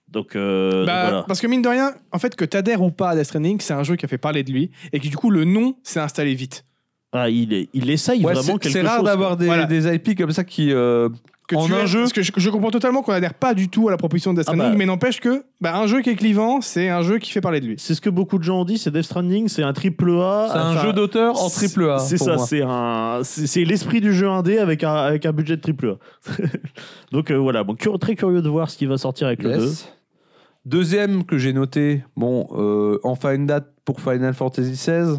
S2: Donc, euh,
S3: Bah,
S2: donc voilà.
S3: Parce que mine de rien, en fait, que t'adhères ou pas à Death Stranding, c'est un jeu qui a fait parler de lui et qui du coup le nom s'est installé vite.
S2: Ah, il, est- il essaye
S1: Ouais,
S2: vraiment
S1: c'est
S2: quelque
S1: c'est
S2: chose.
S1: rare d'avoir des,
S3: Voilà.
S1: des IP comme ça qui. euh,
S3: Que
S1: En
S3: tu
S1: un
S3: aimes-
S1: jeu
S3: Parce que je, je comprends totalement qu'on adhère pas du tout à la proposition de Death
S2: Ah
S3: Stranding,
S2: bah.
S3: mais n'empêche que bah, un jeu qui est clivant, c'est un jeu qui fait parler de lui.
S2: C'est ce que beaucoup de gens ont dit, c'est Death Stranding, c'est un triple A.
S3: Ah,
S1: c'est un
S2: enfin,
S1: jeu d'auteur en triple A. hein,
S2: C'est
S1: pour
S2: ça,
S1: moi.
S2: c'est un, c'est c'est l'esprit du jeu indé avec un, avec un budget de triple A. Donc euh, voilà, bon, cur- très curieux de voir ce qui va sortir avec le 2.
S1: Yes. Deuxième que j'ai noté, bon, euh, enfin une date pour Final Fantasy XVI.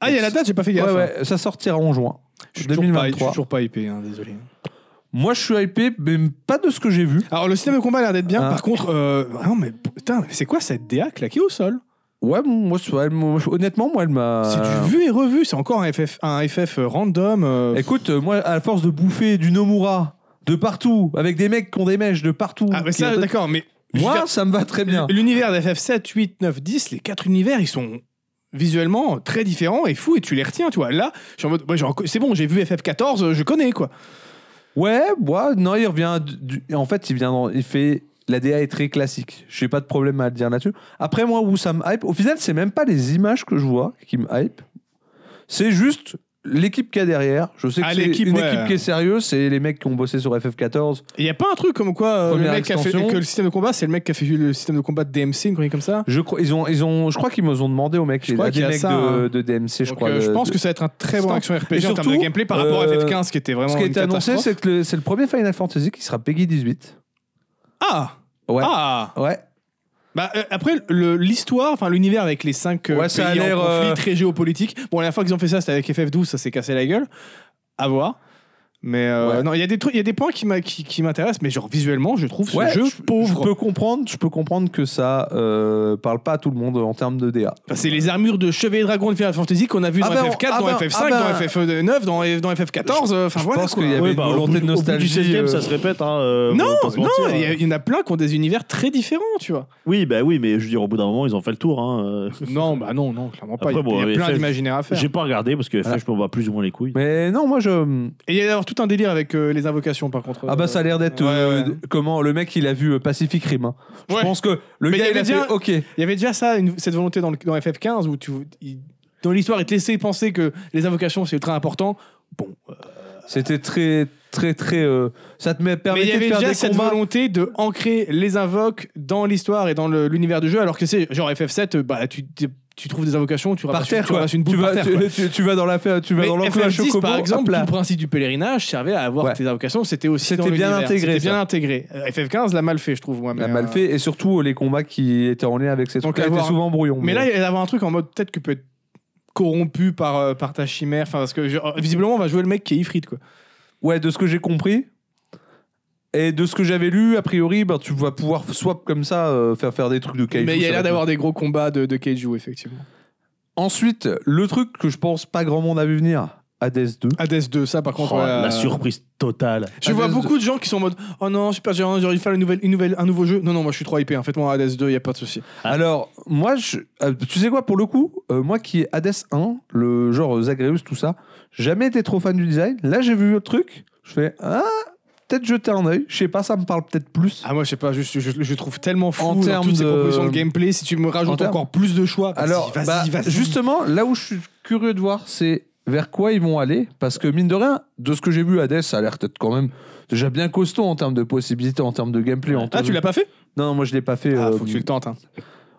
S3: Ah, il y a la date, j'ai pas fait
S1: Ouais,
S3: gaffe. hein.
S1: ouais, ça sortira en juin.
S3: Je suis toujours pas- je
S1: 2023.
S3: suis toujours pas hypé, hein, désolé.
S1: Moi, je suis hypé, mais pas de ce que j'ai vu.
S3: Alors le système de combat a l'air d'être bien,
S1: Ah.
S3: par contre, euh, non mais putain, mais c'est quoi cette DA claquée au sol
S1: Ouais, bon, moi, c'est- ouais, moi, je- honnêtement, moi, elle m'a.
S3: C'est du vu et revu, c'est encore un FF, un FF random. euh,
S1: Écoute, euh, moi, à force de bouffer du Nomura de partout, avec des mecs qui ont des mèches de partout.
S3: Ah mais
S1: qui-
S3: ça, d'accord, mais je veux
S1: moi,
S3: dire,
S1: ça me va très bien.
S3: l'univers d'FF 7, 8, 9, 10, les quatre univers, ils sont visuellement très différents et fous et tu les retiens, tu vois. Là, je suis en mode, ouais, genre, c'est bon, j'ai vu FF 14, euh, je connais quoi.
S1: Ouais, ouais, non, il revient. du- du- En fait, il vient. dans- Il fait. La DA est très classique. Je n'ai pas de problème à le dire là-dessus. Après, moi, où ça me hype, au final, c'est même pas les images que je vois qui me hype. C'est juste l'équipe qu'il y a derrière. Je sais que
S3: Ah,
S1: c'est
S3: l'équipe,
S1: une
S3: ouais.
S1: équipe qui est sérieuse. C'est les mecs qui ont bossé sur FF14.
S3: Il y a pas un truc comme quoi euh, le
S1: Première
S3: mec qui a fait
S1: extension.
S3: que le système de combat, c'est le mec qui a fait le système de combat de DMC, une connerie comme ça.
S1: Je, crois- ils ont, ils ont, je crois qu'ils me ont demandé aux mecs,
S3: Je crois
S1: à
S3: qu'il
S1: des
S3: y a
S1: mecs
S3: ça,
S1: de,
S3: hein.
S1: de DMC, je
S3: Donc,
S1: crois.
S3: euh, je
S1: de-
S3: pense que ça va être un très bon
S1: Stand.
S3: action RPG
S1: Et
S3: en termes de
S1: surtout,
S3: gameplay par rapport
S1: euh,
S3: à FF15 qui était vraiment
S1: Ce qui a
S3: une
S1: été annoncé,
S3: catastrophe.
S1: c'est que le- c'est le premier Final Fantasy qui sera Peggy 18.
S3: Ah
S1: Ouais.
S3: Ah
S1: Ouais.
S3: Bah, euh, après, le- l'histoire, enfin l'univers avec les cinq euh,
S1: Ouais, ça a
S3: pays en
S1: l'air,
S3: conflit
S1: euh,
S3: très géopolitique. Bon, la dernière fois qu'ils ont fait ça, c'était avec FF12, ça s'est cassé la gueule. À voir. Mais euh,
S1: Ouais.
S3: non, il y a des trucs, il y a des points qui m'a- qui- qui m'intéressent, mais genre visuellement, je trouve ce
S1: Ouais,
S3: jeu pauvre.
S1: Je peux comprendre, je peux comprendre que ça euh, parle pas à tout le monde en termes de DA.
S3: Enfin, c'est les armures de chevalier dragon de Final Fantasy qu'on a vu
S1: Ah
S3: dans
S1: ben,
S3: FF4,
S1: ah
S3: dans
S1: ben,
S3: FF5,
S1: ah ben.
S3: dans FF9, dans, dans FF14. euh, Enfin
S1: je
S3: voilà.
S1: pense
S3: quoi.
S1: qu'il y avait
S2: Ouais,
S1: une
S2: bah, au
S1: volonté
S2: bout-
S1: de
S2: Au bout du
S1: nostalgie.
S2: 16 e
S1: euh,
S2: ça se répète. hein, euh,
S3: Non,
S2: on va pas se
S3: non,
S2: mentir,
S3: il y, a-
S2: hein.
S3: il y en a plein qui ont des univers très différents, tu vois.
S2: Oui, bah oui, mais je veux dire, au bout d'un moment, ils ont fait le tour. hein, euh.
S3: Non, bah non, non, clairement pas.
S2: Après,
S3: Il y a-
S2: bon,
S3: il y a
S2: mais
S3: plein
S2: FF,
S3: d'imaginaires à faire.
S2: J'ai pas regardé parce que FF,
S1: Voilà.
S2: je m'en bats plus ou moins les couilles.
S1: Mais non, moi je.
S3: Et il y a d'ailleurs tout un délire avec euh, les invocations, par contre.
S1: Ah bah ça a l'air d'être.
S3: Ouais,
S1: euh,
S3: ouais.
S1: Comment le mec il a vu euh, Pacific Rim. hein. Je
S3: Ouais.
S1: pense que le
S3: Mais il
S1: gars
S3: y
S1: il a
S3: avait déjà-
S1: fait OK.
S3: Il y avait déjà ça, une- cette volonté dans, le- dans FF15 où tu, il- dans l'histoire, ils te laissaient penser que les invocations c'est ultra important.
S1: C'était très très très. euh, ça te met-
S3: Mais il y
S1: permettait de
S3: avait
S1: faire
S3: déjà
S1: des
S3: cette
S1: combats.
S3: volonté de ancrer les invoques dans l'histoire et dans le- l'univers du jeu, alors que c'est genre FF7, euh, bah tu, tu- tu trouves des invocations, tu
S1: Par
S3: ramasses,
S1: terre,
S3: tu
S1: quoi.
S3: ramasses une boule
S1: tu, vas,
S3: par terre.
S1: tu-
S3: quoi.
S1: tu- tu vas dans la fer- tu vas
S3: Mais
S1: dans l'enclos à
S3: FF10,
S1: Chocobo,
S3: par exemple,
S1: hop là.
S3: tout le principe du pèlerinage servait à avoir
S1: Ouais.
S3: tes invocations, c'était aussi
S1: C'était
S3: dans
S1: bien
S3: l'univers,
S1: intégré,
S3: C'était bien
S1: ça.
S3: intégré. Euh, FF15 l'a mal fait, je trouve. Moi,
S1: La
S3: mais,
S1: mal
S3: euh,
S1: fait et surtout euh, les combats qui étaient en lien avec ces
S3: Donc,
S1: trucs-là étaient
S3: avoir-
S1: souvent brouillon.
S3: Mais là, il va y avoir un truc en mode peut-être que peut être corrompu par, euh, par ta chimère. Enfin, parce que genre, visiblement, on va jouer le mec qui est ifrit, quoi.
S1: Ouais, de ce que j'ai compris. Et de ce que j'avais lu, a priori, ben, tu vas pouvoir swap comme ça, euh, faire faire des trucs de kaiju.
S3: Mais il y
S1: ça
S3: a
S1: va
S3: l'air
S1: être-
S3: d'avoir des gros combats de, de Keiju, effectivement.
S1: Ensuite, le truc que je pense pas grand monde a vu venir, Hades 2.
S3: Hades 2, ça par contre.
S2: Oh,
S3: ouais, euh,
S2: La surprise totale.
S3: Je vois
S1: Hades
S3: beaucoup de gens qui sont en mode Oh non, super géant, j'aurais dû faire une nouvelle, une nouvelle, un nouveau jeu. Non, non, moi je suis trop hypé. hein. Faites-moi Hades 2, il n'y a pas de souci.
S2: Ah.
S1: Alors, moi, je, euh, tu sais quoi, pour le coup, euh, moi qui est Hades 1, le genre euh, Zagreus, tout ça, jamais été trop fan du design. Là, j'ai vu le truc, je fais ah, peut-être jeter un œil. Je sais pas, ça me parle peut-être plus.
S3: Ah, moi je sais pas, je, je, je- je trouve tellement fou
S1: En
S3: dans
S1: termes
S3: toutes ces
S1: de-
S3: propositions de gameplay. Si tu me
S1: en
S3: rajoutes
S1: termes-
S3: encore plus de choix, vas-y,
S1: Alors,
S3: vas-y,
S1: bah,
S3: vas-y.
S1: justement, là où je suis curieux de voir, c'est vers quoi ils vont aller. Parce que, mine de rien, de ce que j'ai vu, Hades, ça a l'air peut-être quand même déjà bien costaud en termes de possibilités, en termes de gameplay. en
S3: Ah,
S1: termes
S3: tu
S1: de-
S3: l'as pas fait
S1: Non, non, moi je l'ai pas fait.
S3: Ah,
S1: euh,
S3: faut que tu le tentes. hein.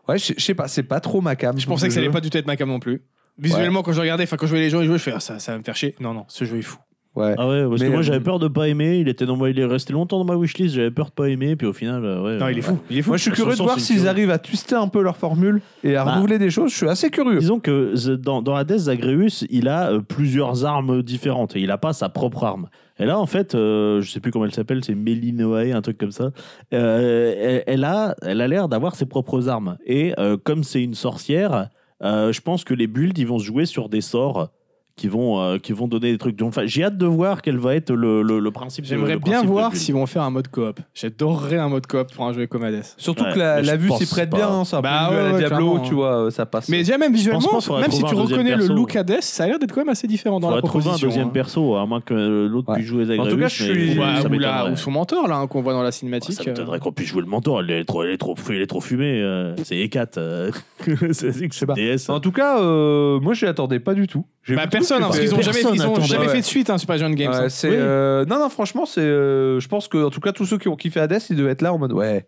S1: Ouais, je je sais pas, c'est pas trop ma cam.
S3: Je pensais que ça allait pas du tout être ma cam non plus. Visuellement, quand je regardais, enfin quand je voyais les gens y jouer, je fais Ah, ça, ça va me faire chier. Non, non, ce jeu est fou.
S1: Ouais.
S2: Ah ouais, parce
S1: Mais,
S2: que moi
S1: euh,
S2: j'avais peur de pas aimer, il était dans moi, il est resté longtemps dans ma wishlist, j'avais peur de pas aimer, puis au final, euh, ouais.
S3: Non, il est
S2: euh,
S3: fou. Il est fou.
S1: Moi, je suis
S2: Parce que
S1: curieux de
S2: sans,
S1: voir
S2: c'est une
S1: s'ils
S2: théorie.
S1: arrivent à twister un peu leur formule et à
S2: Bah.
S1: renouveler des choses. Je suis assez curieux.
S2: Disons que z- dans, dans Hades, Zagreus, il a euh, plusieurs armes différentes et il n'a pas sa propre arme. Et là, en fait, euh, je sais plus comment elle s'appelle, c'est Mélinoé, un truc comme ça. Euh, elle, elle a elle a l'air d'avoir ses propres armes. Et euh, comme c'est une sorcière, euh, je pense que les builds, ils vont se jouer sur des sorts qui vont, euh, qui vont donner des trucs. Donc, enfin, j'ai hâte de voir quel va être le, le- le principe. de-
S3: J'aimerais
S2: le
S3: bien
S2: principe de
S3: voir
S2: build.
S3: s'ils vont faire un mode coop. J'adorerais un mode coop pour un jeu comme Hades.
S1: Surtout
S2: Ouais,
S1: que la,
S2: mais
S1: la
S2: je
S1: vue s'y
S2: pense
S1: prête
S2: pas.
S1: bien, hein, c'est un
S3: Bah
S1: peu
S3: ouais,
S1: le
S3: ouais,
S1: Diablo,
S3: clairement.
S1: tu vois, euh, ça passe.
S3: Mais déjà, même visuellement,
S2: pas, faudrait
S3: même si
S2: trouver
S3: tu
S2: un deuxième
S3: reconnais le
S2: perso.
S3: look Hades, ça a l'air d'être quand même assez différent dans la
S2: Faudrait trouver
S3: proposition.
S2: un deuxième
S3: hein.
S2: perso, à moins que euh, l'autre
S1: Ouais.
S2: puisse jouer Zagreus.
S1: En tout cas, je
S2: mais
S1: suis-
S2: ça
S3: Ou, à- ou, la-
S2: m'étonnerait.
S3: ou son mentor là hein, qu'on voit dans la
S2: Ouais, Bah, ça
S3: cinématique. euh.
S2: m'étonnerait qu'on puisse jouer le mentor. Il est trop, il est trop, il est trop fumé. euh, c'est E4. euh, c'est c'est hein. que c'est
S1: pas.
S2: DS.
S1: En tout cas, euh, moi, je l'attendais pas du tout. J'ai
S3: Bah,
S1: vu
S3: personne,
S1: tout
S3: hein, parce
S1: que-
S3: qu'ils ont jamais,
S2: Personne
S3: ils ont
S2: attendait.
S3: jamais
S1: Ouais.
S3: fait de suite hein, sur Pageant Games.
S1: Ouais,
S3: hein.
S1: c'est,
S3: Oui.
S1: euh, non, non, franchement, c'est. euh, je pense que, en tout cas, tous ceux qui ont kiffé Hades, ils devaient être là en mode ouais.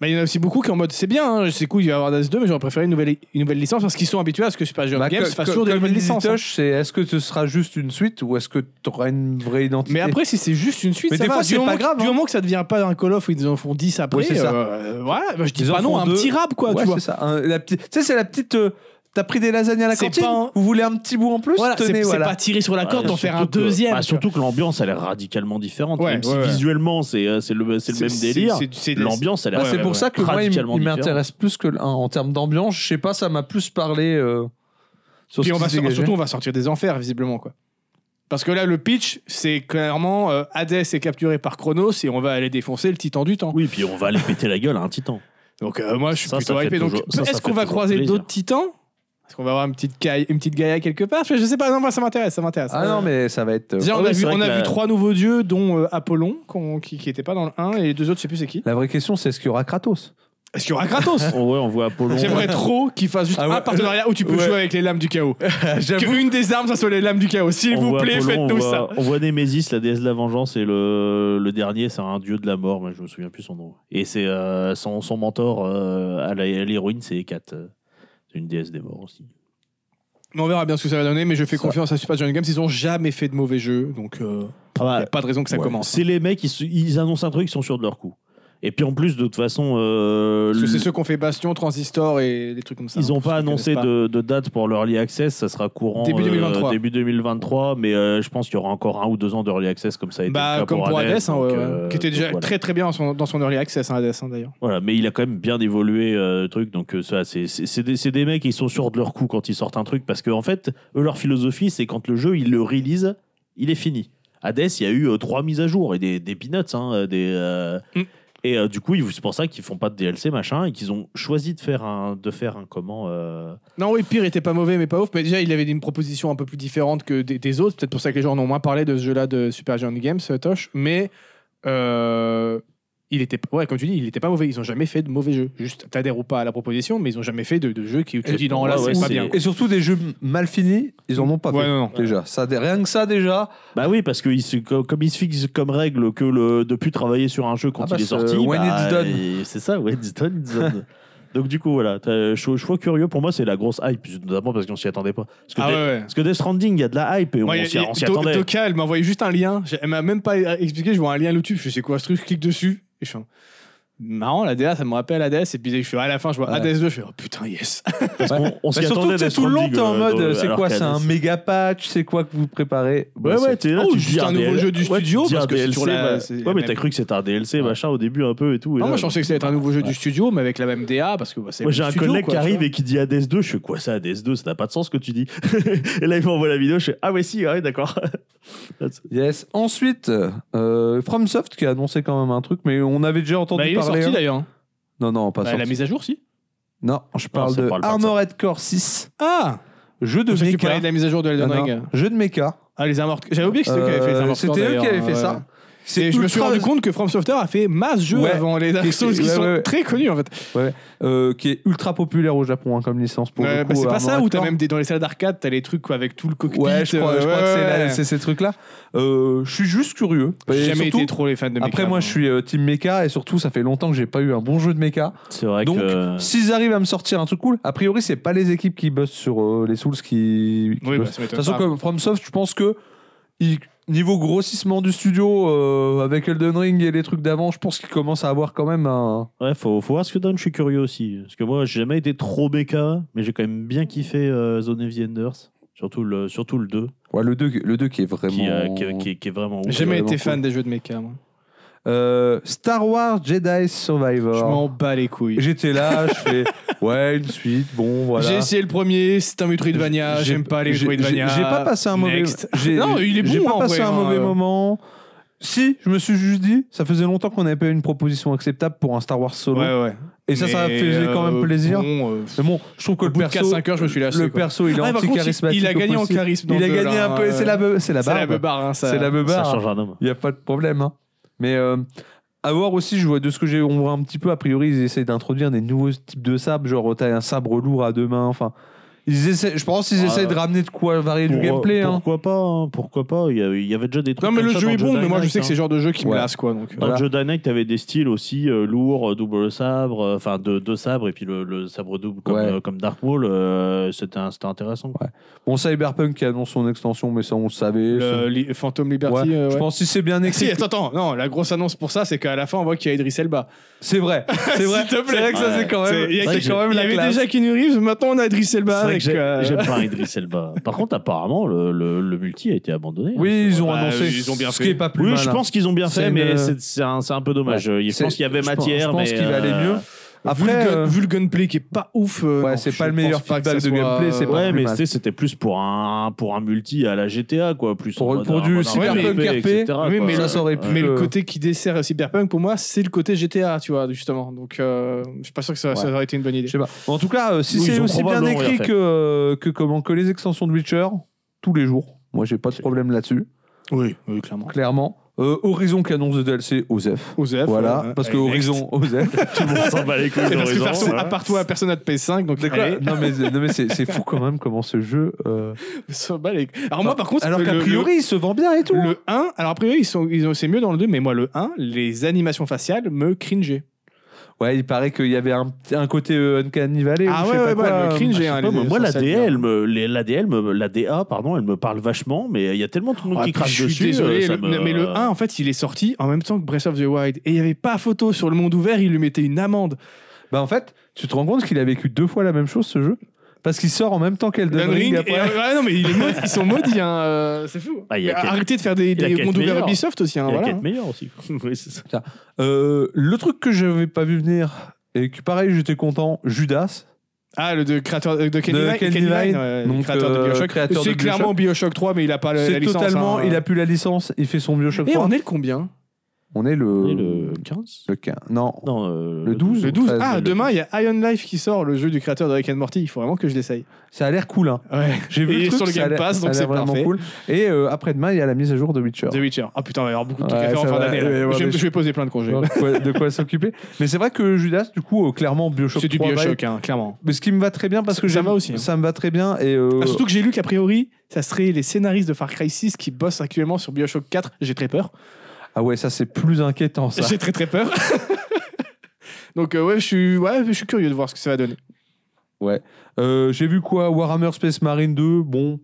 S3: Bah, il y en a aussi beaucoup qui en mode c'est bien, hein, c'est cool, il va y avoir Hades 2, mais j'aurais préféré une nouvelle, une nouvelle licence parce qu'ils sont habitués à ce que Pageant
S1: Bah,
S3: Games
S1: co-
S3: fasse
S1: co-
S3: toujours des
S1: comme
S3: nouvelles
S1: il dit
S3: licences. hein.
S1: Tosh, c'est est-ce que ce sera juste une suite ou est-ce que tu auras une vraie identité
S3: Mais après, si c'est juste une suite,
S1: Mais
S3: ça
S1: des
S3: va.
S1: fois,
S3: Du
S1: c'est
S3: moment
S1: pas
S3: que-
S1: grave,
S3: Du
S1: hein.
S3: moment que ça devient pas un Call of où ils en font 10 après,
S1: Ouais, c'est ça.
S3: euh, voilà, bah, je dis
S1: Ils en
S3: pas non,
S1: font
S3: un
S1: deux.
S3: petit rap quoi,
S1: Ouais,
S3: tu vois.
S1: c'est ça. un- la petite- Tu sais, c'est la petite. euh, T'as pris des lasagnes à la
S3: C'est
S1: cantine
S3: pas un-
S1: Vous voulez un petit bout en plus
S3: Voilà, c'est
S1: Tenez,
S3: c'est
S1: voilà.
S3: pas tirer sur la
S2: Ouais,
S3: corde, d'en
S2: surtout
S3: faire un
S2: que-
S3: deuxième.
S2: bah,
S3: tu vois.
S2: surtout que l'ambiance, elle est radicalement différente.
S3: Ouais,
S2: même si
S3: ouais, ouais.
S2: visuellement, c'est euh, c'est le, c'est le même délire. L'ambiance, elle est
S1: Bah,
S2: radi-
S1: c'est pour ça que moi, il, m-
S2: radicalement
S1: il
S2: différente.
S1: m'intéresse plus que le 1 en termes d'ambiance. Je sais pas, ça m'a plus parlé. euh, sur
S3: Puis
S1: ce
S3: on
S1: qui
S3: va
S1: se
S3: sor-
S1: dégageait.
S3: surtout, on va sortir des enfers, visiblement, quoi. Parce que là, le pitch, c'est clairement euh, Hades est capturé par Chronos et on va aller défoncer le titan du temps.
S2: Oui, puis on va aller péter la gueule à un titan.
S3: Donc euh, moi, je suis
S2: Ça, ça
S3: plutôt
S2: fait
S3: hypé. Donc,
S2: toujours- ça, ça
S3: est-ce
S2: fait
S3: qu'on va
S2: toujours
S3: croiser
S2: plaisir.
S3: d'autres titans Est-ce qu'on va avoir une petite, Gaïa, une petite Gaïa quelque part Je sais pas. Non, moi, ça m'intéresse, ça m'intéresse.
S1: Ah non, mais ça va être. euh,
S3: Déjà,
S2: Ah
S3: on a,
S2: oui,
S3: vu,
S2: c'est vrai
S3: on a
S2: que
S3: vu
S2: la-
S3: trois nouveaux dieux, dont euh, Apollon, qu'on- qui n'était pas dans le 1, et les deux autres, je sais plus c'est qui.
S1: La vraie question, c'est est-ce qu'il y aura Kratos
S3: Est-ce qu'il y aura Kratos
S2: Oh ouais, on voit Apollon.
S3: J'aimerais trop qu'ils fassent juste
S1: Ah ouais.
S3: un partenariat où tu peux
S1: Ouais.
S3: jouer avec les lames du chaos. que une des armes, ça soit les lames du chaos. S'il
S2: on
S3: vous
S2: voit
S3: plaît,
S2: Apollon, on
S3: faites-nous
S2: voit-
S3: ça.
S2: On voit Némésis, la déesse de la vengeance, et le, le dernier, c'est un dieu de la mort, mais je me souviens plus son nom. Et c'est euh, son, son mentor euh, à la- à l'héroïne, c'est Hécate. euh, C'est une déesse des morts aussi.
S3: Mais on verra bien ce que ça va donner, mais je fais
S1: Ça.
S3: confiance à Super Giant Games. Ils ont jamais fait de mauvais jeux, donc euh,
S2: Ah bah,
S3: y a pas de raison que ça
S1: Ouais.
S3: commence.
S2: c'est les mecs, ils, se- ils annoncent un truc, ils sont sûrs de leur coup. Et puis en plus, de toute façon, euh,
S3: Parce que
S2: le-
S3: c'est ceux qu'on fait Bastion, Transistor et des trucs comme ça.
S2: ils
S3: hein,
S2: n'ont
S3: pour
S2: pas
S3: ceux qui
S2: annoncé
S3: connaissent pas.
S2: de, de date pour l'Early Access, ça sera courant
S3: Début
S2: euh,
S3: 2023.
S2: début 2023, mais euh, je pense qu'il y aura encore un ou deux ans d'Early Access comme ça a été le
S3: Bah,
S2: cas
S3: comme pour Hades, hein,
S2: donc,
S3: ouais, ouais.
S2: euh,
S3: qui était
S2: donc
S3: déjà
S2: voilà.
S3: très très bien dans son, dans son early access, hein, Hades, hein, d'ailleurs.
S2: Voilà, mais il a quand même bien évolué euh, le truc. Donc, euh, ça, c'est c'est- c'est des, c'est des mecs qui sont sûrs de leur coup quand ils sortent un truc. Parce qu'en en fait, eux, leur philosophie, c'est quand le jeu, ils le release, il est fini. Hades, il y a eu euh, trois mises à jour et des, des peanuts. hein, euh, des, euh,
S3: Mm.
S2: Et euh, du coup, ils- c'est pour ça qu'ils font pas de DLC, machin, et qu'ils ont choisi de faire un, de faire un comment. euh,
S3: Non, oui, Pire était pas mauvais, mais pas ouf. Mais déjà, il avait une proposition un peu plus différente que des, des autres. Peut-être pour ça que les gens en ont moins parlé de ce jeu-là de Super Giant Games, euh, Tosh. Mais euh, il était, ouais, comme tu dis, il était pas mauvais. Ils ont jamais fait de mauvais jeux. Juste, t'adhères ou pas à la proposition, mais ils ont jamais fait de, de jeu qui où tu
S1: Et-
S3: dis non, là,
S2: ouais, ouais,
S3: c'est pas
S2: c'est-
S3: bien.
S1: Et surtout des jeux mal finis, ils en ont pas
S3: Ouais,
S1: fait.
S3: non, non.
S1: Déjà, ça, rien que ça déjà.
S2: Bah oui, parce que ils se- co- comme ils se fixent comme règle que le, de plus travailler sur un jeu quand
S1: Ah, parce
S2: il est sorti,
S3: euh,
S1: que when
S2: bah,
S1: it's done.
S2: et C'est ça, when it's done, it's done. Donc du coup, voilà, t'as- je je suis curieux. Pour moi, c'est la grosse hype, notamment parce qu'on s'y attendait pas. Parce que,
S3: Ah
S2: Death-
S3: ouais, ouais.
S2: parce que Death Stranding, il y a de la hype et
S3: Moi,
S2: on
S3: il-
S2: s'y on s'y
S3: il- Do-
S2: attendait.
S3: Doka, elle m'a envoyé juste un lien. J'ai- Elle m'a même pas expliqué. Je vois un lien YouTube. Je sais quoi ce truc. Je clique dessus. Et je fais marrant, la DA, ça me rappelle Hades. Et puis je suis à la fin, je vois
S1: Ouais.
S3: Hades 2. Je fais oh putain, yes.
S2: Parce qu'on- on s'y
S1: Mais Bah, surtout,
S2: attendait.
S1: tu sais,
S2: Death
S1: tout le long,
S2: Stranding,
S1: t'es en
S2: euh,
S1: mode,
S2: dans-
S1: c'est
S2: alors
S1: quoi
S2: qu'à
S1: C'est un
S2: Hades-
S1: méga patch C'est quoi que vous préparez Bah,
S2: Ouais,
S1: c'est-
S2: ouais, t'es là,
S3: Oh,
S2: tu te
S3: juste
S2: dis
S3: un nouveau
S2: DL
S3: jeu du
S2: ouais,
S3: studio,
S2: tu te dis
S3: parce
S2: un
S3: que c'est
S2: DLC,
S3: sur la-
S2: bah,
S3: c'est la
S2: Ouais, mais
S3: même-
S2: t'as cru que c'était un DLC, machin, au début un peu et tout. et
S3: Non,
S2: là,
S3: Ah, moi, je pensais que ça allait être un nouveau jeu
S2: Ouais.
S3: du studio, mais avec la même DA, parce que bah, c'est.
S2: Moi
S3: le
S2: j'ai un
S3: studio,
S2: collègue
S3: quoi,
S2: qui
S3: tu
S2: arrive
S3: vois.
S2: et qui dit ADS 2, je fais quoi ça ADS 2 Ça n'a pas de sens ce que tu dis. et là il m'envoie la vidéo, je fais Ah ouais si, ouais d'accord.
S1: Yes. Ensuite, euh, FromSoft qui a annoncé quand même un truc, mais on avait déjà entendu
S3: Bah, il est
S1: parler.
S3: sorti
S1: hein.
S3: d'ailleurs.
S1: non, non, pas
S3: Bah,
S1: sorti.
S3: la mise à jour, si.
S1: Non, je parle
S2: ça
S1: de
S2: parle pas de ça.
S1: Armored Core 6,
S3: Ah
S1: jeu de
S3: Je sais que tu
S1: mecha.
S3: parlais de la mise à jour de
S1: Ah,
S3: Elden
S1: non,
S3: Ring.
S1: jeu de mecha.
S3: Ah, les armorts. J'avais oublié que c'était eux qui avaient fait les
S1: Euh,
S3: armorts.
S1: C'était eux qui avaient fait ça.
S3: hein, Et je me suis
S1: ultra-
S3: rendu compte que From Software a fait masse jeux
S1: Ouais.
S3: avant les Dark Souls, qui
S1: Ouais, ouais,
S3: sont
S1: ouais.
S3: très connus en fait.
S1: euh, qui est ultra populaire au Japon hein, comme licence pour
S3: Ouais,
S1: le
S3: bah,
S1: coup.
S3: c'est pas ça
S1: Armored
S3: où t'as
S1: Core.
S3: même des, dans les salles d'arcade t'as les trucs quoi, avec tout le cockpit.
S1: Ouais, je crois, je
S3: euh,
S1: crois que c'est
S3: ouais,
S1: la-
S3: ouais.
S1: c'est ces trucs-là. Euh, je suis juste curieux.
S3: J'ai
S1: Et
S3: jamais
S1: surtout,
S3: été trop les fans de
S1: Après,
S3: Mecha,
S1: moi, je suis euh, team mecha et surtout, ça fait longtemps que j'ai pas eu un bon jeu de mecha.
S2: C'est vrai
S1: Donc,
S2: que.
S1: S'ils arrivent à me sortir un truc cool, a priori, c'est pas les équipes qui bossent sur euh, les Souls qui. qui
S3: Oui, bah,
S1: bossent. de
S3: ça
S1: toute
S3: m'étonne
S1: façon,
S3: pas.
S1: comme FromSoft, je pense que il- niveau grossissement du studio, euh, avec Elden Ring et les trucs d'avant, je pense qu'il commence à avoir quand même un.
S2: Ouais, faut, faut voir ce que donne. Je suis curieux aussi. Parce que moi, j'ai jamais été trop béca, mais j'ai quand même bien kiffé euh, Zone of the Enders. Surtout le, surtout le 2,
S1: Ouais, le 2, le 2 qui est vraiment.
S2: qui, euh, qui, qui- qui est vraiment ouf.
S1: J'ai-
S3: jamais
S1: vraiment
S3: été fan
S1: cool.
S3: des jeux de mecha, moi.
S1: Euh, Star Wars Jedi
S3: Je
S1: Survivor.
S3: m'en bats les couilles.
S1: J'étais là, je fais. Ouais, une suite, bon, voilà.
S3: J'ai essayé le premier, c'est un Metroidvania,
S1: J'ai-
S3: j'aime pas les
S1: j'ai-
S3: Metroidvania.
S1: j'ai- J'ai pas passé un mauvais.
S3: Next.
S1: j'ai-
S3: Non, il est
S1: J'ai
S3: bon,
S1: pas
S3: en
S1: passé
S3: vrai,
S1: un
S3: hein,
S1: mauvais
S3: euh.
S1: moment. Si, je me suis juste dit, ça faisait longtemps qu'on n'avait pas eu une proposition acceptable pour un Star Wars solo.
S3: Ouais, ouais.
S1: Et ça, ça
S3: Mais,
S1: faisait quand même
S3: euh,
S1: plaisir.
S3: bon, euh,
S1: Mais bon, je trouve que
S3: Au
S1: le
S3: bout de
S1: perso,
S3: 4-5 heures, je me suis lassé,
S1: le
S3: quoi.
S1: perso, il est
S3: Ah, par contre,
S1: anti-charismatique.
S3: il a
S1: au
S3: gagné en
S1: possible.
S3: charisme. dans
S1: Il a
S3: le jeu,
S1: gagné
S3: là,
S1: un peu.
S3: hein.
S1: C'est la, be- c'est la
S3: C'est la
S1: barbe.
S3: beubare, hein, ça.
S1: C'est la
S2: Ça
S1: beubare.
S2: change un homme.
S1: Il n'y a pas de problème. hein. Mais euh, à voir aussi, je vois de ce que j'ai, on voit un petit peu, a priori, ils essayent d'introduire des nouveaux types de sabres, genre t'as un sabre lourd à deux mains, enfin. Ils essaient, je pense qu'ils
S2: Ouais.
S1: essayent de ramener de quoi varier du
S3: euh,
S2: Pour-
S1: gameplay. hein.
S2: Pourquoi pas hein, Pourquoi pas Il y, avait- il y avait déjà des trucs.
S3: Non, mais
S2: comme
S3: le
S2: ça
S3: jeu
S2: dans
S3: est bon,
S2: Jedi
S3: mais moi, je
S2: Knight,
S3: sais que
S2: hein.
S3: c'est le genre de jeu qui me
S1: Ouais.
S3: lasse, quoi. Donc, euh,
S2: Dans
S1: Voilà.
S2: Jedi Knight, t'avais des styles aussi euh, lourds, double sabre, euh, enfin deux, deux sabres, et puis le, le sabre double comme,
S1: Ouais.
S2: euh, comme Dark Maul, euh, c'était un- c'était intéressant. quoi.
S1: Bon, Cyberpunk qui annonce son extension, mais ça on le savait.
S3: le li- Phantom
S1: Ça-
S3: Liberty.
S1: Ouais.
S3: euh,
S1: Je
S3: ouais.
S1: pense que si c'est bien
S3: Si,
S1: écrit,
S3: attends, attends, non, la grosse annonce pour ça, c'est qu'à la fin, on voit qu'il y a Idris Elba.
S1: c'est vrai. C'est vrai.
S3: S'il te plaît.
S1: C'est vrai que ça
S2: Ouais.
S1: c'est quand
S3: C'est-
S1: même.
S3: Il y, a
S1: c'est
S3: quelque-
S1: quand même
S3: il y
S1: la
S3: avait
S1: classe.
S3: déjà Keanu Reeves, maintenant on a Idris Elba
S2: C'est vrai que
S3: avec.
S2: j'ai-
S3: euh,
S2: J'aime pas Idris Elba. Par contre, apparemment, le, le, le multi a été abandonné. hein,
S1: Oui,
S2: c'est
S1: ils ont
S3: Bah,
S1: annoncé.
S3: ils ont bien
S1: ce
S3: fait.
S1: qui est pas plus
S2: Oui,
S1: mal,
S2: je
S1: hein.
S2: pense qu'ils ont bien
S1: C'est
S2: fait,
S1: une-
S2: mais c'est- c'est un, c'est un peu dommage.
S1: Ouais.
S2: Je pense
S1: C'est-
S2: qu'il y avait
S1: je pense-
S2: matière.
S1: je pense
S2: mais,
S1: qu'il allait
S2: euh,
S1: mieux.
S3: vu,
S1: Après,
S3: le, gun-
S1: euh,
S3: vu le gunplay qui est pas ouf. euh,
S1: Ouais,
S3: non,
S1: c'est
S3: je
S1: pas le
S3: pense
S1: meilleur
S3: pas que
S1: feedback
S3: ça
S1: de
S3: soit,
S1: gameplay, c'est
S3: euh,
S1: pas
S2: Ouais,
S1: plus
S2: mais
S1: mal.
S2: tu sais, c'était plus pour un, pour un multi à la GTA, quoi. Plus en
S1: Pour-
S2: mode- euh,
S1: pour
S2: en
S1: du
S2: mode
S1: Cyberpunk
S2: RP,
S1: RP,
S2: etc.,
S1: oui,
S2: quoi.
S1: mais ça, ça aurait pu,
S3: Mais le
S1: euh,
S3: côté qui dessert Cyberpunk, pour moi, c'est le côté GTA, tu vois, justement. Donc, euh, je suis pas sûr que ça,
S1: Ouais.
S3: ça aurait été une bonne idée.
S1: Je sais pas. En tout cas, euh, si
S2: Oui,
S1: c'est
S2: ils ont
S1: aussi bien
S2: probablement rien
S1: écrit
S2: fait.
S1: que, euh, que, comment, que les extensions de Witcher, tous les jours, moi j'ai pas de problème là-dessus,
S3: Oui, oui, clairement.
S1: clairement. Euh, Horizon qui annonce de DLC, Osef. Voilà, parce que Horizon, Osef.
S2: Tout le monde s'en bat les couilles
S3: Et parce que
S2: d'Horizon,
S3: personne,
S2: ouais.
S3: à part toi, personne n'a de PS5, donc
S1: D'accord.
S3: allez,
S1: non mais, non, mais c'est c'est fou quand même comment ce jeu. euh,
S3: ça va les- Alors, moi, par contre,
S1: alors
S3: le-
S1: qu'a
S3: le-
S1: priori il se vend bien et tout.
S3: le, 1, alors, a priori, ils sont, ils ont, c'est mieux dans le 2, mais moi, le 1, les animations faciales me cringeaient.
S1: Ouais, il paraît qu'il y avait un, un côté euh, Uncanny Valley.
S3: Ah
S1: ou je
S3: ouais,
S1: sais
S3: ouais,
S1: pas
S3: ouais,
S1: quoi,
S3: le
S1: euh,
S3: cringe
S1: je sais
S3: est un-
S1: pas,
S3: hein, Ah, les-
S1: moi,
S2: Ouais, moi, la
S1: ça, ça
S2: DA,
S1: vient.
S2: elle me, les- la DA, elle me, la DA, pardon, elle me parle vachement, mais il y a tellement de monde
S3: Ah,
S2: qui
S3: puis
S2: crache
S3: je
S2: dessus.
S3: suis désolé,
S2: euh, ça
S3: le-
S2: me-
S3: mais le 1, en fait, il est sorti en même temps que Breath of the Wild. Et il n'y avait pas photo sur le monde ouvert, il lui mettait une amende.
S1: Bah en fait, tu te rends compte qu'il a vécu deux fois la même chose ce jeu parce qu'il sort en même temps qu'Elden
S3: Elden
S1: Ring.
S3: Ring,
S1: après.
S3: et- ouais, non, mais il est maudit, ils sont maudits, hein, euh, c'est fou.
S2: Ah, il y a
S3: Mais
S2: quatre-
S3: Arrêtez de faire des,
S2: il y a
S3: des
S2: quatre
S3: mondes ouverts
S2: meilleurs.
S3: Ubisoft aussi. hein,
S2: Il y a
S3: voilà,
S2: quatre
S3: hein.
S2: meilleurs aussi. Oui, c'est ça.
S1: Euh, le truc que je n'avais pas vu venir et que pareil j'étais content, Judas.
S3: Ah, le de créateur euh, de Kenny
S1: De
S3: Lane-
S1: Kenny
S3: Kenny Lane,
S1: Lane,
S3: ouais,
S1: donc,
S3: le créateur de
S1: euh,
S3: Bioshock.
S1: créateur
S3: c'est
S1: de
S3: clairement Bioshock 3, mais il a pas la, la
S1: C'est
S3: licence.
S1: totalement,
S3: hein.
S1: il a plus la licence, il fait son Bioshock
S3: Et
S1: 3.
S3: on est le combien
S1: On est Euh, le,
S2: Et le 15
S1: le quin- Non,
S2: Non, euh,
S1: Le 12.
S3: Le 12.
S1: treize,
S3: Ah,
S2: le
S3: demain, il y a Iron Life qui sort, le jeu du créateur de Rick and Morty. Il faut vraiment que je l'essaye.
S1: ça a l'air cool. Hein.
S3: Ouais.
S1: J'ai
S3: Et
S1: vu
S3: il est
S1: le truc,
S3: sur le
S1: ça a
S3: Game
S1: l'air-
S3: Pass,
S1: ça
S3: donc
S1: a
S3: c'est
S1: l'air vraiment
S3: parfait.
S1: cool. Et euh, après-demain, il y a la mise à jour de Witcher.
S3: The Witcher. Ah putain, il va y avoir beaucoup de trucs
S1: Ouais,
S3: à faire en
S1: ça
S3: fin
S1: va,
S3: d'année.
S1: il va y
S3: là.
S1: avoir
S3: Je vais-
S1: des-
S3: je vais poser plein de congés.
S1: Alors, quoi- de quoi s'occuper. Mais c'est vrai que Judas, du coup, euh, clairement Bioshock.
S3: C'est du
S1: 3,
S3: Bioshock, hein, clairement.
S1: Mais ce qui me va très bien parce que
S3: Ça
S1: j'aime-
S3: va aussi, hein.
S1: Ça me va très bien et euh,
S3: Ah, surtout que j'ai lu qu'a priori, ça serait les scénaristes de Far Cry 6 qui bossent actuellement sur Bioshock 4. J'ai très peur.
S1: ah ouais, ça c'est plus inquiétant ça.
S3: J'ai très très peur. Donc euh, ouais, je suis ouais, je suis curieux de voir ce que ça va donner.
S1: Euh, J'ai vu quoi Warhammer Space Marine 2. Bon,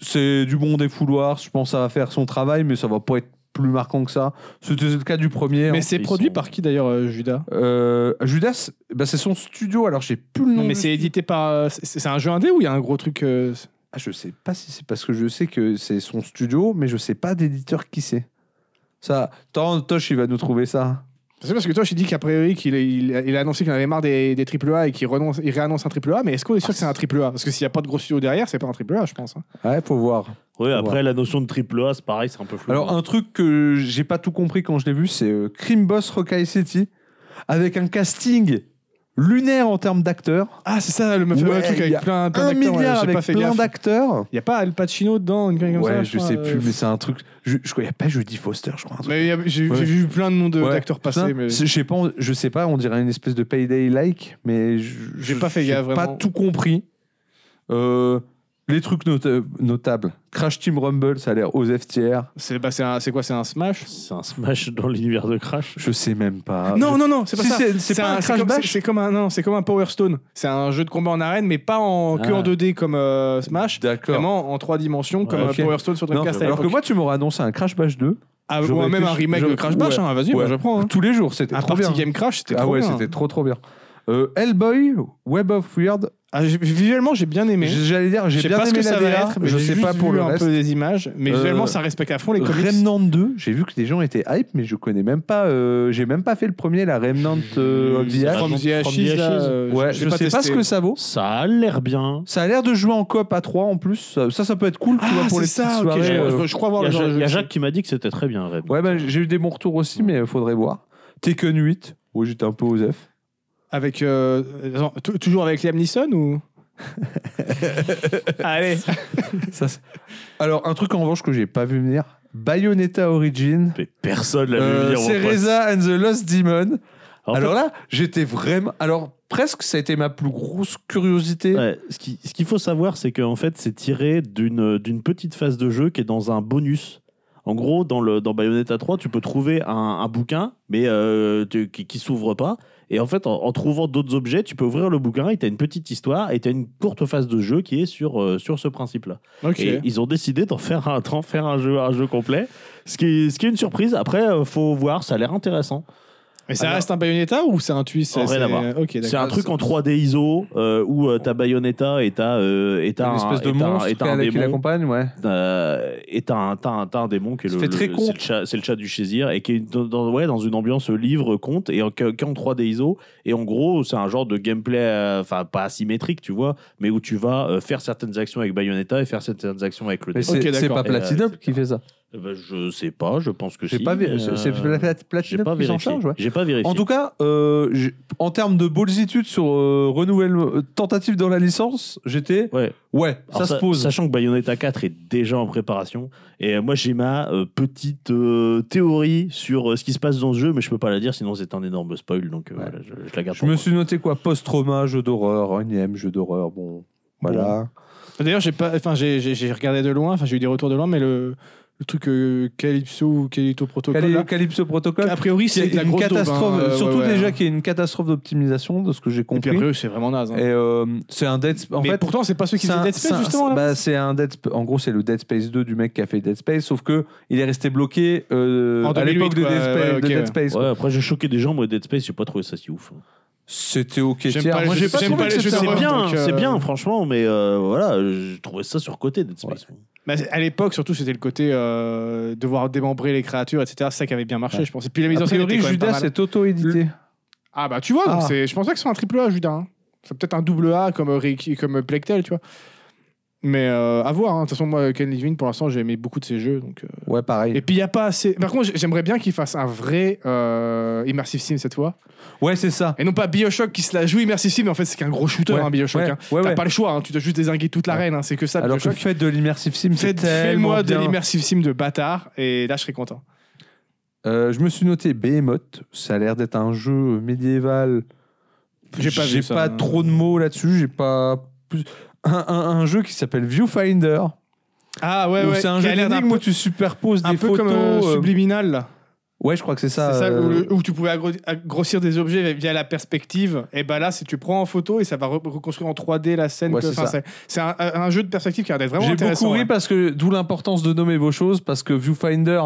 S1: c'est du bon des fouloirs. Je pense que ça va faire son travail, mais ça va pas être plus marquant que ça. C'était le cas du premier.
S3: Mais
S1: hein.
S3: c'est
S2: Ils
S3: produit
S2: sont-
S3: par qui d'ailleurs, euh, Judas
S1: Euh, Judas, bah, c'est son studio. Alors j'ai plus le nom.
S3: Non, mais
S1: du-
S3: c'est édité par. euh, C'est c'est un jeu indé ou il y a un gros truc euh,
S1: Ah, je sais pas si c'est parce que je sais que c'est son studio, mais je sais pas d'éditeur qui c'est. Ça, tant Tosh, il va nous trouver ça.
S3: C'est parce que toi, j'ai dit qu'a priori qu'il est- il, a- il a annoncé qu'il en avait marre des, des AAA et qu'il renonce, il réannonce un AAA. Mais est-ce qu'on est sûr que c'est un AAA Parce que s'il n'y a pas de gros studio derrière, c'est pas un AAA, je pense. hein.
S1: Ouais, faut voir.
S2: Ouais,
S1: Faut
S2: après, la notion de triple A, c'est pareil, c'est un peu flou.
S1: Alors, un truc que j'ai pas tout compris quand je l'ai vu, c'est euh, Crime Boss Rockay City, avec un casting lunaire en termes d'acteurs.
S3: Ah, c'est ça le me
S1: Ouais,
S3: truc
S1: il y
S3: avec
S1: a
S3: plein,
S1: Un euh,
S3: plein d'acteurs. ouais,
S1: milliard
S3: j'ai pas
S1: avec
S3: fait
S1: plein
S3: gaffe.
S1: d'acteurs.
S3: Il n'y a pas Al Pacino dedans, une connerie comme ça,
S1: Ouais, je
S3: crois,
S1: sais
S3: euh,
S1: plus, mais c'est un truc. Je, je crois, il n'y a pas Judy Foster, je crois. un truc.
S3: Mais il y a- j'ai
S1: Ouais.
S3: j'ai vu plein de noms de-
S1: Ouais,
S3: d'acteurs
S1: putain,
S3: passer. Mais...
S1: c'est- Je sais pas, on- je sais pas, on dirait une espèce de payday-like, mais je-
S3: J'ai
S1: je-
S3: pas fait gaffe,
S1: J'ai pas
S3: vraiment.
S1: tout compris. Euh, les trucs nota- notables. Crash Team Rumble, ça a l'air aux FTR.
S3: C'est bah, c'est un- c'est quoi C'est un Smash
S2: C'est un smash dans l'univers de Crash.
S1: Je sais même pas.
S3: Non, non, non, c'est pas
S1: Ah, Si,
S3: ça.
S1: c'est- c'est pas un Crash
S3: comme,
S1: Bash
S3: c'est comme un non, c'est comme un Power Stone. C'est un jeu de combat en arène, mais pas en, que
S2: Ah.
S3: en 2D comme euh, Smash.
S1: D'accord.
S3: Vraiment en trois dimensions comme
S1: Ouais,
S3: euh,
S1: ok.
S3: Power Stone sur
S1: Non,
S3: Dreamcast. à
S1: alors que
S3: l'époque.
S1: moi, tu m'aurais annoncé un Crash Bash 2
S3: Ah, ou
S1: j'aurais
S3: même
S1: été-
S3: un remake
S1: j'aurais-
S3: de Crash Bash.
S1: ouais.
S3: hein, Vas-y,
S1: Ouais.
S3: bah, je prends. hein.
S1: tous les jours. C'était
S3: Un
S1: trop bien.
S3: party game Crash, c'était
S1: Ah
S3: trop
S1: ouais,
S3: bien. hein.
S1: c'était trop trop bien. Euh, Hellboy, Web of Weird.
S3: Ah, j'ai- visuellement, j'ai bien aimé.
S1: J'allais dire,
S3: Je
S1: j'ai
S3: sais
S1: bien
S3: pas ce
S1: aimé
S3: que
S1: la
S3: ça va
S1: DA,
S3: être, mais
S1: je
S3: j'ai
S1: sais pas
S3: juste
S1: pour
S3: vu
S1: le
S3: un
S1: reste.
S3: peu des images, mais
S1: Euh,
S3: visuellement ça respecte à fond les comics.
S1: Remnant 2, j'ai vu que les gens étaient hype, mais je connais même pas. euh, j'ai même pas fait le premier, la Remnant euh, of the
S2: Ça
S1: Ash.
S3: From the
S2: From the
S3: Ashes, là,
S2: Ashes.
S3: euh,
S1: Ouais, je
S3: j'ai
S1: sais pas ce
S3: testé.
S1: que ça vaut.
S2: Ça a l'air bien.
S1: Ça a l'air de jouer en coop à 3 en plus. Ça, ça, ça peut être cool, tu
S3: Ah,
S1: vois, pour
S3: c'est
S1: les
S3: ça,
S1: petites
S3: ok,
S1: soirées.
S3: je-
S1: euh.
S3: je, je crois
S2: Il
S3: voir
S2: y a,
S3: le genre
S2: Ja-
S3: de
S2: il y
S3: jeu.
S2: a Jacques qui m'a dit que c'était très bien, Rem.
S1: Ouais, bah, j'ai eu des bons retours aussi, mais il faudrait voir. Tekken 8, oui, j'étais un peu aux F.
S3: Avec euh, attends, tou- toujours avec Liam Neeson ou Allez.
S1: Ça, c'est- Alors, un truc en revanche que j'ai pas vu venir Bayonetta Origin.
S2: Mais personne l'a vu
S1: Euh,
S2: venir. mon pote.
S1: Cereza and the Lost Demon.
S2: En fait,
S1: Alors là, j'étais vraiment. Alors presque, ça a été ma plus grosse curiosité.
S2: Ouais, ce qui- ce qu'il faut savoir, c'est qu'en fait, c'est tiré d'une d'une petite phase de jeu qui est dans un bonus. En gros, dans, le, dans Bayonetta 3, tu peux trouver un, un bouquin, mais euh, tu- qui, qui s'ouvre pas. Et en fait, en, en trouvant d'autres objets, tu peux ouvrir le bouquin et tu as une petite histoire et tu as une courte phase de jeu qui est sur, euh, sur ce principe-là.
S3: Ok.
S2: Et ils ont décidé d'en faire, un- d'en faire un, jeu, un jeu complet, ce qui, est- ce qui est une surprise. Après, euh, faut voir, ça a l'air intéressant.
S3: Mais ça
S2: Alors-
S3: reste un Bayonetta ou c'est un twist
S2: Rien
S3: c'est-
S2: à voir.
S3: Ok, d'accord.
S2: C'est un truc en 3D ISO euh, où euh, t'as Bayonetta et t'as euh, et t'as
S1: une
S2: un-
S1: espèce de
S2: et t'as un-
S1: monstre
S2: et
S1: qui,
S2: t'as un
S1: qui
S2: démon.
S1: l'accompagne, ouais.
S2: Euh, et t'as un, t'as un, t'as un démon qui est
S1: Ça
S2: le,
S1: fait très
S2: le-
S1: conte.
S2: c'est le chat, c'est le chat du Chésir et qui est dans, dans- ouais, dans une ambiance livre conte et en, qui est en 3D ISO et en gros c'est un genre de gameplay euh, enfin pas asymétrique tu vois mais où tu vas euh, faire certaines actions avec Bayonetta et faire certaines actions avec le
S1: Mais
S2: démon.
S1: c'est
S3: Ok,
S1: c'est
S3: d'accord.
S1: pas
S2: Et, euh,
S1: Platinum
S2: etc.
S1: qui fait ça.
S2: Euh, bah, je sais pas je pense que
S1: J'ai
S2: si,
S1: pas
S2: mais,
S1: vu- C'est c'est
S2: euh,
S1: Pla-
S2: j'ai
S1: Platinum
S2: pas
S1: qui s'en
S2: vérifié
S1: charge, ouais.
S2: j'ai pas vérifié
S1: En tout cas, euh, j'ai- en termes de ballsitude sur euh, renouvellement, euh, tentative dans la licence, j'étais
S2: ouais
S1: ouais, ça,
S2: Alors,
S1: se
S2: sa-
S1: pose.
S2: Sachant que Bayonetta 4 est déjà en préparation. Et euh, moi, j'ai ma euh, petite euh, théorie sur euh, ce qui se passe dans ce jeu, mais je peux pas la dire, sinon c'est un énorme spoil. Donc euh,
S1: Ouais.
S2: voilà, je, je la garde
S1: Je
S2: pour
S1: me
S2: moi.
S1: suis noté quoi Post-trauma, jeu d'horreur, énième jeu d'horreur, bon. Voilà.
S3: D'ailleurs, j'ai pas, enfin, j'ai, j'ai- j'ai regardé de loin, enfin, j'ai eu des retours de loin, mais le, le truc euh, Calypso ou Calito Protocol,
S1: Cali-
S3: là,
S1: Calypso Protocol.
S3: a priori,
S1: C'est
S3: c'est de la
S1: une
S3: grosse daube, hein,
S1: catastrophe,
S3: euh,
S1: surtout
S3: ouais, ouais.
S1: déjà qu'il y a une catastrophe d'optimisation de ce que j'ai
S3: Et puis
S1: compris.
S3: après, c'est vraiment naze. hein.
S1: Et euh, c'est un Dead Sp- En
S3: mais
S1: fait,
S3: pourtant, c'est pas ceux qui
S1: c'est
S3: faisaient
S1: un-
S3: Dead
S1: c'est
S3: Space
S1: un-
S3: justement là.
S1: bah, c'est un Dead Sp- En gros, c'est le Dead Space 2 du mec qui a fait Dead Space, sauf que il est resté bloqué euh,
S3: En
S1: à
S3: 2008,
S1: l'époque de
S3: quoi,
S1: Dead Space.
S3: ouais,
S1: de
S3: ok,
S1: Dead
S3: ouais.
S1: Space, quoi.
S2: Ouais, après, j'ai choqué des gens, moi, Dead Space, j'ai pas trouvé ça si ouf. hein.
S1: C'était ok.
S3: J'aime
S1: tiers.
S3: pas les
S1: Moi, j'ai
S3: jeux-
S1: pas
S3: j'aime
S1: trouvé
S3: pas
S1: que
S3: les jeux
S1: c'était
S2: C'est
S3: d'horreur,
S1: bon.
S2: bien,
S3: donc, euh,
S2: c'est bien, franchement, mais euh, voilà, j'ai trouvé ça surcoté, Dead Space.
S3: Bah, c'est- à l'époque, surtout, c'était le côté euh, devoir démembrer les créatures, etc. C'est ça qui avait bien marché,
S1: Ouais.
S3: je pense. Et puis la mise
S1: A
S3: en scène était
S1: priori,
S3: quand même pas
S1: Judas
S3: mal.
S1: est auto-édité.
S3: Ah bah tu vois, donc
S1: Ah.
S3: c'est, je pense pas que ce soit un triple A, Judas. hein. C'est peut-être un double A comme euh, Reiki, comme euh, Plectel, tu vois. Mais euh, à voir. hein. De toute façon, moi, Ken Levine, pour l'instant, j'ai aimé beaucoup de ses jeux, donc. euh,
S1: Ouais, pareil.
S3: Et puis il y a pas assez. Par contre, j'ai- j'aimerais bien qu'il fasse un vrai euh, immersive sim cette fois,
S1: Ouais, c'est ça.
S3: et non pas Bioshock qui se la joue immersive sim, mais en fait c'est qu'un gros shooter
S1: Ouais,
S3: hein, Bioshock.
S1: ouais,
S3: hein.
S1: ouais,
S3: T'as
S1: ouais.
S3: pas le choix, hein, tu dois juste désinguer toute l'arène, hein, c'est que ça.
S1: Alors que
S3: Bioshock.
S1: faites de l'immersive sim, c'est
S3: Faites- Fais-moi
S1: tellement
S3: de
S1: bien.
S3: l'immersive sim de bâtard, et là je serais content.
S1: Euh, je me suis noté Behemoth. Ça a l'air d'être un jeu médiéval.
S3: J'ai pas vu ça.
S1: trop de mots là-dessus. J'ai pas plus- un, un- un jeu qui s'appelle Viewfinder.
S3: Ah ouais
S1: où
S3: ouais.
S1: c'est un
S3: qui a
S1: jeu
S3: l'air d'un
S1: d'énigmes où
S3: peu-
S1: tu superposes
S3: un
S1: des
S3: peu
S1: photos.
S3: comme euh,
S1: euh,
S3: subliminal. là.
S1: Ouais, je crois que c'est ça.
S3: C'est ça, où,
S1: euh,
S3: le- où tu pouvais agro- ag- grossir des objets via la perspective. Et bah là, si tu prends en photo et ça va re- reconstruire en 3D la scène.
S1: Ouais,
S3: que-
S1: c'est
S3: enfin,
S1: ça.
S3: c'est c'est un, un jeu de perspective qui a l'air d'être vraiment
S1: J'ai
S3: intéressant. hein.
S1: beaucoup ri
S3: ouais.
S1: parce que d'où l'importance de nommer vos choses parce que Viewfinder,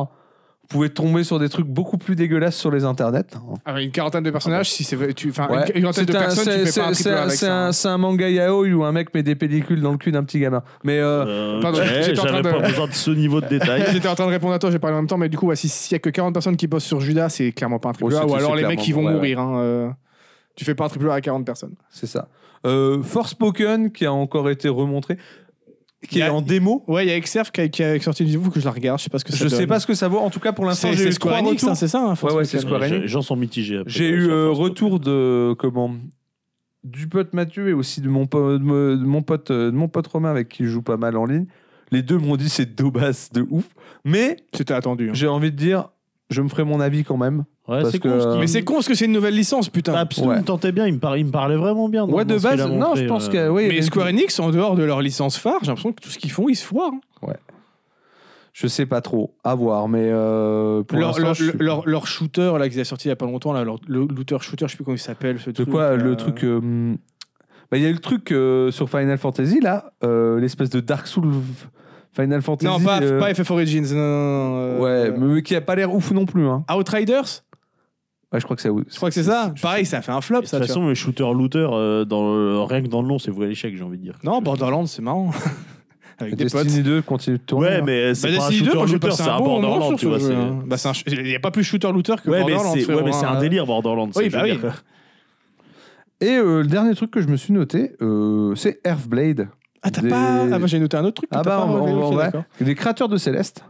S1: vous pouvez tomber sur des trucs beaucoup plus dégueulasses sur les internets. hein.
S3: Avec une quarantaine de personnages, si c'est tu, enfin,
S1: Ouais.
S3: Ah, une quarantaine de
S1: C'est un-
S3: personnes, tu
S1: c'est-
S3: fais pas un
S1: c'est- c'est
S3: triple A
S1: un-
S3: avec
S1: c'est
S3: ça.
S1: un-
S3: hein.
S1: c'est un manga yaoi où un mec met des pellicules dans le cul d'un petit gamin. Mais euh,
S2: Euh,
S3: Pardon,
S2: ok,
S3: j'étais en train
S2: j'avais
S3: de-
S2: pas besoin de ce niveau de détail. Euh,
S3: J'étais en train de répondre à toi, j'ai parlé en même temps, mais du coup, ouais, si- s'il y a que 40 personnes qui bossent sur Judas, c'est clairement pas un triple
S1: Ouais,
S3: A.
S1: c'est-
S3: Ou alors
S1: c'est
S3: les mecs,
S1: clairement-
S3: ils vont
S1: ouais,
S3: mourir. hein, euh, Tu fais pas un triple A à 40 personnes.
S1: c'est ça. Euh, Forspoken qui a encore été remontré, qui
S3: Y a-
S1: est en démo.
S3: Ouais, il y a Exerf qui a, qui a sorti une vidéo que je la regarde, je sais pas ce que ça
S1: Je sais
S3: donne.
S1: pas ce que ça vaut. En tout cas, pour l'instant,
S3: C'est-
S1: j'ai
S3: c'est
S1: eu
S3: Square
S1: trois
S3: Enix,
S1: retours.
S3: hein, c'est ça hein, Force
S1: Ouais, ouais, c'est
S3: Spoken.
S1: Square Enix.
S2: Les gens sont mitigés. après,
S1: J'ai
S2: sur-
S1: eu
S3: hein,
S2: sur
S1: euh,
S2: Force
S1: retour
S2: Pokémon.
S1: de euh, comment du pote Mathieu et aussi de mon, po- de me- de mon pote euh, de mon pote Romain avec qui je joue pas mal en ligne. Les deux m'ont dit c'est daubasse de ouf, mais
S3: C'était attendu. hein.
S1: j'ai envie de dire je me ferai mon avis quand même.
S2: Ouais,
S1: parce
S2: c'est
S1: que-
S2: con, ce qui-
S3: Mais c'est con parce que c'est une nouvelle licence, putain.
S2: Bah, Absolument,
S1: Ouais.
S2: me tentait bien, il me, par- il me parlait vraiment bien. dans-
S1: ouais,
S2: dans
S1: de
S2: ce qu'il
S1: base,
S2: a
S1: non,
S2: montré,
S1: je pense
S2: euh.
S1: que oui. il y avait
S3: Mais
S1: une-
S3: Square Enix, en dehors de leur licence phare, j'ai l'impression que tout ce qu'ils font, ils se foirent. hein.
S1: Ouais. Je sais pas trop, à voir, mais euh, pour
S3: Leur,
S1: l'instant,
S3: leur,
S1: je suis-
S3: leur- leur shooter là qu'ils a sorti il y a pas longtemps là, leur, le looter shooter, je sais plus comment il s'appelle ce
S1: de
S3: truc.
S1: quoi
S3: euh,
S1: le truc. euh, hmm. Bah, Il y a eu le truc euh, sur Final Fantasy là, euh, l'espèce de Dark Souls Final Fantasy.
S3: Non, pas,
S1: euh,
S3: pas FF Origins. Non, non, non, euh,
S1: Ouais,
S3: euh,
S1: mais qui a pas l'air ouf non plus. Hein.
S3: Outriders,
S1: Ouais, je crois que c'est.
S3: je crois que c'est ça. Pareil, ça a fait un flop.
S2: De toute
S3: ça, tu vois.
S2: façon, le shooter-looter, euh, dans le- rien que dans le nom, c'est voué à l'échec, j'ai envie de dire.
S3: Non, bah, Borderlands, c'est marrant. Avec des potes.
S1: Destiny 2 continue de tourner.
S2: Ouais,
S1: hein.
S2: mais euh,
S3: Bah,
S2: c'est pas un
S3: Destiny 2, moi j'ai
S2: shooter-looter,
S3: passé
S2: c'est un
S3: un bon moment
S2: Borderlands,
S3: sur
S2: tu
S3: ce
S2: vois.
S3: jeu.
S2: c'est-
S3: hein. Bah, c'est un ch- Il n'y a pas plus shooter-looter que
S2: Ouais, mais
S3: Borderlands.
S2: c'est ouais,
S3: frérot,
S2: mais c'est
S3: hein.
S2: un délire, Borderlands.
S3: Oui,
S2: c'est-
S3: bah
S2: je veux
S3: oui.
S2: dire.
S1: Et euh, le dernier truc que je me suis noté, euh, c'est Earthblade.
S3: Ah, t'as
S1: Des-
S3: pas. Ah, bah, j'ai noté un autre truc. que
S1: Ah
S3: t'as
S1: bah,
S3: pas
S1: on va-
S3: relevé,
S1: on va-
S3: ok,
S1: ouais.
S3: d'accord.
S1: Des créatures de Céleste.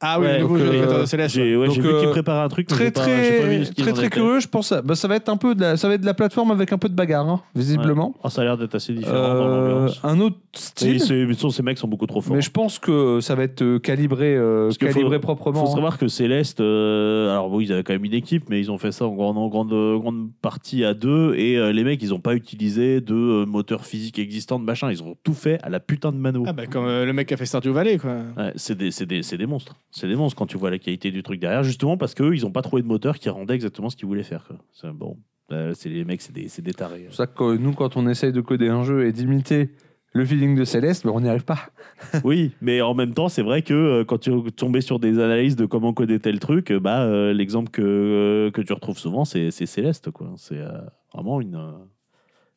S3: Ah oui,
S2: Ouais,
S3: le
S1: donc,
S3: nouveau jeu, les
S1: euh,
S3: Créateurs de Céleste. ouais.
S2: J'ai ouais,
S1: Donc,
S2: j'ai vu
S1: euh,
S2: qu'il préparait un truc, mais
S1: très
S2: j'ai pas- j'ai pas vu
S1: très
S2: ce qu'il
S1: très
S2: en
S1: très
S2: était.
S1: curieux je pense à- bah, ça va être un peu de la, ça va être de la plateforme avec un peu de bagarre hein, visiblement
S2: Ah, ça a l'air d'être assez différent dans
S1: Euh,
S2: l'ambiance.
S1: un autre
S2: Mais
S1: style
S2: ils se- ils sont- Ces mecs sont beaucoup trop forts.
S1: mais je pense que ça va être euh, calibré euh,
S2: Parce que
S1: calibré
S2: faut-
S1: proprement
S2: faut
S1: hein.
S2: savoir que Céleste, euh, alors bon, ils avaient quand même une équipe, mais ils ont fait ça en grande, en grande, euh, grande partie à deux. Et euh, les mecs, ils n'ont pas utilisé de euh, moteur physique existant, de machin. Ils ont tout fait à la putain de mano.
S3: Ah, bah, comme euh, le mec qui a fait Stardew Valley, quoi.
S2: Ouais, c'est des, c'est des- c'est des monstres. C'est des monstres quand tu vois la qualité du truc derrière, justement parce qu'eux, ils n'ont pas trouvé de moteur qui rendait exactement ce qu'ils voulaient faire. quoi. C'est- Bon, euh, c'est les mecs, c'est des, c'est des tarés. hein.
S1: c'est ça que nous quand on essaye de coder un jeu et d'imiter le feeling de Céleste bah, on n'y arrive pas
S2: Oui, mais en même temps, c'est vrai que euh, quand tu tombais sur des analyses de comment coder tel truc, euh, bah, euh, l'exemple que, euh, que tu retrouves souvent, c'est c'est Céleste. quoi. C'est euh, vraiment une. euh,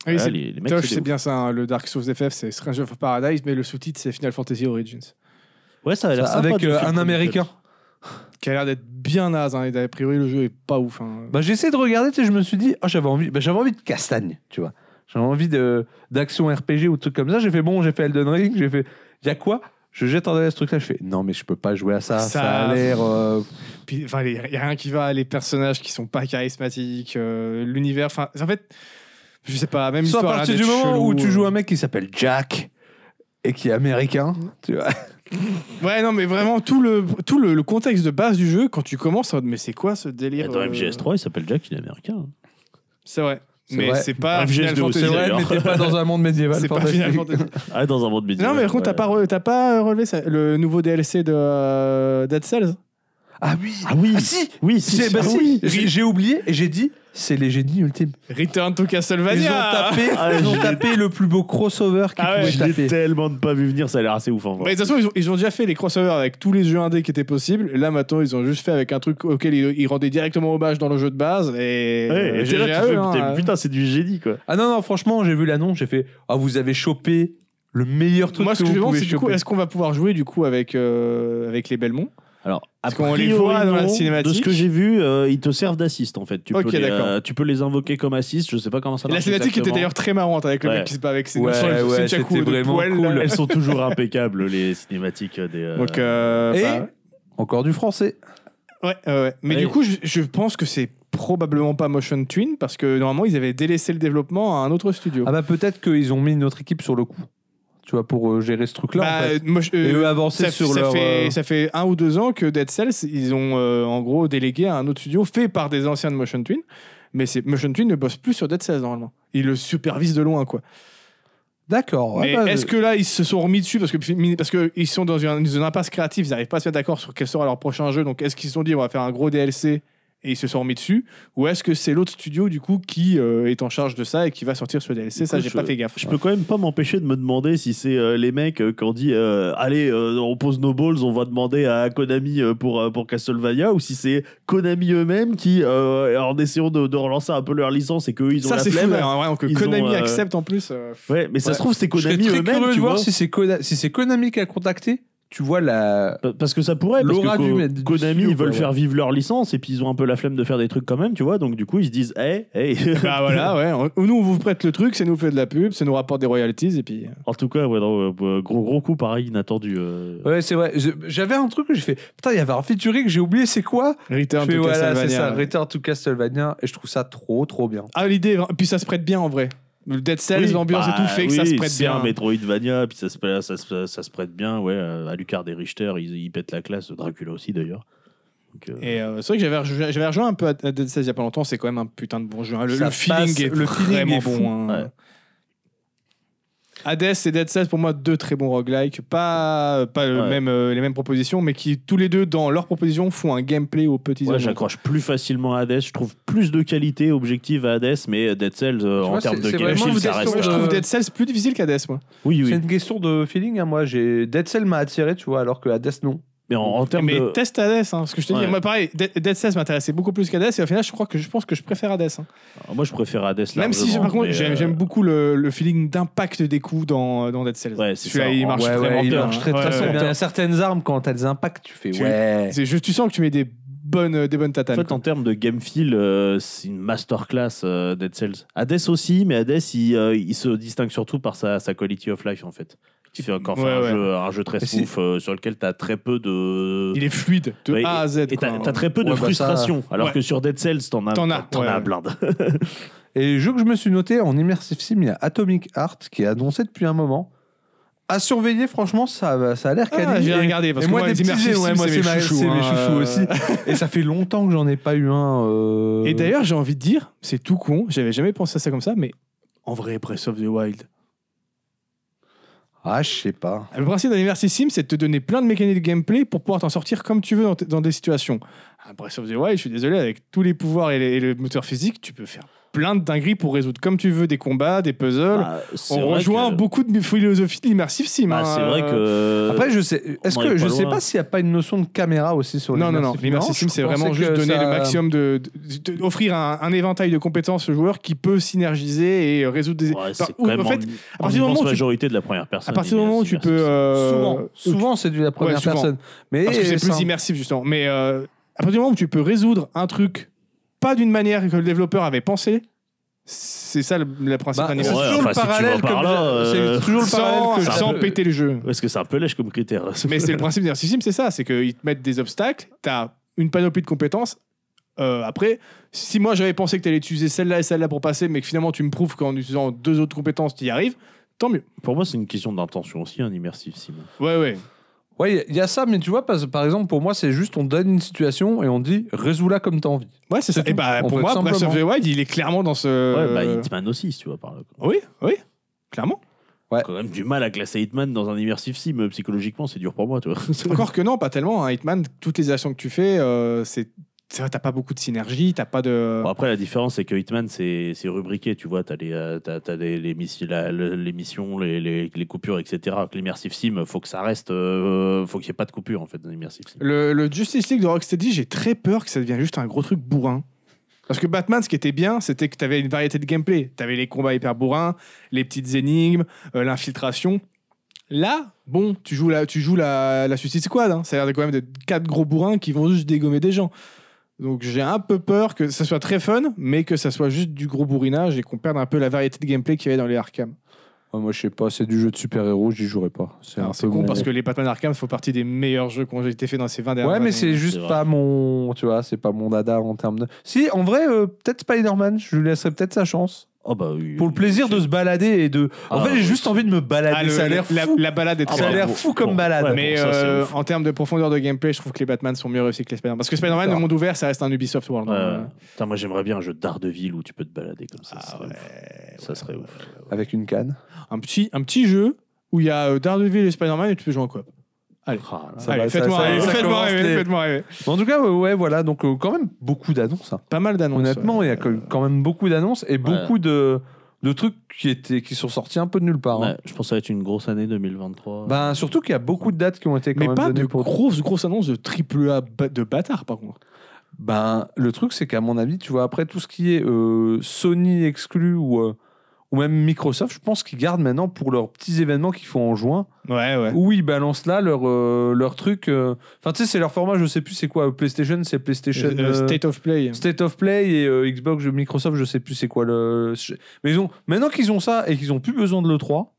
S3: Oui,
S2: voilà,
S3: c'est-
S2: les, les mecs,
S3: Tosh,
S2: c'est des
S3: c'est bien ça. hein, Le Dark Souls FF, c'est Strange of Paradise, mais le sous-titre, c'est Final Fantasy Origins.
S2: ouf. Ouais, ça a l'air
S1: Ça,
S2: sympa
S1: avec
S2: de
S1: euh,
S2: faire
S1: un
S2: comme
S1: américain
S3: Qui a l'air d'être bien naze. hein, et a priori, le jeu est pas ouf. hein.
S1: bah j'ai essayé de regarder tu sais, je me suis dit ah j'avais envie bah, j'avais envie de castagne tu vois j'avais envie de d'action RPG ou de trucs comme ça j'ai fait bon j'ai fait Elden Ring j'ai fait y a quoi je jette un œil à ce truc là je fais non mais je peux pas jouer à ça ça,
S3: Ça-
S1: a l'air euh,
S3: Puis, enfin, il n'y a rien qui va. Les personnages qui sont pas charismatiques, euh, l'univers. Enfin, en fait, je sais pas. Même
S1: Soit à
S3: histoire.
S1: partir du moment où
S3: euh.
S1: tu
S2: euh.
S1: joues un mec qui s'appelle Jack et qui est américain, tu vois.
S3: Ouais, non, mais vraiment tout le tout le, le contexte de base du jeu quand tu commences. en mode, Mais c'est quoi ce
S2: Céleste.
S3: délire
S2: Dans
S3: euh,
S2: MGS3, il s'appelle Jack, il est américain.
S3: C'est vrai.
S1: C'est
S3: Mais
S1: vrai.
S3: c'est pas
S2: MGS2
S3: Final
S2: aussi, C'est
S3: Fantasy.
S2: vrai, d'ailleurs. mais t'es pas
S1: dans un monde médiéval.
S3: C'est pas Final Fantasy.
S2: Ah, dans un monde médiéval.
S3: Non, mais par contre,
S2: ouais.
S3: t'as pas, re- t'as pas relevé ça- le nouveau DLC de euh, Dead Cells
S1: Ah oui.
S2: Ah oui
S1: Ah si.
S2: Oui, si,
S1: C'est-
S2: si,
S1: bah
S2: ah
S1: si.
S2: oui.
S1: J'ai j'ai oublié et j'ai dit c'est les génies ultimes.
S3: Return to
S1: Ils
S3: Castlevania
S1: ont tapé,
S2: Ah,
S1: ils ont
S2: je l'ai-
S1: tapé le plus beau crossover qu'ils
S3: Ah ouais,
S1: pouvaient
S2: Je l'ai
S1: taper.
S2: tellement de pas vu venir, ça a l'air assez ouf en
S3: Mais
S2: vrai.
S3: Bah, de toute façon, ils ont, ils ont déjà fait les crossovers avec tous les jeux indés qui étaient possibles. Là, maintenant, ils ont juste fait avec un truc auquel ils, ils rendaient directement hommage dans le jeu de base. Et.
S2: Ouais,
S3: euh,
S2: et t'es là,
S3: GG à
S2: tu
S3: eux,
S2: fais,
S3: hein.
S2: putain, Putain, c'est du génie quoi.
S1: Ah non non, franchement, j'ai vu l'annonce, j'ai fait ah vous avez chopé le meilleur truc
S3: Moi, ce que je
S1: vous
S3: me demande,
S1: pouvez
S3: c'est du coup,
S1: choper.
S3: est-ce qu'on va pouvoir jouer du coup avec, euh, avec les Belmont
S2: Alors,
S3: Parce
S2: a
S3: qu'on les
S2: priori,
S3: voit dans la
S2: non.
S3: cinématique.
S2: De ce que j'ai vu, euh, ils te servent d'assist en fait. Tu,
S3: Ok,
S2: peux les,
S3: d'accord.
S2: euh, tu peux les invoquer comme assist, je sais pas comment ça
S3: La
S2: marche.
S3: cinématique était
S2: exactement.
S3: d'ailleurs très marrante avec le
S2: Ouais.
S3: mec qui se bat avec ses
S1: Ouais,
S3: sur le-
S1: ouais,
S3: ses nunchakus
S1: c'était
S3: de
S1: vraiment
S3: poil, là.
S1: cool.
S2: Elles sont toujours impeccables, les cinématiques des. euh,
S3: Donc, euh,
S1: Et
S3: bah,
S1: encore du français.
S3: Ouais, ouais, ouais. mais
S2: Oui.
S3: du coup, je, je pense que c'est probablement pas Motion Twin parce que normalement, ils avaient délaissé le développement à un autre studio.
S1: Ah bah peut-être qu'ils ont mis une autre équipe sur le coup. Tu vois pour euh, gérer ce truc là.
S3: Bah, Mosh- euh,
S1: et eux avancer
S3: ça,
S1: sur
S3: ça
S1: leur.
S3: fait,
S1: euh,
S3: ça fait un ou deux ans que Dead Cells, ils ont euh, en gros délégué à un autre studio fait par des anciens de Motion Twin. Mais c'est- Motion Twin ne bosse plus sur Dead Cells normalement. Ils le supervisent de loin, quoi.
S1: D'accord.
S3: Mais
S1: ouais, bah,
S3: est-ce que là, ils se sont remis dessus parce que parce que ils sont dans une, dans une impasse créative, ils n'arrivent pas à se mettre d'accord sur quel sera leur prochain jeu. Donc, est-ce qu'ils se sont dit on va faire un gros DLC et ils se sont remis dessus, ou est-ce que c'est l'autre studio du coup qui euh, est en charge de ça et qui va sortir ce DLC Ça,
S2: Écoute,
S3: j'ai pas fait gaffe.
S2: Je peux quand même pas m'empêcher de me demander si c'est euh, les mecs euh, qui ont dit euh, allez euh, on pose nos balls, on va demander à Konami euh, pour, euh, pour Castlevania ou si c'est Konami eux-mêmes qui euh, en essayant de, de relancer un peu leur licence et qu'eux ils ont
S3: ça,
S2: la
S3: c'est fou.
S2: flemme.
S3: hein, vraiment, que
S2: Ils
S3: Konami
S2: ont, euh,
S3: accepte en plus. euh,
S2: Ouais, mais ça
S1: Ouais.
S2: se trouve c'est
S1: Je serais
S2: Konami
S1: très
S2: eux-mêmes
S1: curieux
S2: tu
S1: de voir
S2: vois.
S1: si c'est Kona- si c'est Konami qui a contacté. Tu vois la.
S2: Pa- Parce que ça pourrait, parce
S1: L'aura
S2: que
S1: du-
S2: Ko-
S1: du
S2: Konami,
S1: studio,
S2: ils veulent
S1: quoi,
S2: faire vivre leur licence et puis ils ont un peu la flemme de faire des trucs quand même, tu vois. Donc du coup, ils se disent, eh, hey, hey.
S3: bah voilà, ouais. on- Nous, on vous prête le truc, ça nous fait de la pub, ça nous rapporte des royalties et puis. euh,
S2: en tout cas, ouais, non, euh, gros gros coup pareil, inattendu. euh.
S1: Ouais, c'est vrai. Je- J'avais un truc que j'ai fait. Putain, il y avait un featuring, j'ai oublié c'est quoi.
S3: Return
S1: Je fais,
S3: to
S1: voilà, c'est
S3: Castlevania,
S1: ça.
S3: ouais.
S1: Return to Castlevania. Et je trouve ça trop, trop bien.
S3: Ah, l'idée, vra- puis ça se prête bien en vrai. Le Dead Cells,
S2: Oui,
S3: l'ambiance
S2: bah
S3: et tout fait que ça
S2: oui,
S3: se prête
S2: c'est
S3: bien.
S2: un Metroidvania, puis ça se, pla- ça, se, ça se prête bien, ouais. euh, Alucard et Richter, ils, ils pètent la classe, Dracula aussi d'ailleurs. Donc, euh,
S3: Et euh, c'est vrai que j'avais rejoint, j'avais rejoint un peu à à Dead Cells il y a pas longtemps, c'est quand même un putain de bon jeu. hein. Le,
S1: Ça
S3: le feeling
S1: passe,
S3: est
S1: le feeling
S3: vraiment
S1: est fou.
S3: bon. hein.
S2: Ouais.
S3: Hades et Dead Cells, pour moi, deux très bons roguelikes. Pas, pas le
S2: Ouais.
S3: même, euh, les mêmes propositions, mais qui, tous les deux, dans leurs propositions, font un gameplay aux petits
S2: Ouais,
S3: oignons.
S2: j'accroche plus facilement à Hades. Je trouve plus de qualité objective à Hades, mais Dead Cells, euh,
S1: Tu
S2: en
S1: vois,
S2: termes
S1: c'est-
S2: de
S1: c'est vraiment
S2: gâchis,
S1: une
S2: ça
S1: question
S2: reste.
S3: Je
S1: de-
S2: euh,
S3: trouve Dead Cells plus difficile qu'Hades, moi.
S2: Oui,
S1: C'est
S2: oui.
S1: une question de feeling, hein, moi. J'ai Dead Cell m'a attiré, tu vois, alors que Hades, non.
S2: Mais en, en termes
S3: Mais
S2: de.
S3: test Hades, hein, parce que je te
S2: Ouais.
S3: dis, moi pareil, Dead Dead Cells m'intéressait beaucoup plus qu'Hades, et au final, je crois que je pense que je préfère Hades. hein.
S2: Alors, Ah, Moi, je préfère Hades.
S3: Même si, par
S2: largement,
S3: contre,
S2: mais,
S3: j'aime
S2: euh,
S3: j'aime beaucoup le, le feeling d'impact des coups dans, dans Dead Cells.
S2: euh, Ouais, c'est
S3: Celui-là,
S2: ça.
S3: il marche
S2: Ouais,
S3: vraiment
S2: ouais, il
S3: bien.
S2: marche
S3: hein.
S1: très
S3: Ouais,
S1: très
S3: ouais.
S1: bien. T'as certaines armes, quand t'as des impacts, tu fais
S3: Tu-
S1: ouais.
S3: C'est juste, tu sens que tu mets des bonnes, des bonnes
S2: En
S3: tatanes.
S2: fait, en termes de game feel, euh, c'est une masterclass euh, Dead Cells. Hades aussi, mais Hades, il, euh, il se distingue surtout par sa, sa quality of life, en fait. Qui fait encore
S3: Ouais,
S2: faire un,
S3: ouais.
S2: Jeu, un jeu très
S1: Et c'est-
S2: smooth euh, sur lequel tu as très peu de.
S3: il est fluide, de
S2: Ouais,
S3: A à Z.
S2: Et
S3: quoi.
S2: t'as t'as très peu de
S1: Ouais, bah, ça-
S2: frustration, alors
S3: Ouais.
S2: que sur Dead Cells, t'en as,
S3: T'en as, ouais,
S2: as
S3: ouais.
S2: blinde.
S1: Et les jeux que je me suis noté en immersive sim, il y a Atomic Heart qui est annoncé depuis un moment. À surveiller, franchement, ça, va- ça a l'air
S3: Ah,
S1: canin.
S3: j'ai
S1: Et-
S3: regardé parce
S1: et
S3: que
S1: moi,
S3: moi,
S1: des
S3: les
S1: petits
S3: immersives,
S1: jeux, ouais, moi,
S3: c'est mes chouchous,
S1: c'est mes
S3: hein,
S1: chouchous
S3: euh.
S1: aussi. Et ça fait longtemps que j'en ai pas eu un. euh,
S3: Et d'ailleurs, j'ai envie de dire, c'est tout con, j'avais jamais pensé à ça comme ça, mais en vrai, Breath of the Wild.
S1: Ah, je sais pas.
S3: Le principe d'un immersive sim, c'est de te donner plein de mécaniques de gameplay pour pouvoir t'en sortir comme tu veux dans, t- dans des situations. Ah, Breath of the Wild, je suis désolé, avec tous les pouvoirs et, les- et le moteur physique, tu peux faire plein de dingueries pour résoudre comme tu veux des combats, des puzzles.
S2: Bah, c'est
S3: On
S2: vrai
S3: rejoint
S2: que-
S3: beaucoup de philosophies de l'immersive sim.
S2: bah,
S3: hein.
S2: c'est vrai que.
S1: Après, je sais. Est-ce
S2: Euh, on en est
S1: que je
S2: pas
S1: sais
S2: loin.
S1: pas s'il n'y a pas une notion de caméra aussi sur
S3: Non, non, non. L'immersive sim,
S1: je
S3: c'est vraiment
S1: pensais
S3: juste
S1: que
S3: donner
S1: ça-
S3: le maximum de. de- de- offrir un, un éventail de compétences au joueur qui peut synergiser et euh, résoudre des.
S2: Ouais,
S3: Enfin,
S2: c'est
S3: ou-
S2: quand même
S3: en fait,
S2: en,
S3: partir du moment
S2: immense
S3: où tu-
S2: majorité de la première personne.
S3: à partir du moment où tu peux. euh,
S1: Souvent,
S3: où tu-
S1: souvent c'est du la première
S3: souvent.
S1: personne. Mais
S3: Parce que c'est
S1: ça-
S3: plus immersif, justement. Mais euh, à partir du moment où tu peux résoudre un truc pas d'une manière que le développeur avait pensé, c'est ça le, le principe
S1: Bah,
S3: d'un
S1: c'est
S2: ouais,
S3: immersive sim.
S1: toujours
S2: enfin,
S1: le
S2: si
S1: parallèle
S2: tu vas par
S1: comme
S2: là,
S1: j'ai-
S2: euh,
S1: c'est toujours le
S3: Sans,
S1: parallèle que
S3: sans
S1: j'ai-
S3: péter le jeu.
S2: Parce que c'est un peu lèche comme critère.
S3: Mais c'est le principe d'un sim, c'est ça, c'est qu'ils te mettent des obstacles, t'as une panoplie de compétences. Euh, après, si moi j'avais pensé que t'allais utiliser celle-là et celle-là pour passer, mais que finalement tu me prouves qu'en utilisant deux autres compétences tu y arrives, tant mieux.
S2: Pour moi, c'est une question d'intention aussi, un immersif sim.
S3: Ouais, ouais.
S1: Ouais, il y a- il y, a ça, mais tu vois, parce, par exemple, pour moi, c'est juste on donne une situation et on dit résous-la comme t'as envie.
S3: Ouais, c'est ça.
S1: tout.
S3: Et bah,
S1: En
S3: pour
S1: fait,
S3: moi, Breath of the
S1: simplement.
S3: Wild, il est clairement dans
S1: Euh.
S3: ce.
S2: Ouais, bah Hitman aussi, si tu vois, par là.
S3: Oui, oui, clairement.
S2: Quand même du mal à classer Hitman dans un immersif sim. euh, Psychologiquement, c'est dur pour moi, tu vois.
S3: Encore que non, pas tellement. hein. Hitman, toutes les actions que tu fais, euh, c'est. c'est vrai, T'as pas beaucoup de synergie, t'as pas de.
S2: Bon, après, la différence, c'est que Hitman, c'est c'est rubriqué, tu vois. T'as les, euh, t'as- t'as les, les, missi- la- le- les missions, les, les, les coupures, etc. Que L'immersif sim, faut que ça reste. euh, faut qu'il n'y ait pas de coupure, en fait, dans l'immersif sim.
S3: Le, le Justice League de Rocksteady, j'ai très peur que ça devienne juste un gros truc bourrin. Parce que Batman, ce qui était bien, c'était que tu avais une variété de gameplay. Tu avais les combats hyper bourrins, les petites énigmes, euh, l'infiltration. Là, bon, tu joues la, tu joues la, la Suicide Squad. hein. Ça a l'air de quand même de quatre gros bourrins qui vont juste dégommer des gens. Donc j'ai un peu peur que ça soit très fun, mais que ça soit juste du gros bourrinage et qu'on perde un peu la variété de gameplay qu'il y avait dans les Arkham.
S1: Ouais, moi, je sais pas, c'est du jeu de super-héros, j'y jouerai pas. C'est
S3: Alors,
S1: un
S3: Ah, C'est
S1: peu
S3: con
S1: mon-
S3: parce que les Batman Arkham font partie des meilleurs jeux qui ont été faits dans ces 20 dernières
S1: Ouais, mais
S3: années.
S1: c'est juste
S2: vrai.
S1: pas mon. Tu vois, c'est pas mon dada en termes de. Si, en vrai, euh, peut-être Spider-Man, je lui laisserai peut-être sa chance.
S2: Oh, bah oui.
S1: Pour le plaisir de se balader et de. En
S2: Ah,
S1: fait, j'ai
S2: oui,
S1: juste
S2: c'est-
S1: envie de me balader.
S3: Ah, le-
S1: ça a l'air
S3: la,
S1: fou.
S3: la balade est
S2: Ah,
S3: très
S1: ça a
S2: bah,
S1: l'air
S2: pour-
S1: fou comme
S2: pour-
S1: balade.
S2: ouais,
S3: mais
S2: pour ça, c'est
S3: euh,
S2: ouf.
S3: en termes de profondeur de gameplay, je trouve que les Batman sont mieux réussis que les Spider-Man. Parce que Spider-Man, le
S1: D'accord.
S3: monde ouvert, ça reste un Ubisoft World.
S2: Ouais,
S3: hein.
S2: Putain, moi j'aimerais bien un jeu d'Ardeville où tu peux te balader comme ça. ça
S3: Ah
S2: serait ouf.
S3: ouais.
S2: Ça serait ouf.
S1: Avec une canne.
S3: Un, petit, un petit jeu où il y a euh, Daredevil et Spider-Man et tu peux jouer en coop. Allez.
S2: Ah, là.
S1: Ça
S3: Allez,
S1: va, ça-
S3: faites-moi
S1: ça-
S3: rêver,
S2: ça
S3: faites-moi
S1: commence
S3: rêver,
S1: les-
S3: faites-moi rêver.
S1: En tout cas, ouais, ouais, voilà. Donc, euh, quand même, beaucoup d'annonces. hein.
S3: Pas mal d'annonces.
S1: Honnêtement,
S3: ouais.
S1: il y a que- quand même beaucoup d'annonces et beaucoup de, de trucs qui, étaient, qui sont sortis un peu de nulle part. hein.
S2: Ouais, Bah, je pense que ça va être une grosse année 2023.
S3: Bah,
S1: Ben, surtout qu'il y a beaucoup de dates qui ont été quand
S3: Mais
S1: même
S3: pas
S1: données
S3: de
S1: pour-
S3: grosses, grosses annonces de triple A ba- de bâtard, par contre.
S1: Ben, le truc, c'est qu'à mon avis, tu vois, après tout ce qui est euh, Sony exclu ou, euh, ou même Microsoft, je pense qu'ils gardent maintenant pour leurs petits événements qu'ils font en juin,
S3: Ouais, ouais.
S1: où ils balancent là leur, euh, leur truc. euh, Enfin, tu sais, c'est leur format, je sais plus c'est quoi. euh, PlayStation, c'est PlayStation. euh,
S3: State of Play.
S1: State of Play et euh, Xbox, je- Microsoft, je sais plus c'est quoi le. je- Mais ils ont... maintenant qu'ils ont ça et qu'ils ont plus besoin de l'E3,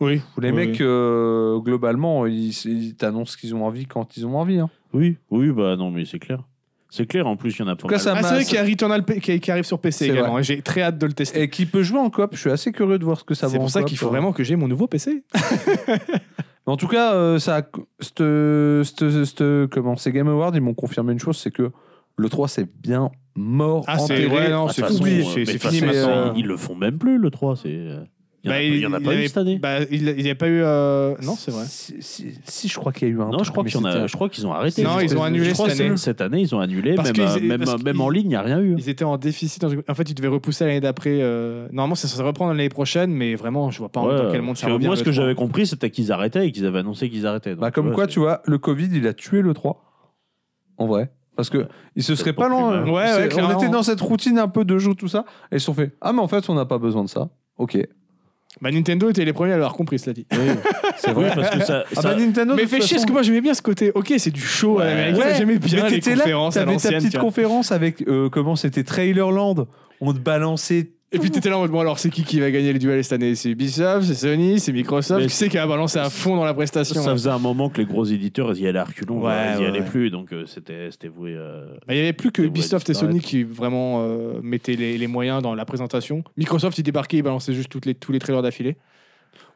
S3: Oui.
S1: les
S3: Oui,
S1: mecs, euh, globalement, ils, ils t'annoncent ce qu'ils ont envie quand ils ont envie. hein.
S2: Oui, oui, bah non, mais c'est clair. C'est clair, en plus, il y en a pas
S1: cas,
S2: mal.
S1: ça m'a-
S3: Ah, c'est vrai qu'il y a Returnal P- qui qui arrive sur PC
S1: C'est
S3: également. J'ai très hâte de le tester.
S1: Et qui peut jouer en coop. Je suis assez curieux de voir ce que ça va
S3: C'est
S1: en
S3: pour ça
S1: coop,
S3: qu'il faut
S1: hein.
S3: vraiment que j'ai mon nouveau PC.
S1: Mais en tout cas, euh, ça, a- c'te- c'te- c'te- comment, ces Game Awards, ils m'ont confirmé une chose c'est que le 3, c'est bien mort.
S3: Ah, c'est
S1: enterré.
S3: ouais, non,
S2: Ah, de
S3: c'est
S2: toute façon,
S1: oublié,
S2: euh,
S3: c'est
S2: mais de
S3: c'est
S2: toute
S3: fini
S2: façon,
S1: mais,
S3: maintenant.
S1: euh,
S2: Ils, ils le font même plus, le 3. C'est... euh, Il y en a
S3: Bah,
S2: pas- il y en a
S3: il
S2: pas eu
S3: avait-
S2: cette année.
S3: Bah, il n'y a pas eu. euh, Non, c'est vrai.
S1: Si, si- si, je crois qu'il y a eu un.
S2: Non, je crois
S1: mais
S2: qu'il y en a.
S1: c'était-
S2: Je crois qu'ils ont arrêté.
S3: Non,
S2: Je
S3: ils ont
S2: crois-
S3: annulé
S2: je crois
S3: cette
S2: que
S3: année.
S2: Cette année, ils ont annulé.
S3: Parce
S2: Même,
S3: qu'ils-
S2: euh, même,
S3: parce
S2: même en
S3: qu'ils-
S2: ligne, il n'y a rien eu.
S3: Ils étaient en déficit. dans une- En fait, ils devaient repousser à l'année d'après. euh, Normalement, ça se reprendre l'année prochaine, mais vraiment, je vois pas
S2: Ouais,
S3: en dans quel monde
S2: parce
S3: ça
S2: que
S3: revient.
S2: moi,
S3: le
S2: ce que
S3: trois.
S2: j'avais compris, c'était qu'ils arrêtaient et qu'ils avaient annoncé qu'ils arrêtaient. Donc,
S1: Bah, comme quoi,
S2: c'est-
S1: tu vois, le Covid, il a tué le 3. En vrai. Parce que
S2: Ouais.
S1: il se serait
S2: pas
S1: pas
S2: plus
S1: lent.
S2: mal.
S1: euh,
S3: Ouais,
S1: c'est-
S3: ouais,
S1: on
S3: clairement.
S1: était dans cette routine un peu de jeu, tout ça. Et ils se sont fait Ah, mais en fait, on n'a pas besoin de ça. Ok.
S3: Bah, Nintendo était les premiers à l'avoir compris, cela dit.
S1: C'est
S2: Oui,
S1: vrai.
S2: parce que ça.
S1: Ah,
S2: ça-
S1: bah, Nintendo. de
S3: mais
S1: toute
S3: fait chier, parce
S1: façon-
S3: que moi, j'aimais bien ce côté. Ok, c'est du show à
S2: Ouais.
S3: l'américaine,
S1: Ouais,
S3: J'aimais bien
S1: mais
S3: les
S1: t'étais là,
S3: conférences à
S1: t'avais ta
S3: l'ancienne.
S1: petite
S3: tu vois.
S1: conférence avec euh, comment c'était Trailerland. On te balançait.
S3: Et puis t'étais là en mode bon alors c'est qui qui va gagner le duel cette année C'est Ubisoft, c'est Sony, c'est Microsoft.
S2: Mais
S3: qui c'est qui a balancé à fond dans la prestation
S2: ça
S3: là
S2: faisait un moment que les gros éditeurs ils y allaient à reculons,
S3: Ouais,
S2: ils y
S3: ouais,
S2: allaient
S3: ouais.
S2: plus, donc euh, c'était c'était voué. euh,
S3: Bah, Il n'y avait plus que
S2: Ça voulait
S3: Ubisoft et Sony
S2: disparaître.
S3: qui vraiment euh, mettaient les, les moyens dans la présentation. Microsoft, il débarquait, il balançait juste toutes les, tous les trailers d'affilée.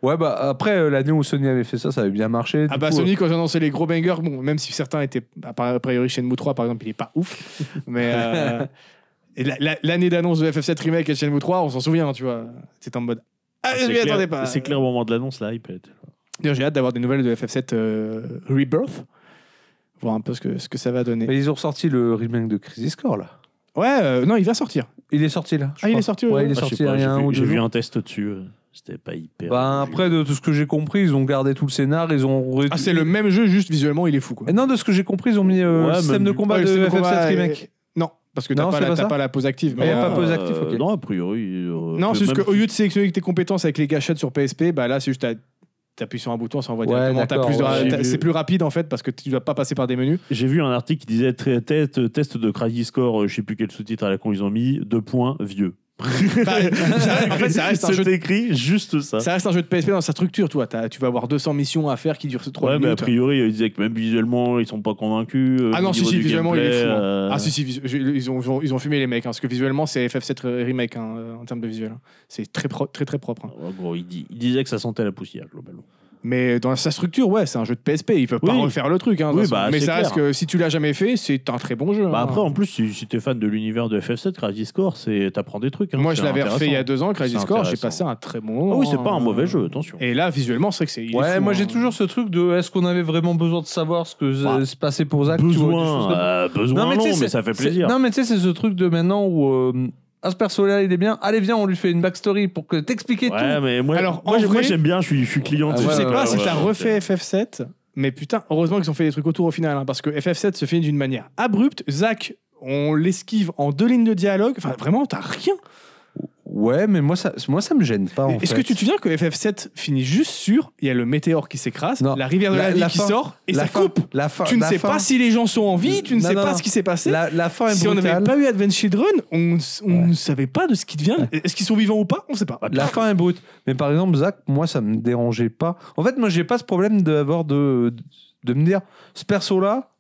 S1: Ouais, bah après, euh, l'année où Sony avait fait ça, ça avait bien marché.
S3: Ah
S1: Du
S3: bah
S1: coup,
S3: Sony, quand ils annonçaient les gros bangers, bon, même si certains étaient, à part- a priori Shenmue 3 par exemple, il est pas ouf. Mais euh, et la- la- l'année d'annonce de FF7 Remake et Shenmue 3, on s'en souvient, hein, tu vois. C'était en mode. Ah, je
S2: c'est
S3: m'y
S2: clair-
S3: attendais pas.
S2: C'est clair au moment de l'annonce, là, il peut être. Ah,
S3: D'ailleurs, j'ai hâte d'avoir des nouvelles de FF7 euh, Rebirth. Voir un peu ce que, ce que ça va donner.
S1: Mais euh, bah, ils ont sorti le remake de Crisis Core là.
S3: Ouais, euh, non, il va sortir.
S1: Il est sorti là. je
S3: Ah, il
S1: crois.
S3: est sorti,
S1: Ouais,
S3: ouais.
S1: il est
S2: Ah, je
S1: sorti
S2: sais pas,
S1: il y a
S2: j'ai
S1: un
S2: vu-
S1: ou
S2: J'ai
S1: deux
S2: vu
S1: jours.
S2: un test dessus, euh, c'était pas hyper.
S1: Bah,
S2: j'ai-
S1: après, de tout ce que j'ai compris, ils ont gardé tout le scénar. Ils ont. re-
S3: Ah, c'est le même jeu, juste visuellement, il est fou. Quoi.
S1: Et Non, de ce que j'ai compris, ils ont mis euh,
S2: Ouais,
S1: le système
S2: mais-
S1: de combat
S3: Ouais, Ah le
S1: de
S3: système de
S1: FF7
S3: combat est-
S1: Remake.
S3: Non, parce que t'as
S1: Non,
S3: pas,
S1: c'est
S3: la-
S1: pas
S3: t'as
S1: ça
S3: pas la pause active.
S1: Ah, il y a
S3: euh,
S1: pas pause active,
S2: euh,
S1: ok.
S2: Non, a priori. euh,
S3: Non,
S2: que
S3: c'est juste
S2: même-
S3: qu'au lieu de sélectionner tes compétences avec les gâchettes sur PSP, bah là, c'est juste à- t'appuies sur un bouton, ça envoie
S1: Ouais,
S3: directement. t'as
S1: d'accord,
S3: plus de-
S1: ouais,
S2: j'ai
S3: t'as-
S2: vu.
S3: c'est plus rapide en fait parce que tu dois pas passer par des menus.
S2: J'ai vu un article qui disait très- test, test de Crazy Score, euh, je sais plus quel sous-titre à la con ils ont mis, deux points, vieux.
S3: en fait, ça reste un jeu
S2: C'est
S3: de-
S2: écrit juste ça.
S3: ça reste un jeu de PSP dans sa structure, toi. T'as- Tu vas avoir 200 missions à faire qui durent 3
S2: Ouais, mais a
S3: minutes.
S2: priori, ils disaient que même visuellement, ils sont pas convaincus. euh,
S3: ah non,
S2: au
S3: si,
S2: niveau
S3: si,
S2: du
S3: visuellement, il est fou.
S2: gameplay,
S3: hein.
S2: euh,
S3: Ah si, si, visu- je- ils ont, ils ont- ils ont fumé les mecs, hein, parce que visuellement, c'est FF7 Remake hein, euh, en termes de visuel. hein. C'est très, pro- très, très propre. hein.
S2: en gros, il, dit- il disait que ça sentait la poussière, globalement.
S3: Mais dans sa structure, ouais, c'est un jeu de PSP. Il peut pas
S2: Oui.
S3: refaire le truc. hein, de
S2: Oui,
S3: toute façon.
S2: bah,
S3: mais
S2: c'est
S3: ça reste
S2: clair.
S3: que si tu l'as jamais fait, c'est un très bon
S1: Ah.
S3: jeu.
S2: Bah
S3: hein.
S2: après, en plus, si, si t'es fan de l'univers de FF7, Crazy Score, c'est t'apprends des trucs. hein,
S3: Moi, je
S2: c'est
S3: l'avais refait il y a
S2: intéressant.
S3: deux ans, Crazy
S2: C'est
S3: Score. J'ai
S2: intéressant.
S3: passé un très bon
S2: Ah
S3: moment.
S2: oui, c'est pas un
S3: hein.
S2: mauvais jeu, attention.
S3: Et là, visuellement, c'est vrai que c'est. il est
S1: Ouais,
S3: fou,
S1: moi
S3: hein.
S1: j'ai toujours ce truc de est-ce qu'on avait vraiment besoin de savoir ce que
S2: Bah,
S1: euh, se passait pour Zach tu vois, des choses
S2: Besoin,
S1: comme-
S2: euh, besoin non, mais,
S1: tu sais, c'est-
S2: ça fait
S1: c'est-
S2: plaisir.
S1: Non, mais tu sais, c'est ce truc de maintenant où euh, ah, ce perso-là il est bien, allez, viens, on lui fait une backstory pour que t'expliquer
S2: Ouais,
S1: tout.
S2: mais moi,
S3: Alors,
S2: moi,
S3: en
S2: j'ai- moi,
S3: vrai-
S2: j'aime bien, je suis, je suis client. de
S1: Ah
S2: ce
S3: Je
S1: ouais,
S2: type
S3: sais
S1: ouais,
S3: pas
S2: de-
S1: ouais,
S3: si
S1: ouais,
S3: t'as refait FF7, mais putain, heureusement qu'ils ont fait des trucs autour au final, hein, parce que FF7 se finit d'une manière abrupte. Zach, on l'esquive en deux lignes de dialogue. Enfin, vraiment, t'as rien.
S1: Ouais, mais moi ça, moi, ça me gêne pas. en
S3: Est-ce que
S1: fait.
S3: tu te souviens que FF7 finit juste sur il y a le météore qui s'écrase,
S1: Non.
S3: la rivière de la,
S1: La-
S3: vie
S1: la
S3: qui
S1: fin.
S3: sort et
S1: La
S3: ça
S1: fin-
S3: coupe.
S1: la fin,
S3: Tu ne
S1: la
S3: sais
S1: fin-
S3: pas si les gens sont en vie, tu ne
S1: Non,
S3: sais
S1: non,
S3: pas
S1: non.
S3: ce qui s'est passé.
S1: La, la fin est
S3: si on n'avait
S1: brutale.
S3: pas eu Adventure Run, on, s- on
S1: Ouais.
S3: ne savait pas de ce qui devient. Est-ce qu'ils sont vivants ou pas On ne sait pas.
S1: La fin est brute. Mais par exemple, Zach, moi, ça me dérangeait pas. En fait, moi, j'ai pas ce problème d'avoir de, de me dire, ce perso-là,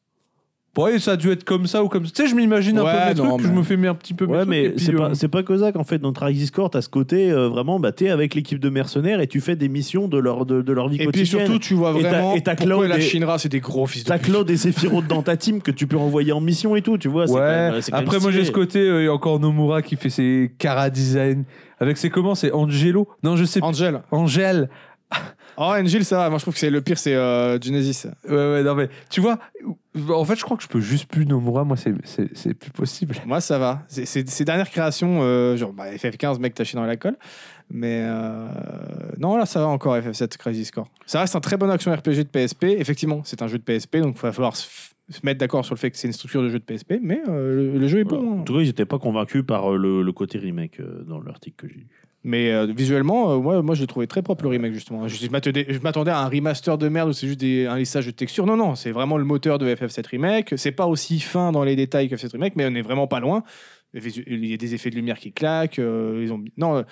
S1: ouais, ça a dû être comme ça ou comme ça. Tu sais, je m'imagine un
S3: Ouais,
S1: peu mes
S3: non,
S1: trucs,
S3: mais-
S1: je me fais mes- un petit peu mes
S2: Ouais,
S1: trucs, et
S2: mais
S1: puis,
S2: c'est
S1: euh,
S2: pas, c'est pas que Zach, en fait. Dans Travis Score, t'as ce côté euh, vraiment, bah, t'es avec l'équipe de mercenaires et tu fais des missions de leur, de, de leur vie
S3: Et puis
S2: quotidienne.
S3: surtout, tu vois
S2: Et t'as-
S3: vraiment
S2: et t'as
S3: pourquoi
S2: Claude
S3: la
S2: et-
S3: Shinra, c'est des gros fils de
S2: T'as
S3: pute.
S2: Claude et Sephiroth dans ta team que tu peux envoyer en mission et tout, tu vois. c'est quand même-
S1: ouais.
S2: c'est quand même
S1: Après, moi, j'ai
S2: stylé.
S1: ce côté, euh, il y a encore Nomura qui fait ses cara design avec ses comment C'est Angelo Non, je sais pas.
S3: Angel.
S1: Angel.
S3: Oh, Angel, ça va. Moi, je trouve que c'est le pire, c'est euh, Genesis.
S1: Ouais, ouais, non, mais tu vois, en fait, je crois que je peux juste plus Nomura. Moi, c'est- c'est c'est plus possible.
S3: Moi, ça va. C'est- c'est- Ces dernières créations, euh, genre bah, FF15, mec, taché dans la colle. Mais euh, non, là, ça va encore, FF7 Crazy Score. Ça reste un très bon action RPG de PSP. Effectivement, c'est un jeu de PSP, donc il va falloir se, f- se mettre d'accord sur le fait que c'est une structure de jeu de PSP. Mais euh, le, le jeu est
S2: Voilà.
S3: bon. hein.
S2: En tout cas, ils n'étaient pas convaincus par euh, le, le côté remake euh, dans l'article que j'ai lu.
S3: Mais euh, visuellement, euh, moi, moi, je le trouvais très propre, le remake, justement. Je, je m'attendais, je m'attendais à un remaster de merde où c'est juste des- un lissage de textures. Non, non, c'est vraiment le moteur de FF7 Remake. C'est pas aussi fin dans les détails que FF7 Remake, mais on est vraiment pas loin. Les visu- Il y a des effets de lumière qui claquent. euh, ils ont... Non, euh,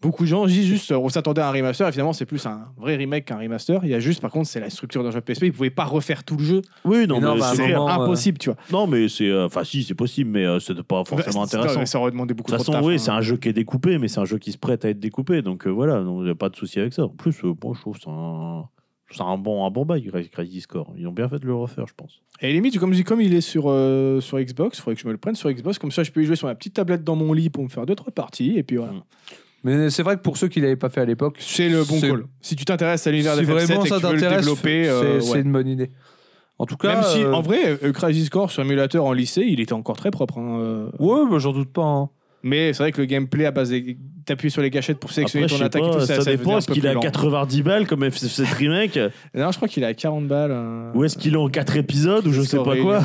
S3: beaucoup de gens disent juste euh, on s'attendait à un remaster et finalement, c'est plus un vrai remake qu'un remaster. Il y a juste, par contre, c'est la structure d'un jeu PSP. Ils pouvaient pas refaire tout le jeu.
S2: Oui, non,
S1: Mais non,
S2: mais
S1: bah,
S2: c'est
S1: à un
S2: clair.
S1: moment- Non,
S3: Impossible, tu vois.
S2: Non, mais c'est. euh, Enfin, si, c'est possible, mais euh, c'était pas forcément
S3: Bah, c'est-
S2: intéressant.
S3: Ça aurait
S2: De
S3: demandé beaucoup
S2: toute
S3: trop
S2: façon,
S3: de taf,
S2: oui,
S3: hein.
S2: c'est un jeu qui est découpé, mais c'est un jeu qui se prête à être découpé. Donc euh, voilà, il n'y a pas de souci avec ça. En plus, euh, moi, je trouve que c'est un, c'est un, bon, un bon bail, Crazy- Crazy Score. Ils ont bien fait de le refaire, je pense.
S3: Et limite, comme, comme il est sur, euh, sur Xbox, il faudrait que je me le prenne sur Xbox. Comme ça, je peux y jouer sur ma petite tablette dans mon lit pour me faire deux trois parties. Et puis voilà.
S1: Mais c'est vrai que pour ceux qui l'avaient pas fait à l'époque,
S3: C'est le bon
S1: C'est-
S3: goal. Si tu t'intéresses à l'univers
S1: si
S3: des
S1: vraiment
S3: 7 et que
S1: ça
S3: tu veux le
S1: t'intéresse,
S3: développer, euh,
S1: c'est
S3: ouais.
S1: c'est une bonne idée. En tout cas,
S3: Même si,
S1: euh,
S3: en vrai, euh, Crisis Core sur émulateur en lycée, il était encore très propre. hein, euh.
S1: ouais, bah, j'en doute pas. hein.
S3: Mais c'est vrai que le gameplay à base des- d'appuyer sur les gâchettes pour sélectionner
S2: Après, je sais
S3: ton attaque et
S2: pas,
S3: tout ça,
S2: ça,
S3: ça faisait
S2: dépend.
S3: un
S2: Est-ce
S3: peu
S2: qu'il
S3: plus
S2: est à
S3: lent.
S2: 90 balles comme FF7 Remake
S3: Non, je crois qu'il est à 40 balles. euh.
S2: Ou est-ce qu'il est en 4 épisodes ou je sais pas
S3: Scoré,
S2: quoi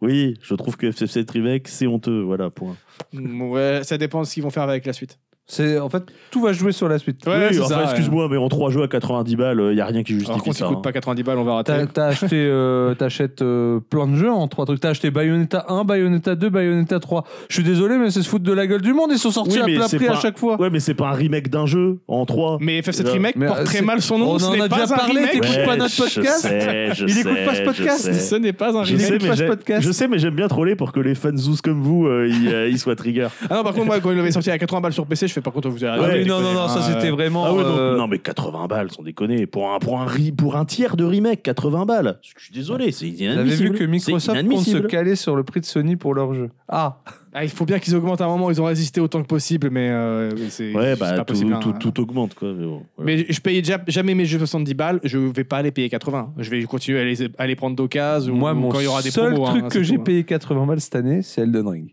S2: Oui, je trouve que FF7 Remake, c'est honteux. Voilà, point.
S3: Mm, Ouais, ça dépend de ce qu'ils vont faire avec la suite.
S1: C'est en fait tout va jouer sur la suite.
S3: Ouais,
S2: oui,
S3: c'est
S2: enfin,
S3: ça,
S2: excuse-moi, mais en 3 jeux à 90 balles, il n'y a rien qui
S3: Alors
S2: justifie
S3: qu'on
S2: ça.
S3: coûte
S2: hein.
S3: pas 90 balles, on va rater.
S1: T'as t'as acheté, euh, t'achètes euh, plein de jeux en trois trucs. T'as acheté Bayonetta 1, Bayonetta 2, Bayonetta 3. Je suis désolé, mais c'est se foutre de la gueule du monde. Ils sont sortis
S2: Oui,
S1: à
S2: mais
S1: plein
S2: c'est
S1: prix à
S2: pas-
S1: chaque fois.
S2: hein. Ouais, mais c'est pas un remake d'un jeu en 3.
S3: Mais FF7
S2: Euh,
S3: Remake
S1: mais, euh,
S3: porte
S1: c'est-
S3: très mal son
S1: on
S3: nom.
S1: en
S3: Ce
S1: a déjà
S3: n'est pas un
S1: parlé,
S3: remake.
S1: t'écoutes pas notre
S2: je
S1: podcast
S2: sais, je
S1: Il écoute
S2: sais,
S1: pas ce
S2: je
S1: podcast,
S2: sais.
S3: Ce n'est pas un
S2: Je
S1: Il
S3: remake.
S2: sais,
S1: écoute
S2: mais
S1: pas ce
S2: j'ai-
S1: podcast.
S2: je sais, mais j'aime bien troller pour que les fanzous comme vous euh, ils, euh, ils soient trigger.
S3: Ah non, par contre, moi, quand il l'avait sorti à 80 balles sur PC, je fais par contre, vous avez
S1: Ah
S2: Ouais,
S1: oui,
S3: arrêté,
S1: non, non,
S3: déconner.
S1: non, ça
S3: Ah,
S1: c'était
S3: euh,
S1: vraiment.
S2: Ah ouais, non,
S1: euh,
S2: non, mais 80 balles, sans déconner. Pour un, pour un, ri- pour un tiers de remake, 80 balles. Je suis désolé, c'est
S1: J'avais
S2: inadmissible.
S1: vu que
S2: C'est
S1: Microsoft compte se
S2: inadmissible.
S1: caler sur le prix de Sony pour leur jeu. Ah,
S3: Ah, il faut bien qu'ils augmentent à un moment. Ils ont résisté autant que possible, mais euh, mais c'est
S2: Ouais,
S3: c'est
S2: bah,
S3: pas
S2: tout,
S3: possible, hein.
S2: tout, tout augmente, quoi. Mais, bon, voilà.
S3: Mais je payais déjà, jamais mes jeux 70 balles, je vais pas les payer 80. Je vais continuer à les, à les prendre d'occasion ou
S1: moi, mon
S3: quand il y aura des
S1: seul
S3: promos, hein,
S1: truc
S3: c'est
S1: que
S3: tout,
S1: j'ai
S3: hein.
S1: payé 80 balles cette année, c'est Elden Ring.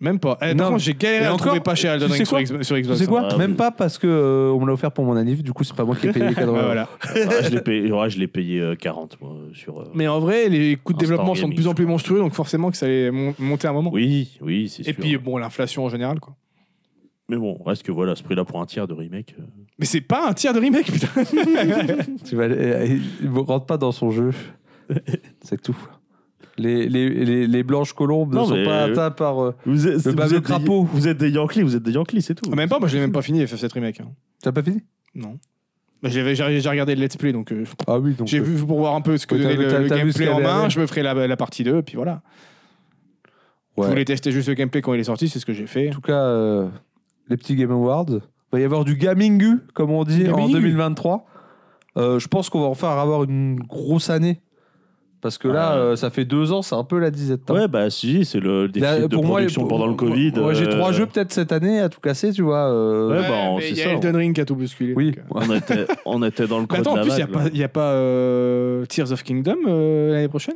S3: Même pas. Eh,
S1: Non,
S3: par contre, j'ai
S1: mais
S3: galéré à le
S1: encore,
S3: trouver pas cher Elden
S1: tu sais
S3: Ring sur,
S1: quoi
S3: X- sur
S1: Tu
S3: Xbox.
S1: sais
S3: hein.
S1: quoi
S2: Ah,
S1: Même
S2: oui.
S1: pas parce que euh, on me l'a offert pour mon anniv, du coup, c'est pas moi qui ai payé les 80
S3: hein. Ouais,
S1: balles.
S3: voilà.
S2: Ah, je l'ai payé, ouais, je l'ai payé euh, 40, moi, sur. euh,
S3: Mais en vrai, les
S1: Oh,
S3: coûts de
S2: Un Star
S3: développement sont de
S2: Gaming,
S3: plus en plus
S2: quoi.
S3: monstrueux, donc forcément que ça allait mon- monter à un moment.
S2: Oui, oui, c'est sûr.
S3: Et puis, euh, bon, l'inflation en général, quoi.
S2: Mais bon, reste que voilà, ce prix-là pour un tiers de remake. euh,
S3: Mais c'est pas un tiers de remake, putain.
S1: Tu vas, euh, il ne rentre pas dans son jeu. C'est tout. Les, les, les, les blanches colombes
S2: Non,
S1: ne sont
S2: mais-
S1: pas atteintes par. euh,
S2: Vous êtes,
S1: Le
S2: vous
S1: baveux
S2: êtes des-
S1: crapaud.
S2: vous êtes des Yankees, vous êtes des Yankees, c'est tout.
S3: Ah, même pas, moi je l'ai même pas fini FF7 Remake. hein.
S1: T'as pas fini
S3: Non. Bah, J'avais j'ai- j'ai déjà regardé le let's play, donc euh,
S1: Ah oui, donc.
S3: j'ai
S1: euh,
S3: vu pour voir un peu ce que
S1: ouais, t'as
S3: donnait
S1: vu-
S3: le,
S1: t'as-
S3: le
S1: t'as vu ce
S3: gameplay en
S1: qu'il y avait
S3: main,
S1: avec.
S3: je me ferai la, la partie 2, puis voilà.
S1: ouais.
S3: Je voulais tester juste le gameplay quand il est sorti, c'est ce que j'ai fait.
S1: En tout cas, euh, les petits Game Awards. Il va y avoir du gamingu, comme on dit, en
S3: Gamingu.
S1: 2023. Euh, je pense qu'on va en faire avoir une grosse année. Parce que là,
S2: Ah.
S1: euh, ça fait deux ans, c'est un peu la disette. hein.
S2: Ouais, bah si, c'est le
S1: Là,
S2: déficit de production
S1: pour-
S2: pendant le Covid.
S1: Moi, j'ai
S2: euh,
S1: trois jeux peut-être cette année à tout casser, tu vois. euh,
S2: Ouais, bah, on-
S3: mais
S2: c'est
S3: il y
S2: ça,
S3: a
S2: on-
S3: Elden Ring qui a tout bousculé.
S1: hein. oui.
S3: donc, euh.
S2: On était, on était dans le
S3: Mais
S2: creux
S3: Bah, attends,
S2: de la
S3: en plus, il n'y a
S2: vague, là.
S3: pas, y a pas euh, Tears of Kingdom euh, l'année prochaine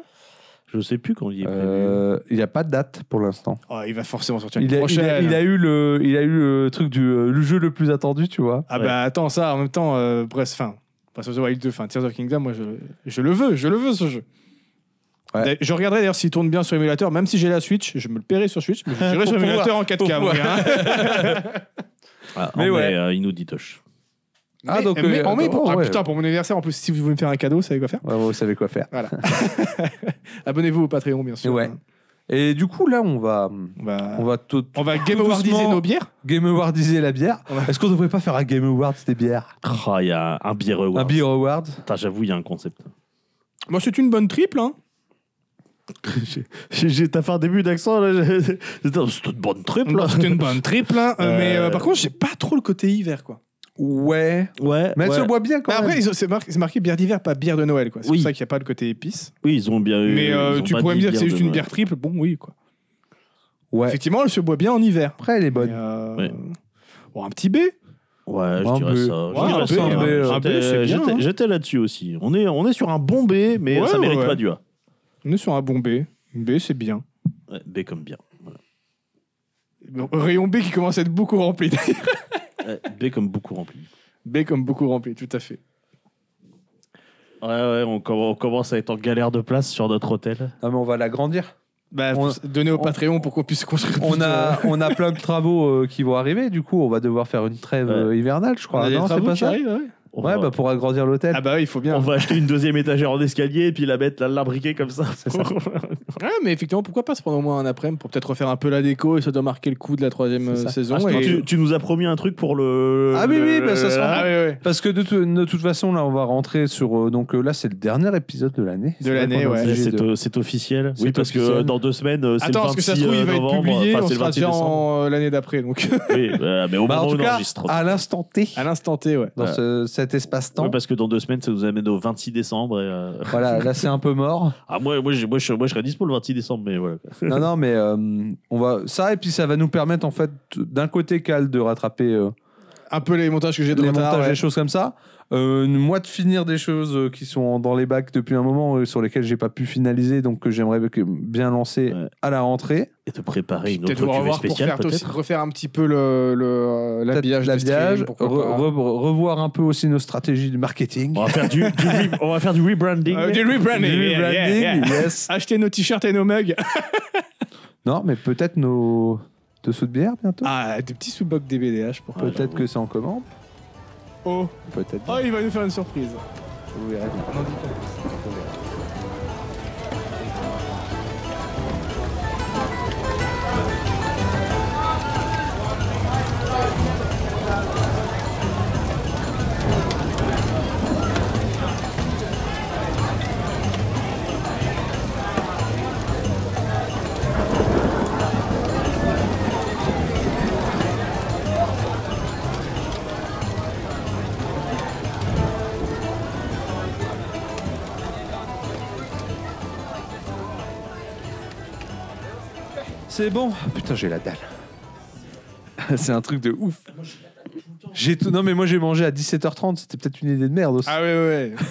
S2: Je sais plus quand il est prévu.
S1: Euh, il n'y a pas de date pour l'instant.
S3: oh, Il va forcément sortir
S1: Il
S3: l'année
S1: a, il,
S3: prochaine.
S1: a, il a eu le, il a eu le truc du euh, le jeu le plus attendu, tu vois.
S3: Ah
S2: Ouais.
S3: bah attends, ça en même temps, euh, Breath, fin, Breath of the Wild 2, enfin Tears of Kingdom, moi je, je le veux, je le veux ce jeu.
S1: Ouais.
S3: D'ailleurs, Je regarderai d'ailleurs s'il tourne bien sur émulateur, même si j'ai la Switch, je me le paierai sur Switch, mais je dirai sur
S1: Pour
S3: émulateur en 4K.
S1: Pour
S3: moi, hein.
S2: Ah,
S1: mais
S2: mais
S1: ouais.
S2: il nous dit toche.
S1: Ah, donc,
S3: mais,
S1: euh,
S3: en mai, pour,
S1: oh,
S3: ah,
S1: ouais.
S3: putain, pour mon anniversaire en plus, si vous voulez me faire un cadeau, vous savez quoi faire
S1: Ouais, vous savez quoi faire.
S3: Abonnez-vous au Patreon bien sûr.
S1: Ouais.
S3: hein.
S1: Et du coup, là, on va,
S3: On va,
S1: on va tout,
S3: on va Game
S1: tout
S3: Awardiser
S1: doucement.
S3: nos bières.
S1: Game Awardiser la bière.
S3: Ouais.
S1: Est-ce qu'on devrait pas faire un Game Award des bières
S2: Ah, il y a un beer
S1: Un
S2: award.
S1: Beer Award
S2: Putain, J'avoue, il y a un concept.
S3: Moi c'est une bonne triple, hein.
S2: J'ai- j'ai- T'as fait un début d'accent là. j'ai- j'étais- C'est une bonne triple. là.
S3: Bah, C'était une bonne triple, hein, euh,
S2: Euh,
S3: mais euh, par contre, j'ai pas trop le côté hiver, quoi.
S1: Ouais.
S2: Ouais.
S1: Mais
S2: ouais.
S1: elle se boit bien quand
S3: Mais
S1: même.
S3: après, ils ont- c'est marqué, c'est marqué bière d'hiver, pas bière de Noël, quoi. C'est
S2: Oui.
S3: pour ça qu'il n'y a pas le côté épice.
S2: Oui, ils ont bien. eu-
S3: mais euh,
S2: ils ont
S3: tu
S2: pas
S3: pourrais me
S2: dit
S3: dire que c'est
S2: bière
S3: juste
S2: de
S3: une
S2: Noël.
S3: bière triple, bon, oui, quoi.
S1: ouais.
S3: Effectivement, elle se boit bien en hiver.
S1: Après, elle est bonne.
S3: Mais, euh,
S2: Ouais.
S3: bon, un petit B.
S2: Ouais,
S1: Un
S2: je dirais
S1: B.
S2: ça.
S3: Ouais,
S2: je
S3: un
S2: dirais
S3: B,
S2: ça,
S3: un
S2: ouais.
S1: B,
S3: un B, c'est
S2: J'étais-
S3: bien, hein.
S2: J'étais j'étais là-dessus aussi. On est, on est sur un bon B, mais
S3: Ouais,
S2: ça mérite
S3: ouais, ouais.
S2: pas du A.
S3: On est sur un bon B. B, c'est bien.
S2: Ouais, B comme bien.
S3: Bon, Rayon B qui commence à être beaucoup rempli. d'ailleurs.
S2: Ouais, B comme beaucoup rempli.
S3: B comme beaucoup rempli, tout à fait.
S2: Ouais, ouais, on, com- on commence à être en galère de place sur notre hôtel.
S1: Non, mais on va l'agrandir.
S3: Bah,
S1: On-
S3: faut donner au
S1: on-
S3: Patreon pour qu'on puisse construire.
S1: On
S3: plus de-
S1: a, on a plein de travaux euh, qui vont arriver. Du coup, on va devoir faire une trêve
S2: Ouais.
S1: euh, hivernale, je
S3: On a
S1: crois.
S3: des
S1: Non, c'est
S3: travaux
S1: pas
S3: qui
S1: ça
S3: arrivent, ouais.
S2: On
S1: Ouais,
S2: va-
S1: bah pour agrandir l'hôtel.
S3: Ah bah oui, il faut bien.
S2: On va acheter une deuxième étagère en escalier et puis la mettre là, l'abriquer comme ça.
S3: Ouais, mais effectivement, pourquoi pas se prendre au moins un après-midi pour peut-être refaire un peu la déco et ça doit marquer le coup de la troisième
S1: C'est
S3: euh,
S1: ça.
S3: saison.
S1: Ah, je
S3: et-
S1: crois que
S2: tu, tu nous as promis un truc pour le.
S1: Ah oui, oui, bah,
S2: Euh,
S1: ça sera-
S3: Ah, ouais, ouais.
S1: Parce que de, tout- de toute façon, là, on va rentrer sur. euh, donc euh, là, c'est le dernier épisode de l'année.
S3: De
S1: C'est vrai
S3: l'année,
S1: qu'on est
S3: ouais.
S2: Ouais,
S1: obligé
S2: C'est
S1: de-
S2: euh, c'est officiel.
S1: C'est
S2: Oui, parce que
S1: officiel.
S2: euh, dans deux semaines, euh, c'est le
S3: Attends, parce que ça se trouve,
S2: 26
S3: il va être
S2: novembre,
S3: publié,
S2: enfin,
S3: on
S2: c'est le
S3: sera
S2: 26
S3: déjà
S2: décembre.
S3: en- l'année d'après. Donc,
S2: Oui, euh, mais au
S1: Bah,
S2: moment
S1: en
S2: où
S1: tout
S2: on
S1: cas,
S2: enregistre.
S3: Ah
S1: à l'instant T,
S3: à l'instant T, ouais.
S1: dans
S2: Ouais.
S1: ce- cet espace-temps.
S2: Ouais, parce que dans deux semaines, ça nous amène au 26 décembre. et, euh,
S1: Voilà, là c'est un peu mort.
S2: Ah, moi, moi, j'ai- moi, je, moi, je serais dispo le 26 décembre, mais voilà. quoi.
S1: Non, non, mais euh, on va ça et puis ça va nous permettre en fait d'un côté Cal de rattraper euh,
S3: Un peu les montages que j'ai de
S1: les
S3: retard.
S1: montages,
S3: ouais.
S1: des choses comme ça. Euh, moi de finir des choses euh, qui sont dans les bacs depuis un moment euh, sur lesquelles j'ai pas pu finaliser donc que j'aimerais que- bien lancer
S2: Ouais.
S1: à la rentrée.
S2: Et te préparer
S3: Puis
S2: une autre
S3: Peut-être
S2: cuvée
S3: revoir pour
S2: spéciale,
S3: faire aussi,
S2: peut-être.
S3: refaire un petit peu le- le-
S1: Peut-être
S3: l'habillage. de
S1: l'habillage,
S3: stream, pourquoi
S1: re-
S3: pas.
S1: re- revoir un peu aussi nos stratégies de marketing.
S2: On va faire du, du re- on va faire du rebranding.
S3: Euh, du rebranding.
S1: Du
S3: yeah, yeah, yeah.
S1: branding, yes.
S3: Acheter nos t-shirts et nos mugs.
S1: Non, mais peut-être nos dessous de bière bientôt.
S3: Ah, des petits sous-bocs DBDH pour.
S2: Ouais,
S1: peut-être
S2: j'avoue.
S1: que c'est en commande.
S3: Oh.
S1: Peut-être.
S3: oh, il va nous faire une surprise.
S1: Vous verrez bien.
S3: On en dit pas.
S1: C'est bon. Putain, j'ai la dalle. c'est un truc de ouf. J'ai tout... Non, mais moi j'ai mangé à 17h30. C'était peut-être une idée de merde aussi.
S3: Ah ouais, ouais. ouais.